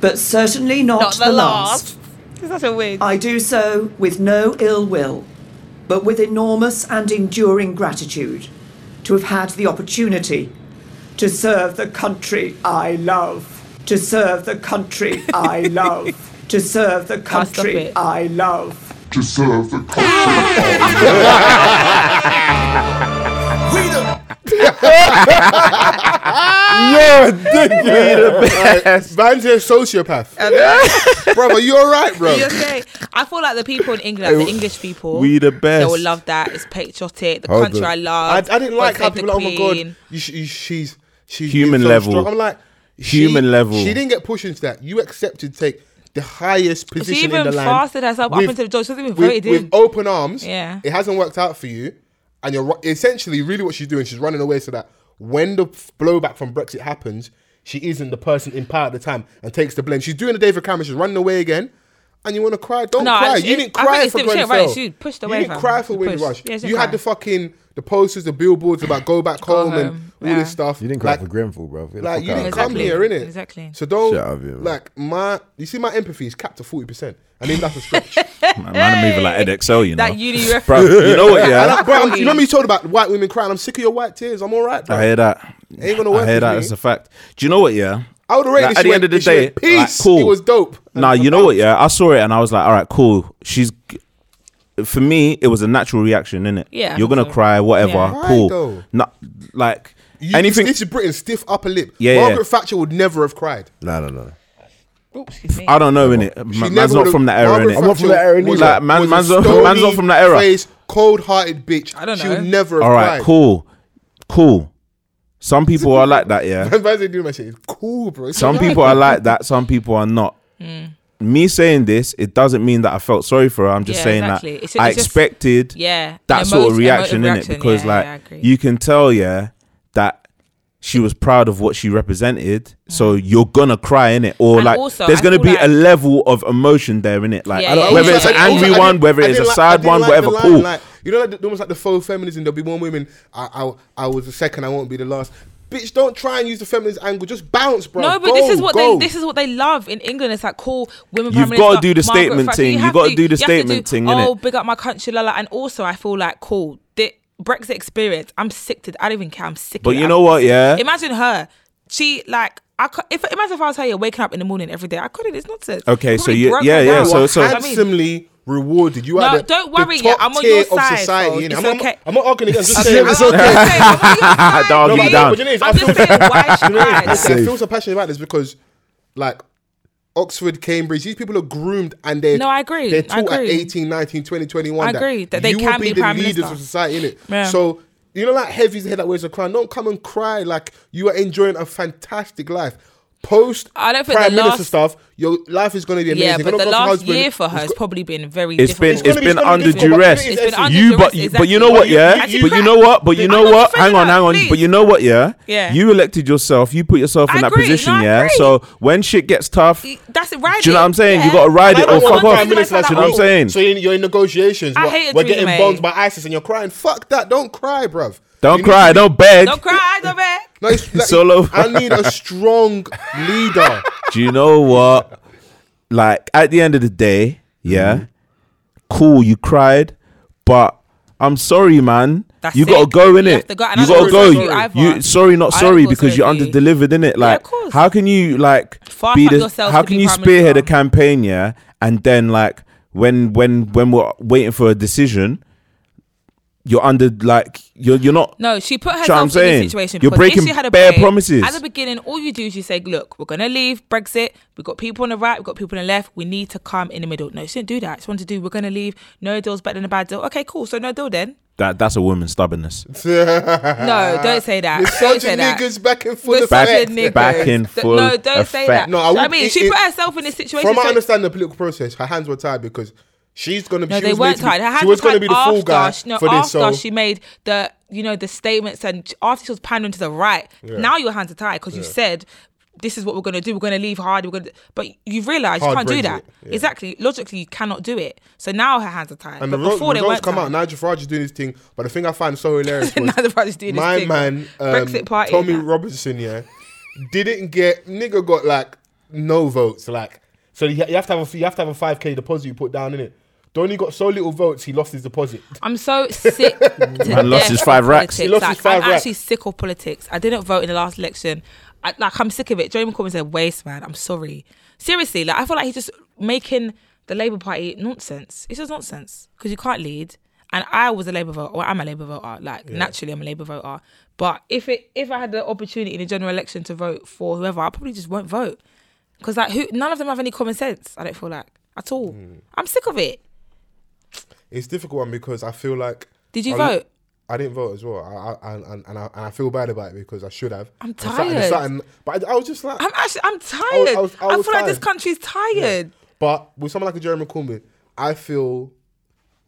Speaker 9: but certainly not,
Speaker 2: Not the
Speaker 9: the
Speaker 2: last. It's such a weird.
Speaker 9: I do so with no ill will, but with enormous and enduring gratitude to have had the opportunity to serve the country I love. To serve the country I love. To serve the
Speaker 2: stop
Speaker 9: country
Speaker 2: it.
Speaker 9: I love.
Speaker 3: Vans is a sociopath. bro, are you all right, bro?
Speaker 2: You okay? I feel like the people in England, like the English people,
Speaker 1: we the best.
Speaker 2: They will love that. It's patriotic. The
Speaker 5: Hold
Speaker 2: country
Speaker 5: on.
Speaker 2: I
Speaker 3: I, I
Speaker 2: love.
Speaker 3: didn't
Speaker 2: God
Speaker 3: like how
Speaker 2: save the
Speaker 3: people. Like, oh my
Speaker 2: Queen.
Speaker 3: god, you, sh- you, she's she's
Speaker 1: Human
Speaker 3: been so
Speaker 1: level.
Speaker 3: strong." I'm like she-
Speaker 1: Human level.
Speaker 3: She didn't get pushed into that. You accepted to take the highest position
Speaker 2: She
Speaker 3: in
Speaker 2: even
Speaker 3: the land.
Speaker 2: fasted herself up
Speaker 3: with-
Speaker 2: until the judge. She hasn't even
Speaker 3: with,
Speaker 2: voted
Speaker 3: with
Speaker 2: in.
Speaker 3: open arms.
Speaker 2: Yeah.
Speaker 3: it hasn't worked out for you, and you're ru- essentially really what she's doing. She's running away so that when the f- blowback from Brexit happens, she isn't the person in power at the time and takes the blame. She's doing the David Cameron. She's running away again. And you want to cry? Don't
Speaker 2: No,
Speaker 3: cry.
Speaker 2: it's-
Speaker 3: you didn't
Speaker 2: I
Speaker 3: cry
Speaker 2: think it's
Speaker 3: for
Speaker 2: still- she
Speaker 3: Grenfell.
Speaker 2: right, she pushed away
Speaker 3: You didn't
Speaker 2: from-
Speaker 3: cry for Winnie
Speaker 2: pushed.
Speaker 3: Rush.
Speaker 2: Yeah, she
Speaker 3: you had
Speaker 2: cried.
Speaker 3: the fucking the posters, the billboards about go back home,
Speaker 2: home,
Speaker 3: and all
Speaker 2: yeah.
Speaker 3: this stuff.
Speaker 5: You didn't cry
Speaker 3: Like,
Speaker 5: for Grenfell, bro. Get the
Speaker 3: like
Speaker 5: fuck
Speaker 3: you
Speaker 5: out.
Speaker 3: didn't
Speaker 2: Exactly.
Speaker 3: come here, innit?
Speaker 2: Exactly.
Speaker 3: So don't
Speaker 5: Shut up, yeah, man.
Speaker 3: like my. You see, my empathy is capped to forty percent. I mean, that's a stretch.
Speaker 1: Man, man, I'm moving like Ed XL, you know.
Speaker 2: That uni reference.
Speaker 1: Bro, you know what?
Speaker 3: And
Speaker 1: Yeah,
Speaker 3: I, bro, I'm- you remember you told about white women crying. I'm sick of your white tears. I'm all right, bro.
Speaker 1: I hear that.
Speaker 3: Ain't gonna
Speaker 1: I
Speaker 3: work
Speaker 1: hear
Speaker 3: with
Speaker 1: that.
Speaker 3: me.
Speaker 1: It's a fact. Do you know what? Yeah,
Speaker 3: I would have rated
Speaker 1: Like,
Speaker 3: it.
Speaker 1: at
Speaker 3: She
Speaker 1: the end
Speaker 3: went-
Speaker 1: of the
Speaker 3: she
Speaker 1: day,
Speaker 3: went, peace.
Speaker 1: like, cool.
Speaker 3: It was dope.
Speaker 1: Nah, you know what? Yeah, I saw it and I was like, all right, cool. She's for me, it was a natural reaction, innit?
Speaker 2: Yeah,
Speaker 1: you're gonna
Speaker 2: so.
Speaker 1: cry, whatever.
Speaker 2: Yeah.
Speaker 3: Why
Speaker 1: Cool.
Speaker 3: though?
Speaker 1: Not like
Speaker 3: You,
Speaker 1: anything.
Speaker 3: This is Britain. Stiff upper lip.
Speaker 1: Yeah, yeah.
Speaker 3: Margaret Thatcher would never have cried.
Speaker 5: No, no, no.
Speaker 2: Oops, excuse me.
Speaker 1: I don't know, innit?
Speaker 3: She
Speaker 1: Ma-
Speaker 3: never
Speaker 1: Man's not
Speaker 3: would've-
Speaker 1: from that era,
Speaker 3: Margaret
Speaker 1: innit?
Speaker 5: I'm not
Speaker 3: Thatcher
Speaker 5: from that era
Speaker 3: was
Speaker 5: neither.
Speaker 3: a-
Speaker 1: Like, man-
Speaker 3: was a
Speaker 1: man's not- man's not from that era.
Speaker 3: stony-faced, cold-hearted bitch.
Speaker 2: I don't
Speaker 3: She would
Speaker 2: know.
Speaker 3: never have
Speaker 1: All right,
Speaker 3: cried.
Speaker 1: cool, cool. Some people are like that, yeah.
Speaker 3: And Vance ain't doing my shit. It's cool, bro. It's
Speaker 1: Some
Speaker 3: alright.
Speaker 1: people are like that, some people are not.
Speaker 2: Hmm.
Speaker 1: Me saying this, it doesn't mean that I felt sorry for her. I'm just
Speaker 2: Yeah,
Speaker 1: saying
Speaker 2: exactly.
Speaker 1: that
Speaker 2: It's-
Speaker 1: I
Speaker 2: it's just-
Speaker 1: expected
Speaker 2: Yeah.
Speaker 1: that
Speaker 2: An
Speaker 1: sort of
Speaker 2: emotive-
Speaker 1: reaction in it
Speaker 2: emotive
Speaker 1: because,
Speaker 2: Yeah,
Speaker 1: like,
Speaker 2: yeah, I agree.
Speaker 1: you can tell, yeah, that she was proud of what she represented. So you're gonna cry in it, or
Speaker 2: Hmm. And
Speaker 1: like,
Speaker 2: also,
Speaker 1: there's
Speaker 2: I
Speaker 1: gonna
Speaker 2: feel
Speaker 1: be a
Speaker 2: like-
Speaker 1: level of emotion there in it, like
Speaker 2: Yeah, I don't- yeah,
Speaker 1: whether
Speaker 2: yeah.
Speaker 1: it's an
Speaker 2: Also, I-
Speaker 1: angry
Speaker 2: also, I
Speaker 1: one, whether
Speaker 3: I
Speaker 1: it's a
Speaker 3: didn't like- I
Speaker 1: sad
Speaker 3: didn't
Speaker 1: one,
Speaker 3: like
Speaker 1: whatever.
Speaker 3: the line,
Speaker 1: Cool.
Speaker 3: Like, you know, like, the- almost like the faux feminism. There'll be one woman. I, I, I was the second. I won't be the last. Bitch, don't try and use the feminist angle. Just bounce, bro.
Speaker 2: No, but
Speaker 3: Go,
Speaker 2: this is what
Speaker 3: go.
Speaker 2: they this is what they love in England. It's like cool women.
Speaker 1: You've
Speaker 2: prime
Speaker 1: gotta
Speaker 2: minister,
Speaker 1: do the
Speaker 2: Margaret
Speaker 1: statement
Speaker 2: Thatcher.
Speaker 1: thing.
Speaker 2: You
Speaker 1: You've
Speaker 2: have
Speaker 1: gotta
Speaker 2: to-
Speaker 1: do the
Speaker 2: you have to
Speaker 1: statement
Speaker 2: do,
Speaker 1: thing,
Speaker 2: Oh,
Speaker 1: innit?
Speaker 2: big up my country, lala. And also, I feel like cool. The Brexit experience. I'm sick to. I don't even care. I'm sick.
Speaker 1: But
Speaker 2: of it.
Speaker 1: you
Speaker 2: I'm
Speaker 1: know what,
Speaker 2: sick.
Speaker 1: yeah?
Speaker 2: Imagine her. She like. I cou- if imagine if I was her, you're waking up in the morning every day. I couldn't. It's nonsense.
Speaker 1: Okay,
Speaker 2: I'd
Speaker 1: so
Speaker 2: probably
Speaker 1: you-
Speaker 2: broke
Speaker 1: yeah,
Speaker 2: her
Speaker 1: yeah,
Speaker 2: down.
Speaker 1: so- so-
Speaker 2: You know what I mean?
Speaker 3: handsomely rewarded. You
Speaker 2: No,
Speaker 3: are the,
Speaker 2: don't
Speaker 3: the
Speaker 2: worry, yeah,
Speaker 3: top
Speaker 2: I'm on
Speaker 3: tier
Speaker 2: your
Speaker 3: of
Speaker 2: side, so
Speaker 3: society. innit?
Speaker 2: it's
Speaker 3: I'm, not-
Speaker 2: okay.
Speaker 3: I'm not arguing against. I'm just
Speaker 5: It's
Speaker 3: saying.
Speaker 5: okay.
Speaker 3: It's
Speaker 2: I'm
Speaker 3: okay.
Speaker 2: saying, I'm on your
Speaker 1: Dog,
Speaker 2: side,
Speaker 1: you
Speaker 2: babe.
Speaker 1: down.
Speaker 3: But you know, it's-
Speaker 2: I'm
Speaker 3: I
Speaker 2: just
Speaker 3: feel-
Speaker 2: saying, why she
Speaker 3: You know what I mean?
Speaker 2: cried?
Speaker 3: I,
Speaker 2: like-
Speaker 3: I feel so passionate about this because, like, Oxford, Cambridge, these people are groomed and they're
Speaker 2: No, I agree.
Speaker 3: They're
Speaker 2: I
Speaker 3: taught
Speaker 2: agree.
Speaker 3: at 18, 19, 20, 21.
Speaker 2: I agree that they
Speaker 3: you
Speaker 2: can
Speaker 3: will be,
Speaker 2: be
Speaker 3: the
Speaker 2: prime
Speaker 3: leaders
Speaker 2: minister.
Speaker 3: of society, innit?
Speaker 2: Yeah.
Speaker 3: So you know, like heavy's the head that wears a crown. Don't come and cry like you are enjoying a fantastic life. Post
Speaker 2: I don't think
Speaker 3: prime
Speaker 2: the
Speaker 3: minister
Speaker 2: last-
Speaker 3: stuff, your life is going to be amazing.
Speaker 2: yeah,
Speaker 3: You're
Speaker 2: but
Speaker 3: gonna
Speaker 2: the
Speaker 3: go to
Speaker 2: last
Speaker 3: husband,
Speaker 2: year for her
Speaker 3: it's
Speaker 2: has
Speaker 3: go-
Speaker 2: probably been very
Speaker 1: It's been
Speaker 2: difficult.
Speaker 1: it's
Speaker 3: gonna be-
Speaker 1: been
Speaker 3: it's gonna be
Speaker 1: under
Speaker 3: difficult, but
Speaker 1: duress.
Speaker 3: it is It's
Speaker 2: been under
Speaker 1: you but
Speaker 2: duress,
Speaker 1: but you know
Speaker 2: exactly.
Speaker 1: what yeah
Speaker 2: And she
Speaker 1: but you
Speaker 2: cried.
Speaker 1: know what but you
Speaker 2: I'm
Speaker 1: know
Speaker 2: not
Speaker 1: what
Speaker 2: afraid
Speaker 1: hang
Speaker 2: of
Speaker 1: on
Speaker 2: her,
Speaker 1: hang on
Speaker 2: please.
Speaker 1: but you know what yeah
Speaker 2: Yeah.
Speaker 1: you elected yourself you put yourself
Speaker 2: I
Speaker 1: in that
Speaker 2: agree, no,
Speaker 1: position
Speaker 2: I
Speaker 1: yeah
Speaker 2: agree.
Speaker 1: so when shit gets tough
Speaker 2: Y-
Speaker 1: do
Speaker 2: That's it, right?
Speaker 1: you know what I'm saying you got to ride
Speaker 3: I
Speaker 1: it or
Speaker 3: don't want
Speaker 1: oh, fuck
Speaker 3: a
Speaker 1: off
Speaker 3: prime minister that's
Speaker 1: you know what I'm
Speaker 3: all.
Speaker 1: saying
Speaker 3: oh, So you're, you're in negotiations.
Speaker 2: I
Speaker 3: what,
Speaker 2: hate
Speaker 3: we're
Speaker 2: Theresa
Speaker 3: getting
Speaker 2: May.
Speaker 3: bombed by ISIS, and you're crying. Fuck that! Don't cry, bruv.
Speaker 1: don't
Speaker 3: You need
Speaker 1: cry
Speaker 3: to be-
Speaker 1: don't beg
Speaker 2: Don't cry, go back.
Speaker 3: No, it's like,
Speaker 1: Solo.
Speaker 3: I need a strong leader.
Speaker 1: do you know what like at the end of the day yeah cool you cried but I'm sorry man
Speaker 2: That's
Speaker 1: you gotta
Speaker 2: it.
Speaker 1: go in
Speaker 2: You
Speaker 1: it
Speaker 2: have to go, and
Speaker 1: you
Speaker 2: I'm
Speaker 1: gotta
Speaker 2: not
Speaker 1: go
Speaker 2: sorry
Speaker 1: you,
Speaker 2: for you either.
Speaker 1: sorry not
Speaker 2: I
Speaker 1: sorry
Speaker 2: am
Speaker 1: because you're
Speaker 2: sorry for
Speaker 1: under
Speaker 2: you.
Speaker 1: delivered in it like
Speaker 2: course.
Speaker 1: how can you like
Speaker 2: Fast
Speaker 1: be
Speaker 2: track
Speaker 1: the,
Speaker 2: yourself
Speaker 1: how
Speaker 2: to
Speaker 1: can
Speaker 2: be
Speaker 1: you
Speaker 2: prime
Speaker 1: spearhead a
Speaker 2: minister.
Speaker 1: campaign yeah and then like when when when we're waiting for a decision you're under like you're you're not
Speaker 2: No, she put
Speaker 1: what I'm
Speaker 2: herself in this
Speaker 1: saying?
Speaker 2: situation.
Speaker 1: You're
Speaker 2: because if
Speaker 1: breaking
Speaker 2: she had a
Speaker 1: bare
Speaker 2: break,
Speaker 1: promises.
Speaker 2: At the beginning, all you do is you say, "Look, we're gonna leave Brexit. We've got people on the right, we've got people on the left. We need to come in the middle." No, she didn't do that. She wanted to do, "We're gonna leave. No deal's better than a bad deal." Okay, cool. So no deal then.
Speaker 1: that that's a woman's stubbornness
Speaker 2: No, don't say that.
Speaker 3: We're Uh,
Speaker 2: Don't
Speaker 3: such
Speaker 2: say that.
Speaker 3: niggas back and
Speaker 2: We're
Speaker 3: full of
Speaker 2: such a
Speaker 3: facts.
Speaker 2: niggas.
Speaker 1: back in full
Speaker 2: No, don't say
Speaker 1: effect.
Speaker 2: that.
Speaker 3: No,
Speaker 2: No,
Speaker 3: I
Speaker 2: I,
Speaker 3: would-
Speaker 2: mean,
Speaker 3: it-
Speaker 2: she
Speaker 3: it-
Speaker 2: put herself in this situation.
Speaker 3: From my
Speaker 2: so-
Speaker 3: understanding of the political process, her hands were tied because she's going to be.
Speaker 2: No,
Speaker 3: she
Speaker 2: they
Speaker 3: was meant
Speaker 2: weren't
Speaker 3: to be-
Speaker 2: tied. Her hands
Speaker 3: she was
Speaker 2: were
Speaker 3: going to
Speaker 2: tied
Speaker 3: be the fool
Speaker 2: after
Speaker 3: guy
Speaker 2: she- no,
Speaker 3: for this.
Speaker 2: after
Speaker 3: So
Speaker 2: she made the you know the statements and after she was pandering to the right. Now your hands are tied because you said this is what we're going to do. We're going to leave hard. We're going to, but you've realised you
Speaker 3: Hard
Speaker 2: can't do
Speaker 3: Brexit,
Speaker 2: that.
Speaker 3: yeah.
Speaker 2: Exactly. Logically, you cannot do it. So now her hands are tied.
Speaker 3: And
Speaker 2: but
Speaker 3: the ro-
Speaker 2: before they
Speaker 3: results
Speaker 2: weren't
Speaker 3: come out.
Speaker 2: tied.
Speaker 3: Nigel Farage is doing his thing, but the thing I find so hilarious was
Speaker 2: Nigel Farage is doing his
Speaker 3: my
Speaker 2: thing.
Speaker 3: man, um,
Speaker 2: Brexit party
Speaker 3: Tommy
Speaker 2: and that.
Speaker 3: Robinson, yeah, didn't get nigga got like no votes, like so you ha- you have to have a you have to have a five k deposit you put down in it. Donny got so little votes, he lost his deposit.
Speaker 2: I'm so sick. to
Speaker 1: Man lost
Speaker 2: death
Speaker 1: his
Speaker 2: of
Speaker 1: five racks.
Speaker 2: politics.
Speaker 3: He lost
Speaker 2: like,
Speaker 3: his five
Speaker 2: I'm
Speaker 3: racks.
Speaker 2: actually sick of politics. I didn't vote in the last election. I, like I'm sick of it. Jeremy Corbyn's a waste man. I'm sorry. Seriously, like I feel like he's just making the Labour Party nonsense. It's just nonsense because you can't lead. And I was a Labour voter. Well, I'm a Labour voter. Like naturally, I'm a Labour voter. But if it if I had the opportunity in the general election to vote for whoever, I probably just won't vote because like who none of them have any common sense. I don't feel like at all.
Speaker 3: Mm.
Speaker 2: I'm sick of it.
Speaker 3: It's a difficult one because I feel like
Speaker 2: Did you
Speaker 3: I-
Speaker 2: vote?
Speaker 3: I didn't vote as well, I, I, and, and, and, I, and I feel bad about it because I should have.
Speaker 2: I'm
Speaker 3: And something-
Speaker 2: tired.
Speaker 3: something- but I, I was just like,
Speaker 2: I'm actually
Speaker 3: I
Speaker 2: I'm
Speaker 3: was-
Speaker 2: tired. I,
Speaker 3: I was- I was
Speaker 2: feel like this
Speaker 3: tired.
Speaker 2: country's tired.
Speaker 3: but with someone like a Jeremy Corbyn, I feel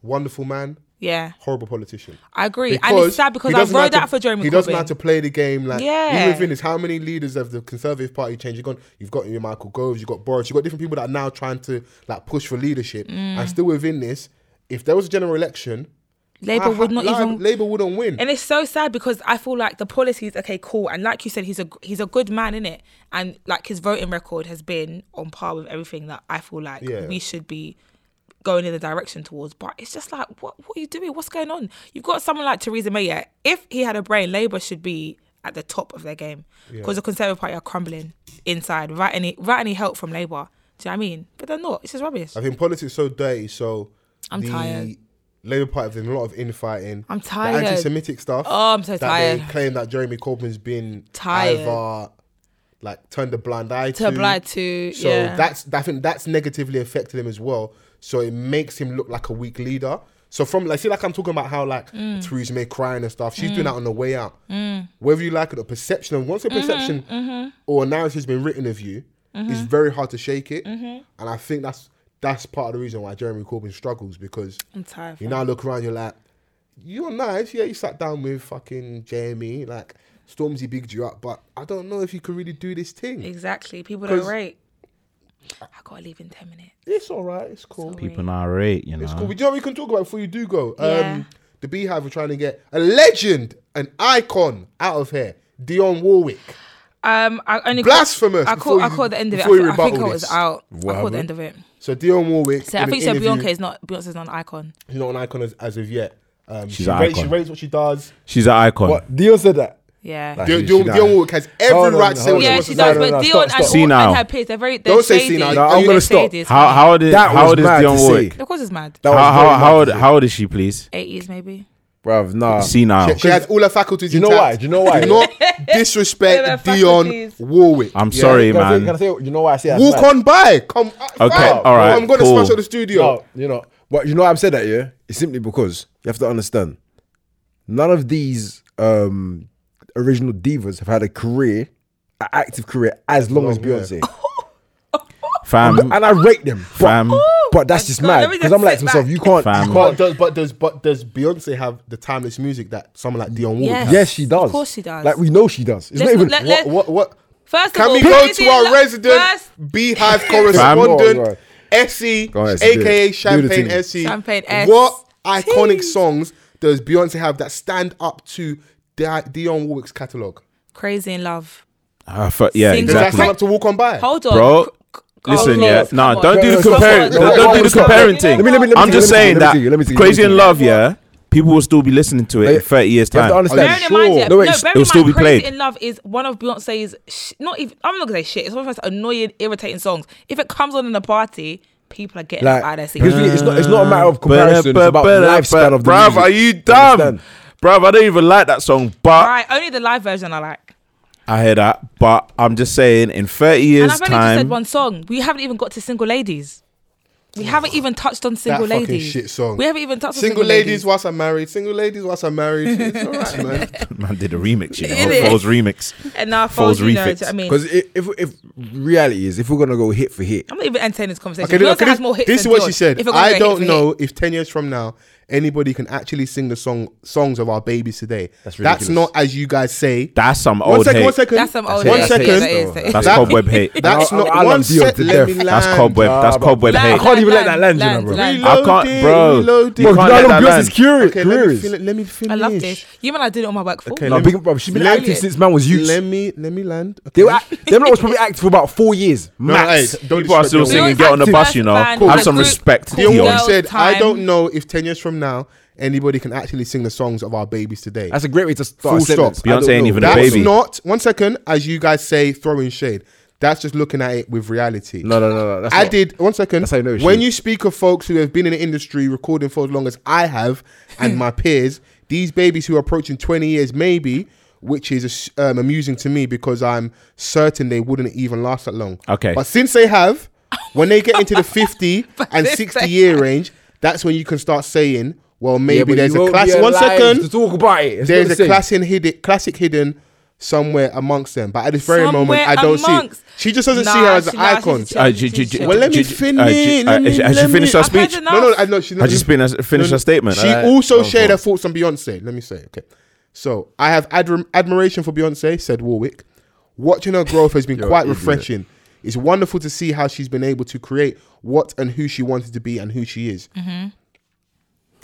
Speaker 3: wonderful man,
Speaker 2: Yeah,
Speaker 3: horrible politician.
Speaker 2: I agree. and it's sad because
Speaker 3: he
Speaker 2: I
Speaker 3: doesn't know
Speaker 2: rode
Speaker 3: how to-
Speaker 2: out for Jeremy
Speaker 3: He
Speaker 2: Corbyn.
Speaker 3: doesn't know how to play the game. Like,
Speaker 2: Yeah.
Speaker 3: even the thing is, how many leaders of the Conservative Party change? You've got, you've got your Michael Goves, you've got Boris, you've got different people that are now trying to like push for leadership.
Speaker 2: Mm.
Speaker 3: And still within this, if there was a general election,
Speaker 2: Labour
Speaker 3: I
Speaker 2: would
Speaker 3: ha-
Speaker 2: not
Speaker 3: Lib-
Speaker 2: even.
Speaker 3: Labour wouldn't win.
Speaker 2: and it's so sad because I feel like the policies okay, cool, and like you said, he's a he's a good man in it, and like his voting record has been on par with everything that I feel like
Speaker 3: Yeah.
Speaker 2: we should be going in the direction towards. But it's just like, what what are you doing? What's going on? You've got someone like Theresa May. Yeah, if he had a brain, Labour should be at the top of their game because the Conservative Party are crumbling inside without any without any help from Labour. Do you know what I mean? But they're not. It's just rubbish.
Speaker 3: I think politics is so dirty. So
Speaker 2: I'm tired.
Speaker 3: Labour Party have done a lot of infighting.
Speaker 2: I'm
Speaker 3: The
Speaker 2: tired.
Speaker 3: anti-Semitic stuff.
Speaker 2: Oh, I'm so
Speaker 3: that They
Speaker 2: tired.
Speaker 3: claim that Jeremy Corbyn's been
Speaker 2: Tired.
Speaker 3: either like turned a blind eye to.
Speaker 2: To apply to
Speaker 3: So
Speaker 2: yeah.
Speaker 3: that's I think that's negatively affected him as well. So it makes him look like a weak leader. So from like see like I'm talking about how like Theresa May crying and stuff, she's doing that on the way out. Whether you like it or perception, and once a perception or a narrative's been written of you, it's very hard to shake it. And I think that's that's part of the reason why Jeremy Corbyn struggles because
Speaker 2: I'm tired.
Speaker 3: you now look around, you're like, you're nice, yeah. You sat down with fucking Jamie, like Stormzy bigged you up, but I don't know if you could really do this thing.
Speaker 2: Exactly. People don't
Speaker 3: 'Cause-
Speaker 2: rate. I gotta leave in ten minutes.
Speaker 3: It's all right. It's cool.
Speaker 2: Sorry.
Speaker 1: People narrate, you know.
Speaker 3: It's cool. We do you know what we can talk about before you do go.
Speaker 2: Yeah.
Speaker 3: Um, the Beehive are trying to get a legend, an icon out of here. Dion Warwick.
Speaker 2: Um, I only
Speaker 3: Blasphemous
Speaker 2: I
Speaker 3: before
Speaker 2: caught. I
Speaker 3: you-
Speaker 2: caught the end of it. I,
Speaker 3: before you
Speaker 2: thi- I think I
Speaker 3: rebuttal
Speaker 2: was
Speaker 3: this.
Speaker 2: out. I caught the end of it.
Speaker 3: So Dion Warwick.
Speaker 2: So I
Speaker 3: in an
Speaker 2: think so.
Speaker 3: interview-
Speaker 2: Beyonce is not. Beyonce's not an icon.
Speaker 3: She's not an icon as, as of yet. Um,
Speaker 1: She's
Speaker 3: she,
Speaker 1: an
Speaker 3: rates,
Speaker 1: icon.
Speaker 3: she rates what she does.
Speaker 1: She's an icon.
Speaker 5: What? Dio said that.
Speaker 2: Yeah.
Speaker 5: Like,
Speaker 3: Dion,
Speaker 5: she-
Speaker 3: Dion,
Speaker 5: she
Speaker 3: Dion
Speaker 5: died.
Speaker 3: Warwick has every
Speaker 5: Hold on,
Speaker 3: right to say
Speaker 5: hold
Speaker 3: what she
Speaker 5: on.
Speaker 2: yeah,
Speaker 3: wants
Speaker 2: she
Speaker 3: to
Speaker 5: no,
Speaker 2: does.
Speaker 5: no,
Speaker 3: say.
Speaker 2: But
Speaker 5: no,
Speaker 2: Dion
Speaker 5: stop,
Speaker 2: and
Speaker 5: stop.
Speaker 2: all
Speaker 1: Senile.
Speaker 2: and her peers, they're very. They're
Speaker 3: Don't say
Speaker 2: shady.
Speaker 3: senile.
Speaker 5: No, I'm
Speaker 2: They're
Speaker 5: gonna
Speaker 2: shady
Speaker 5: stop.
Speaker 2: as
Speaker 1: How
Speaker 2: fuck.
Speaker 1: how old is
Speaker 5: That
Speaker 1: how
Speaker 5: was
Speaker 1: old is
Speaker 5: mad
Speaker 1: Dion
Speaker 5: to see.
Speaker 1: Warwick?
Speaker 2: Of course, it's mad.
Speaker 5: That was
Speaker 1: How
Speaker 5: very
Speaker 1: how how
Speaker 5: bad
Speaker 1: old,
Speaker 5: to see.
Speaker 1: how old is she, please?
Speaker 2: Eighties maybe.
Speaker 5: Bruv, nah.
Speaker 1: Senile.
Speaker 3: She has all her faculties
Speaker 5: Do you know
Speaker 3: intact.
Speaker 5: why? Do you know why?
Speaker 3: Do not
Speaker 2: All her
Speaker 3: disrespect Dion
Speaker 2: faculties.
Speaker 3: Warwick.
Speaker 1: I'm
Speaker 5: Yeah,
Speaker 1: sorry,
Speaker 5: can I say-
Speaker 1: man.
Speaker 5: can I say, you know why I say that's
Speaker 3: Walk
Speaker 5: mad?
Speaker 3: on by. Come.
Speaker 1: Okay, all right,
Speaker 3: I'm going to
Speaker 1: cool.
Speaker 3: smash out the studio.
Speaker 5: No, you know, but you know why I'm saying that, yeah? It's simply because you have to understand none of these um original divas have had a career, an active career as long as
Speaker 3: Long, yeah.
Speaker 5: Beyonce.
Speaker 1: Fam,
Speaker 5: And I rate them. But,
Speaker 1: Fam.
Speaker 5: but that's just
Speaker 2: God,
Speaker 5: mad.
Speaker 2: let me
Speaker 5: Because
Speaker 2: just
Speaker 5: I'm like to
Speaker 2: sit
Speaker 5: myself,
Speaker 2: back.
Speaker 5: you can't,
Speaker 1: Fam.
Speaker 5: you
Speaker 3: But
Speaker 1: But
Speaker 5: can't
Speaker 3: does but does but does Beyonce have the timeless music that someone like Dion Warwick
Speaker 2: Yes.
Speaker 3: has?
Speaker 5: Yes, she does.
Speaker 2: Of course she does.
Speaker 5: Like we know she does. It's
Speaker 2: Let's
Speaker 5: not even.
Speaker 2: not- let- let-
Speaker 5: what-
Speaker 3: What what?
Speaker 2: First of
Speaker 3: Can
Speaker 2: all,
Speaker 3: we go
Speaker 2: is
Speaker 3: to
Speaker 2: it
Speaker 3: our
Speaker 2: la-
Speaker 3: resident
Speaker 2: first-
Speaker 3: Beehive
Speaker 5: Go on, go on.
Speaker 3: correspondent, Essie,
Speaker 5: Go on, Essie, do it. Do
Speaker 3: aka
Speaker 5: the
Speaker 3: Champagne
Speaker 5: thing.
Speaker 3: Essie?
Speaker 2: Champagne S.
Speaker 3: What iconic
Speaker 2: Jeez.
Speaker 3: songs does Beyonce have that stand up to Di- Dion Warwick's catalog?
Speaker 2: Crazy in love.
Speaker 1: I fu- yeah,
Speaker 2: Sing
Speaker 3: Does that
Speaker 1: exactly.
Speaker 3: stand up to Walk on by?
Speaker 2: Hold on,
Speaker 1: Bro,
Speaker 2: C- c-
Speaker 1: Listen,
Speaker 2: Carlos,
Speaker 1: yeah,
Speaker 2: come
Speaker 1: no,
Speaker 2: on.
Speaker 1: don't do the
Speaker 2: Come on.
Speaker 1: comparing.
Speaker 5: No, no,
Speaker 1: Don't do
Speaker 5: no,
Speaker 1: the
Speaker 5: stop.
Speaker 1: comparing thing.
Speaker 5: Let me- let me- let me
Speaker 1: I'm
Speaker 5: see,
Speaker 1: just
Speaker 5: let me see,
Speaker 1: saying
Speaker 5: let me
Speaker 1: that
Speaker 5: see, let me see, let me
Speaker 1: Crazy
Speaker 5: see.
Speaker 1: in Love, yeah, people will still be listening to it in 30 years
Speaker 5: You have to
Speaker 1: time.
Speaker 5: understand.
Speaker 2: Bearing in mind, yeah,
Speaker 5: No, wait,
Speaker 2: no,
Speaker 5: s-
Speaker 2: bearing
Speaker 1: it'll
Speaker 2: in
Speaker 1: still
Speaker 2: mind,
Speaker 1: be
Speaker 2: Crazy
Speaker 1: played.
Speaker 2: in Love is one of Beyonce's sh- not even. I'm not gonna say shit. It's one of the most annoying, irritating songs. If it comes on in a party, people are getting
Speaker 5: Like,
Speaker 2: out of their seat.
Speaker 5: because really, it's not, it's not a matter of comparison. It's about
Speaker 1: Ba-da-ba-da-ba.
Speaker 5: lifespan of the
Speaker 1: Bruv,
Speaker 5: music.
Speaker 1: are you dumb?
Speaker 5: understand?
Speaker 1: Bruv, I don't even like that song, but
Speaker 2: All right, only the live version I like.
Speaker 1: I hear that. But I'm just saying, in 30
Speaker 2: And
Speaker 1: years
Speaker 2: I've only just said
Speaker 1: time,
Speaker 2: one song. We haven't even got to Single Ladies. We haven't even touched on Single
Speaker 3: fucking
Speaker 2: Ladies.
Speaker 3: shit song.
Speaker 2: We haven't even touched on
Speaker 3: Single ladies, whilst I'm married. Single ladies, whilst I'm married. It's all right, man.
Speaker 1: man did a remix, you
Speaker 2: Innit?
Speaker 1: know, Foles remix.
Speaker 2: And now
Speaker 1: Foles
Speaker 2: Foles, you know,
Speaker 1: refits.
Speaker 2: do you know what I mean,
Speaker 5: Because if, if if reality is, if we're gonna go hit for hit,
Speaker 2: I'm not even entertaining this conversation.
Speaker 3: Okay,
Speaker 2: Beyonce
Speaker 3: look, okay,
Speaker 2: has
Speaker 3: this,
Speaker 2: more hits
Speaker 3: this is
Speaker 2: than
Speaker 3: what
Speaker 2: Dion,
Speaker 3: she said.
Speaker 2: if we're gonna
Speaker 3: I
Speaker 2: go hit
Speaker 3: don't
Speaker 2: for hit.
Speaker 3: know if 10 years from now, anybody can actually sing the song songs of our babies today.
Speaker 5: That's ridiculous.
Speaker 3: not as you guys say.
Speaker 1: That's some
Speaker 3: One
Speaker 1: old
Speaker 3: second,
Speaker 1: hate.
Speaker 3: one second.
Speaker 2: That's some old
Speaker 3: One
Speaker 2: hate.
Speaker 3: second.
Speaker 2: Yeah, that is, that is.
Speaker 1: That's
Speaker 3: That-
Speaker 1: cobweb hate.
Speaker 3: That's
Speaker 5: I-
Speaker 3: not
Speaker 5: I love
Speaker 3: one
Speaker 5: Dion
Speaker 3: sec.
Speaker 5: to
Speaker 3: Let
Speaker 5: death.
Speaker 3: me
Speaker 1: That's
Speaker 3: land.
Speaker 1: cobweb. That's
Speaker 5: Nah,
Speaker 1: cobweb
Speaker 2: Land,
Speaker 1: hate.
Speaker 5: can't even let that land, you know,
Speaker 2: land,
Speaker 5: bro.
Speaker 2: land.
Speaker 1: I can't, bro.
Speaker 3: Reloading,
Speaker 1: You
Speaker 5: Bro,
Speaker 1: can't
Speaker 5: how
Speaker 1: let
Speaker 5: long
Speaker 1: that
Speaker 5: Beyonce's
Speaker 1: land.
Speaker 5: career,
Speaker 3: Okay, let
Speaker 5: career
Speaker 3: me,
Speaker 5: is?
Speaker 3: fin- let me finish.
Speaker 2: I love this. You man, I did it on my work for.
Speaker 3: Okay,
Speaker 5: No,
Speaker 3: let me-
Speaker 5: big, bro, she's been
Speaker 2: Let me-
Speaker 5: active since man was youth.
Speaker 3: Let me let me land.
Speaker 5: They were, act- them lot was probably active for about four years.
Speaker 3: No,
Speaker 5: Max.
Speaker 3: hey, don't
Speaker 1: People are
Speaker 3: disrespect Dion.
Speaker 1: still singing
Speaker 2: Dion's
Speaker 1: "Get on the
Speaker 2: active.
Speaker 1: Bus," you know.
Speaker 2: Band,
Speaker 1: Have
Speaker 2: the
Speaker 1: some
Speaker 2: group,
Speaker 1: respect,
Speaker 2: cool.
Speaker 3: Dion
Speaker 1: Dion.
Speaker 2: Girls'
Speaker 3: said, "I
Speaker 2: time.
Speaker 3: don't know if ten years from now anybody can actually sing the songs of our babies today."
Speaker 5: That's a great way to start.
Speaker 3: Full
Speaker 5: a sentence.
Speaker 3: stop.
Speaker 5: I don't
Speaker 1: Beyonce ain't
Speaker 5: know.
Speaker 1: even a
Speaker 5: That-
Speaker 3: That's
Speaker 1: baby.
Speaker 3: not one second, as you guys say, throwing shade. That's just looking at it with reality.
Speaker 5: No, no, no, no. That's
Speaker 3: I
Speaker 5: not-
Speaker 3: did one second.
Speaker 5: That's how you know it's
Speaker 3: when
Speaker 5: shit.
Speaker 3: you speak of folks who have been in the industry recording for as long as I have and my peers, these babies who are approaching 20 years, maybe, which is um, amusing to me because I'm certain they wouldn't even last that long.
Speaker 1: Okay.
Speaker 3: But since they have, when they get into the 50 and
Speaker 2: since
Speaker 3: 60
Speaker 2: they
Speaker 3: year range, that's when you can start saying, well,
Speaker 5: Yeah,
Speaker 3: maybe
Speaker 5: but
Speaker 3: there's
Speaker 5: you
Speaker 3: a
Speaker 5: won't be
Speaker 3: class. One
Speaker 5: alive
Speaker 3: second
Speaker 5: to talk about it. It's not
Speaker 3: there's
Speaker 5: the
Speaker 3: a
Speaker 5: same.
Speaker 3: classic hidden, classic hidden somewhere amongst them. But at this very moment,
Speaker 2: Somewhere
Speaker 3: I don't
Speaker 2: amongst-
Speaker 3: see. it. She just doesn't
Speaker 2: Nah,
Speaker 3: see her as an
Speaker 2: she- nah, she's
Speaker 3: icon.
Speaker 2: a chick.
Speaker 1: Uh, j- j- j-
Speaker 2: Well,
Speaker 3: let me
Speaker 1: j- j-
Speaker 3: finish,
Speaker 1: uh, j-
Speaker 3: let
Speaker 1: uh,
Speaker 3: me-
Speaker 1: Has she
Speaker 3: let
Speaker 1: finished
Speaker 3: me-
Speaker 1: her
Speaker 2: I've had
Speaker 1: speech?
Speaker 2: enough.
Speaker 3: No, no, I know she.
Speaker 1: Has she finished- finished her statement?
Speaker 3: She
Speaker 1: Alright, Oh,
Speaker 3: also
Speaker 1: go
Speaker 3: shared
Speaker 1: for
Speaker 3: her
Speaker 1: it.
Speaker 3: thoughts on Beyonce. Let me say, okay. So I have adm- admiration for Beyonce," said Warwick. "Watching her growth has been quite refreshing. It's wonderful to see how she's been able to create what and who she wanted to be and who she is."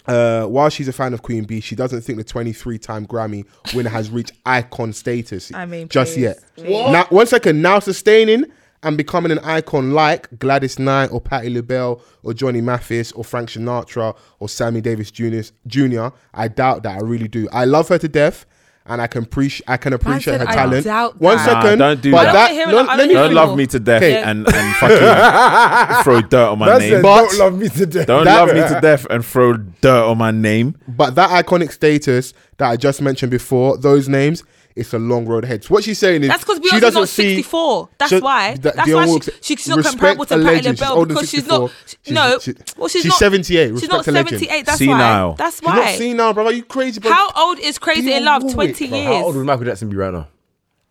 Speaker 3: Uh, while she's a fan of Queen Bee, she doesn't think the 23-time Grammy winner has reached icon status
Speaker 2: I mean,
Speaker 3: just
Speaker 2: please,
Speaker 3: yet. Now, one second, now sustaining and becoming an icon like Gladys Knight or Patti LaBelle or Johnny Mathis or Frank Sinatra or Sammy Davis Jr. Jr. I doubt that. I really do. I love her to death. And I can appreciate I can appreciate
Speaker 2: said
Speaker 3: her
Speaker 2: I
Speaker 3: talent.
Speaker 2: doubt
Speaker 3: One
Speaker 2: that.
Speaker 1: Nah,
Speaker 3: second,
Speaker 1: don't do
Speaker 3: but
Speaker 1: that.
Speaker 2: I don't
Speaker 3: that
Speaker 2: wanna
Speaker 3: no,
Speaker 2: hear
Speaker 3: let me
Speaker 2: it. I don't
Speaker 1: Don't
Speaker 2: Free
Speaker 1: love
Speaker 2: will.
Speaker 1: me to death
Speaker 3: Okay.
Speaker 1: and, and fucking throw dirt on my
Speaker 5: That's
Speaker 1: name.
Speaker 5: it.
Speaker 3: But-
Speaker 5: don't love me to death.
Speaker 1: Don't
Speaker 3: That-
Speaker 1: love me to death and throw dirt on my name.
Speaker 3: But that iconic status that I just mentioned before, those names, it's a long road ahead. So what she's saying is
Speaker 2: That's because
Speaker 3: she
Speaker 2: Beyonce's
Speaker 3: doesn't
Speaker 2: not
Speaker 3: see-
Speaker 2: 64. That's
Speaker 3: she-
Speaker 2: why.
Speaker 3: that-
Speaker 2: That's
Speaker 3: Dionne
Speaker 2: why
Speaker 3: Warwick's-
Speaker 2: she, she's not
Speaker 3: respect
Speaker 2: comparable
Speaker 3: a
Speaker 2: to Patti
Speaker 3: legend. She's
Speaker 2: LaBelle
Speaker 3: older than
Speaker 2: because she's not.
Speaker 3: 64.
Speaker 2: she- no,
Speaker 3: She's-
Speaker 2: well, she's
Speaker 3: she's
Speaker 2: not,
Speaker 3: 78.
Speaker 2: She's
Speaker 3: Respect
Speaker 2: not
Speaker 3: a legend.
Speaker 2: 78. That's
Speaker 1: Senile.
Speaker 2: why. That's
Speaker 3: You're
Speaker 2: why.
Speaker 3: not seeing now, brother. You crazy, bro?
Speaker 2: How old is Crazy
Speaker 3: Dionne
Speaker 2: in Love?
Speaker 3: Warwick,
Speaker 2: 20
Speaker 5: Bro,
Speaker 2: years.
Speaker 5: How old would Michael Jackson be right now?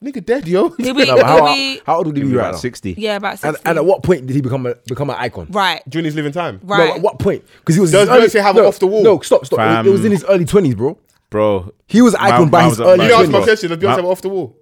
Speaker 3: Nigga dead, yo.
Speaker 2: Did we,
Speaker 5: No, but
Speaker 2: did
Speaker 5: how,
Speaker 2: we,
Speaker 5: how old would he be right now?
Speaker 1: sixty.
Speaker 2: yeah, about 60.
Speaker 5: And, and at what point did he become a, become an icon?
Speaker 2: right.
Speaker 3: During his living time.
Speaker 5: No,
Speaker 2: Right.
Speaker 5: at what point? Because he was. in
Speaker 3: Does
Speaker 5: his early-
Speaker 3: Beyonce have
Speaker 5: no,
Speaker 3: off the wall?
Speaker 5: No, stop, stop. It, was- it was
Speaker 1: Fam.
Speaker 5: in his early twenties, bro.
Speaker 1: bro.
Speaker 5: He was icon
Speaker 1: My-
Speaker 5: by
Speaker 1: my
Speaker 5: his
Speaker 1: was-
Speaker 5: early
Speaker 1: my
Speaker 3: You know,
Speaker 1: was-
Speaker 3: asked my
Speaker 5: 20s.
Speaker 3: question. Does Beyonce
Speaker 1: Nah.
Speaker 3: have off the wall?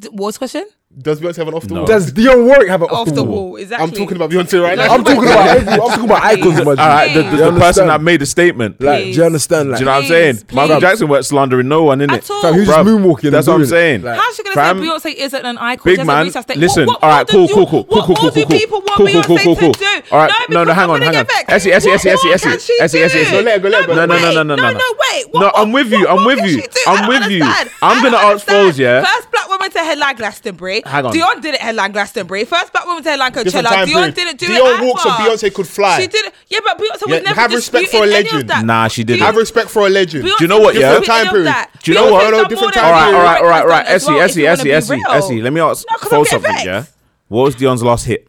Speaker 2: D- What was the question?
Speaker 3: Does Beyonce have an off the
Speaker 1: No.
Speaker 3: wall?
Speaker 5: Does Dion Warwick have an off,
Speaker 2: Off
Speaker 5: the
Speaker 2: the
Speaker 5: wall?
Speaker 2: wall, exactly.
Speaker 3: I'm talking about Beyonce right now.
Speaker 5: I'm talking about. every- I'm talking about icons, my dude.
Speaker 1: All right, the, the-
Speaker 2: Please.
Speaker 1: the
Speaker 5: You
Speaker 1: person
Speaker 5: understand?
Speaker 1: that made the statement.
Speaker 5: Like, do
Speaker 2: Please.
Speaker 5: you understand? Like,
Speaker 1: do you know what I'm
Speaker 2: Please,
Speaker 1: saying?
Speaker 2: please.
Speaker 1: Michael Jackson weren't slandering no one, innit?
Speaker 2: At all.
Speaker 5: Fam, he was
Speaker 1: Bruv,
Speaker 5: just moonwalking
Speaker 1: That's
Speaker 5: and
Speaker 1: what I'm
Speaker 5: doing it.
Speaker 1: saying.
Speaker 5: Like-
Speaker 2: How's she gonna
Speaker 1: Fam,
Speaker 2: say Beyonce isn't an icon?
Speaker 1: Big
Speaker 2: She hasn't
Speaker 1: man,
Speaker 2: reached her stage.
Speaker 1: listen.
Speaker 2: What- what
Speaker 1: all right,
Speaker 2: older
Speaker 1: cool,
Speaker 2: do-
Speaker 1: cool, cool, cool,
Speaker 2: what
Speaker 1: cool, cool,
Speaker 2: older
Speaker 1: cool, cool,
Speaker 2: people want
Speaker 1: cool, cool,
Speaker 2: Beyonce
Speaker 1: cool, cool, cool.
Speaker 2: to do?
Speaker 1: All right, no,
Speaker 2: because
Speaker 1: no, hang
Speaker 2: I'm
Speaker 1: on,
Speaker 2: gonna
Speaker 1: hang on.
Speaker 2: get back.
Speaker 1: Essie, Essie,
Speaker 2: What
Speaker 1: Essie, Essie,
Speaker 2: more
Speaker 1: Essie,
Speaker 2: can she
Speaker 1: Essie, Essie,
Speaker 2: do?
Speaker 1: Essie. No,
Speaker 3: let her go, let her go,
Speaker 2: No,
Speaker 1: let her go. No, no, no, no,
Speaker 2: wait,
Speaker 1: no.
Speaker 2: no, wait. What-
Speaker 1: No,
Speaker 2: what-
Speaker 1: I'm with you, I'm
Speaker 2: what more
Speaker 1: with
Speaker 2: can
Speaker 1: you.
Speaker 2: she do?
Speaker 1: I'm
Speaker 2: I don't
Speaker 1: with you.
Speaker 2: understand.
Speaker 1: I'm
Speaker 2: I
Speaker 1: gonna
Speaker 2: don't
Speaker 1: ask Foles, yeah?
Speaker 2: understand. First black woman to headline Glastonbury.
Speaker 1: Hang on.
Speaker 2: Dion did it headline Glastonbury. First black woman to headline
Speaker 3: Different
Speaker 2: Coachella.
Speaker 3: time
Speaker 2: Dion
Speaker 3: period.
Speaker 2: didn't do it.
Speaker 3: Dion walks
Speaker 2: either.
Speaker 3: on Beyonce could fly.
Speaker 2: She didn't. Yeah, but Beyonce
Speaker 3: Yeah,
Speaker 2: was never
Speaker 3: have respect for a
Speaker 2: disputing any of
Speaker 3: legend.
Speaker 2: that.
Speaker 1: Nah, she didn't.
Speaker 2: Beyonce
Speaker 3: Have respect for a legend.
Speaker 2: Beyonce
Speaker 1: Do you know what,
Speaker 2: didn't
Speaker 1: yeah?
Speaker 2: do any
Speaker 3: Different time
Speaker 2: of
Speaker 3: period.
Speaker 2: that.
Speaker 1: Do you know what?
Speaker 2: Beyonce's
Speaker 3: No, no,
Speaker 2: done
Speaker 3: different
Speaker 2: more
Speaker 3: time
Speaker 1: All
Speaker 2: than
Speaker 1: right,
Speaker 3: period.
Speaker 1: all right, all right, all right.
Speaker 2: Beyonce's done as
Speaker 1: Essie,
Speaker 2: well, if
Speaker 1: Essie,
Speaker 2: you wanna
Speaker 1: Essie,
Speaker 2: be
Speaker 1: Essie,
Speaker 2: real.
Speaker 1: Essie. Let me ask
Speaker 2: No, 'cause I'm
Speaker 1: Foles
Speaker 2: getting
Speaker 1: something,
Speaker 2: vexed.
Speaker 1: yeah? What was Dion's last hit?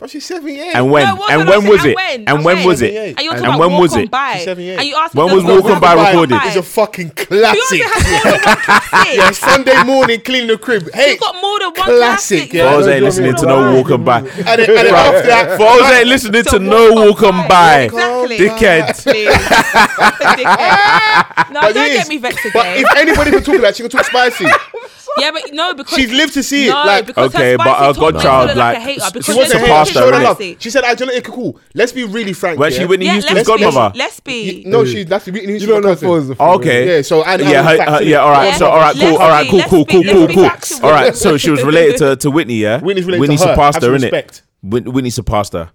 Speaker 3: Oh, she's 78.
Speaker 1: And when?
Speaker 2: No, what
Speaker 1: and
Speaker 2: was
Speaker 1: when
Speaker 2: I
Speaker 1: was
Speaker 2: saying?
Speaker 1: it?
Speaker 2: And
Speaker 1: And
Speaker 2: when?
Speaker 1: when was
Speaker 3: And
Speaker 1: it?
Speaker 2: And, you're talking
Speaker 1: And
Speaker 2: about
Speaker 1: when was
Speaker 2: Walk On
Speaker 1: it?
Speaker 2: By.
Speaker 3: She's 78.
Speaker 2: And you asked me
Speaker 1: When
Speaker 2: does
Speaker 1: was
Speaker 2: Walk
Speaker 1: Walk On
Speaker 2: On
Speaker 1: By
Speaker 2: By
Speaker 1: recorded?
Speaker 3: It's a fucking
Speaker 2: Beyonce
Speaker 3: classic.
Speaker 2: has more than one classic.
Speaker 3: Yeah, Sunday morning, clean the crib. Hey,
Speaker 2: She's got more than one
Speaker 3: classic.
Speaker 2: classic.
Speaker 3: yeah.
Speaker 1: Foles
Speaker 2: Those
Speaker 1: ain't listening to no walking by.
Speaker 3: And then, and then after that,
Speaker 1: Foles ain't listening to
Speaker 2: So
Speaker 1: no
Speaker 2: Walk On
Speaker 1: walking
Speaker 2: By.
Speaker 1: by.
Speaker 2: Exactly.
Speaker 1: Dickhead.
Speaker 2: Please. Dickhead. no,
Speaker 3: But
Speaker 2: don't
Speaker 3: it is.
Speaker 2: get me vexed
Speaker 3: But
Speaker 2: again.
Speaker 3: if anybody can talk like that, she can talk spicy.
Speaker 2: yeah, but no, because
Speaker 3: She's lived to see it.
Speaker 2: no,
Speaker 3: like,
Speaker 2: because
Speaker 1: Okay,
Speaker 2: her
Speaker 1: but
Speaker 2: spicy
Speaker 1: her
Speaker 2: talk makes her
Speaker 1: godchild,
Speaker 2: look like a
Speaker 1: like,
Speaker 2: hater.
Speaker 1: she
Speaker 2: Because
Speaker 3: she was
Speaker 1: was
Speaker 3: a
Speaker 2: there's
Speaker 1: a
Speaker 3: hater.
Speaker 2: no
Speaker 3: She
Speaker 1: pastor,
Speaker 3: showed her
Speaker 2: controversy.
Speaker 1: innit?
Speaker 3: love. She said, "I don't know, cool. Let's be really frank.
Speaker 1: Where she
Speaker 3: yeah?
Speaker 1: Whitney
Speaker 2: Yeah,
Speaker 1: Houston's
Speaker 2: let's be-
Speaker 1: godmother?
Speaker 2: Let's be.
Speaker 3: No, she's that's Whitney
Speaker 5: You
Speaker 3: Houston.
Speaker 5: don't know
Speaker 3: cousin.
Speaker 5: Foles.
Speaker 1: Okay.
Speaker 3: Yeah, so I know
Speaker 1: yeah,
Speaker 3: the
Speaker 1: her-
Speaker 2: uh,
Speaker 3: facts,
Speaker 1: her-
Speaker 3: innit?
Speaker 1: yeah. All right. So, all right,
Speaker 2: Let's
Speaker 1: cool. All right,
Speaker 2: be-
Speaker 1: cool,
Speaker 2: let's
Speaker 1: cool,
Speaker 2: be-
Speaker 1: cool,
Speaker 2: let's
Speaker 1: cool,
Speaker 2: be
Speaker 1: cool.
Speaker 2: factual.
Speaker 1: All right. So she was related to, to Whitney, yeah.
Speaker 3: Whitney's related
Speaker 1: Whitney
Speaker 3: to her.
Speaker 1: surpassed her,
Speaker 3: Have some
Speaker 1: innit?
Speaker 3: respect.
Speaker 1: Whit- Whitney surpassed her,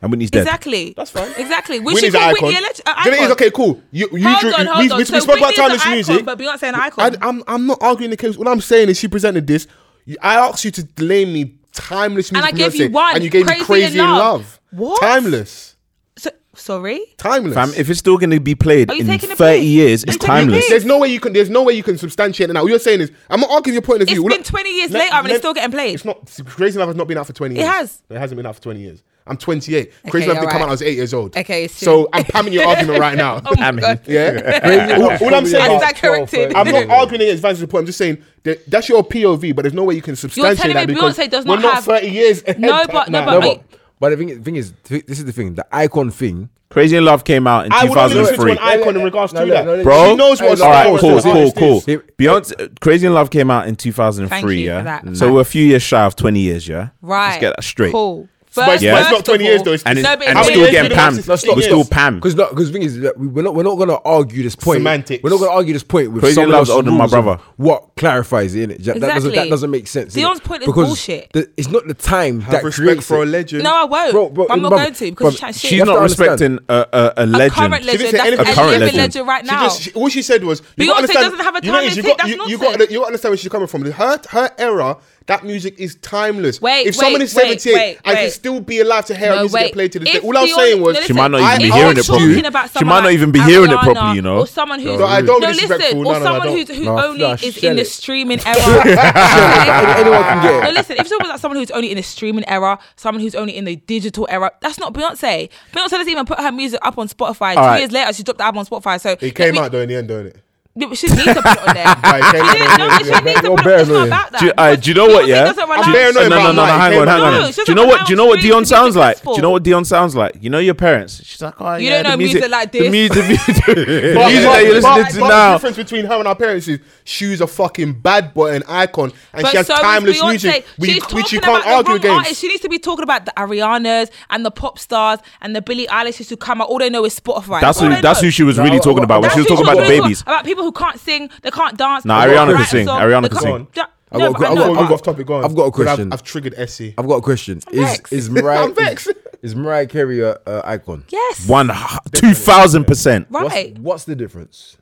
Speaker 1: and Whitney's dead.
Speaker 2: Exactly.
Speaker 3: That's fine.
Speaker 2: Exactly. Which
Speaker 3: Whitney's
Speaker 2: Whitney's
Speaker 3: an
Speaker 2: an
Speaker 3: icon.
Speaker 2: Whitney, elect- an
Speaker 3: Do you know what it
Speaker 2: icon.
Speaker 3: is? okay, cool. You, you,
Speaker 2: Hold
Speaker 3: you-
Speaker 2: on,
Speaker 3: we,
Speaker 2: hold on.
Speaker 3: we
Speaker 2: So
Speaker 3: spoke about
Speaker 2: Whitney's
Speaker 3: time
Speaker 2: an
Speaker 3: this
Speaker 2: icon,
Speaker 3: music.
Speaker 2: but Beyonce an
Speaker 3: I,
Speaker 2: icon.
Speaker 3: I'm I'm not arguing the case. All I'm saying is she presented this. You- I asked you to blame me timeless music.
Speaker 2: And I
Speaker 3: from
Speaker 2: gave you
Speaker 3: Beyonce,
Speaker 2: one,
Speaker 3: and you gave me
Speaker 2: Crazy
Speaker 3: crazy
Speaker 2: in
Speaker 3: in
Speaker 2: Love.
Speaker 3: love.
Speaker 2: What?
Speaker 3: Timeless.
Speaker 2: So, sorry.
Speaker 3: Timeless.
Speaker 1: Fam, if it's still going to be played
Speaker 2: Are you
Speaker 1: in
Speaker 2: taking a
Speaker 1: 30
Speaker 2: piss?
Speaker 1: years,
Speaker 2: Are you
Speaker 1: it's
Speaker 2: taking a
Speaker 1: timeless.
Speaker 2: piss?
Speaker 3: there's no way you can. There's no way you can substantiate it now. All you're saying is, I'm not arguing your point of
Speaker 2: It's
Speaker 3: view. All
Speaker 2: been
Speaker 3: I-
Speaker 2: 20 years
Speaker 3: Let-
Speaker 2: later and it's
Speaker 3: let-
Speaker 2: still getting played.
Speaker 3: It's not. Crazy in Love has not been out for 20
Speaker 2: It
Speaker 3: years.
Speaker 2: has.
Speaker 3: It hasn't been out for 20 years. I'm 28. Crazy in Love didn't come out.
Speaker 2: you're right.
Speaker 3: when I was eight years old.
Speaker 2: Okay, it's
Speaker 3: so
Speaker 2: true.
Speaker 3: I'm pamming your argument right now.
Speaker 2: Oh my God.
Speaker 3: yeah. all, all I'm saying
Speaker 2: Is
Speaker 3: is,
Speaker 2: that corrected?
Speaker 3: I'm not arguing against Vance's point. I'm just saying that that's your POV, but there's no way you can substantiate
Speaker 2: telling
Speaker 3: that
Speaker 2: me
Speaker 3: because
Speaker 2: Beyonce does
Speaker 3: we're
Speaker 2: not
Speaker 3: not
Speaker 2: have-
Speaker 3: 30 years. ahead
Speaker 2: No,
Speaker 3: right
Speaker 2: but- no,
Speaker 3: now.
Speaker 5: No,
Speaker 2: Wait.
Speaker 5: but, but the thing, thing is, th- this is the thing. The icon thing
Speaker 1: Crazy in Love came out in
Speaker 3: I would have listened to
Speaker 1: 2003.
Speaker 3: an icon in regards
Speaker 5: No,
Speaker 3: to
Speaker 5: no,
Speaker 3: that.
Speaker 5: no, no,
Speaker 1: Bro,
Speaker 3: she knows what's
Speaker 1: all right,
Speaker 3: going
Speaker 1: cool,
Speaker 3: on.
Speaker 1: cool, cool.
Speaker 5: It-
Speaker 1: Beyonce, uh, Crazy in Love came out in 2003.
Speaker 2: Thank you
Speaker 1: yeah,
Speaker 2: for that.
Speaker 1: so we're a few years shy of 20 years. Yeah,
Speaker 2: Right.
Speaker 1: Let's get that straight.
Speaker 2: Cool. First,
Speaker 3: but it's
Speaker 1: not
Speaker 2: first of
Speaker 3: 20
Speaker 2: all-
Speaker 3: years though, it's-
Speaker 1: And, it,
Speaker 2: No, but
Speaker 1: and
Speaker 3: been
Speaker 1: we're
Speaker 2: it's
Speaker 1: still
Speaker 3: years in
Speaker 1: getting
Speaker 3: the last
Speaker 1: pammed. We're
Speaker 3: 16
Speaker 1: still
Speaker 3: years.
Speaker 1: pammed.
Speaker 5: Because because the thing is, that we- we're not we're not gonna argue this point.
Speaker 3: Semantics.
Speaker 5: We're not gonna argue this point with
Speaker 1: Crazy in
Speaker 5: someone
Speaker 1: Love's
Speaker 5: else's
Speaker 1: older than my
Speaker 5: rules of
Speaker 1: brother.
Speaker 5: What clarifies it? Innit? That, that doesn't that
Speaker 2: Exactly.
Speaker 5: doesn't make sense.
Speaker 2: Dion's
Speaker 5: innit?
Speaker 2: point is
Speaker 5: because
Speaker 2: bullshit.
Speaker 5: The, it's not the time that
Speaker 3: Have respect
Speaker 5: creates
Speaker 3: for a
Speaker 5: it.
Speaker 3: legend.
Speaker 2: No, I won't.
Speaker 5: Bro, bro,
Speaker 2: but I'm not
Speaker 5: bro,
Speaker 2: going to
Speaker 5: bro,
Speaker 2: because she's trying to shit.
Speaker 1: She's
Speaker 5: You have
Speaker 1: not
Speaker 5: to understand.
Speaker 1: respecting a, a, a
Speaker 2: a
Speaker 1: legend.
Speaker 2: current
Speaker 3: didn't
Speaker 2: legend.
Speaker 3: say
Speaker 2: That's
Speaker 3: anything.
Speaker 2: a
Speaker 1: A current
Speaker 2: current
Speaker 1: legend.
Speaker 2: legend. right
Speaker 3: She
Speaker 2: now.
Speaker 3: just, she, all she said was, you
Speaker 2: Beyonce
Speaker 3: gotta understand,
Speaker 2: doesn't have a
Speaker 3: you know,
Speaker 2: time
Speaker 3: is you
Speaker 2: and date,
Speaker 3: got,
Speaker 2: that's
Speaker 3: you, you got,
Speaker 2: nonsense.
Speaker 3: you got to understand where she's coming from. Her, her era, that music is timeless.
Speaker 2: Wait,
Speaker 3: if someone
Speaker 2: wait,
Speaker 3: is 78
Speaker 2: wait,
Speaker 3: and can
Speaker 2: wait.
Speaker 3: still be alive to hear her
Speaker 2: No,
Speaker 3: music
Speaker 2: wait.
Speaker 3: get played to this day,
Speaker 2: If
Speaker 3: all I was
Speaker 2: Beyonce-
Speaker 3: saying was,
Speaker 2: no,
Speaker 1: She might not
Speaker 3: I-
Speaker 1: even be
Speaker 3: I
Speaker 1: hearing
Speaker 3: was
Speaker 1: it properly.
Speaker 2: talking about
Speaker 1: She
Speaker 2: someone
Speaker 1: might not
Speaker 2: like
Speaker 1: even be hearing it
Speaker 2: Ariana
Speaker 1: properly, you know.
Speaker 2: Or someone who's
Speaker 3: No, I don't be
Speaker 2: no listen,
Speaker 3: disrespectful. No,
Speaker 2: or
Speaker 3: no, no,
Speaker 2: someone
Speaker 3: I
Speaker 2: who's,
Speaker 3: don't.
Speaker 2: who
Speaker 5: No,
Speaker 2: only
Speaker 5: no,
Speaker 2: is
Speaker 5: shell
Speaker 2: in the
Speaker 5: it.
Speaker 2: streaming era. anyone
Speaker 5: can get it.
Speaker 2: No, listen, if someone like someone who's only in the streaming era, someone who's only in the digital era, that's not Beyonce. Beyonce doesn't even put her music up on Spotify. Two
Speaker 1: right.
Speaker 2: years later, she dropped the album on Spotify. So
Speaker 3: it came out though in the end, don't it?
Speaker 2: She needs to put it on there.
Speaker 3: Right, it came out
Speaker 2: She
Speaker 3: though
Speaker 2: didn't-
Speaker 3: in
Speaker 2: no,
Speaker 3: the end,
Speaker 2: she
Speaker 3: yeah.
Speaker 2: needs to put-
Speaker 5: bear
Speaker 2: it's not
Speaker 5: annoying.
Speaker 2: about that.
Speaker 1: Do you, uh, do you know what?
Speaker 2: Beyonce
Speaker 1: Yeah.
Speaker 2: doesn't
Speaker 1: Do you-
Speaker 2: rely on-
Speaker 3: bearing
Speaker 1: no, no, no,
Speaker 3: about
Speaker 1: no, Hang on,
Speaker 3: mine.
Speaker 1: hang
Speaker 3: No,
Speaker 1: on.
Speaker 2: she
Speaker 1: Do
Speaker 2: doesn't
Speaker 1: you know what? Do you know what
Speaker 2: rely on
Speaker 1: Dion sounds
Speaker 2: streaming to be
Speaker 1: like? Do you know
Speaker 2: successful.
Speaker 1: what Dion sounds like? You know your parents. She's like, oh
Speaker 2: You
Speaker 1: yeah,
Speaker 2: don't know
Speaker 1: the
Speaker 2: music like
Speaker 1: The
Speaker 2: this.
Speaker 1: music, the music,
Speaker 3: But-
Speaker 1: the music
Speaker 3: but-
Speaker 1: that you're
Speaker 3: but-
Speaker 1: listening
Speaker 3: but
Speaker 1: to now.
Speaker 3: The difference between her and our parents is she's a fucking bad boy, an icon, and
Speaker 2: But
Speaker 3: she has
Speaker 2: so is
Speaker 3: timeless
Speaker 2: Beyonce.
Speaker 3: music, we-
Speaker 2: She's
Speaker 3: which you
Speaker 2: talking
Speaker 3: can't
Speaker 2: about the
Speaker 3: argue
Speaker 2: wrong
Speaker 3: against.
Speaker 2: artists. She needs to be talking about the Arianas and the pop stars and the Billie Eilishes who come out. All they know is Spotify.
Speaker 1: That's
Speaker 2: All
Speaker 1: who.
Speaker 2: they
Speaker 1: That's
Speaker 2: know.
Speaker 1: who she was
Speaker 5: No,
Speaker 1: really
Speaker 5: what-
Speaker 1: talking
Speaker 5: what-
Speaker 1: about when
Speaker 2: That's
Speaker 1: she was
Speaker 2: who
Speaker 1: talking about the
Speaker 2: really talking
Speaker 1: babies.
Speaker 2: about people who can't sing, they can't dance.
Speaker 1: Nah,
Speaker 2: they
Speaker 1: Ariana
Speaker 2: can't
Speaker 1: can
Speaker 2: write a
Speaker 1: sing.
Speaker 2: song,
Speaker 1: Ariana
Speaker 2: they
Speaker 1: can
Speaker 2: can't-
Speaker 1: sing.
Speaker 2: Ja-
Speaker 5: I've
Speaker 2: no,
Speaker 5: got-
Speaker 2: but I
Speaker 5: I've
Speaker 2: know,
Speaker 5: got-
Speaker 3: Go on,
Speaker 2: but-
Speaker 3: go off topic, go on.
Speaker 5: I've got a
Speaker 3: Because I've-
Speaker 5: question.
Speaker 3: I've triggered Essie.
Speaker 5: I've got a question. Is
Speaker 2: vexed.
Speaker 5: is Mariah
Speaker 3: I'm vexed.
Speaker 5: is, is Mariah Carey a uh, icon?
Speaker 2: Yes.
Speaker 1: One two thousand percent.
Speaker 5: What's,
Speaker 2: Right.
Speaker 5: what's the difference?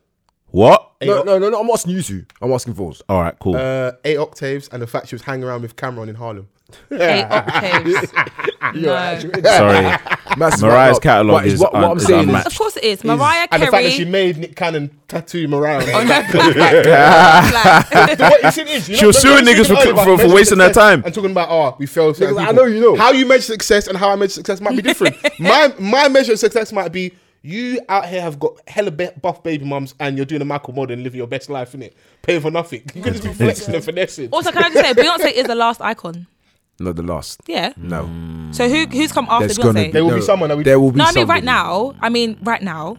Speaker 1: What?
Speaker 5: No, no, no, no. I'm asking you two. I'm asking Falls.
Speaker 1: All right, cool.
Speaker 3: Uh, eight octaves, and the fact she was hanging around with Cameron in Harlem.
Speaker 2: Eight octaves. no.
Speaker 1: Sorry.
Speaker 5: Massive
Speaker 1: Mariah's
Speaker 5: catalog.
Speaker 1: catalog
Speaker 5: But it's
Speaker 1: is
Speaker 5: what, what
Speaker 1: un-
Speaker 5: I'm
Speaker 1: is
Speaker 5: saying
Speaker 1: unmatched.
Speaker 2: Of course it is. Mariah
Speaker 3: And the fact that she
Speaker 2: Carey.
Speaker 3: made Nick Cannon tattoo him around.
Speaker 2: Black.
Speaker 3: what you said is, you
Speaker 1: She was
Speaker 3: remember
Speaker 1: suing
Speaker 3: when we
Speaker 1: niggas
Speaker 3: were
Speaker 1: for-
Speaker 3: talking
Speaker 1: for-
Speaker 3: about
Speaker 1: for
Speaker 3: measuring
Speaker 1: wasting their
Speaker 3: success
Speaker 1: time.
Speaker 3: And talking about, oh, we failed. certain
Speaker 5: Niggas, I
Speaker 3: people.
Speaker 5: know you know.
Speaker 3: How you measure success and how I measure success might be different. my my measure of success might be you out here have got hella be- buff baby mums and you're doing a Michael Moore and living your best life, innit? Paying for nothing. You could just be flexing and finessing.
Speaker 2: Also, can I just say, Beyonce is the last icon.
Speaker 5: that. Not the last.
Speaker 2: Yeah.
Speaker 5: No.
Speaker 2: So who who's come after
Speaker 5: There's gonna
Speaker 2: Beyonce?
Speaker 3: There will be
Speaker 5: no,
Speaker 3: someone that we-
Speaker 5: There will be
Speaker 2: No, I mean
Speaker 5: somebody.
Speaker 2: right now. I mean right now.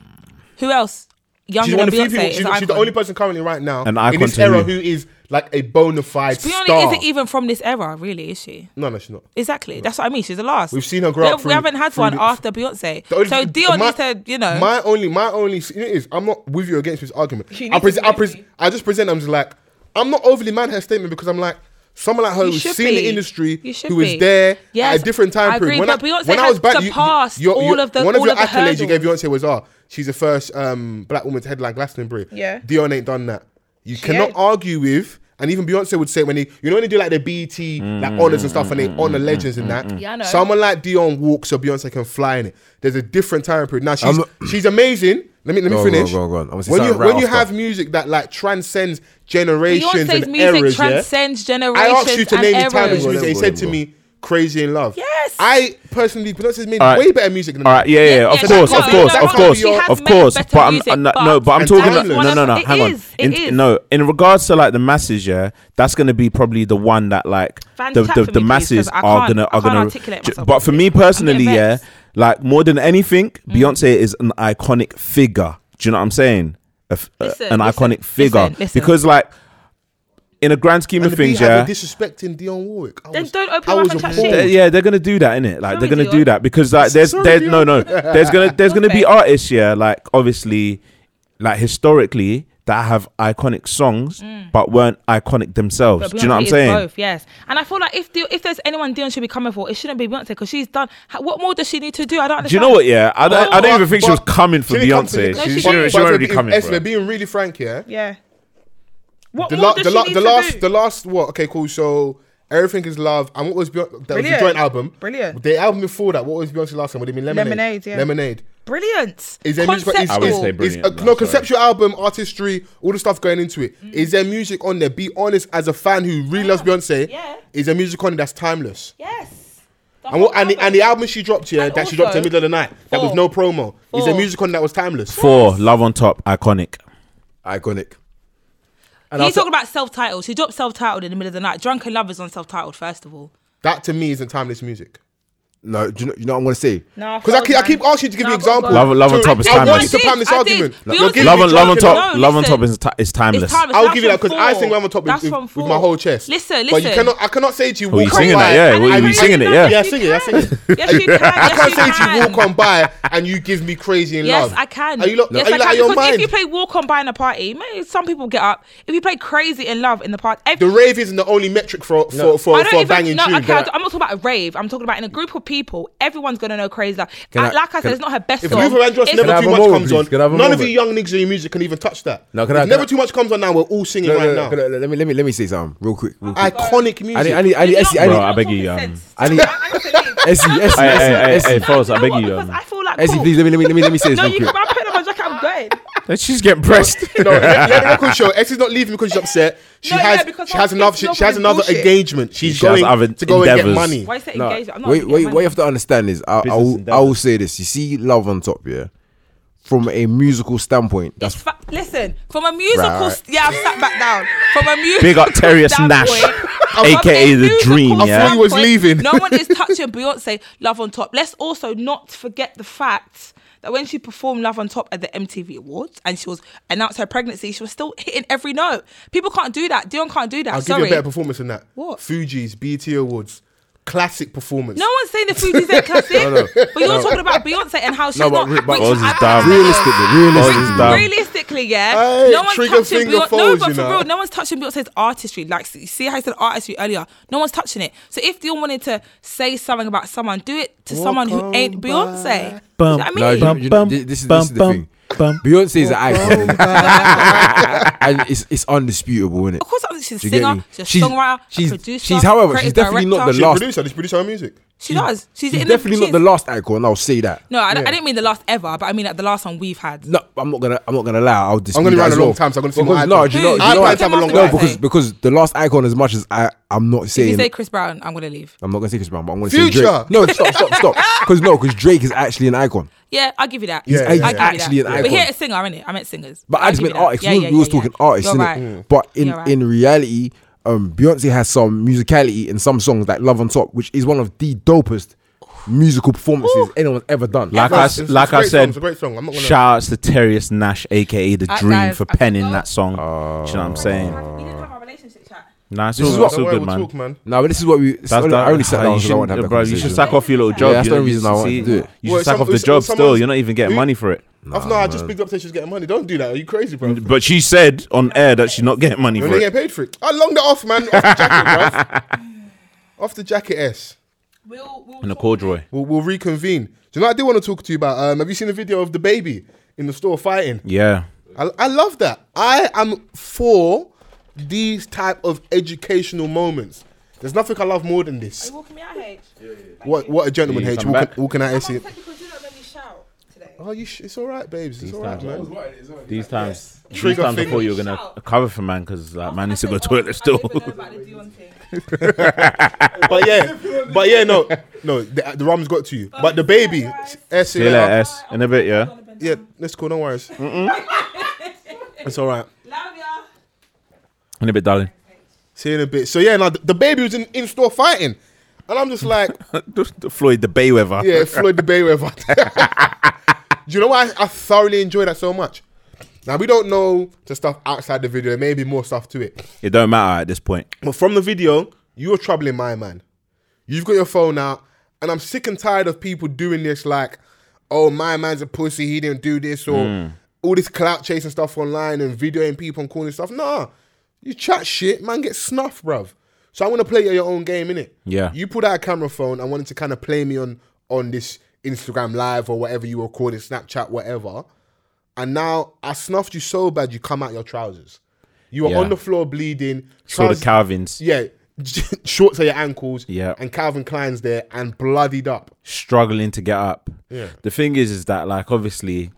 Speaker 2: Who else? Younger
Speaker 3: She's one
Speaker 2: than
Speaker 3: of the few
Speaker 2: Beyonce
Speaker 3: people.
Speaker 2: is
Speaker 3: She's,
Speaker 2: an
Speaker 3: she's the
Speaker 2: icon.
Speaker 3: only person currently right now
Speaker 1: An icon
Speaker 3: in this
Speaker 1: to
Speaker 3: era
Speaker 1: you.
Speaker 3: who is like a bona fide
Speaker 2: Beyonce
Speaker 3: star.
Speaker 2: isn't even from this era, really, is she?
Speaker 3: no, no, she's not.
Speaker 2: Exactly. That's what I mean. She's the last.
Speaker 3: We've seen her grow
Speaker 2: we,
Speaker 3: up
Speaker 2: we
Speaker 3: through-
Speaker 2: haven't had
Speaker 3: through
Speaker 2: one
Speaker 3: the-
Speaker 2: after Beyonce.
Speaker 3: The only-
Speaker 2: so Dion
Speaker 3: my-
Speaker 2: needs to, you know.
Speaker 3: My only, my only, you know, it is I'm not with you against this argument.
Speaker 2: She
Speaker 3: I
Speaker 2: needs
Speaker 3: present,
Speaker 2: to
Speaker 3: I,
Speaker 2: be
Speaker 3: pres-
Speaker 2: with you.
Speaker 3: I just present. I'm just like, I'm not overly mad at her statement because I'm like, someone like her
Speaker 2: You
Speaker 3: who's
Speaker 2: should
Speaker 3: seen
Speaker 2: be.
Speaker 3: the industry,
Speaker 2: You should
Speaker 3: who was
Speaker 2: be.
Speaker 3: there
Speaker 2: Yes,
Speaker 3: at a different time
Speaker 2: I
Speaker 3: period.
Speaker 2: agree, but Beyonce has surpassed all of the-
Speaker 3: one of
Speaker 2: all
Speaker 3: your
Speaker 2: of the
Speaker 3: accolades you gave
Speaker 2: hurdles.
Speaker 3: Beyonce was, ah, she's the first um, black woman to headline Glastonbury.
Speaker 2: Yeah.
Speaker 3: Dion ain't done that. You cannot
Speaker 2: ain't.
Speaker 3: argue with. And even Beyonce would say when they, you know, when they do like the BT like honors and stuff, and they honor legends and that.
Speaker 2: Yeah, I know.
Speaker 3: Someone like Dion walks, so Beyonce can fly in it. There's a different time period now. She's
Speaker 5: I'm-
Speaker 3: she's amazing. Let me let me
Speaker 5: Go on, go on,
Speaker 3: finish.
Speaker 5: go on, go on. I wanna see
Speaker 3: When you
Speaker 5: something right
Speaker 3: when you
Speaker 5: after.
Speaker 3: have music that like transcends generations
Speaker 2: Beyonce's
Speaker 3: and
Speaker 2: music
Speaker 3: eras, yeah.
Speaker 2: transcends
Speaker 3: I
Speaker 2: generations.
Speaker 3: asked you to
Speaker 2: and
Speaker 3: name the
Speaker 2: eras.
Speaker 3: time of music.
Speaker 5: Whatever,
Speaker 3: He said to
Speaker 5: whatever.
Speaker 3: me, "Crazy in Love."
Speaker 2: Yes.
Speaker 3: I personally, Beyonce's made
Speaker 1: All right.
Speaker 3: way better music than
Speaker 1: All right, yeah, yeah,
Speaker 2: Yeah,
Speaker 1: of
Speaker 2: yeah,
Speaker 1: course,
Speaker 3: no,
Speaker 1: of
Speaker 3: no,
Speaker 1: course,
Speaker 3: no,
Speaker 1: of
Speaker 3: no,
Speaker 1: course,
Speaker 3: she has
Speaker 1: of
Speaker 2: made
Speaker 1: course.
Speaker 2: better
Speaker 1: But I'm
Speaker 2: music,
Speaker 1: no,
Speaker 2: but-
Speaker 1: no, but I'm
Speaker 3: And
Speaker 1: talking about
Speaker 3: timeless.
Speaker 1: no, no, no.
Speaker 2: It
Speaker 1: Hang on,
Speaker 2: is, it is.
Speaker 1: in, no, in regards to like the masses, yeah, that's gonna be probably the one that like
Speaker 2: Fan,
Speaker 1: the
Speaker 2: clap
Speaker 1: the,
Speaker 2: for
Speaker 1: the
Speaker 2: me, please,
Speaker 1: masses
Speaker 2: 'cause I
Speaker 1: are
Speaker 2: can't-
Speaker 1: gonna
Speaker 2: I
Speaker 1: are
Speaker 2: can't
Speaker 1: gonna.
Speaker 2: articulate
Speaker 1: ju-
Speaker 2: myself
Speaker 1: But for me personally,
Speaker 2: I'm
Speaker 1: yeah,
Speaker 2: vexed. Mm.
Speaker 1: like more than anything, Beyonce is an iconic figure. Do you know what I'm saying? A f- a-
Speaker 2: Listen,
Speaker 1: an
Speaker 2: listen,
Speaker 1: iconic figure
Speaker 2: listen, listen.
Speaker 1: because like. In a grand scheme
Speaker 3: And
Speaker 1: of
Speaker 3: the things,
Speaker 1: things,
Speaker 3: Bee
Speaker 1: yeah,
Speaker 3: have a disrespecting Dionne Warwick. I
Speaker 2: Then
Speaker 3: was-
Speaker 2: don't open
Speaker 3: I
Speaker 2: up
Speaker 3: was
Speaker 2: and chat
Speaker 3: appalled.
Speaker 2: shit.
Speaker 1: Th- yeah, they're gonna do that, innit? Like
Speaker 2: Sorry,
Speaker 1: they're gonna do
Speaker 2: Dion.
Speaker 1: that because like there's
Speaker 3: Sorry,
Speaker 1: there's no
Speaker 3: Dion.
Speaker 1: no there's gonna there's gonna be
Speaker 2: Okay.
Speaker 1: artists yeah like obviously like historically that have iconic songs but weren't iconic themselves.
Speaker 2: Mm. But
Speaker 1: Do you know what I'm
Speaker 2: Beyonce is
Speaker 1: saying?
Speaker 2: Both, yes. And I feel like if the, if there's anyone Dion should be coming for, it shouldn't be Beyonce because she's done. ha- What more does she need to do? I don't understand.
Speaker 1: Do you know what? Yeah, I don't, I don't even think she was
Speaker 3: But-
Speaker 1: coming for
Speaker 3: she didn't come for
Speaker 1: Beyonce.
Speaker 3: Beyonce.
Speaker 1: She,
Speaker 2: No,
Speaker 1: she,
Speaker 2: she
Speaker 1: she,
Speaker 2: didn't.
Speaker 1: she wasn't really
Speaker 3: if-
Speaker 1: coming
Speaker 3: if
Speaker 1: for.
Speaker 3: we're
Speaker 1: it.
Speaker 3: being really frank, yeah.
Speaker 2: Yeah. What
Speaker 3: The,
Speaker 2: more
Speaker 3: la-
Speaker 2: does
Speaker 3: the,
Speaker 2: she
Speaker 3: la-
Speaker 2: need
Speaker 3: the
Speaker 2: to
Speaker 3: last,
Speaker 2: do?
Speaker 3: the last, what? Okay, cool. So everything is love, and what was Beyonce? That was the
Speaker 2: Brilliant.
Speaker 3: joint album.
Speaker 2: Brilliant.
Speaker 3: The album before that, what was Beyonce's last one? Would it be Lemonade?
Speaker 2: Lemonade, yeah.
Speaker 3: Lemonade.
Speaker 2: Brilliant.
Speaker 3: Is there music? Is,
Speaker 1: I would
Speaker 3: is-
Speaker 1: say
Speaker 3: is
Speaker 1: brilliant,
Speaker 3: a,
Speaker 1: no,
Speaker 3: no,
Speaker 1: sorry.
Speaker 3: conceptual album, artistry, all the stuff going into it. Is there music on there? Be honest, as a fan who really loves Beyonce,
Speaker 2: Mm. Yeah.
Speaker 3: is there music on it that's timeless?
Speaker 2: Yes.
Speaker 3: And what? And the, and the album she dropped here,
Speaker 2: And
Speaker 3: that she dropped in the
Speaker 2: also-
Speaker 3: middle of the night, that was
Speaker 2: Four.
Speaker 3: no promo. Is there
Speaker 2: Four.
Speaker 3: music on it that was timeless?
Speaker 1: Four, love on top, iconic.
Speaker 5: Iconic.
Speaker 2: He's talking about self-titled. She dropped self-titled in the middle of the night. Drunken Lovers on self-titled first of all.
Speaker 3: That to me isn't timeless music.
Speaker 5: No, do you know, you know what I'm gonna say?
Speaker 2: No,
Speaker 3: Because I, keep- I keep asking you to give
Speaker 2: No,
Speaker 3: me
Speaker 2: I've got
Speaker 3: examples.
Speaker 2: to go.
Speaker 1: Love- Love on
Speaker 3: So
Speaker 1: Top is
Speaker 3: I want you
Speaker 1: timeless.
Speaker 3: to pan this
Speaker 2: I did.
Speaker 3: argument.
Speaker 2: We
Speaker 3: You're
Speaker 2: all
Speaker 3: giving
Speaker 2: did.
Speaker 1: Love
Speaker 3: me
Speaker 1: on Love on
Speaker 3: examples.
Speaker 1: Top.
Speaker 2: No,
Speaker 1: Love on
Speaker 2: listen.
Speaker 1: Top is ti- is timeless.
Speaker 2: It's
Speaker 3: I
Speaker 2: timeless.
Speaker 3: will
Speaker 2: That's
Speaker 3: give you that
Speaker 2: from
Speaker 3: because I
Speaker 2: four.
Speaker 3: sing Ram on Top with,
Speaker 2: That's
Speaker 3: with,
Speaker 2: from
Speaker 3: with
Speaker 2: four.
Speaker 3: my whole chest. But
Speaker 2: Listen,
Speaker 3: you
Speaker 2: listen.
Speaker 3: cannot. I cannot say to you.
Speaker 1: Oh, you
Speaker 3: walk on
Speaker 1: singing
Speaker 3: by.
Speaker 1: that? Yeah,
Speaker 2: And
Speaker 1: well,
Speaker 2: I
Speaker 1: you
Speaker 2: really
Speaker 1: singing it?
Speaker 2: love
Speaker 1: Yeah.
Speaker 2: you
Speaker 3: Yeah, I sing it, I sing it.
Speaker 2: can. Yes, you can.
Speaker 3: I can't say
Speaker 2: yes,
Speaker 3: to you
Speaker 2: you can.
Speaker 3: walk on by and you give me crazy in
Speaker 2: Yes,
Speaker 3: love.
Speaker 2: I can.
Speaker 3: Are you, lo-
Speaker 2: yes,
Speaker 3: are you
Speaker 2: I
Speaker 3: like out
Speaker 2: can.
Speaker 3: of your
Speaker 2: because
Speaker 3: mind?
Speaker 2: if you play walk on by in a party, maybe some people get up. If you play crazy in love in the party, every,
Speaker 3: the rave isn't the only metric for for for,
Speaker 2: I don't
Speaker 3: for a
Speaker 2: even
Speaker 3: banging
Speaker 2: no,
Speaker 3: tune.
Speaker 2: Okay,
Speaker 3: but-
Speaker 2: I'm not talking about a rave. I'm talking about in a group of people. Everyone's gonna know crazy love.
Speaker 5: Can
Speaker 2: I-
Speaker 5: I-
Speaker 2: like I
Speaker 5: can
Speaker 2: said,
Speaker 5: I-
Speaker 2: it's not her best
Speaker 3: If
Speaker 2: song.
Speaker 3: Luther Vandross
Speaker 2: It's-
Speaker 3: Never
Speaker 5: I have
Speaker 3: Too
Speaker 5: a
Speaker 3: Much
Speaker 5: moment,
Speaker 3: comes
Speaker 5: please?
Speaker 3: on,
Speaker 5: Can I have a
Speaker 3: none of you
Speaker 5: moment?
Speaker 3: young niggas in your music can even touch that.
Speaker 5: No, can
Speaker 3: If
Speaker 5: I- can
Speaker 3: Never
Speaker 5: I-
Speaker 3: Too Much comes on now, we're all singing
Speaker 5: No, no,
Speaker 3: right
Speaker 5: no,
Speaker 3: now. Mm.
Speaker 5: no, no, let me let me let me say something real quick. Real quick.
Speaker 3: Iconic
Speaker 5: I need
Speaker 3: music.
Speaker 5: I need I need
Speaker 2: You're
Speaker 5: Essie,
Speaker 2: not-
Speaker 5: I
Speaker 2: you're
Speaker 1: Bro, I
Speaker 2: not
Speaker 5: need
Speaker 1: beg
Speaker 2: talking
Speaker 1: you, um,
Speaker 2: sense.
Speaker 5: I need
Speaker 2: No, I need to leave. No,
Speaker 5: Essie Essie
Speaker 2: no,
Speaker 1: Hey,
Speaker 5: Essie
Speaker 1: hey, hey, hey,
Speaker 5: Essie.
Speaker 1: Foles, I
Speaker 2: no,
Speaker 1: beg
Speaker 2: what?
Speaker 1: you.
Speaker 2: Because
Speaker 1: um,
Speaker 2: I feel like
Speaker 5: Essie,
Speaker 2: cool.
Speaker 5: please let me let me let me let me say this
Speaker 2: No,
Speaker 5: real
Speaker 2: you
Speaker 5: quick.
Speaker 2: can. I'm putting on my jacket. I'm going.
Speaker 1: She's getting pressed.
Speaker 3: No, let, let the record show. Essie's not leaving because she's upset. She
Speaker 2: No, yeah,
Speaker 3: has
Speaker 2: because
Speaker 3: she has
Speaker 2: I'm
Speaker 3: another
Speaker 2: pissed
Speaker 3: she,
Speaker 2: off
Speaker 3: she has
Speaker 2: with
Speaker 3: another
Speaker 2: bullshit.
Speaker 3: engagement. She's
Speaker 1: She has
Speaker 3: going
Speaker 1: other
Speaker 3: to go and get
Speaker 1: endeavours.
Speaker 3: money.
Speaker 2: Why is it
Speaker 5: No,
Speaker 2: engaged? I'm not.
Speaker 5: wait,
Speaker 2: gonna get
Speaker 5: wait,
Speaker 2: my-
Speaker 5: what you have to understand is I, I,
Speaker 1: Business
Speaker 5: will, I
Speaker 1: endeavors.
Speaker 5: will say this. You see, love on top, yeah. From a musical standpoint, that's
Speaker 2: Fa- listen, from a musical,
Speaker 5: Right.
Speaker 2: st- yeah, I've sat back down. From a musical,
Speaker 1: Big up Terrius Nash, aka the Dream.
Speaker 3: I thought
Speaker 1: Yeah,
Speaker 3: you was leaving.
Speaker 2: No one is touching Beyonce Love on Top. Let's also not forget the fact that when she performed Love on Top at the MTV Awards and she was announced her pregnancy, she was still hitting every note. People can't do that. Dion can't do that.
Speaker 3: I'll give
Speaker 2: Sorry.
Speaker 3: you a better performance than that.
Speaker 2: What?
Speaker 3: Fuji's BT Awards, classic performance.
Speaker 2: no one's saying the Fuji's ain't classic, but you're talking about Beyonce and how she's
Speaker 5: No, but
Speaker 2: not.
Speaker 5: re- but
Speaker 2: reaching
Speaker 1: Foles is
Speaker 2: out-
Speaker 1: dumb.
Speaker 5: realistically, realistically.
Speaker 1: Foles is dumb.
Speaker 2: Realistically, yeah,
Speaker 3: Aye,
Speaker 2: no one's
Speaker 3: trigger
Speaker 2: touching
Speaker 3: finger
Speaker 2: Beyonce. No,
Speaker 3: falls,
Speaker 2: but
Speaker 3: you
Speaker 2: for
Speaker 3: know.
Speaker 2: real, no one's touching Beyonce's artistry. Like, see- see how I said artistry earlier. No one's touching it. So if Dion wanted to say something about someone, do it to someone who ain't Beyonce. Do you know what I mean?
Speaker 5: No, you- you- this- this is- this is the thing. Beyonce is an icon, and it's it's undisputable, isn't it?
Speaker 2: of course, I think she's a
Speaker 5: Do you get
Speaker 2: singer,
Speaker 5: me?
Speaker 2: she's a
Speaker 5: She's-
Speaker 2: songwriter,
Speaker 5: she's-
Speaker 2: a producer.
Speaker 5: she's, however, she's
Speaker 2: creative
Speaker 5: definitely not
Speaker 2: director.
Speaker 5: the
Speaker 3: She's a
Speaker 5: last-
Speaker 3: producer. She's producer her music.
Speaker 2: She does. She's,
Speaker 5: She's
Speaker 2: in
Speaker 5: definitely
Speaker 2: the,
Speaker 5: not the last icon. I'll say that.
Speaker 2: No, I, don't- I didn't mean the last ever, but I mean like the last one we've had.
Speaker 5: No, I'm not gonna. I'm not gonna lie. I'll dispute
Speaker 3: I'm gonna
Speaker 5: that
Speaker 3: run
Speaker 5: as
Speaker 3: a long
Speaker 5: well.
Speaker 3: time, so I'm gonna see
Speaker 5: because,
Speaker 3: my
Speaker 5: no,
Speaker 3: icon.
Speaker 5: do you know?
Speaker 2: Who?
Speaker 5: do
Speaker 3: I
Speaker 5: you know
Speaker 3: play
Speaker 5: what?
Speaker 3: time a long
Speaker 5: No,
Speaker 3: time.
Speaker 5: because because the last icon. As much as I, I'm not
Speaker 2: If you
Speaker 5: saying.
Speaker 2: say Chris Brown, I'm gonna leave.
Speaker 5: I'm not gonna say Chris Brown, but I'm gonna
Speaker 3: Future!
Speaker 5: say Drake. No, stop, stop, stop. Because no, because Drake is actually an icon.
Speaker 2: Yeah, I'll give you that.
Speaker 5: Yeah,
Speaker 2: I'll
Speaker 5: yeah,
Speaker 2: give
Speaker 5: yeah.
Speaker 2: you
Speaker 5: actually
Speaker 2: that.
Speaker 5: an
Speaker 2: But
Speaker 5: icon.
Speaker 2: here it's singer, I mean, I meant singers.
Speaker 5: But
Speaker 2: I'll
Speaker 5: I just
Speaker 2: give
Speaker 5: meant
Speaker 2: you that.
Speaker 5: artists.
Speaker 2: Yeah,
Speaker 5: we,
Speaker 2: yeah,
Speaker 5: we was
Speaker 2: yeah, yeah.
Speaker 5: talking artists,
Speaker 2: You're
Speaker 5: innit?
Speaker 2: right.
Speaker 3: Mm.
Speaker 2: Mm.
Speaker 5: But in
Speaker 2: You're right.
Speaker 5: in reality, um, Beyonce has some musicality in some songs like "Love on Top," which is one of the dopest musical performances anyone's ever done.
Speaker 1: like
Speaker 5: Ever.
Speaker 1: I
Speaker 3: It's- it's a
Speaker 1: like I
Speaker 3: great song,
Speaker 1: said,
Speaker 3: it's a great song, I'm not gonna-
Speaker 1: shout outs to Terrius Nash, aka the
Speaker 2: Uh,
Speaker 1: Dream,
Speaker 2: guys,
Speaker 1: for
Speaker 2: I-
Speaker 1: penning that song. Do you know what I'm saying?
Speaker 2: You didn't have a relationship chat.
Speaker 1: Nah, it's
Speaker 5: This
Speaker 1: all,
Speaker 5: is what-
Speaker 1: it's all
Speaker 3: Don't worry,
Speaker 1: good,
Speaker 3: we'll
Speaker 1: man.
Speaker 3: talk, man.
Speaker 5: no, but this is what we.
Speaker 1: That's
Speaker 5: I only sat
Speaker 1: how
Speaker 5: down
Speaker 1: you
Speaker 5: because I
Speaker 1: should,
Speaker 5: want to have that
Speaker 1: bro, you
Speaker 5: conversation.
Speaker 1: should sack off your little
Speaker 2: Yeah,
Speaker 1: job.
Speaker 5: that's
Speaker 1: you
Speaker 5: the
Speaker 1: know,
Speaker 5: only
Speaker 1: you
Speaker 5: reason I wanted
Speaker 1: see-
Speaker 5: to do it.
Speaker 1: You should
Speaker 3: Well,
Speaker 1: sack
Speaker 3: some-
Speaker 1: off the
Speaker 3: it's-
Speaker 1: job
Speaker 3: it's
Speaker 1: still.
Speaker 3: someone's-
Speaker 1: You're not even getting
Speaker 3: Who-
Speaker 1: money for it.
Speaker 3: I've- no, I just picked up that she's getting money. Don't do that. Are you crazy, bro? You're
Speaker 1: But she said on air that she's not getting money
Speaker 3: not
Speaker 1: for it.
Speaker 3: getting paid for it. I longed it off, man. Off the jacket, bro. Off the jacket, S.
Speaker 2: We'll, we'll
Speaker 1: And a
Speaker 2: talk-
Speaker 1: corduroy.
Speaker 3: We'll, we'll reconvene. Do you know what I do want to talk to you about? Um, have you seen the video of the baby in the store fighting?
Speaker 1: Yeah.
Speaker 3: I, I love that. I am for these type of educational moments. There's nothing I love more than
Speaker 2: Are
Speaker 3: this.
Speaker 2: you walking me out, H?
Speaker 3: What what a gentleman,
Speaker 1: Yeah,
Speaker 3: H.
Speaker 1: come
Speaker 3: Walking,
Speaker 1: back.
Speaker 3: walking out
Speaker 2: I'm
Speaker 3: and
Speaker 2: upset
Speaker 3: seeing.
Speaker 2: because you don't make me shout today.
Speaker 3: Oh, you sh- it's all right, babes. It's all right, man.
Speaker 1: These times, these
Speaker 3: Trigger
Speaker 1: times I
Speaker 3: finger.
Speaker 1: thought you were gonna cover for man because like man needs to go to toilet still.
Speaker 2: I don't even know about the Dion thing.
Speaker 3: But yeah, but yeah, no, no. The, the rum's got to you. But the baby, S.
Speaker 1: See you later, S. In a bit, yeah.
Speaker 3: Yeah, that's cool. No worries. it's all right.
Speaker 2: Love ya.
Speaker 1: In a bit, darling.
Speaker 3: See you in a bit. So yeah, now the, the baby was in, in store fighting, and I'm just like,
Speaker 1: Floyd the Bayweather.
Speaker 3: yeah, Floyd the Bayweather. Do you know why I, I thoroughly enjoy that so much? Now we don't know the stuff outside the video. There may be more stuff to it,
Speaker 1: It don't matter at this point.
Speaker 3: but from the video, you're troubling my man. You've got your phone out, and I'm sick and tired of people doing this. Like, oh, my man's a pussy. He didn't do this, or all this clout chasing stuff online and videoing people and calling stuff. Nah, you chat shit, man. Get snuff, bruv. So I'm gonna play you your own game, innit?
Speaker 1: Yeah.
Speaker 3: You pulled out a camera phone and wanted to kind of play me on on this Instagram live or whatever you were calling Snapchat, whatever. And now I snuffed you so bad you come out your trousers. You were
Speaker 1: Yeah.
Speaker 3: on the floor bleeding.
Speaker 1: So the
Speaker 3: trousers-
Speaker 1: Calvins
Speaker 3: yeah, shorts at your ankles.
Speaker 1: Yeah.
Speaker 3: and Calvin Klein's there and bloodied up.
Speaker 1: struggling to get up.
Speaker 3: Yeah.
Speaker 1: The thing is, is that like obviously,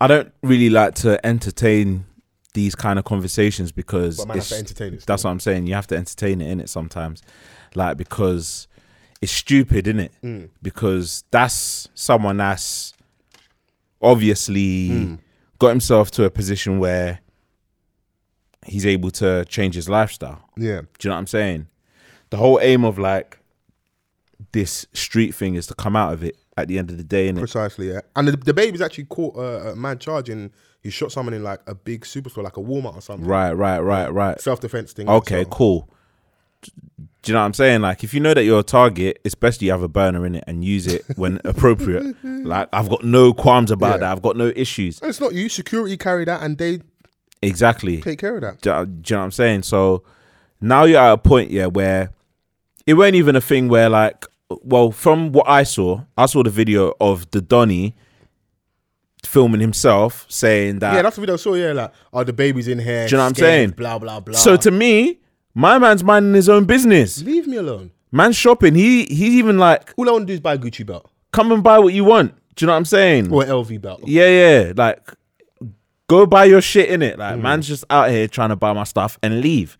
Speaker 1: I don't really like to entertain these kind of conversations because
Speaker 3: But man,
Speaker 1: it's-
Speaker 3: I have to entertain it.
Speaker 1: That's what I'm saying. You have to entertain it in it sometimes, like because it's stupid, in it?
Speaker 3: Mm.
Speaker 1: Because that's someone that's obviously
Speaker 3: Mm.
Speaker 1: got himself to a position where he's able to change his lifestyle.
Speaker 3: Yeah,
Speaker 1: Do you know what I'm saying? The whole aim of like this street thing is to come out of it at the end of the day, innit?
Speaker 3: Precisely, yeah. And the, the baby's actually caught uh, a man charging. He shot someone in like a big superstore, like a Walmart or something.
Speaker 1: Right, right, right, right.
Speaker 3: Self defense thing.
Speaker 1: Okay,
Speaker 3: so-
Speaker 1: cool. Do you know what I'm saying? Like, if you know that you're a target, it's best you have a burner in it and use it when appropriate. Like, I've got no qualms about that. I've got no issues.
Speaker 3: And it's not you. Security carry that, and they
Speaker 1: Exactly.
Speaker 3: take care of that.
Speaker 1: Do, do you know what I'm saying? So now you're at a point, yeah, where it weren't even a thing where, like, well, from what I saw, I saw the video of the Donny filming himself saying that.
Speaker 3: yeah, that's the video I saw. Yeah, like, oh, the baby's in here.
Speaker 1: Do you know what I'm
Speaker 3: scared,
Speaker 1: saying?
Speaker 3: Blah blah blah.
Speaker 1: so to me, my man's minding his own business.
Speaker 3: leave me alone.
Speaker 1: Man's shopping. He he's even like,
Speaker 3: All I want to do is buy a Gucci belt
Speaker 1: come and buy what you want. Do you know what I'm saying?
Speaker 3: or an LV belt.
Speaker 1: Yeah, yeah. Like, go buy your shit in it. Like, man's just out here trying to buy my stuff and leave.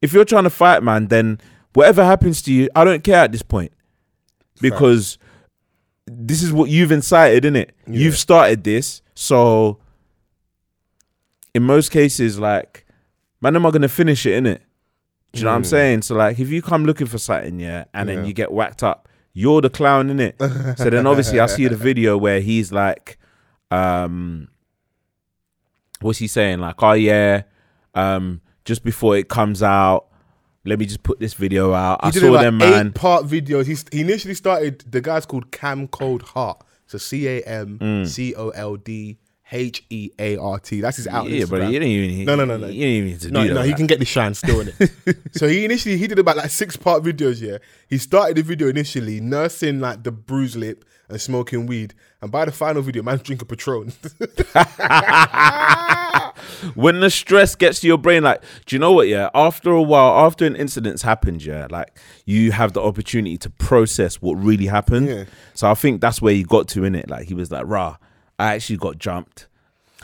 Speaker 1: If you're trying to fight, man, then whatever happens to you, I don't care at this point because this is what you've incited, in it. You've started this, so in most cases, like, man, am I gonna finish it in it? Do you know what I'm
Speaker 3: Mm.
Speaker 1: saying? So like, if you come looking for something, yeah, and then you get whacked up, you're the clown in it. so then obviously, I see the video where he's like, um, what's he saying? Like, oh yeah, um, just before it comes out, let me just put this video out. I
Speaker 3: He did
Speaker 1: saw
Speaker 3: like
Speaker 1: them, man.
Speaker 3: eight part videos. He's, he initially started. The guy's called Cam Cold Heart. So C A M C O L D H E A R T. That's his outlet.
Speaker 1: yeah, but
Speaker 3: Instagram.
Speaker 1: you didn't even.
Speaker 3: No, no, no, no.
Speaker 1: You didn't even need to
Speaker 3: No,
Speaker 1: do that.
Speaker 3: no, he
Speaker 1: like.
Speaker 3: can get the shine still in it. so he initially he did about like six part videos. Yeah, he started the video initially nursing like the bruised lip and smoking weed, and by the final video, man's drinking Patron.
Speaker 1: when the stress gets to your brain, like, do you know what? Yeah, after a while, after an incident's happened, yeah, like you have the opportunity to process what really happened.
Speaker 3: Yeah.
Speaker 1: So I think that's where he got to in it. Like he was like, "Rah, I actually got jumped."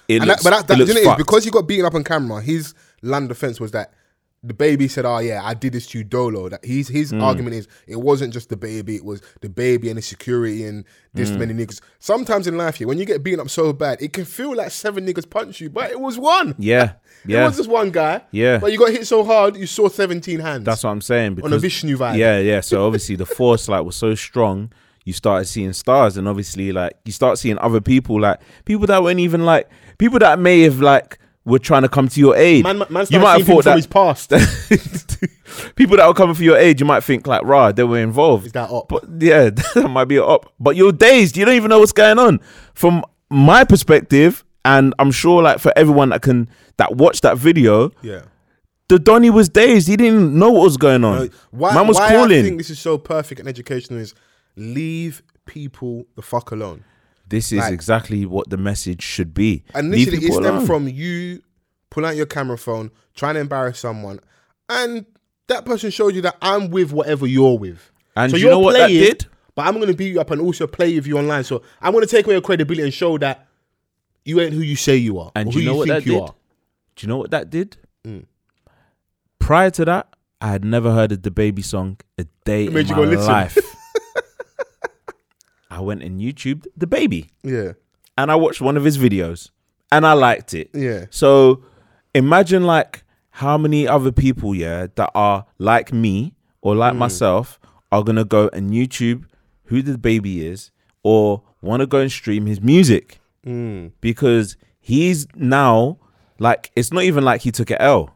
Speaker 1: It
Speaker 3: and that,
Speaker 1: looks,
Speaker 3: but that,
Speaker 1: it
Speaker 3: that, you
Speaker 1: looks
Speaker 3: know, it is,
Speaker 1: fucked.
Speaker 3: because he got beaten up on camera. His land defense was that the baby said, "Oh yeah, I did this to you, Dolo." That his his
Speaker 1: Hmm.
Speaker 3: argument is it wasn't just the baby; it was the baby and the security and this
Speaker 1: Hmm.
Speaker 3: many niggas. Sometimes in life, here when you get beaten up so bad, it can feel like seven niggas punched you, but it was one.
Speaker 1: yeah,
Speaker 3: It
Speaker 1: yeah,
Speaker 3: was just one guy.
Speaker 1: Yeah.
Speaker 3: But you got hit so hard, you saw 17 hands.
Speaker 1: that's what I'm saying.
Speaker 3: On
Speaker 1: Because,
Speaker 3: a Vishnu vibe.
Speaker 1: Yeah, yeah. So obviously the force like was so strong, you started seeing stars, and obviously like you start seeing other people, like people that weren't even like people that may have like were trying to come to your aid.
Speaker 3: Man, man started you might have thought from his past.
Speaker 1: people that were coming for your aid, you might think like, rah, they were involved.
Speaker 3: Is that up?
Speaker 1: But yeah, that might be a up. But you're dazed. You don't even know what's going on. From my perspective, and I'm sure like for everyone that can that watched that video,
Speaker 3: yeah.
Speaker 1: the Donny was dazed. He didn't know what was going on.
Speaker 3: Why,
Speaker 1: Man was
Speaker 3: why I
Speaker 1: calling.
Speaker 3: think this is so perfect and educational is leave people the fuck alone.
Speaker 1: This is exactly what the message should be.
Speaker 3: And
Speaker 1: Leave
Speaker 3: Initially,
Speaker 1: people
Speaker 3: it's them
Speaker 1: alone.
Speaker 3: from you pulling out your camera phone, trying to embarrass someone, and that person showed you that I'm with whatever you're with.
Speaker 1: And
Speaker 3: so
Speaker 1: you
Speaker 3: you're
Speaker 1: know what that
Speaker 3: playing,
Speaker 1: did?
Speaker 3: But I'm going to beat you up and also play with you online. So I'm going to take away your credibility and show that you ain't who you say you are,
Speaker 1: And
Speaker 3: or
Speaker 1: do you
Speaker 3: who
Speaker 1: know what
Speaker 3: you
Speaker 1: that
Speaker 3: think you
Speaker 1: did?
Speaker 3: are. Mm.
Speaker 1: Do you know what that did? Prior to that, I had never heard of the baby song a day
Speaker 3: made
Speaker 1: in
Speaker 3: you
Speaker 1: my
Speaker 3: go listen.
Speaker 1: life. I went and YouTubed the baby,
Speaker 3: Yeah,
Speaker 1: and I watched one of his videos, and I liked it.
Speaker 3: yeah.
Speaker 1: So imagine like how many other people, yeah, that are like me or like myself are gonna go and YouTube who the baby is or wanna go and stream his music.
Speaker 3: Mm.
Speaker 1: Because he's now like it's not even like he took an L.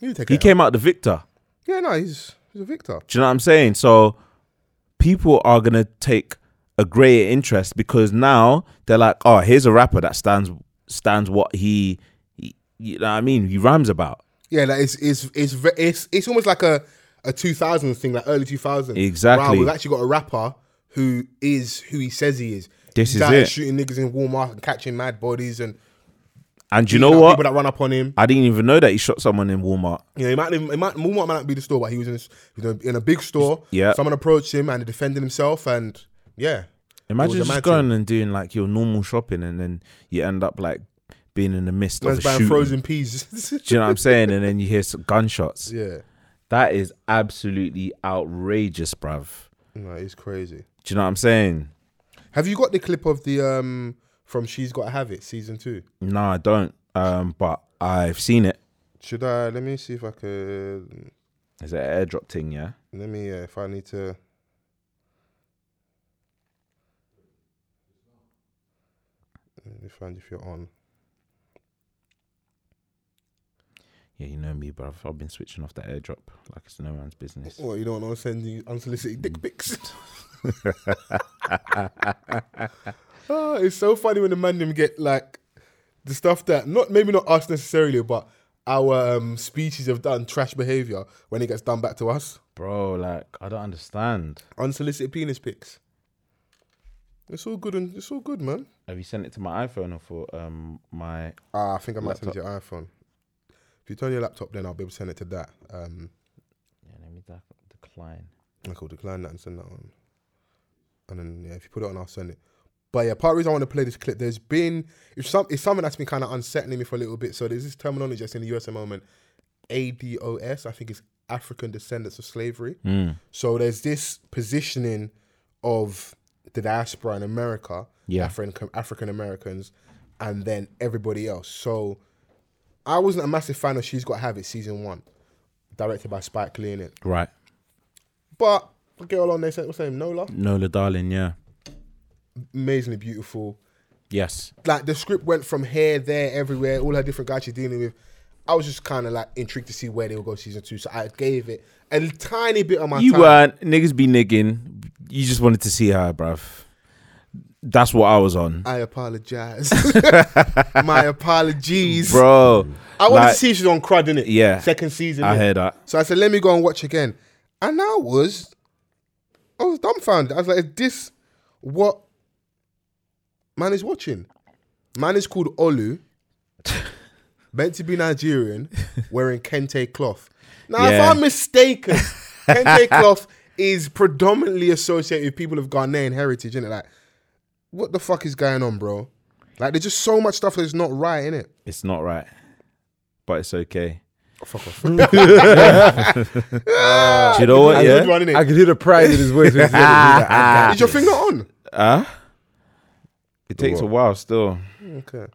Speaker 3: You take
Speaker 1: He
Speaker 3: it.
Speaker 1: came out the victor.
Speaker 3: yeah, no, he's he's a victor.
Speaker 1: Do you know what I'm saying? So people are gonna take a greater interest because now they're like, oh, here's a rapper that stands stands what he, he you know what I mean, he rhymes about.
Speaker 3: Yeah, like it's it's it's ve- it's it's almost like a a two thousands thing, like early two thousands. Wow,
Speaker 1: Exactly.
Speaker 3: we've actually got a rapper who is who he says he is.
Speaker 1: This
Speaker 3: He's
Speaker 1: is
Speaker 3: out
Speaker 1: it.
Speaker 3: Shooting niggas in Walmart and catching mad bodies and
Speaker 1: And you
Speaker 3: beating
Speaker 1: know
Speaker 3: up
Speaker 1: what?
Speaker 3: people that run up on him.
Speaker 1: I didn't even know that he shot someone in Walmart.
Speaker 3: You know, he might, he might Walmart might not be the store, but he was in a, s- he was in a- in a big store.
Speaker 1: Yeah.
Speaker 3: someone approached him and he defended himself, and yeah,
Speaker 1: Imagine
Speaker 3: It was a
Speaker 1: just
Speaker 3: mad
Speaker 1: going and doing like your normal shopping, and then you end up like being in the midst
Speaker 3: man's
Speaker 1: of a
Speaker 3: buying
Speaker 1: shooting.
Speaker 3: frozen peas.
Speaker 1: Do you know what I'm saying? And then you hear some gunshots.
Speaker 3: yeah,
Speaker 1: That is absolutely outrageous, bruv.
Speaker 3: no, it's crazy.
Speaker 1: Do you know what I'm saying?
Speaker 3: Have you got the clip of the um from She's Got to Have It season two?
Speaker 1: No, I don't. Um, but I've seen it.
Speaker 3: Should I? Let me see if I could.
Speaker 1: It's an airdrop thing, yeah.
Speaker 3: Let me. Uh, if I need to. Let me find if you're on.
Speaker 1: Yeah, you know me, bruv. I've been switching off the airdrop like it's no man's business.
Speaker 3: What, you don't want to send you unsolicited dick pics? oh, it's so funny when the man them get like the stuff that not maybe not us necessarily, but our um, species have done trash behavior when it gets done back to us.
Speaker 1: Bro, like, I don't understand.
Speaker 3: Unsolicited penis pics. It's all good and it's all good, man.
Speaker 1: Have you sent it to my iPhone or for um my
Speaker 3: Ah, I think I might send it to your iPhone. If you turn your laptop, then I'll be able to send it to that. Um,
Speaker 1: yeah, let me dec- decline.
Speaker 3: I could decline that and send that one. And then yeah, if you put it on, I'll send it. But yeah, part of the reason I want to play this clip, there's been if some it's something that's been kind of unsettling me for a little bit. So there's this terminology that's in the US at the moment, ADOS. I think it's African Descendants of Slavery. So there's this positioning of the diaspora in America,
Speaker 1: Yeah.
Speaker 3: African African Americans, and then everybody else. So I wasn't a massive fan of She's Got Have It season one, directed by Spike Lee in it.
Speaker 1: Right.
Speaker 3: But the girl on there said, what's her name? Nola.
Speaker 1: Nola darling, yeah.
Speaker 3: Amazingly beautiful.
Speaker 1: Yes.
Speaker 3: Like the script went from here, there, everywhere, all her different guys she's dealing with. I was just kind of like intrigued to see where they would go season two. So I gave it a tiny bit of my
Speaker 1: you
Speaker 3: time.
Speaker 1: weren't niggas be nigging. You just wanted to see her, bruv. That's what I was on.
Speaker 3: I apologize. my apologies.
Speaker 1: Bro.
Speaker 3: I wanted
Speaker 1: like,
Speaker 3: to see if she's on crud, innit?
Speaker 1: Yeah.
Speaker 3: Second season.
Speaker 1: I
Speaker 3: innit?
Speaker 1: heard that.
Speaker 3: So I said, let me go and watch again. And I was, I was dumbfounded. I was like, is this what man is watching? Man is called Olu, meant to be Nigerian, wearing kente cloth. Now,
Speaker 1: Yeah.
Speaker 3: if I'm mistaken, kente cloth is predominantly associated with people of Ghanaian heritage, innit? Like, what the fuck is going on, bro? Like, there's just so much stuff that's not right, innit?
Speaker 1: It's not right. But it's okay.
Speaker 3: Fuck off.
Speaker 1: Do Uh, you know what?
Speaker 3: That's a good
Speaker 1: Yeah.
Speaker 3: one, innit?
Speaker 5: I could hear the pride in his voice. when he said it. He was like, I got
Speaker 3: is your finger on?
Speaker 1: It takes a while still.
Speaker 3: Okay.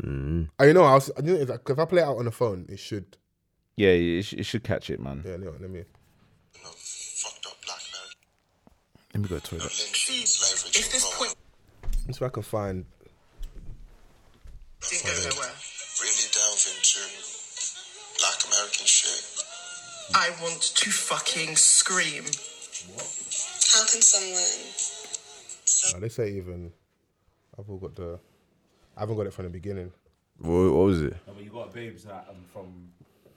Speaker 5: Hmm.
Speaker 3: Oh, you know, I was. I knew it was like, if I play it out on the phone, it should.
Speaker 1: Yeah, it, sh- it should catch it, man.
Speaker 3: Yeah, no, let me.
Speaker 1: Let me go to the toilet.
Speaker 3: Let's see if I can find.
Speaker 8: Really delve into black American shit.
Speaker 10: I want to fucking scream.
Speaker 11: How can someone
Speaker 3: No, uh, they say even. I've all got the. I haven't got it from the beginning.
Speaker 5: it. What, what was it?
Speaker 1: you got babes that um, from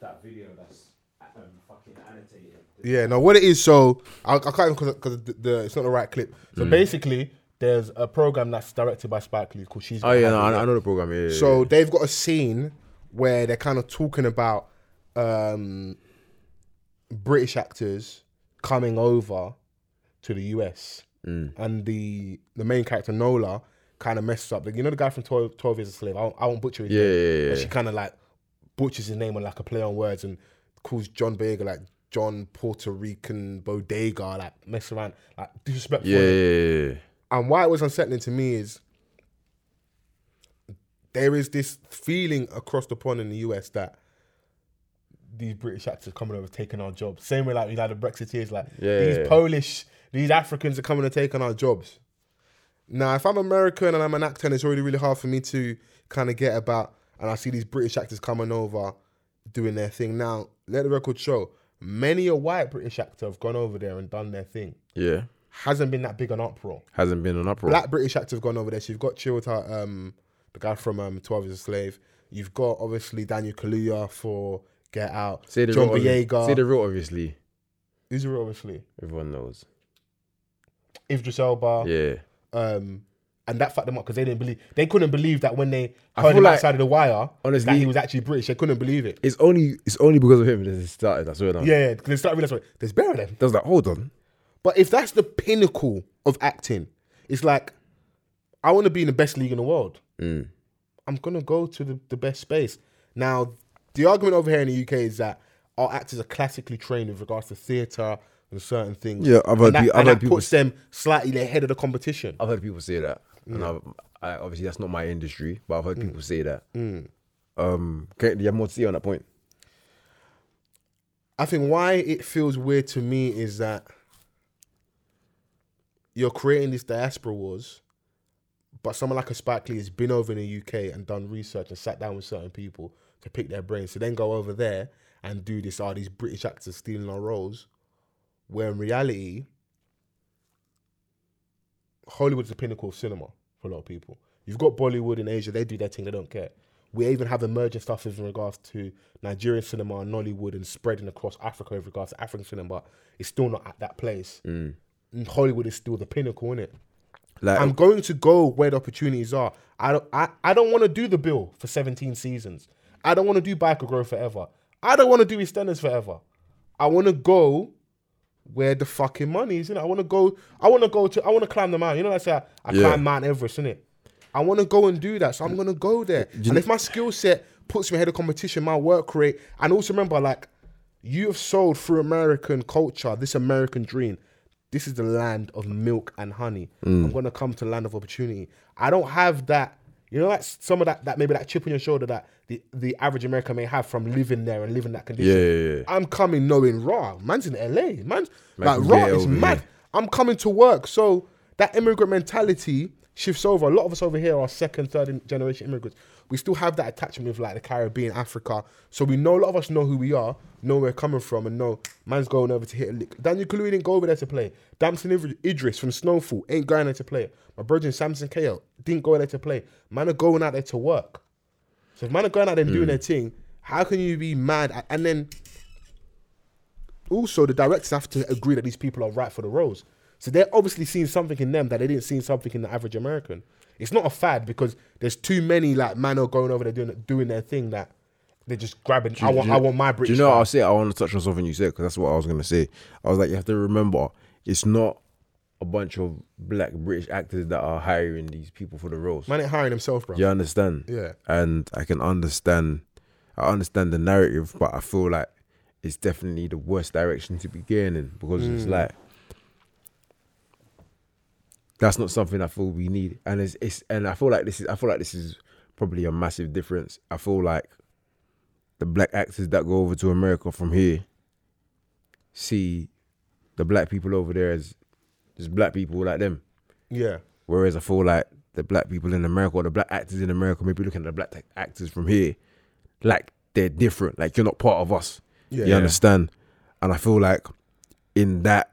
Speaker 1: that video that's um, fucking annotated.
Speaker 3: Yeah, no, what it is. So I, I can't even because the, the it's not the right clip. So
Speaker 5: Hmm.
Speaker 3: basically, there's a program that's directed by Spike Lee called She's.
Speaker 5: Oh
Speaker 3: Got
Speaker 5: yeah, no,
Speaker 3: Talent.
Speaker 5: I, I know the program. Yeah, yeah, yeah.
Speaker 3: So they've got a scene where they're kind of talking about um, British actors coming over to the US,
Speaker 5: Mm.
Speaker 3: and the the main character Nola kind of messes up. Like, you know the guy from 12, 12 Years a Slave. I won't, I won't butcher his
Speaker 5: Yeah,
Speaker 3: name.
Speaker 5: yeah, yeah,
Speaker 3: And
Speaker 5: yeah.
Speaker 3: she kind of like butchers his name on like a play on words and calls John Boyega like John Puerto Rican Bodega, like mess around, like disrespectful.
Speaker 5: yeah, yeah, yeah, yeah.
Speaker 3: And why it was unsettling to me is there is this feeling across the pond in the US that these British actors coming over taking our jobs. Same way like you know the Brexiteers, like
Speaker 5: Yeah,
Speaker 3: these
Speaker 5: yeah, yeah.
Speaker 3: Polish, these Africans are coming and taking our jobs. Now, if I'm American and I'm an actor, and it's already really hard for me to kind of get about, and I see these British actors coming over doing their thing. Now, let the record show, many a white British actor have gone over there and done their thing.
Speaker 5: Yeah.
Speaker 3: Hasn't been that big an uproar
Speaker 5: Hasn't been an uproar.
Speaker 3: black British actors gone over there. So you've got Chilta, um, the guy from um, Twelve Years a Slave. You've got obviously Daniel Kaluuya for Get Out.
Speaker 5: Say the
Speaker 3: John
Speaker 5: real, obvi- Say the
Speaker 3: Boyega.
Speaker 5: real, obviously.
Speaker 3: Who's the real obviously?
Speaker 5: Everyone knows.
Speaker 3: Idris Elba.
Speaker 5: Yeah.
Speaker 3: Um, and that fucked them up because they didn't believe they couldn't believe that when they
Speaker 5: I
Speaker 3: heard
Speaker 5: feel
Speaker 3: him
Speaker 5: like-
Speaker 3: outside of the wire,
Speaker 5: honestly-
Speaker 3: that he was actually British. They couldn't believe it.
Speaker 5: It's only it's only because of him that it started. I swear now.
Speaker 3: Yeah, because they started realizing there's better than them.
Speaker 5: That was like, hold on.
Speaker 3: But if that's the pinnacle of acting, it's like I want to be in the best league in the world.
Speaker 5: Mm.
Speaker 3: I'm gonna go to the, the best space. Now, the argument over here in the UK is that our actors are classically trained with regards to theatre and certain things.
Speaker 5: Yeah, I've
Speaker 3: and
Speaker 5: heard
Speaker 3: that,
Speaker 5: pe- I've
Speaker 3: and
Speaker 5: heard
Speaker 3: that
Speaker 5: people
Speaker 3: puts them slightly ahead of the competition.
Speaker 5: I've heard people say that, and I've, I obviously that's not my industry, but
Speaker 3: Mm.
Speaker 5: I've heard people say that. Um, can, do you have more to say on that point?
Speaker 3: I think why it feels weird to me is that you're creating these diaspora wars, But someone like a Spike Lee has been over in the UK and done research and sat down with certain people to pick their brains. So then go over there and do this. Are these British actors stealing our roles? Where in reality, Hollywood's the pinnacle of cinema for a lot of people. You've got Bollywood in Asia; they do their thing; they don't care. We even have emerging stuff in regards to Nigerian cinema and Nollywood and spreading across Africa in regards to African cinema, but it's still not at that place.
Speaker 5: Mm.
Speaker 3: And Hollywood is still the pinnacle, is it?
Speaker 5: Like-
Speaker 3: I'm going to go where the opportunities are. I don't I, I don't want to do the bill for 17 seasons. I don't want to do Biker Grove forever. I don't want to do EastEnders forever. I want to go where the fucking money is, innit? I want to go. I want to go to. I want to climb the mountain. You know, that's how I
Speaker 5: Yeah.
Speaker 3: climb Mount Everest, innit? I want to go and do that, so I'm gonna go there. and if my skill set puts me ahead of competition, my work rate, and also remember, like, you have sold through American culture this American dream. This is the land of milk and honey.
Speaker 5: Mm.
Speaker 3: I'm gonna come to the land of opportunity. I don't have that. You know, like some of that, that maybe that chip on your shoulder that the, the average American may have from living there and living that condition.
Speaker 5: Yeah, yeah, yeah.
Speaker 3: I'm coming knowing raw. Man's in LA. Man's
Speaker 5: Man
Speaker 3: like
Speaker 5: can
Speaker 3: raw
Speaker 5: get
Speaker 3: is
Speaker 5: over
Speaker 3: mad.
Speaker 5: here.
Speaker 3: I'm coming to work. So that immigrant mentality shifts over. A lot of us over here are second, third in- generation immigrants. We still have that attachment with like the Caribbean, Africa. So we know a lot of us know who we are, know where we're coming from, and know man's going over to hit a lick. Daniel Kaluuya didn't go over there to play. Damson Idri- Idris from Snowfall ain't going there to play. My brother Samson KO didn't go there to play. Man are going out there to work. So if man are going out there and
Speaker 5: Mm.
Speaker 3: doing their thing, how can you be mad? At, and then also the directors have to agree that these people are right for the roles. So they're obviously seeing something in them that they didn't see something in the average American. It's not a fad because there's too many like man are going over there doing doing their thing that they're just grabbing. I want I want my British.
Speaker 5: Do you know
Speaker 3: style.
Speaker 5: what I'll say? I want to touch on something you said because that's what I was going to say. I was like, you have to remember, it's not a bunch of black British actors that are hiring these people for the roles.
Speaker 3: man ain't hiring himself, bro.
Speaker 5: You understand?
Speaker 3: Yeah.
Speaker 5: And I can understand, I understand the narrative, but I feel like it's definitely the worst direction to be going in because it's
Speaker 3: Mm.
Speaker 5: like, that's not something I feel we need. And it's, it's and I feel like this is I feel like this is probably a massive difference. I feel like the black actors that go over to America from here see the black people over there as just black people like them.
Speaker 3: Yeah.
Speaker 5: Whereas I feel like the black people in America or the black actors in America maybe looking at the black act- actors from here like they're different, like you're not part of us.
Speaker 3: Yeah.
Speaker 5: You
Speaker 3: Yeah.
Speaker 5: understand? And I feel like in that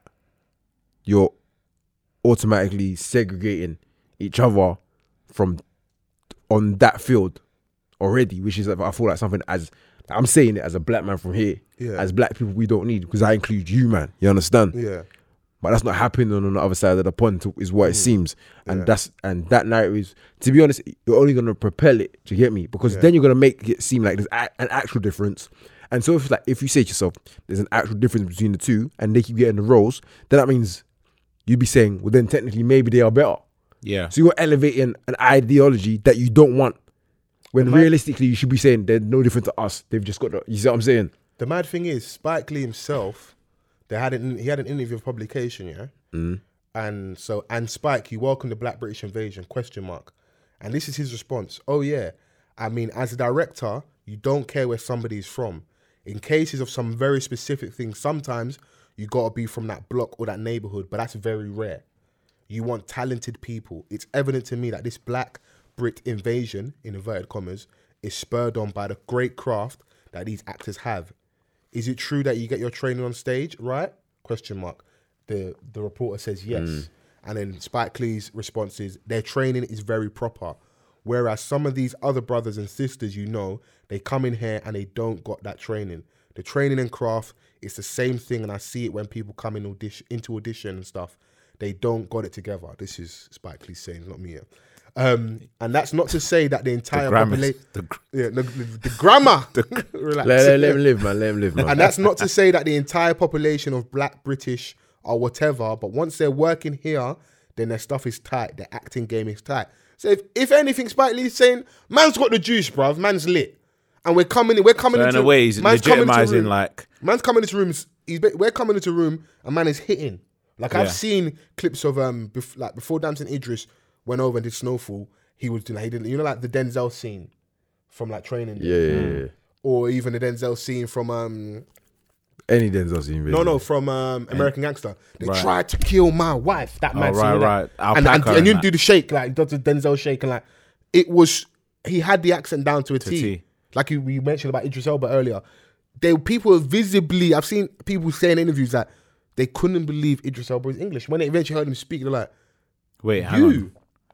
Speaker 5: you're automatically segregating each other from on that field already, which is I feel like something as I'm saying it as a black man from here.
Speaker 3: Yeah.
Speaker 5: As black people we don't need because I include you man. You understand?
Speaker 3: Yeah.
Speaker 5: But that's not happening on the other side of the pond, to- is what it seems, and
Speaker 3: Mm. Yeah.
Speaker 5: that's and that narrative is. To be honest, you're only gonna propel it. Do you get me? Because
Speaker 3: Yeah.
Speaker 5: then you're gonna make it seem like there's a- an actual difference. And so if like if you say to yourself, there's an actual difference between the two, and they keep getting the roles, then that means you'd be saying, well, then technically maybe they are better.
Speaker 1: Yeah.
Speaker 5: So you're elevating an ideology that you don't want, when realistically you should be saying they're no different to us. They've just got the. You see what I'm saying?
Speaker 3: The mad thing is, Spike Lee himself, they had an, he had an interview with publication, yeah,
Speaker 5: Mm.
Speaker 3: and so and Spike, you welcomed the Black British invasion? Question mark, and this is his response. Oh yeah, I mean, as a director, you don't care where somebody's from. In cases of some very specific things, sometimes you gotta be from that block or that neighborhood, but that's very rare. You want talented people. It's evident to me that this black Brit invasion, in inverted commas, is spurred on by the great craft that these actors have. Is it true that you get your training on stage, right? Question mark. The the reporter says yes.
Speaker 5: Mm.
Speaker 3: And then Spike Lee's response is their training is very proper. Whereas some of these other brothers and sisters you know, they come in here and they don't got that training. The training and craft, it's the same thing, and I see it when people come in audition into audition and stuff. They don't got it together. This is Spike Lee saying, not me. yeah. Um, and that's not to say that the entire
Speaker 1: grammar-
Speaker 3: population,
Speaker 1: the
Speaker 3: yeah, the, the- the grammar, Relax.
Speaker 5: Let, let, let him live, man. Let him live, man.
Speaker 3: And that's not to say that the entire population of black, British, or whatever, but once they're working here, then their stuff is tight. Their acting game is tight. So if, if anything, Spike Lee's saying, man's got the juice, bruv. Man's lit. And we're coming in, we're coming
Speaker 1: So in
Speaker 3: into
Speaker 1: a way, he's
Speaker 3: man's coming into
Speaker 1: legitimizing
Speaker 3: room-
Speaker 1: like
Speaker 3: Man's coming into rooms. He's ba- we're coming into room. A man is hitting. Like
Speaker 1: Yeah.
Speaker 3: I've seen clips of um, bef- like before Damson Idris went over and did Snowfall. He was doing like he didn't. You know, like the Denzel scene from like Training Day.
Speaker 5: Yeah, yeah, yeah, yeah.
Speaker 3: Or even the Denzel scene from um,
Speaker 5: Any Denzel seen
Speaker 3: No, no, from um, American Gangster. They
Speaker 5: Right.
Speaker 3: tried to kill my wife. That
Speaker 5: Oh,
Speaker 3: man,
Speaker 5: right,
Speaker 3: right,
Speaker 5: right.
Speaker 3: right. And, and,
Speaker 5: Alpaca
Speaker 3: and
Speaker 5: and
Speaker 3: you
Speaker 5: that.
Speaker 3: do the shake, like does the Denzel shake, and like it was. He had the accent down to a T.
Speaker 1: T.
Speaker 3: Like you, you mentioned about Idris Elba earlier. They people visibly. I've seen people say in interviews that they couldn't believe Idris Elba was English. When they eventually heard him speak, they're like,
Speaker 1: Wait, hang
Speaker 3: You.
Speaker 1: on.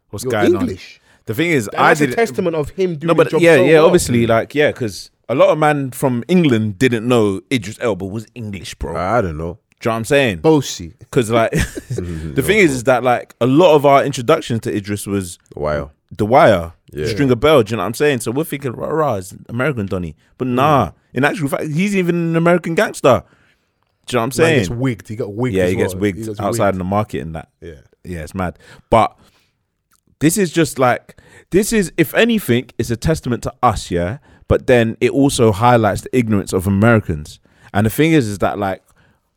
Speaker 1: What's
Speaker 3: You're
Speaker 1: going
Speaker 3: English.
Speaker 1: on? The thing is,
Speaker 3: That-
Speaker 1: I
Speaker 3: that's a
Speaker 1: did
Speaker 3: testament of him doing
Speaker 1: No, but
Speaker 3: the job
Speaker 1: yeah,
Speaker 3: so
Speaker 1: yeah,
Speaker 3: well. Mm.
Speaker 1: obviously, like yeah, because a lot of man from England didn't know Idris Elba was English, bro.
Speaker 5: I don't know.
Speaker 1: Do you know what I'm saying?
Speaker 3: Bossy.
Speaker 1: Because like, the thing is, is that like a lot of our introductions to Idris was The
Speaker 5: Wire,
Speaker 1: The Wire,
Speaker 5: Yeah.
Speaker 1: Stringer Bell. Do you know what I'm saying? So we're thinking, rah, rah, it's American Donny, but
Speaker 3: Mm.
Speaker 1: nah. In actual fact, he's even an American gangster. Do you know what I'm
Speaker 3: Man,
Speaker 1: saying?
Speaker 3: he gets wigged. He got wigged
Speaker 1: Yeah,
Speaker 3: as
Speaker 1: he gets
Speaker 3: well.
Speaker 1: wigged
Speaker 3: He gets
Speaker 1: outside
Speaker 3: wigged.
Speaker 1: in the market and that.
Speaker 3: Yeah.
Speaker 1: yeah, it's mad. But this is just like this is, if anything, it's a testament to us, yeah. But then it also highlights the ignorance of Americans. And the thing is, is that like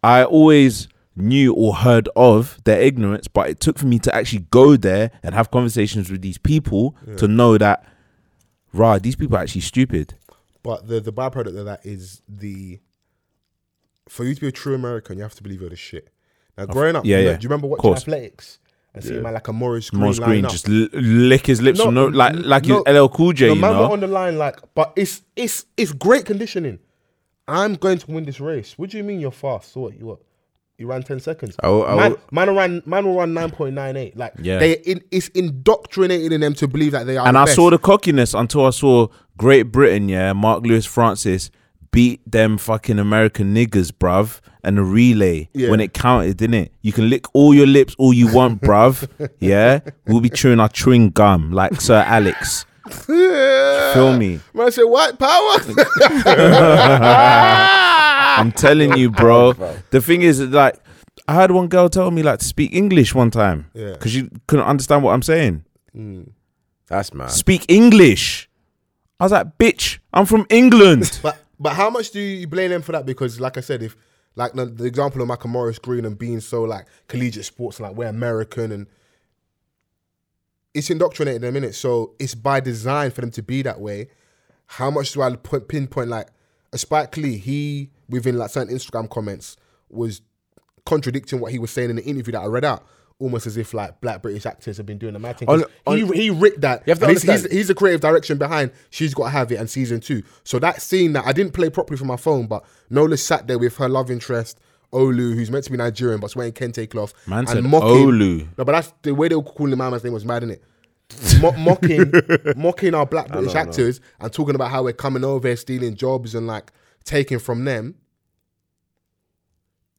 Speaker 1: I always knew or heard of their ignorance, but it took for me to actually go there and have conversations with these people
Speaker 3: Yeah.
Speaker 1: to know that, rah, these people are actually stupid.
Speaker 3: But the the byproduct of that is the for you to be a true American, you have to believe all the shit. Now,
Speaker 1: Of-
Speaker 3: growing up,
Speaker 1: yeah,
Speaker 3: you know,
Speaker 1: yeah,
Speaker 3: do you remember
Speaker 1: of
Speaker 3: watching
Speaker 1: course.
Speaker 3: athletics and see
Speaker 1: Yeah.
Speaker 3: seeing man like a Morris Green?
Speaker 1: Morris
Speaker 3: line
Speaker 1: Green
Speaker 3: up?
Speaker 1: just l- lick his lips, no, like like
Speaker 3: no,
Speaker 1: his LL Cool J,
Speaker 3: no,
Speaker 1: you
Speaker 3: man were
Speaker 1: know.
Speaker 3: on the line, like, but it's it's it's great conditioning. I'm going to win this race. What do you mean you're fast? So what? You what? You ran ten seconds.
Speaker 5: I will- I
Speaker 3: man,
Speaker 5: will-
Speaker 3: man will run. Man will run nine point nine eight. Like
Speaker 1: Yeah.
Speaker 3: they, in, it's indoctrinated in them to believe that they are.
Speaker 1: and
Speaker 3: the
Speaker 1: I
Speaker 3: best.
Speaker 1: saw the cockiness until I saw Great Britain, yeah, Mark Lewis Francis beat them fucking American niggas, bruv, and the relay
Speaker 3: Yeah.
Speaker 1: when it counted, didn't it? You can lick all your lips all you want, bruv. Yeah, we'll be chewing our chewing gum like Sir Alex. Feel me?
Speaker 3: Man said white power.
Speaker 1: I'm telling you, bro. The thing is, like, I had one girl tell me like to speak English one time
Speaker 5: Yeah.
Speaker 1: because she couldn't understand what I'm saying.
Speaker 5: That's mad.
Speaker 1: Speak English. I was like, bitch, I'm from England.
Speaker 3: But but how much do you blame them for that? Because like I said, if like the, the example of Michael Morris Green and being so like collegiate sports, like we're American and it's indoctrinated them in it. So it's by design for them to be that way. How much do I put, pinpoint like a Spike Lee? He within like certain Instagram comments was contradicting what he was saying in the interview that I read out. Almost as if like black British actors have been doing the mad thing. 'Cause
Speaker 5: On-
Speaker 3: he,
Speaker 5: on-
Speaker 3: he ripped that.
Speaker 5: You have to
Speaker 3: And he's, he's,
Speaker 5: understand.
Speaker 3: he's the creative direction behind. She's got to have it and season two. So that scene that I didn't play properly from my phone, but Nola sat there with her love interest Olu, who's meant to be Nigerian but's wearing kente cloth,
Speaker 1: Man
Speaker 3: and
Speaker 1: said
Speaker 3: mocking.
Speaker 1: Olu.
Speaker 3: No, but that's the way they were calling my man's name was mad, innit? Mo- mocking, mocking our black British
Speaker 5: don't know.
Speaker 3: actors and talking about how we're coming over, here, stealing jobs and like taking from them.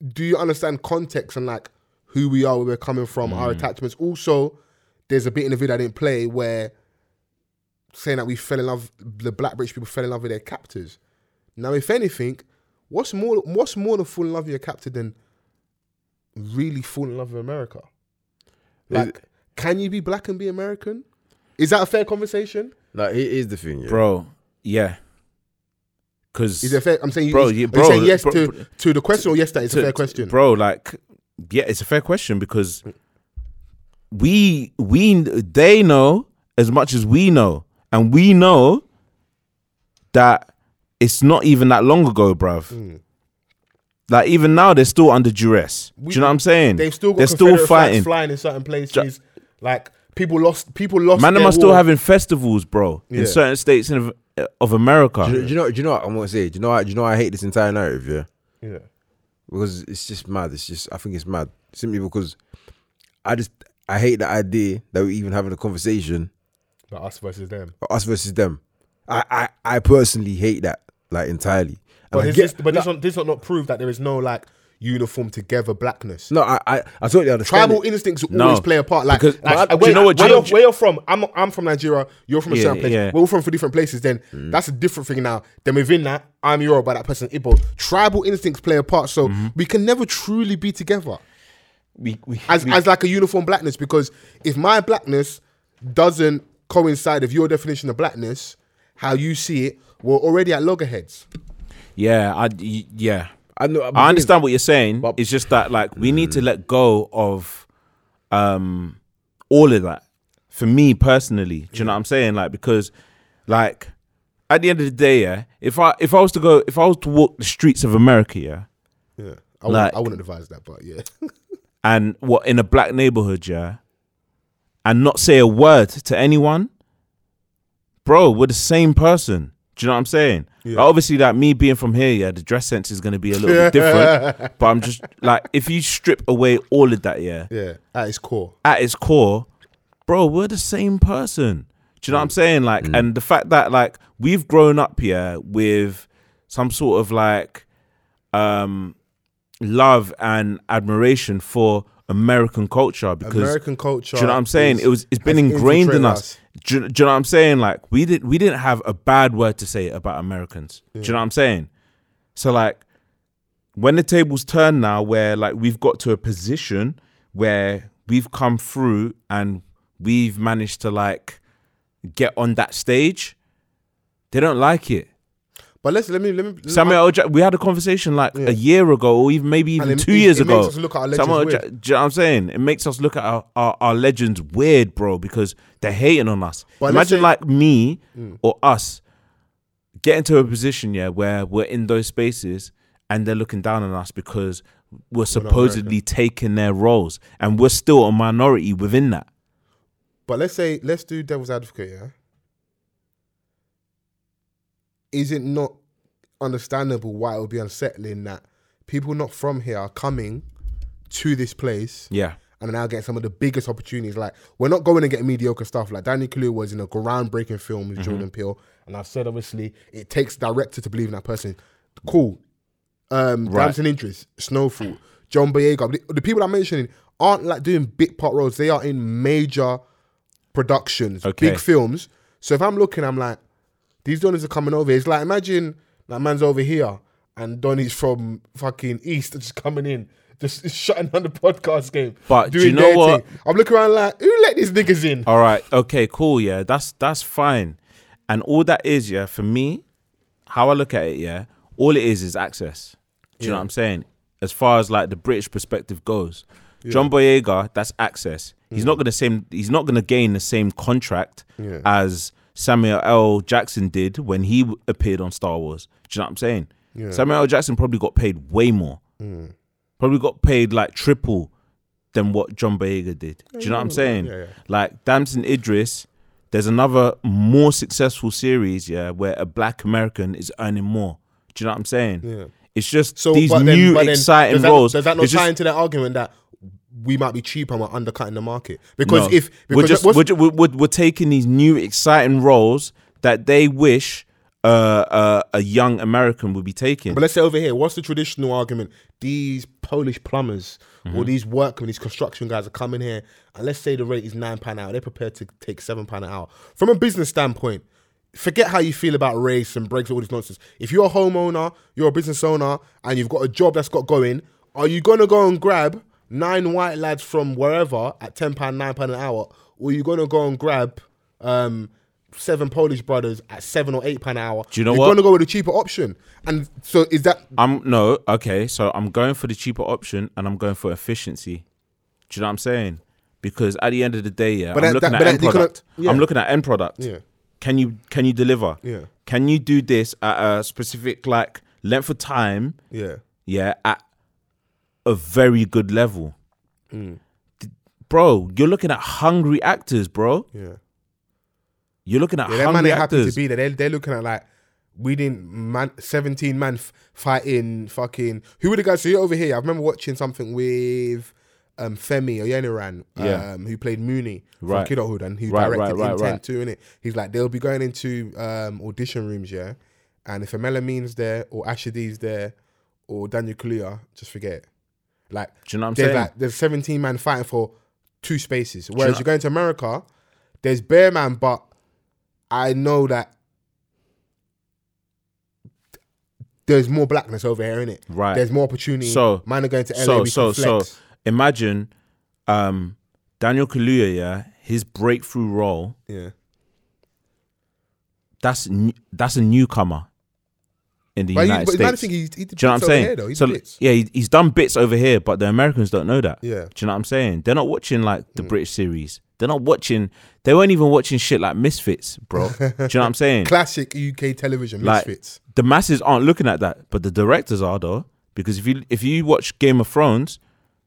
Speaker 3: Do you understand context and like who we are, where we're coming from, our
Speaker 5: Mm.
Speaker 3: attachments? Also, there's a bit in the video I didn't play where saying that we fell in love, the black British people fell in love with their captors. Now, if anything, what's more, what's more than falling in love with your captor than really falling in love with America?
Speaker 5: Is-
Speaker 3: Like, can you be black and be American? Is that a fair conversation?
Speaker 5: No, here- here's the thing, yeah.
Speaker 1: bro. Yeah, because
Speaker 3: Is it fair? I'm saying,
Speaker 1: Bro,
Speaker 3: bro, is,
Speaker 1: yeah,
Speaker 3: are you
Speaker 1: bro,
Speaker 3: saying yes
Speaker 1: bro,
Speaker 3: to,
Speaker 1: bro.
Speaker 3: to the question or yes that it's
Speaker 1: to-
Speaker 3: a fair
Speaker 1: to-
Speaker 3: question? Mm.
Speaker 1: bro. Like, yeah, it's a fair question because we we they know as much as we know, and we know that it's not even that long ago, bruv.
Speaker 3: Mm.
Speaker 1: Like even now, they're still under duress. Do you know what I'm saying?
Speaker 3: They've still got
Speaker 1: they're still
Speaker 3: Confederate flags
Speaker 1: fighting.
Speaker 3: flying in certain places. like people lost, people lost.
Speaker 1: Man, them
Speaker 3: their
Speaker 1: are still
Speaker 3: war.
Speaker 1: having festivals, bro,
Speaker 5: Yeah.
Speaker 1: in certain states of of America.
Speaker 5: Do you, do you know? Do you know what I'm gonna say? Do you know? What, do you know? What I hate this entire narrative, yeah.
Speaker 3: Yeah.
Speaker 5: Because it's just mad. It's just I think it's mad simply because I just I hate the idea that we're even having a conversation
Speaker 3: Like us versus them.
Speaker 5: of us versus them. I I, I personally hate that like entirely. And
Speaker 3: But,
Speaker 5: I
Speaker 3: this,
Speaker 5: get-
Speaker 3: is- but this one, this one not prove that there is no like uniform together blackness.
Speaker 5: no, I I, I totally understand.
Speaker 3: Tribal
Speaker 5: it.
Speaker 3: instincts will
Speaker 5: No.
Speaker 3: always play a part. Like,
Speaker 5: Because-
Speaker 3: like,
Speaker 5: but I-
Speaker 3: uh,
Speaker 5: do you know what-
Speaker 3: where,
Speaker 5: do you
Speaker 3: you're,
Speaker 5: know-
Speaker 3: where you're from, I'm I'm from Nigeria. You're from a
Speaker 5: Yeah,
Speaker 3: certain place.
Speaker 5: yeah. Mm.
Speaker 3: We're all from three different places. Then that's a different thing now. Then within that, I'm Yoruba, but that person Igbo. Tribal instincts play a part, so
Speaker 5: Mm-hmm.
Speaker 3: we can never truly be together
Speaker 1: We, we,
Speaker 3: as as like a uniform blackness. Because if my blackness doesn't coincide with your definition of blackness, how you see it, we're already at loggerheads.
Speaker 1: Yeah, I y- yeah.
Speaker 5: I know.
Speaker 1: I understand what you're saying. it's just that like we need to let go of um all of that. For me personally, do you know what I'm saying? Like because like at the end of the day, yeah, if I if I was to go if I was to walk the streets of America, yeah,
Speaker 3: Yeah. I wouldn't, I wouldn't advise that, but yeah.
Speaker 1: and what in a black neighborhood, yeah, and not say a word to anyone, bro, we're the same person. Do you know what I'm saying?
Speaker 3: Yeah.
Speaker 1: Like, obviously, like me being from here, yeah, the dress sense is gonna be a little bit different. But I'm just like, if you strip away all of that, yeah,
Speaker 3: yeah, at its core.
Speaker 1: at its core, bro, we're the same person. Do you know what I'm saying? Like, and the fact that like we've grown up here with some sort of like um love and admiration for American culture because
Speaker 3: American culture
Speaker 1: Do you know what I'm saying?
Speaker 3: is-
Speaker 1: it was it's been
Speaker 3: has
Speaker 1: ingrained
Speaker 3: infiltrated
Speaker 1: in us.
Speaker 3: us.
Speaker 1: Do, you- do you know what I'm saying? Like we did we didn't have a bad word to say about Americans. Do you know what I'm saying? So like when the tables turn now where like we've got to a position where we've come through and we've managed to like get on that stage they don't like it
Speaker 3: But let's let me let me.
Speaker 1: Samuel L. Jack- we had a conversation like a year ago, or even maybe even
Speaker 3: And it-
Speaker 1: two
Speaker 3: it-
Speaker 1: years
Speaker 3: it
Speaker 1: ago.
Speaker 3: makes us look at our
Speaker 1: Samuel L.
Speaker 3: legends
Speaker 1: Jack- do you know what I'm saying? It makes us look at our, our, our legends weird, bro, because they're hating on us.
Speaker 3: But let's
Speaker 1: Imagine
Speaker 3: say-
Speaker 1: like me
Speaker 3: Mm.
Speaker 1: or us get into a position, yeah, where we're in those spaces and they're looking down on us because we're supposedly taking their roles and we're still a minority within that.
Speaker 3: But let's say let's do devil's advocate. Yeah, is it not understandable why it would be unsettling that people not from here are coming to this place?
Speaker 1: Yeah.
Speaker 3: And are now getting some of the biggest opportunities. Like we're not going and getting mediocre stuff. Like Danny Kaluuya was in a groundbreaking film with
Speaker 1: Mhm.
Speaker 3: Jordan Peele, and I've said obviously it takes director to believe in that person. Cool. Um,
Speaker 1: Right.
Speaker 3: Damson Idris, Snowfall, John Boyega. The, the people I'm mentioning aren't like doing big part roles. They are in major productions,
Speaker 1: Okay.
Speaker 3: big films. So if I'm looking, I'm like, these Donnies are coming over. It's like imagine that man's over here and Donnie's from fucking East are just coming in, just shutting down the podcast game.
Speaker 1: But do you know
Speaker 3: their
Speaker 1: what? Oh,
Speaker 3: thing. I'm looking around like, who let these niggas in?
Speaker 1: All right. Okay. Cool. Yeah. That's that's fine. And all that is, yeah, for me, how I look at it, yeah, all it is is access. Do you know
Speaker 3: Yeah.
Speaker 1: what I'm saying? As far as like the British perspective goes,
Speaker 3: Yeah.
Speaker 1: John Boyega, that's access. He's
Speaker 3: Mm.
Speaker 1: not gonna same. He's not gonna gain the same contract
Speaker 3: Yeah.
Speaker 1: as Samuel L. Jackson did when he w- appeared on Star Wars. Do you know what I'm saying?
Speaker 3: Yeah.
Speaker 1: Samuel L. Jackson probably got paid way more. Probably got paid like triple than what John Boyega did. Do you know what I'm
Speaker 3: Yeah,
Speaker 1: saying?
Speaker 3: yeah, yeah.
Speaker 1: Like Damson Idris, there's another more successful series, yeah, where a black American is earning more. Do you know what I'm saying?
Speaker 3: Yeah.
Speaker 1: It's just
Speaker 3: So
Speaker 1: these
Speaker 3: but then-
Speaker 1: new
Speaker 3: but then
Speaker 1: exciting
Speaker 3: does that,
Speaker 1: roles.
Speaker 3: Does that not
Speaker 1: It's
Speaker 3: tie
Speaker 1: just-
Speaker 3: into that argument that we might be cheap and we're undercutting the market? Because
Speaker 1: No.
Speaker 3: if because
Speaker 1: we're just
Speaker 3: what's-
Speaker 1: we're, ju- we're, we're, we're taking these new exciting roles that they wish uh, uh, a young American would be taking.
Speaker 3: But let's say over here, what's the traditional argument? These Polish plumbers or
Speaker 1: Mhm.
Speaker 3: these workmen, these construction guys are coming here, and let's say the rate is nine pound an hour. They're prepared to take seven pound an hour. From a business standpoint, forget how you feel about race and Brexit, all this nonsense. If you're a homeowner, you're a business owner, and you've got a job that's got going, are you gonna go and grab nine white lads from wherever at ten pound, nine pound an hour, or are you gonna go and grab um, seven Polish brothers at seven or eight pound an hour?
Speaker 1: Do you know
Speaker 3: You're
Speaker 1: what?
Speaker 3: gonna go with a cheaper option, and so is that
Speaker 1: I'm no okay. So I'm going for the cheaper option, and I'm going for efficiency. Do you know what I'm saying? Because at the end of the day, yeah,
Speaker 3: But
Speaker 1: I'm
Speaker 3: that-
Speaker 1: looking
Speaker 3: that-
Speaker 1: at
Speaker 3: but
Speaker 1: end
Speaker 3: that- you cannot-
Speaker 1: product.
Speaker 3: yeah.
Speaker 1: I'm looking at end product.
Speaker 3: Yeah.
Speaker 1: Can you can you deliver?
Speaker 3: Yeah.
Speaker 1: Can you do this at a specific like length of time?
Speaker 3: Yeah.
Speaker 1: Yeah. At a very good level,
Speaker 3: Mm.
Speaker 1: bro. You're looking at hungry actors, bro.
Speaker 3: Yeah.
Speaker 1: You're looking at
Speaker 3: Yeah, that man
Speaker 1: hungry
Speaker 3: ain't happy to
Speaker 1: actors.
Speaker 3: be there. They're, they're looking at like we didn't man seventeen man f- fighting fucking who were the guys? So you're over here. I remember watching something with um Femi Oyeniran, um,
Speaker 1: Yeah.
Speaker 3: who played Mooney
Speaker 1: Right.
Speaker 3: from Kiddohood, and he
Speaker 1: Right,
Speaker 3: directed
Speaker 1: right, right,
Speaker 3: Intent
Speaker 1: right.
Speaker 3: too. In it, he's like they'll be going into um audition rooms, yeah. And if Amela Mean's there or Asher D's there or Daniel Kaluuya, just forget. it. Like,
Speaker 1: Do you know what I'm
Speaker 3: there's
Speaker 1: saying?
Speaker 3: like there's 17 man fighting for two spaces.
Speaker 1: you
Speaker 3: Whereas
Speaker 1: know-
Speaker 3: you are going to America, there's bear man, but I know that there's more blackness over here, innit?
Speaker 1: Right.
Speaker 3: There's more opportunity.
Speaker 1: So
Speaker 3: man are going to LA.
Speaker 1: So
Speaker 3: we
Speaker 1: so
Speaker 3: can flex.
Speaker 1: so imagine um Daniel Kaluuya, yeah, his breakthrough role.
Speaker 3: Yeah.
Speaker 1: That's n- that's a newcomer in the
Speaker 3: But you-
Speaker 1: United
Speaker 3: but you
Speaker 1: States.
Speaker 3: might think he- he did
Speaker 1: Do you know what I'm
Speaker 3: bits over
Speaker 1: saying?
Speaker 3: here, though. He did
Speaker 1: so
Speaker 3: bits.
Speaker 1: yeah, he, he's done bits over here, but the Americans don't know that.
Speaker 3: Yeah. Mm.
Speaker 1: Do you know what I'm saying? They're not watching like the British series. They're not watching. They weren't even watching shit like Misfits, bro. Do you know what I'm saying?
Speaker 3: Classic UK television
Speaker 1: Like
Speaker 3: misfits.
Speaker 1: the masses aren't looking at that, but the directors are though. Because if you if you watch Game of Thrones,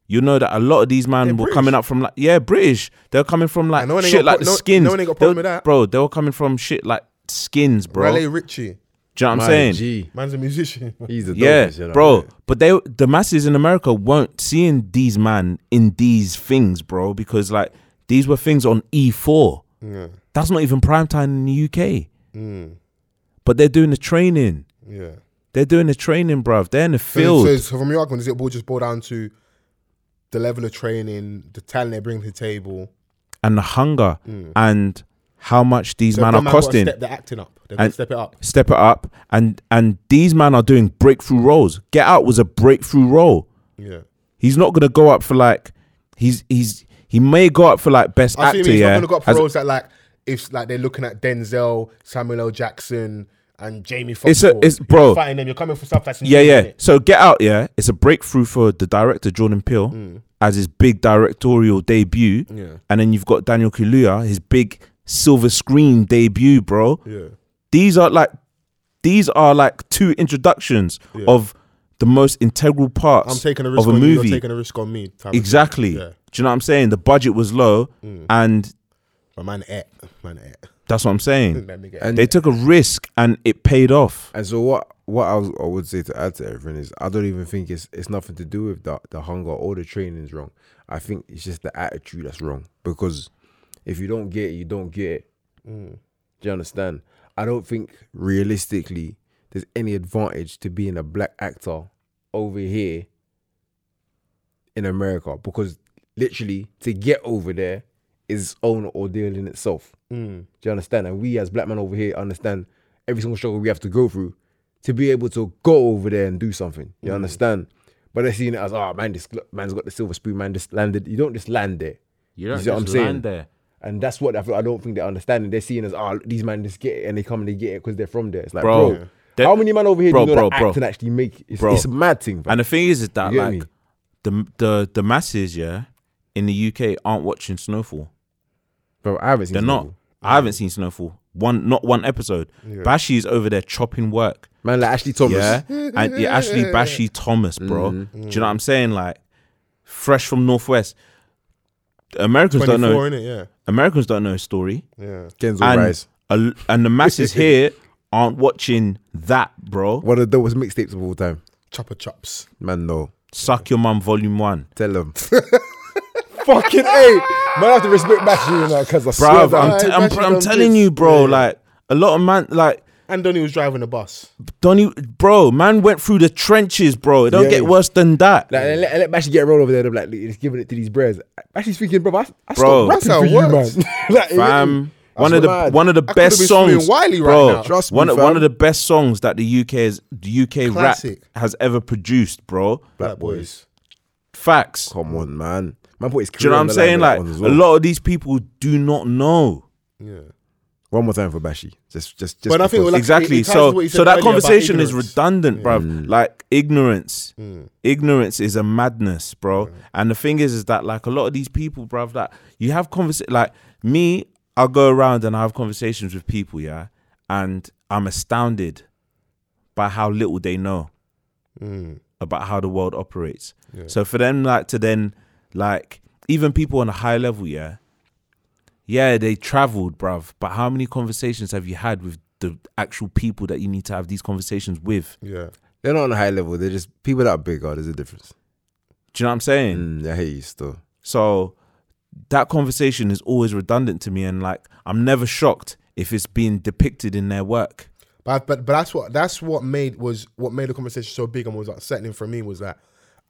Speaker 1: you know that a lot of these men
Speaker 3: They're
Speaker 1: were
Speaker 3: British.
Speaker 1: coming up from like yeah British. They're coming from like
Speaker 3: And no one ain't
Speaker 1: shit
Speaker 3: got
Speaker 1: like
Speaker 3: pro-
Speaker 1: the
Speaker 3: no-
Speaker 1: skins.
Speaker 3: no one ain't got
Speaker 1: They-
Speaker 3: problem with that.
Speaker 1: bro. They were coming from shit like skins, bro.
Speaker 3: Raleigh Ritchie.
Speaker 1: Do you know what I'm saying?
Speaker 3: Man's a musician.
Speaker 5: He's
Speaker 1: yeah, bro. But they, the masses in America, weren't seeing these man in these things, bro, because like these were things on E4.
Speaker 3: Yeah.
Speaker 1: That's not even prime time in the UK.
Speaker 3: Mm.
Speaker 1: But they're doing the training.
Speaker 3: Yeah.
Speaker 1: They're doing the training, bruv. They're in the
Speaker 3: So-
Speaker 1: field.
Speaker 3: So, so from your argument, does it all just boil down to the level of training, the talent they bring to the table?
Speaker 1: and the hunger
Speaker 3: Mm.
Speaker 1: and how much these
Speaker 3: So
Speaker 1: man
Speaker 3: them
Speaker 1: are
Speaker 3: man gotta
Speaker 1: costing.
Speaker 3: step their acting up. They've gotta
Speaker 1: And-
Speaker 3: step it up.
Speaker 1: Step it up. And and these man are doing breakthrough roles. Get Out was a breakthrough role.
Speaker 3: Yeah.
Speaker 1: He's not gonna go up for like he's he's he may go up for like best
Speaker 3: I see
Speaker 1: actor.
Speaker 3: he's
Speaker 1: yeah,
Speaker 3: not gonna go up for
Speaker 1: as-
Speaker 3: roles that like if like they're looking at Denzel, Samuel L. Jackson, and Jamie Foxx.
Speaker 1: It's a-
Speaker 3: for.
Speaker 1: it's-
Speaker 3: You're
Speaker 1: bro.
Speaker 3: fighting them. You're coming for stuff that's
Speaker 1: yeah,
Speaker 3: new,
Speaker 1: yeah.
Speaker 3: innit?
Speaker 1: So Get Out, yeah, it's a breakthrough for the director Jordan Peele as his big directorial debut.
Speaker 3: Mm. Yeah.
Speaker 1: And then you've got Daniel Kaluuya, his big silver screen debut, bro.
Speaker 3: Yeah.
Speaker 1: These are like these are like two introductions
Speaker 3: Yeah.
Speaker 1: of the most integral parts
Speaker 3: I'm taking a risk
Speaker 1: of a
Speaker 3: on you.
Speaker 1: movie.
Speaker 3: You're taking a risk on me. type of
Speaker 1: exactly.
Speaker 3: thing. Yeah.
Speaker 1: Do you know what I'm saying? The budget was low
Speaker 3: Mm.
Speaker 1: and
Speaker 3: But man, ate. Man, eh. ate.
Speaker 1: that's what I'm saying.
Speaker 3: That nigga
Speaker 1: and they took a risk and it paid off.
Speaker 5: And so what? What I, was, I would say to add to everything is, I don't even think it's it's nothing to do with the the hunger or the training's wrong. I think it's just the attitude that's wrong because if you don't get it, you don't get it.
Speaker 3: Mm.
Speaker 5: Do you understand? I don't think realistically there's any advantage to being a black actor over here in America because literally to get over there is its own ordeal in itself.
Speaker 3: Mm.
Speaker 5: Do you understand? And we as black men over here understand every single struggle we have to go through to be able to go over there and do something. You
Speaker 3: Mm.
Speaker 5: understand? But they're seeing it as, oh man, this gl- man's got the silver spoon, man just landed. You don't just land there.
Speaker 1: You don't
Speaker 5: see what
Speaker 1: just
Speaker 5: I'm saying?
Speaker 1: land there.
Speaker 5: And that's what I, feel, I don't think they're understanding. They're seeing as, oh, these man just get it and they come and they get it because they're from there. It's like,
Speaker 1: Bro,
Speaker 5: bro,
Speaker 1: yeah. They-
Speaker 5: how many man over here
Speaker 1: Bro,
Speaker 5: do you know
Speaker 1: bro,
Speaker 5: that
Speaker 1: bro.
Speaker 5: act and actually make it? It's,
Speaker 1: Bro.
Speaker 5: it's a mad thing, bro.
Speaker 1: And the thing is, is that
Speaker 5: You get
Speaker 1: like
Speaker 5: me?
Speaker 1: the the the masses, yeah, in the UK aren't watching Snowfall.
Speaker 5: Bro, I haven't seen
Speaker 1: They're not.
Speaker 5: Snowfall.
Speaker 1: I haven't seen Snowfall. One, not one episode.
Speaker 5: Yeah.
Speaker 1: Bashi is over there chopping work.
Speaker 5: Man, like Ashley Thomas.
Speaker 1: Yeah, and yeah, Ashley Bashi Thomas, bro.
Speaker 5: Mhm.
Speaker 1: Do you know what I'm saying? Like, fresh from Northwest. Americans don't know.
Speaker 3: 24, innit? Yeah.
Speaker 1: Americans don't know his story.
Speaker 3: Yeah.
Speaker 5: Kenzo
Speaker 1: and,
Speaker 5: Rice.
Speaker 1: a- and the masses here aren't watching that, bro.
Speaker 5: One of the dopest mixtapes of all time.
Speaker 3: Chopper chops.
Speaker 5: Man, no.
Speaker 1: Suck your mum, volume one.
Speaker 5: Tell them. Fucking hey, man, I have to respect Bashi you know, because I
Speaker 1: Bro,
Speaker 5: swear that
Speaker 1: I'm, t-
Speaker 3: I-
Speaker 1: I'm,
Speaker 3: Bashi
Speaker 1: I'm
Speaker 3: done
Speaker 1: telling
Speaker 3: this.
Speaker 1: you, bro.
Speaker 3: Yeah.
Speaker 1: Like a lot of man, like
Speaker 3: And Donnie was driving the bus.
Speaker 1: Donny, bro, man went through the trenches, bro. It don't
Speaker 5: Yeah.
Speaker 1: get worse than that.
Speaker 5: Like, and let, and let Bashi get rolled over there. They're like, it's giving it to these bears. Bashi's thinking, bro, I,
Speaker 1: Bro.
Speaker 5: I stopped rapping
Speaker 3: That's how
Speaker 5: for
Speaker 3: it
Speaker 5: you, man.
Speaker 3: works.
Speaker 5: like,
Speaker 1: fam. One of the
Speaker 5: mad.
Speaker 1: one of
Speaker 3: I
Speaker 1: the
Speaker 3: could've
Speaker 1: best
Speaker 3: been
Speaker 1: songs,
Speaker 3: screaming Wiley right
Speaker 1: bro.
Speaker 3: now.
Speaker 5: Trust me,
Speaker 1: one of, one
Speaker 5: fam.
Speaker 1: of the best songs that the UK's the UK
Speaker 3: Classic.
Speaker 1: rap has ever produced, bro.
Speaker 5: Black boys.
Speaker 1: Facts.
Speaker 5: Come on, man. Man, put his
Speaker 1: Do you know
Speaker 5: career
Speaker 1: what
Speaker 5: on
Speaker 1: I'm
Speaker 5: the
Speaker 1: saying?
Speaker 5: line
Speaker 1: Like
Speaker 5: with that one as
Speaker 1: a
Speaker 5: well.
Speaker 1: lot of these people do not know.
Speaker 3: Yeah.
Speaker 5: One more time for Bashi. Just, just, just.
Speaker 3: But I think
Speaker 5: because-
Speaker 3: like,
Speaker 1: exactly.
Speaker 3: it ties to what
Speaker 1: So
Speaker 3: you
Speaker 1: so
Speaker 3: said
Speaker 1: that
Speaker 3: earlier about
Speaker 1: conversation is
Speaker 3: ignorance. Mm.
Speaker 1: redundant, bruv. Like ignorance. Ignorance is a madness, bro. And the thing is, is that like a lot of these people, bruv, that you have conversation like me, I'll go around and I have conversations with people, yeah, and I'm astounded by how little they know
Speaker 3: Mm,
Speaker 1: about how the world operates. So for them, like to then, like even people on a high level, yeah, yeah, they traveled, bruv. But how many conversations have you had with the actual people that you need to have these conversations with?
Speaker 3: Yeah.
Speaker 5: they're not on a high level. They're just people that are bigger. There's a difference.
Speaker 1: Do you know what I'm saying?
Speaker 5: Mm, I hate you still.
Speaker 1: So that conversation is always redundant to me, and like I'm never shocked if it's being depicted in their work.
Speaker 3: But but but that's what that's what made was what made the conversation so big and was upsetting for me was that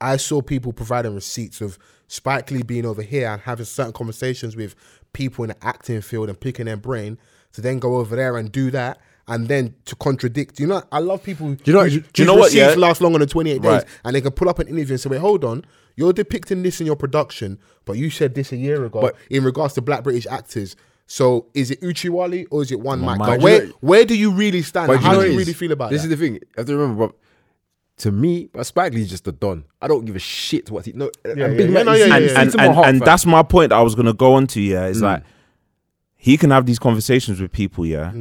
Speaker 3: I saw people providing receipts of Spike Lee being over here and having certain conversations with people in the acting field and picking their brain to then go over there and do that and then to contradict. You know, I love people. Do
Speaker 5: you know- do you
Speaker 1: know what, yeah?
Speaker 3: last longer than twenty eight days,
Speaker 1: Right.
Speaker 3: and they can pull up an interview and say, "Wait, hold on." You're depicting this in your production, but you said this a year ago
Speaker 5: But-
Speaker 3: in regards to black British actors. So is it Uchiwali or is it one Mike?
Speaker 1: Mike.
Speaker 3: Like,
Speaker 1: But
Speaker 3: Where
Speaker 5: you know-
Speaker 3: where do you really stand?
Speaker 5: But
Speaker 3: Like, how
Speaker 5: know
Speaker 3: do
Speaker 5: what
Speaker 3: you
Speaker 5: it
Speaker 3: really
Speaker 5: is?
Speaker 3: feel about
Speaker 5: this
Speaker 3: that?
Speaker 5: is the thing. You have to remember, bro, to me, but Spike Lee's just a don. I don't give a shit what he. No,
Speaker 3: yeah,
Speaker 5: and Big
Speaker 3: yeah.
Speaker 5: Mac
Speaker 3: No,
Speaker 5: is-
Speaker 3: yeah, yeah,
Speaker 5: it's-
Speaker 1: and
Speaker 5: it's
Speaker 1: and,
Speaker 5: to my
Speaker 1: and,
Speaker 5: heart,
Speaker 1: and
Speaker 5: fam.
Speaker 1: that's my point I was gonna go on to, yeah. It's
Speaker 5: Mm.
Speaker 1: like he can have these conversations with people, yeah.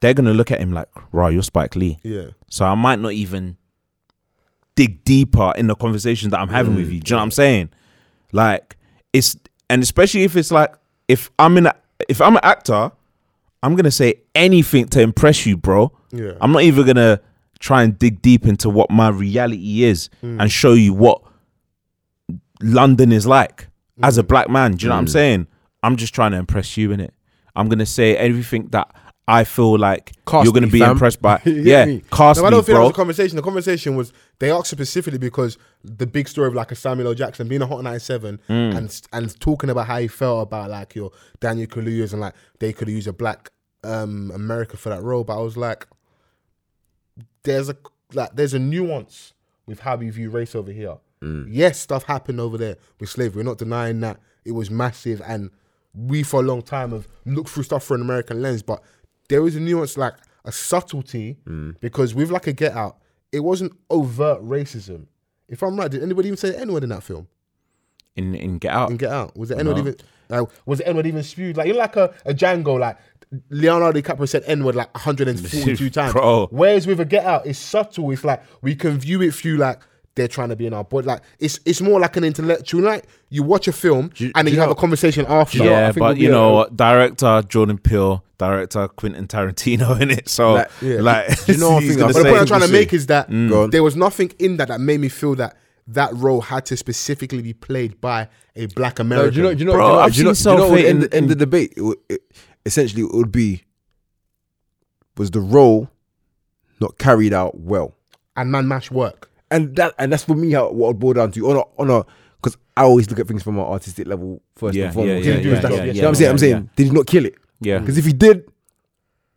Speaker 1: They're gonna look at him like, right, you're Spike Lee.
Speaker 3: Yeah.
Speaker 1: So I might not even dig deeper in the conversations that I'm having with you. Do you know what I'm saying? Like it's and especially if it's like if I'm in a, if I'm an actor, I'm gonna say anything to impress you, bro.
Speaker 3: Yeah.
Speaker 1: I'm not even gonna try and dig deep into what my reality is
Speaker 3: Mm.
Speaker 1: and show you what London is like as a black man. Do you know what
Speaker 5: Hmm.
Speaker 1: I'm
Speaker 3: Mm.
Speaker 1: saying? I'm just trying to impress you in it. I'm gonna say everything that I feel like
Speaker 5: Cast
Speaker 1: you're gonna
Speaker 5: me,
Speaker 1: be
Speaker 5: fam.
Speaker 1: impressed by.
Speaker 5: You get
Speaker 1: yeah,
Speaker 5: me?
Speaker 1: cast
Speaker 3: no, I
Speaker 1: me,
Speaker 3: don't think that
Speaker 1: bro.
Speaker 3: was a conversation. The conversation was they asked specifically because the big story of like a Samuel L. Jackson being a Hot 97
Speaker 1: Mm.
Speaker 3: and and talking about how he felt about like your Daniel Kaluuya's and like they could use a black um America for that role. But I was like, there's a like there's a nuance with how we view race over here. Yes, stuff happened over there with slavery. We're not denying that it was massive, and we for a long time have looked through stuff through an American lens. But there is a nuance, like a subtlety, because with like a Get Out, it wasn't overt racism. If I'm right, did anybody even say the N word in that film?
Speaker 1: in in Get Out.
Speaker 3: In Get Out, was the N
Speaker 1: No.
Speaker 3: word even? Like, was the N word even spewed? Like you know, like a, a Django, like Leonardo DiCaprio said N word like 142 times.
Speaker 1: Bro.
Speaker 3: Whereas with a Get Out, it's subtle. It's like we can view it through like they're trying to be in our body. Like it's it's more like an intellectual. Like you watch a film and
Speaker 1: do
Speaker 3: then
Speaker 1: you
Speaker 3: you have
Speaker 1: know-
Speaker 3: a conversation after.
Speaker 1: yeah, but you know, what? director Jordan Peele, director Quentin Tarantino in it. So like,
Speaker 3: Like, yeah.
Speaker 5: You know, I
Speaker 1: he's gonna
Speaker 5: think that's
Speaker 3: But the
Speaker 1: say-
Speaker 3: point I'm trying to make is that
Speaker 1: Mm.
Speaker 5: Go on.
Speaker 3: there was nothing in that that made me feel that that role had to specifically be played by a black
Speaker 5: No,
Speaker 3: American.
Speaker 5: do you know? Do you know?
Speaker 1: Bro,
Speaker 5: do you know,
Speaker 1: I've
Speaker 5: do you know,
Speaker 1: seen
Speaker 5: do you know what
Speaker 1: self-hate
Speaker 5: end,
Speaker 1: in-
Speaker 5: end the debate? It would- it- essentially, it would be was the role not carried out well,
Speaker 3: and man mash work.
Speaker 5: and that and that's for me how what it boiled down to on a on a because I always look at things from an artistic level first
Speaker 1: Yeah,
Speaker 5: and foremost.
Speaker 1: yeah,
Speaker 5: Do you
Speaker 1: yeah,
Speaker 5: know what
Speaker 1: yeah,
Speaker 5: I'm
Speaker 1: yeah,
Speaker 5: saying? I'm saying, I'm
Speaker 1: yeah,
Speaker 5: saying,
Speaker 1: yeah.
Speaker 5: did he not kill it?
Speaker 1: Yeah.
Speaker 5: because if he did,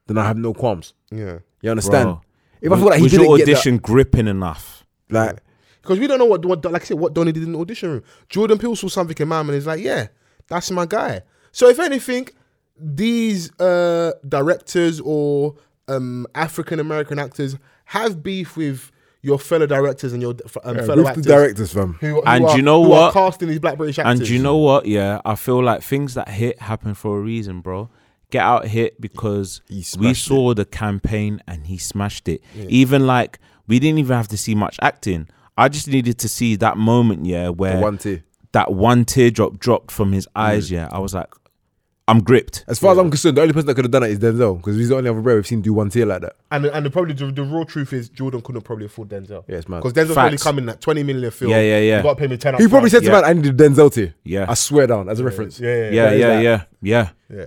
Speaker 5: then I have no qualms.
Speaker 3: Yeah.
Speaker 5: You understand?
Speaker 1: Bro.
Speaker 5: If I feel like he
Speaker 1: was your
Speaker 5: didn't get that,
Speaker 1: audition gripping enough?
Speaker 5: like
Speaker 3: Because we don't know what, what, like I said, what Donny did in the audition room. Jordan Peele saw something in man and he's like, yeah, that's my guy. So if anything, these uh, directors or um, African American actors have beef with your fellow directors and your um, fellow
Speaker 5: with the
Speaker 3: actors.
Speaker 5: directors, fam.
Speaker 3: who, who
Speaker 1: And
Speaker 3: are,
Speaker 1: you know
Speaker 3: who
Speaker 1: what?
Speaker 3: Are casting these black British actors.
Speaker 1: And you know what? Yeah, I feel like things that hit happen for a reason, bro. Get out hit because we
Speaker 5: smashed
Speaker 1: saw the campaign and he smashed it. Even like we didn't even have to see much acting. I just needed to see that moment, yeah, where
Speaker 5: one tear. Mm.
Speaker 1: that one teardrop dropped from his eyes. Yeah, I was like, I'm gripped.
Speaker 5: As far as I'm concerned, the only person that could have done it is Denzel because he's the only other brother we've seen do one tear like that.
Speaker 3: And, and the, probably the, the raw truth is Jordan couldn't probably afford Denzel.
Speaker 5: Yeah, it's mad.
Speaker 3: Because Denzel's probably
Speaker 1: Facts.
Speaker 3: coming at 20 million a film.
Speaker 1: Yeah, yeah, yeah.
Speaker 3: You got to pay me 10
Speaker 5: He
Speaker 3: upfront.
Speaker 5: probably said to
Speaker 1: Yeah.
Speaker 5: man, "I need a Denzel tear."
Speaker 1: Yeah.
Speaker 5: I swear down as a reference.
Speaker 3: yeah, yeah, yeah.
Speaker 1: yeah,
Speaker 5: That is
Speaker 1: yeah,
Speaker 5: that.
Speaker 1: yeah, yeah.
Speaker 3: yeah.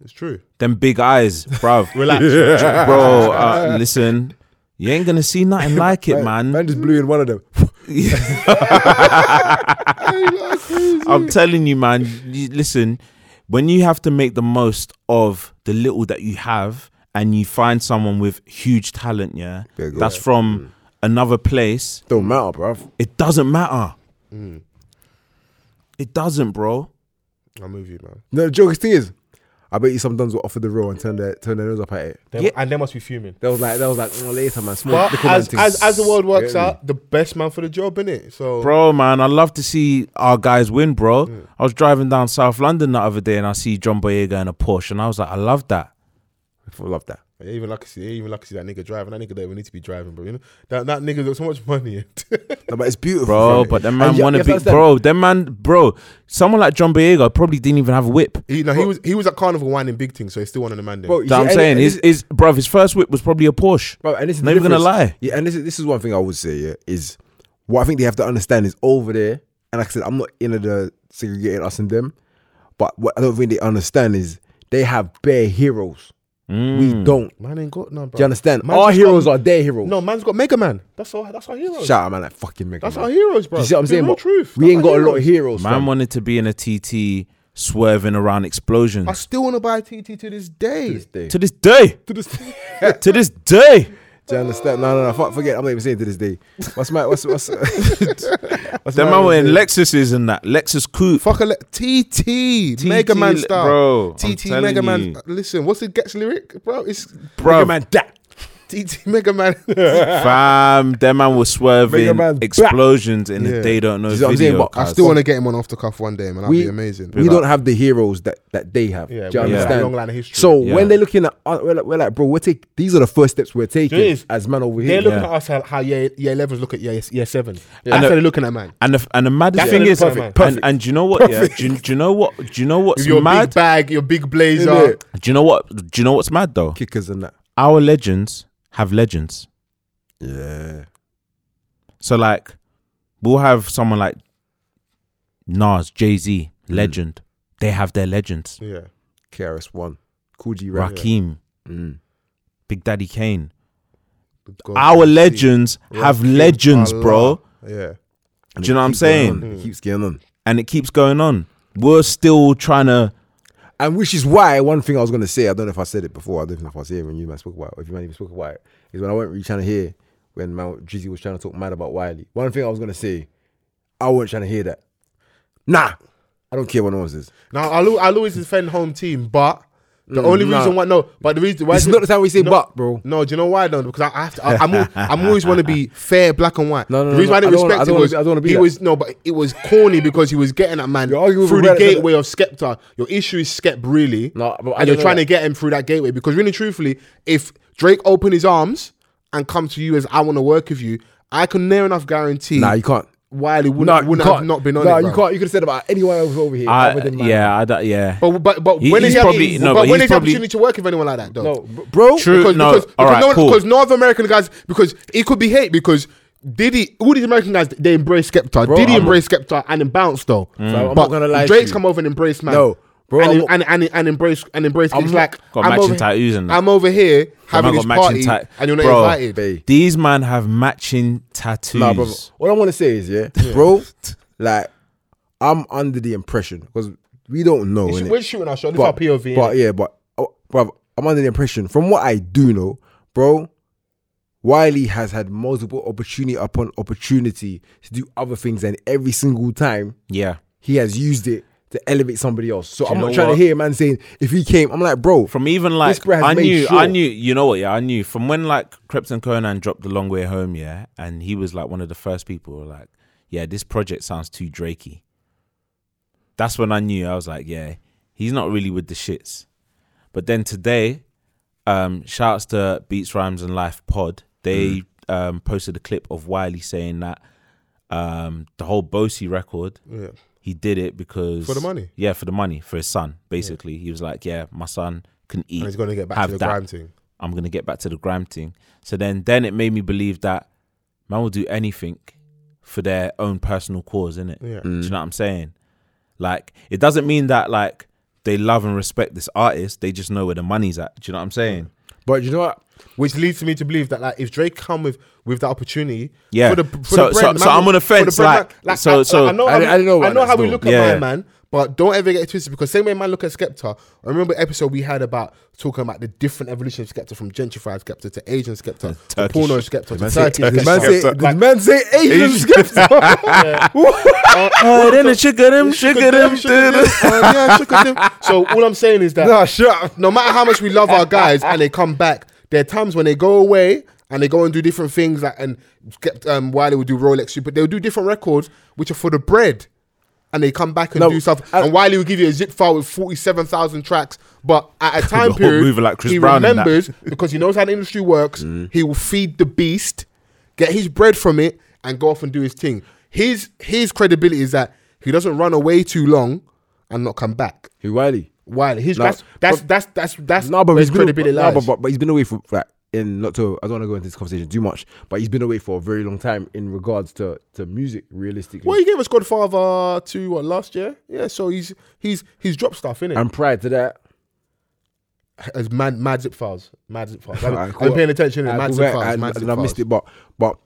Speaker 3: It's true.
Speaker 1: Them big eyes, bruv.
Speaker 3: Relax.
Speaker 1: bro. Uh, listen, you ain't gonna see nothing like it, man.
Speaker 5: Man just blew in one of them.
Speaker 1: I'm telling you, man. You, listen, when you have to make the most of the little that you have, and you find someone with huge talent, yeah,
Speaker 5: Big
Speaker 1: that's
Speaker 5: up.
Speaker 1: from another place.
Speaker 5: Don't matter, bruv.
Speaker 1: It doesn't matter.
Speaker 3: Mm,
Speaker 1: It doesn't, bro.
Speaker 3: I'm with you, man.
Speaker 5: No, the joke thing is, I bet you some duns will offer the role and turn their turn their nose up at it.
Speaker 3: They-
Speaker 1: Yeah.
Speaker 3: And they must be fuming.
Speaker 5: That was like that was like oh, later, man. Small,
Speaker 3: But
Speaker 5: little man
Speaker 3: as,
Speaker 5: thing.
Speaker 3: as, as the world works
Speaker 5: Yeah.
Speaker 3: out, the best man for the job, innit? So,
Speaker 1: Bro, man, I love to see our guys win, bro. I was driving down South London the other day, and I see John Boyega in a Porsche, and I was like, I love that.
Speaker 5: I love that.
Speaker 3: Yeah, even like I see, even like I see that nigga driving. That nigga don't even need to be driving, bro. You know that that nigga got so much money.
Speaker 5: No, but it's beautiful,
Speaker 1: Bro, but that man want to be, bro. That man, bro. Someone like John Boyega probably didn't even have a whip.
Speaker 3: he, no, he was he was at carnival whining big things, so he's still one of the man. there.
Speaker 5: Bro,
Speaker 1: That's what I'm saying. His, his, bruv, his first whip was probably a Porsche.
Speaker 5: Bro, and this is
Speaker 1: Not
Speaker 5: the
Speaker 1: even gonna
Speaker 5: difference.
Speaker 1: lie.
Speaker 5: Yeah, and this is this is one thing I would say. Yeah, is what I think they have to understand is over there. And like I said, I'm not into the segregating us and them, but what I don't think they understand is they have bare heroes.
Speaker 1: Mm.
Speaker 5: We don't.
Speaker 3: man ain't got none, bro.
Speaker 5: Do you understand?
Speaker 3: Man's
Speaker 5: our
Speaker 3: just
Speaker 5: heroes
Speaker 3: got-
Speaker 5: are their heroes.
Speaker 3: No, man's got Mega Man. That's our that's our heroes.
Speaker 5: Shout out, man, like fucking Mega
Speaker 3: That's
Speaker 5: Man.
Speaker 3: our heroes, bro.
Speaker 5: Do you see what I'm
Speaker 3: The
Speaker 5: saying?
Speaker 3: real
Speaker 5: But
Speaker 3: truth.
Speaker 5: We
Speaker 3: That's
Speaker 5: ain't
Speaker 3: our
Speaker 5: got a lot of
Speaker 3: heroes.
Speaker 5: heroes.
Speaker 1: Man
Speaker 5: fam.
Speaker 1: wanted to be in a TT swerving around
Speaker 3: I
Speaker 1: explosions.
Speaker 3: still want to buy TT to this day.
Speaker 5: This day.
Speaker 1: to this day,
Speaker 3: To this day.
Speaker 1: to this day,
Speaker 5: Do you understand? No, no, no. Fuck, forget. I'm not even saying to this day. What's my what's what's? what's
Speaker 1: that
Speaker 5: my-
Speaker 1: man were in Lexuses and that Lexus coupe.
Speaker 3: Fuck a le- TT, Mega Man
Speaker 1: li-
Speaker 3: style.
Speaker 1: bro, I'm
Speaker 3: TT
Speaker 1: telling
Speaker 3: Mega Man.
Speaker 1: you.
Speaker 3: Listen, what's the gets lyric, bro? It's
Speaker 1: Bro,
Speaker 5: Mega Man, that.
Speaker 3: DT Mega Man.
Speaker 1: Fam, that man was
Speaker 3: Mega
Speaker 1: swerving
Speaker 3: Man's
Speaker 1: explosions in
Speaker 3: Yeah.
Speaker 1: the they don't know
Speaker 5: This is what I'm
Speaker 1: video.
Speaker 5: saying, but
Speaker 1: cuz.
Speaker 5: I
Speaker 3: I still want to get him on off the cuff one day, man. That'd
Speaker 5: we,
Speaker 3: be amazing.
Speaker 5: We don't have the heroes that, that they have.
Speaker 3: Yeah,
Speaker 5: Do you
Speaker 3: we have
Speaker 5: understand?
Speaker 3: a long line of history.
Speaker 5: So
Speaker 3: Yeah.
Speaker 5: when they're looking at us, we're like, we're like, bro, we're taking these are the first steps we're taking
Speaker 3: It is.
Speaker 5: as man over
Speaker 3: They're
Speaker 5: here.
Speaker 3: looking at us how, how year, year 11s look at year, year 7.
Speaker 1: And
Speaker 3: That's how
Speaker 1: the-
Speaker 3: they're looking at man.
Speaker 1: And the, and the maddest
Speaker 3: That's
Speaker 1: thing
Speaker 3: it,
Speaker 1: is,
Speaker 3: perfect,
Speaker 1: and-
Speaker 3: perfect.
Speaker 1: And, do you know what? Yeah, do, you- do you know what? Do you know what's
Speaker 3: With your
Speaker 1: mad?
Speaker 3: big bag, your big blazer.
Speaker 1: Do you know what? Do you know what's mad though?
Speaker 5: Kickers and that.
Speaker 1: Our legends have legends.
Speaker 5: Yeah.
Speaker 1: So like, we'll have someone like Nas, Jay Z, legend. They have their legends.
Speaker 3: Mm. Yeah.
Speaker 5: KRS One, Cool G Mm. Rap.
Speaker 1: Rakim, Big Daddy Kane.
Speaker 3: God,
Speaker 1: Our
Speaker 3: Jay-Z.
Speaker 1: legends have
Speaker 3: Rakim,
Speaker 1: legends, bro.
Speaker 3: Allah. Yeah.
Speaker 5: And
Speaker 1: Do you
Speaker 5: it
Speaker 1: know what I'm
Speaker 5: keeps going
Speaker 1: saying?
Speaker 5: on, It keeps going on.
Speaker 1: And it keeps going on. We're still trying to.
Speaker 5: And which is why one thing I was gonna say, I don't know if I said it before, I don't know if I was here when you man spoke about it, or if you man even spoke about it, is when I went really trying to hear when man Drizzy was trying to talk mad about Wiley. One thing I was gonna say, I wasn't trying to hear that. Nah. I don't care what no one says.
Speaker 3: Now, I'll, al- I'll always defend home team, but the
Speaker 5: Mm,
Speaker 3: only
Speaker 5: nah.
Speaker 3: reason why, no, but the reason why.
Speaker 5: This is not the time we say
Speaker 3: no,
Speaker 5: but, bro.
Speaker 3: No, do you know why, though? Because I, I have to, I, I'm, al- I'm always want to be fair, black and white.
Speaker 5: No, no,
Speaker 3: the
Speaker 5: no,
Speaker 3: reason
Speaker 5: no,
Speaker 3: why I didn't
Speaker 5: I don't wanna-
Speaker 3: respect
Speaker 5: I don't
Speaker 3: him
Speaker 5: wanna
Speaker 3: was
Speaker 5: be- I don't wanna be
Speaker 3: he
Speaker 5: that.
Speaker 3: was, no, but it was corny because he was getting at man
Speaker 5: arguing with
Speaker 3: through the
Speaker 5: Reddit, isn't it?
Speaker 3: gateway of Skepta. Your issue is Skep, really.
Speaker 5: No, but
Speaker 3: and
Speaker 5: I don't
Speaker 3: you're
Speaker 5: know
Speaker 3: trying to
Speaker 5: that.
Speaker 3: get him through that gateway because, really, truthfully, if Drake opened his arms and come to you as, I want to work with you, I can near enough guarantee.
Speaker 5: Nah, you can't.
Speaker 3: Wiley wouldn't,
Speaker 5: Nah, you
Speaker 3: wouldn't
Speaker 5: can't.
Speaker 3: have not been on
Speaker 5: Nah,
Speaker 3: it.
Speaker 5: you
Speaker 3: bruv.
Speaker 5: can't. You could have said about anyone else over here.
Speaker 1: I-
Speaker 5: other than man.
Speaker 1: yeah, I don't, yeah.
Speaker 3: But but but
Speaker 1: He-
Speaker 3: when is
Speaker 1: he's
Speaker 3: he
Speaker 1: probably-
Speaker 3: probably
Speaker 1: no,
Speaker 3: but,
Speaker 1: but
Speaker 3: when
Speaker 1: he's
Speaker 3: is the
Speaker 1: probably-
Speaker 3: opportunity to work with anyone like that though?
Speaker 5: No, b- bro.
Speaker 1: True.
Speaker 3: because,
Speaker 1: no,
Speaker 3: because,
Speaker 1: all
Speaker 3: because
Speaker 1: right,
Speaker 3: no,
Speaker 1: cool.
Speaker 3: because North American guys because it could be hate because Diddy all these American guys they embrace Skepta.
Speaker 5: Bro,
Speaker 3: Diddy
Speaker 5: I'm-
Speaker 3: embrace Skepta and then bounce though.
Speaker 1: Mm.
Speaker 5: I'm
Speaker 3: but
Speaker 5: not gonna lie to
Speaker 3: Drake's
Speaker 5: you.
Speaker 3: come over and embraced man.
Speaker 5: No, bro,
Speaker 3: and,
Speaker 5: I'm-
Speaker 3: and, and and embrace and embrace.
Speaker 5: I'm
Speaker 3: it's
Speaker 5: not-
Speaker 3: like
Speaker 1: Got
Speaker 3: I'm
Speaker 1: matching
Speaker 3: over,
Speaker 1: tattoos and that.
Speaker 3: I'm over here having
Speaker 1: Man
Speaker 3: this
Speaker 1: got matching
Speaker 3: party
Speaker 1: tat-
Speaker 3: and you're not
Speaker 1: Bro,
Speaker 3: invited.
Speaker 5: Bae.
Speaker 1: These man have matching tattoos.
Speaker 5: Nah, bro. What I want to say is, yeah, bro, like, I'm under the impression because we don't know.
Speaker 3: Shoot-
Speaker 5: innit?
Speaker 3: We're shooting our shot. This is our
Speaker 5: but,
Speaker 3: POV.
Speaker 5: but
Speaker 3: innit?
Speaker 5: yeah, but oh, bro, I'm under the impression from what I do know, bro. Wiley has had multiple opportunity upon opportunity to do other things, and every single time
Speaker 1: Yeah.
Speaker 5: he has used it to elevate somebody else. So
Speaker 1: you
Speaker 5: I'm
Speaker 1: know
Speaker 5: not trying
Speaker 1: what?
Speaker 5: to hear a man saying if he came, I'm like, bro,
Speaker 1: From even like
Speaker 5: bro has
Speaker 1: I
Speaker 5: made
Speaker 1: knew
Speaker 5: sure.
Speaker 1: I knew you know what yeah I knew from when like Krypton Conan dropped the long way home yeah and he was like one of the first people who were like yeah this project sounds too Drakey. That's when I knew I was like yeah he's not really with the shits. But then today, um, shouts to Beats Rhymes and Life Pod they um posted a clip of Wiley saying that um the whole Bosey record
Speaker 3: Yeah.
Speaker 1: he did it because
Speaker 3: For the money.
Speaker 1: Yeah, for the money for his son. Basically, he was like, "Yeah, my son can eat.
Speaker 3: And Oh, he's gonna get back
Speaker 1: have
Speaker 3: to the
Speaker 1: that.
Speaker 3: grime thing.
Speaker 1: I'm gonna get back to the grime thing." So then, then it made me believe that man will do anything for their own personal cause, innit?
Speaker 3: Yeah.
Speaker 1: Do you know what I'm saying? Like, it doesn't mean that like they love and respect this artist. They just know where the money's at. Do you know what I'm saying?
Speaker 5: But you know what?
Speaker 3: Which leads me to believe that like if Drake come with with that opportunity,
Speaker 1: Yeah.
Speaker 3: For the, for
Speaker 1: So-
Speaker 3: the bread,
Speaker 1: so-
Speaker 3: man
Speaker 1: so I'm on the
Speaker 3: for the
Speaker 1: fence,
Speaker 3: bread,
Speaker 1: like- so-
Speaker 3: I,
Speaker 1: so-
Speaker 3: I, know,
Speaker 5: I-
Speaker 3: how we-
Speaker 5: I don't know
Speaker 3: I
Speaker 5: about
Speaker 3: know
Speaker 5: that
Speaker 3: how we
Speaker 5: still.
Speaker 3: look at
Speaker 1: Yeah.
Speaker 3: my man, but don't ever get it twisted because same way man look at Skepta. I remember episode we had about talking about the different evolution of Skepta from gentrified Skepta to Asian Skepta to
Speaker 1: Turkish.
Speaker 3: porno Skepta to
Speaker 5: Man say,
Speaker 3: Turkish
Speaker 5: did man say,
Speaker 3: Skepta.
Speaker 5: did man say Asian skeptic?
Speaker 1: Oh, then it sugar them,
Speaker 3: Sugar them, sugar them. Uh, yeah, sugar them. So all I'm saying is that
Speaker 5: Nah, shut up.
Speaker 3: no matter how much we love our guys and they come back, there are times when they go away and they go and do different things. Like and kept, um, Wiley would do Rolex, shoe, but they'll do different records which are for the bread, and they come back and
Speaker 5: No,
Speaker 3: do stuff.
Speaker 5: I-
Speaker 3: and Wiley will give you a zip file with forty-seven thousand tracks, but at a
Speaker 1: The
Speaker 3: time
Speaker 1: whole
Speaker 3: period
Speaker 1: movie like Chris
Speaker 3: he
Speaker 1: Brown and that. Mm.
Speaker 3: remembers because he knows how the industry works. He will feed the beast, get his bread from it, and go off and do his thing. His his credibility is that he doesn't run away too long and not come back.
Speaker 5: Who Wiley?
Speaker 3: Wiley, his
Speaker 5: No,
Speaker 3: that's, that's,
Speaker 5: but-
Speaker 3: that's that's that's
Speaker 5: No, but
Speaker 3: where his
Speaker 5: he's been,
Speaker 3: credibility
Speaker 5: nah,
Speaker 3: lies.
Speaker 5: but, but, but he's been away for like in not to. I don't want to go into this conversation too much, but he's been away for a very long time in regards to to music. Realistically,
Speaker 3: well, he gave us Godfather to uh, what last year? Yeah, so he's he's he's dropped stuff in it
Speaker 5: and prior to that,
Speaker 3: as mad mad zip files, mad zip files. I'm,
Speaker 5: Alright,
Speaker 3: I'm
Speaker 5: cool.
Speaker 3: paying attention to mad
Speaker 5: Alright, cool,
Speaker 3: zip
Speaker 5: right,
Speaker 3: files,
Speaker 5: and-
Speaker 3: mad zip
Speaker 5: and I
Speaker 3: files.
Speaker 5: missed it, but but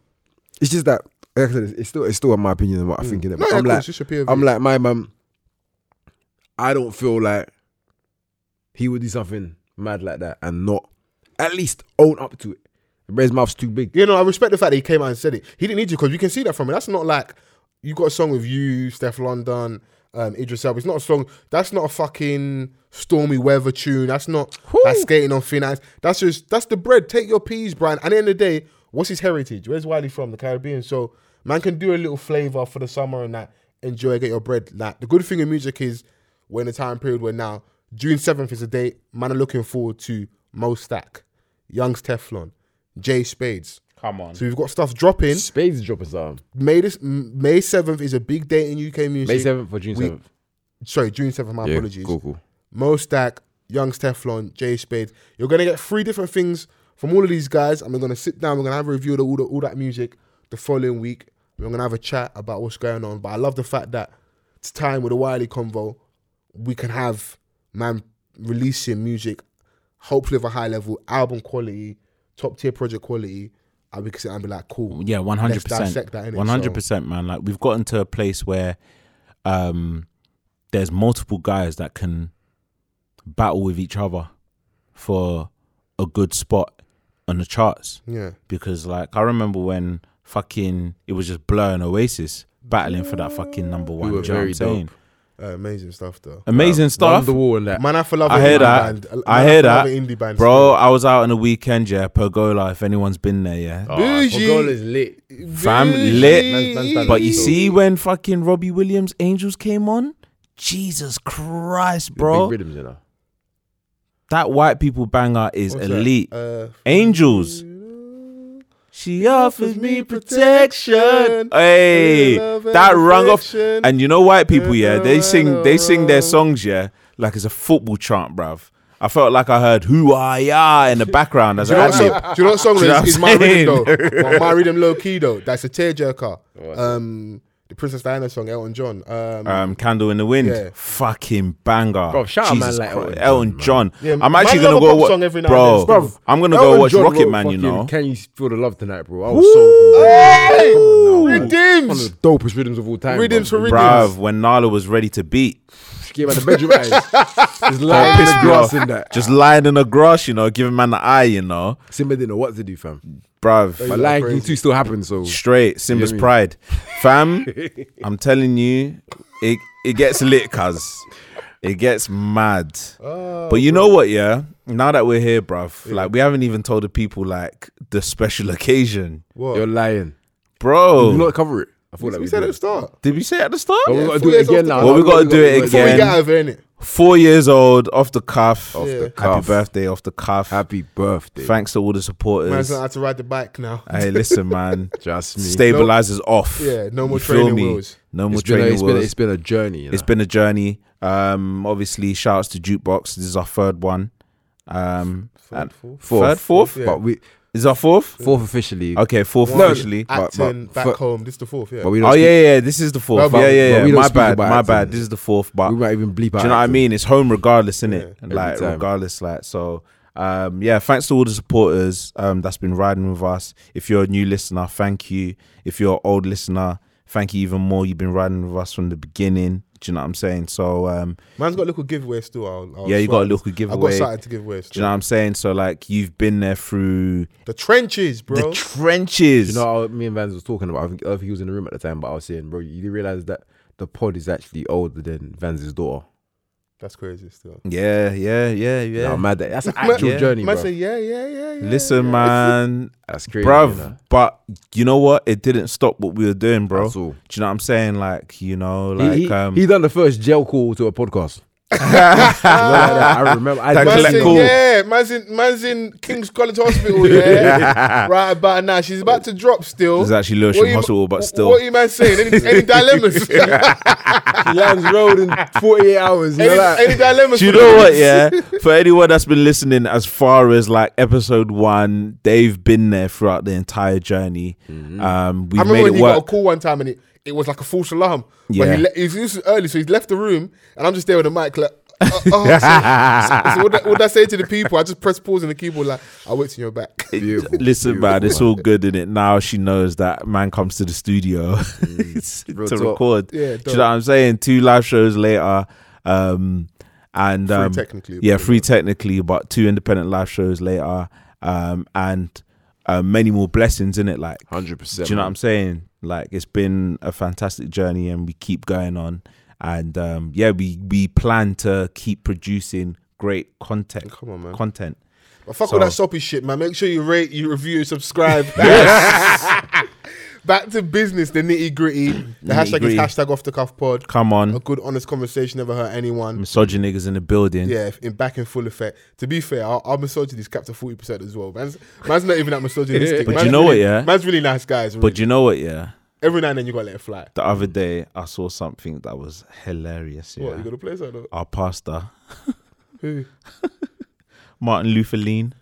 Speaker 5: it's just that like I said, it's- it's still it's still in my opinion and what I think in it.
Speaker 3: Mm. No,
Speaker 5: but
Speaker 3: yeah,
Speaker 5: I'm
Speaker 3: cool,
Speaker 5: like
Speaker 3: it's just your POV.
Speaker 5: I'm like my mum. I don't feel like he would do something mad like that and not at least own up to it. His mouth's too big.
Speaker 3: You know, I respect the fact that he came out and said it. He didn't need to because you can see that from it. That's not like you got a song with you, Steph London, um, Idris Elba. It's not a song. That's not a fucking stormy weather tune. That's not that's skating on thin ice. That's just that's the bread. Take your peas, Brian. At the end of the day, what's his heritage? Where's Wiley from? The Caribbean. So man can do a little flavor for the summer and that. Enjoy, get your bread. Like the good thing in music is we're in a time period where now June seventh is a date. Man are looking forward to Mo Stack, Young's Teflon, Jay Spades.
Speaker 1: Come on.
Speaker 3: So we've got stuff dropping.
Speaker 5: Spades dropping some.
Speaker 3: May this M- May seventh is a big day in UK music.
Speaker 5: May 7th or June
Speaker 3: We-
Speaker 5: 7th?
Speaker 3: Sorry, June seventh. My
Speaker 5: Yeah,
Speaker 3: apologies.
Speaker 5: cool, cool.
Speaker 3: Mo Stack, Young's Teflon, Jay Spade. You're gonna get three different things from all of these guys, and we're gonna sit down. We're gonna have a review of all, the, all that music the following week. We're gonna have a chat about what's going on. But I love the fact that it's time with the Wiley convo. We can have man releasing music, hopefully of a high level, album quality, top tier project quality. And we can sit and be like, cool.
Speaker 1: Yeah, one hundred percent. One hundred
Speaker 3: percent.
Speaker 1: percent, man. Like we've gotten to a place where um there's multiple guys that can battle with each other for a good spot on the charts.
Speaker 3: Yeah.
Speaker 1: Because like I remember when fucking it was just Blur and Oasis battling for that fucking number one.
Speaker 5: were
Speaker 1: do you know what
Speaker 5: very
Speaker 1: I'm saying?
Speaker 5: dope.
Speaker 3: Uh, amazing stuff, though.
Speaker 1: Amazing stuff.
Speaker 5: the wall and that.
Speaker 3: Man, I feel love
Speaker 1: I
Speaker 3: an
Speaker 1: hear
Speaker 3: indie
Speaker 1: that.
Speaker 3: band. Man,
Speaker 1: I
Speaker 3: feel
Speaker 1: hear
Speaker 3: love
Speaker 1: that.
Speaker 3: an indie band
Speaker 1: Bro, I was out on the weekend, yeah, Pergola, if anyone's been there, yeah.
Speaker 5: Oh,
Speaker 3: Bougie.
Speaker 5: Pogol is lit.
Speaker 1: Fam
Speaker 3: Bougie.
Speaker 1: lit.
Speaker 5: Man's- man's
Speaker 1: But you
Speaker 5: dope.
Speaker 1: see when fucking Robbie Williams Angels came on? Jesus Christ, bro.
Speaker 5: Big rhythms, you know.
Speaker 1: That white people banger is
Speaker 3: What's that?
Speaker 1: elite.
Speaker 3: Uh,
Speaker 1: Angels. She offers me protection. Hey,
Speaker 3: Love and
Speaker 1: that rung off.
Speaker 3: affection.
Speaker 1: And you know, white people, yeah,
Speaker 3: Never
Speaker 1: they sing, they sing their
Speaker 3: run.
Speaker 1: songs, yeah, like it's a football chant, bruv. I felt like I heard "Who I Are" in the background as
Speaker 3: Do
Speaker 1: an
Speaker 3: you, know what
Speaker 1: ad
Speaker 3: song,
Speaker 1: lib.
Speaker 3: do you know what song
Speaker 1: Do you know
Speaker 3: is,
Speaker 1: what
Speaker 3: is
Speaker 1: I'm
Speaker 3: my
Speaker 1: saying?
Speaker 3: rhythm though? Well, my rhythm low key though. That's a tearjerker. Um, the Princess Diana song, Elton John. Um,
Speaker 1: Um, "Candle in the Wind,"
Speaker 3: Yeah.
Speaker 1: fucking banger.
Speaker 5: Bruv, shout out man like
Speaker 1: Christ.
Speaker 5: Elton John,
Speaker 1: Elton John.
Speaker 3: Yeah,
Speaker 1: I'm
Speaker 3: man
Speaker 1: actually
Speaker 3: love
Speaker 1: gonna
Speaker 3: a
Speaker 1: go
Speaker 3: pop
Speaker 1: watch.
Speaker 3: song every now
Speaker 1: Bro,
Speaker 3: and then, still.
Speaker 1: I'm gonna
Speaker 5: Elton
Speaker 1: go watch
Speaker 5: John
Speaker 1: Rocket
Speaker 5: wrote
Speaker 1: Man. You
Speaker 5: fucking
Speaker 1: know,
Speaker 5: Can you feel the love tonight, bro? I was so.
Speaker 3: Hey!
Speaker 5: One
Speaker 3: Rhythms.
Speaker 5: of the dopest rhythms of all time.
Speaker 3: Rhythms for
Speaker 5: bro.
Speaker 3: rhythms.
Speaker 1: bruv, when Nala was ready to beat.
Speaker 5: She came out the bedroom. eyes. It's
Speaker 1: Don't
Speaker 5: like
Speaker 1: piss
Speaker 5: the
Speaker 1: me off.
Speaker 5: grass in that.
Speaker 1: Just lying in the grass, you know, giving man the eye, you know,
Speaker 5: Simba didn't know what to do, fam. But
Speaker 1: bruv.
Speaker 5: Lion King 2 still happened, so.
Speaker 1: Straight Simba's
Speaker 5: You know what
Speaker 1: pride, fam. I'm telling you, it it gets lit, cuz it gets mad. but you know what, yeah. Now that we're here, bruv, like we haven't even told the people like the special occasion,
Speaker 5: You're lying.
Speaker 1: bro.
Speaker 5: You not cover it. I thought that
Speaker 3: We
Speaker 5: we
Speaker 3: said at
Speaker 5: did.
Speaker 3: the start.
Speaker 1: did we say at the start?
Speaker 5: But we
Speaker 3: Yeah,
Speaker 5: gotta
Speaker 3: four
Speaker 5: do it
Speaker 3: years
Speaker 5: again
Speaker 3: off the
Speaker 5: now.
Speaker 3: clock.
Speaker 1: Well, we gotta do it
Speaker 5: Before
Speaker 3: Before
Speaker 5: we
Speaker 1: again.
Speaker 3: we get out of here, innit?
Speaker 1: Four years old, off the cuff.
Speaker 3: Yeah.
Speaker 5: the
Speaker 1: Happy
Speaker 5: cuff.
Speaker 1: birthday, off the cuff.
Speaker 5: Happy birthday.
Speaker 1: Thanks to all the supporters.
Speaker 3: Man's not had to ride the bike now.
Speaker 1: Hey, listen, man.
Speaker 5: Just me.
Speaker 1: Stabilizers off.
Speaker 3: Yeah, no more
Speaker 1: You feel
Speaker 3: training
Speaker 1: me?
Speaker 3: wheels.
Speaker 1: No more
Speaker 5: It's been, a,
Speaker 1: training
Speaker 5: it's, been a,
Speaker 1: wheels.
Speaker 5: it's been a journey. You know?
Speaker 1: It's been a journey. Um, obviously, shouts to Jukebox. This is our third one. Um, and- third, fourth.
Speaker 5: But we
Speaker 1: This Is our fourth?
Speaker 5: fourth officially.
Speaker 1: Okay, fourth
Speaker 3: One,
Speaker 1: officially.
Speaker 5: but-
Speaker 3: Acting
Speaker 5: but-
Speaker 3: back
Speaker 5: but-
Speaker 3: home. This the fourth, yeah.
Speaker 5: But we don't
Speaker 1: Oh
Speaker 5: speak-
Speaker 1: yeah, yeah, yeah. This is the fourth.
Speaker 3: but-
Speaker 1: yeah,
Speaker 5: but
Speaker 1: yeah,
Speaker 5: we
Speaker 1: yeah.
Speaker 5: don't
Speaker 1: My
Speaker 5: speak
Speaker 1: bad,
Speaker 5: about
Speaker 1: my
Speaker 5: it,
Speaker 1: bad.
Speaker 5: so-
Speaker 1: This is the fourth, but
Speaker 5: We might even bleep
Speaker 1: do
Speaker 5: out.
Speaker 1: you know what I
Speaker 5: acting.
Speaker 1: mean? It's home regardless, innit?
Speaker 5: every
Speaker 1: like
Speaker 5: time.
Speaker 1: regardless, like so. Um, yeah, thanks to all the supporters um, that's been riding with us. If you're a new listener, thank you. If you're an old listener, thank you even more. You've been riding with us from the beginning. Do you know what I'm saying? So um,
Speaker 3: Man's got a little giveaway still. I'll, I'll
Speaker 1: yeah, you got a
Speaker 3: swear.
Speaker 1: little giveaway.
Speaker 3: I got something to give away.
Speaker 1: Do you know
Speaker 3: Still.
Speaker 1: what I'm saying? So like you've been there through
Speaker 3: The trenches, bro.
Speaker 1: the trenches.
Speaker 5: You know, how me and Vans was talking about. I think, I don't think he was in the room at the time, but I was saying, bro, you realize that the pod is actually older than Vans' daughter.
Speaker 3: That's crazy still.
Speaker 1: yeah, yeah, yeah, yeah.
Speaker 5: Yeah, I'm mad. That, that's an actual
Speaker 1: Yeah.
Speaker 5: journey,
Speaker 3: Man
Speaker 5: bro.
Speaker 3: say, yeah, yeah, yeah, yeah.
Speaker 1: Listen, man,
Speaker 5: That's crazy,
Speaker 1: bruv.
Speaker 5: you know?
Speaker 1: But you know what? It didn't stop what we were doing, bro.
Speaker 5: That's all.
Speaker 1: Do you know what I'm saying? Like, you know,
Speaker 5: He-
Speaker 1: like
Speaker 5: he,
Speaker 1: um,
Speaker 5: he done the first jail call to a podcast. I remember. I
Speaker 1: Thanks,
Speaker 3: Man's
Speaker 1: Collect
Speaker 3: in,
Speaker 1: call.
Speaker 3: yeah, man's in, man's in King's College Hospital, yeah. right about now. She's about to drop still.
Speaker 1: This is actually Lewisham
Speaker 3: What you-
Speaker 1: Hospital, but
Speaker 3: wh-
Speaker 1: still.
Speaker 3: What are you man saying? Any, any dilemmas?
Speaker 5: He lands road in 48 hours. You know
Speaker 3: any,
Speaker 5: that?
Speaker 3: any dilemmas?
Speaker 1: do you know what? Yeah, for anyone that's been listening, as far as like episode one, they've been there throughout the entire journey. Um, we
Speaker 3: Mm-hmm. I remember
Speaker 1: made
Speaker 3: when
Speaker 1: it
Speaker 3: he got a
Speaker 1: work.
Speaker 3: call one time and it, it was like a false alarm.
Speaker 1: Yeah.
Speaker 3: But he le- he's, this was early, so he's left the room and I'm just there with the mic like, uh, oh, so, so- so what, did I- what did I say to the people? I just press pause on the keyboard like, I went to your back.
Speaker 5: Beautiful.
Speaker 1: Listen, man,
Speaker 5: Beautiful,
Speaker 1: it's all good in it now. She knows that man comes to the studio
Speaker 5: Real
Speaker 1: to
Speaker 5: talk.
Speaker 1: record.
Speaker 3: Yeah,
Speaker 1: Do you know what I'm saying? Two live shows later, um, and
Speaker 3: Free
Speaker 1: um,
Speaker 3: technically,
Speaker 1: yeah,
Speaker 3: but-
Speaker 1: free technically, but two independent live shows later, um, and uh, many more blessings in it. Like,
Speaker 5: 100%.
Speaker 1: do you know what I'm saying? Like, it's been a fantastic journey, and we keep going on. and um, yeah, we we plan to keep producing great content.
Speaker 3: Come on, man.
Speaker 1: Content.
Speaker 3: But fuck
Speaker 1: So-
Speaker 3: all that soppy shit, man. Make sure you rate, you review, and subscribe. Back to business, the nitty gritty. The hashtag
Speaker 1: Nitty-gritty.
Speaker 3: is hashtag off the cuff pod.
Speaker 1: Come on.
Speaker 3: A good, honest conversation never hurt anyone.
Speaker 1: Misogyny niggas in the building.
Speaker 3: Yeah, in back in full effect. To be fair, our, our misogyny is capped to forty percent as well. Man's, man's not even that misogynistic.
Speaker 1: But
Speaker 3: man's
Speaker 1: you know
Speaker 3: really,
Speaker 1: what, yeah?
Speaker 3: man's really nice guys. Really.
Speaker 1: But you know what? Yeah.
Speaker 3: every now and then you gotta let it fly.
Speaker 1: The other day, I saw something that was hilarious. Yeah.
Speaker 3: What you gonna play something?
Speaker 1: Our pastor,
Speaker 3: Who?
Speaker 1: Martin Luther Lean,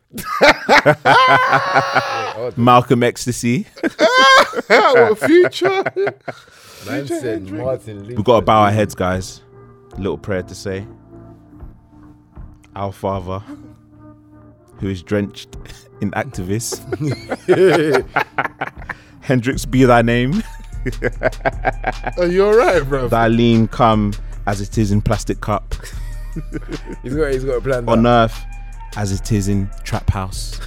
Speaker 1: Malcolm Ecstasy.
Speaker 3: Ah, what a future?
Speaker 5: Man
Speaker 3: Future
Speaker 5: said
Speaker 3: Hendrix.
Speaker 5: Martin Luther.
Speaker 1: We've got to bow our heads, guys. Little prayer to say. Our Father, who is drenched in activists, Hendrix be thy name.
Speaker 3: Are you alright, bro?
Speaker 1: Thy lean come as it is in plastic cup,
Speaker 5: He's got, he's got a plan.
Speaker 1: on
Speaker 5: that.
Speaker 1: earth as it is in trap house.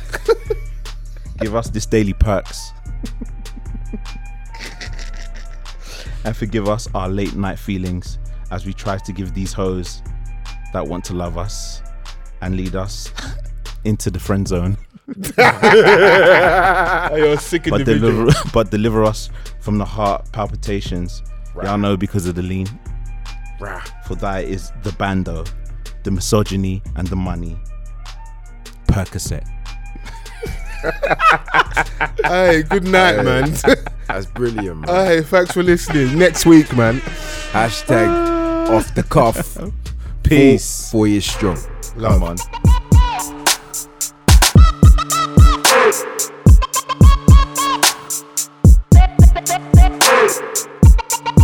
Speaker 1: Give us this daily perks. and forgive us our late night feelings as we try to give these hoes that want to love us and lead us into the friend zone.
Speaker 3: Are you a sick
Speaker 1: But
Speaker 3: individual?
Speaker 1: deliver, but deliver us from the heart palpitations. Y'all know because of the lean. For that is the bando, the misogyny, and the money. Percocet.
Speaker 3: Hey, good night, man.
Speaker 5: That's brilliant,
Speaker 1: Uh,
Speaker 5: man.
Speaker 3: hey, thanks for listening. Next week, man.
Speaker 5: Hashtag off the cuff.
Speaker 1: Peace.
Speaker 5: Four, four years strong.
Speaker 1: Come on.
Speaker 12: Hey!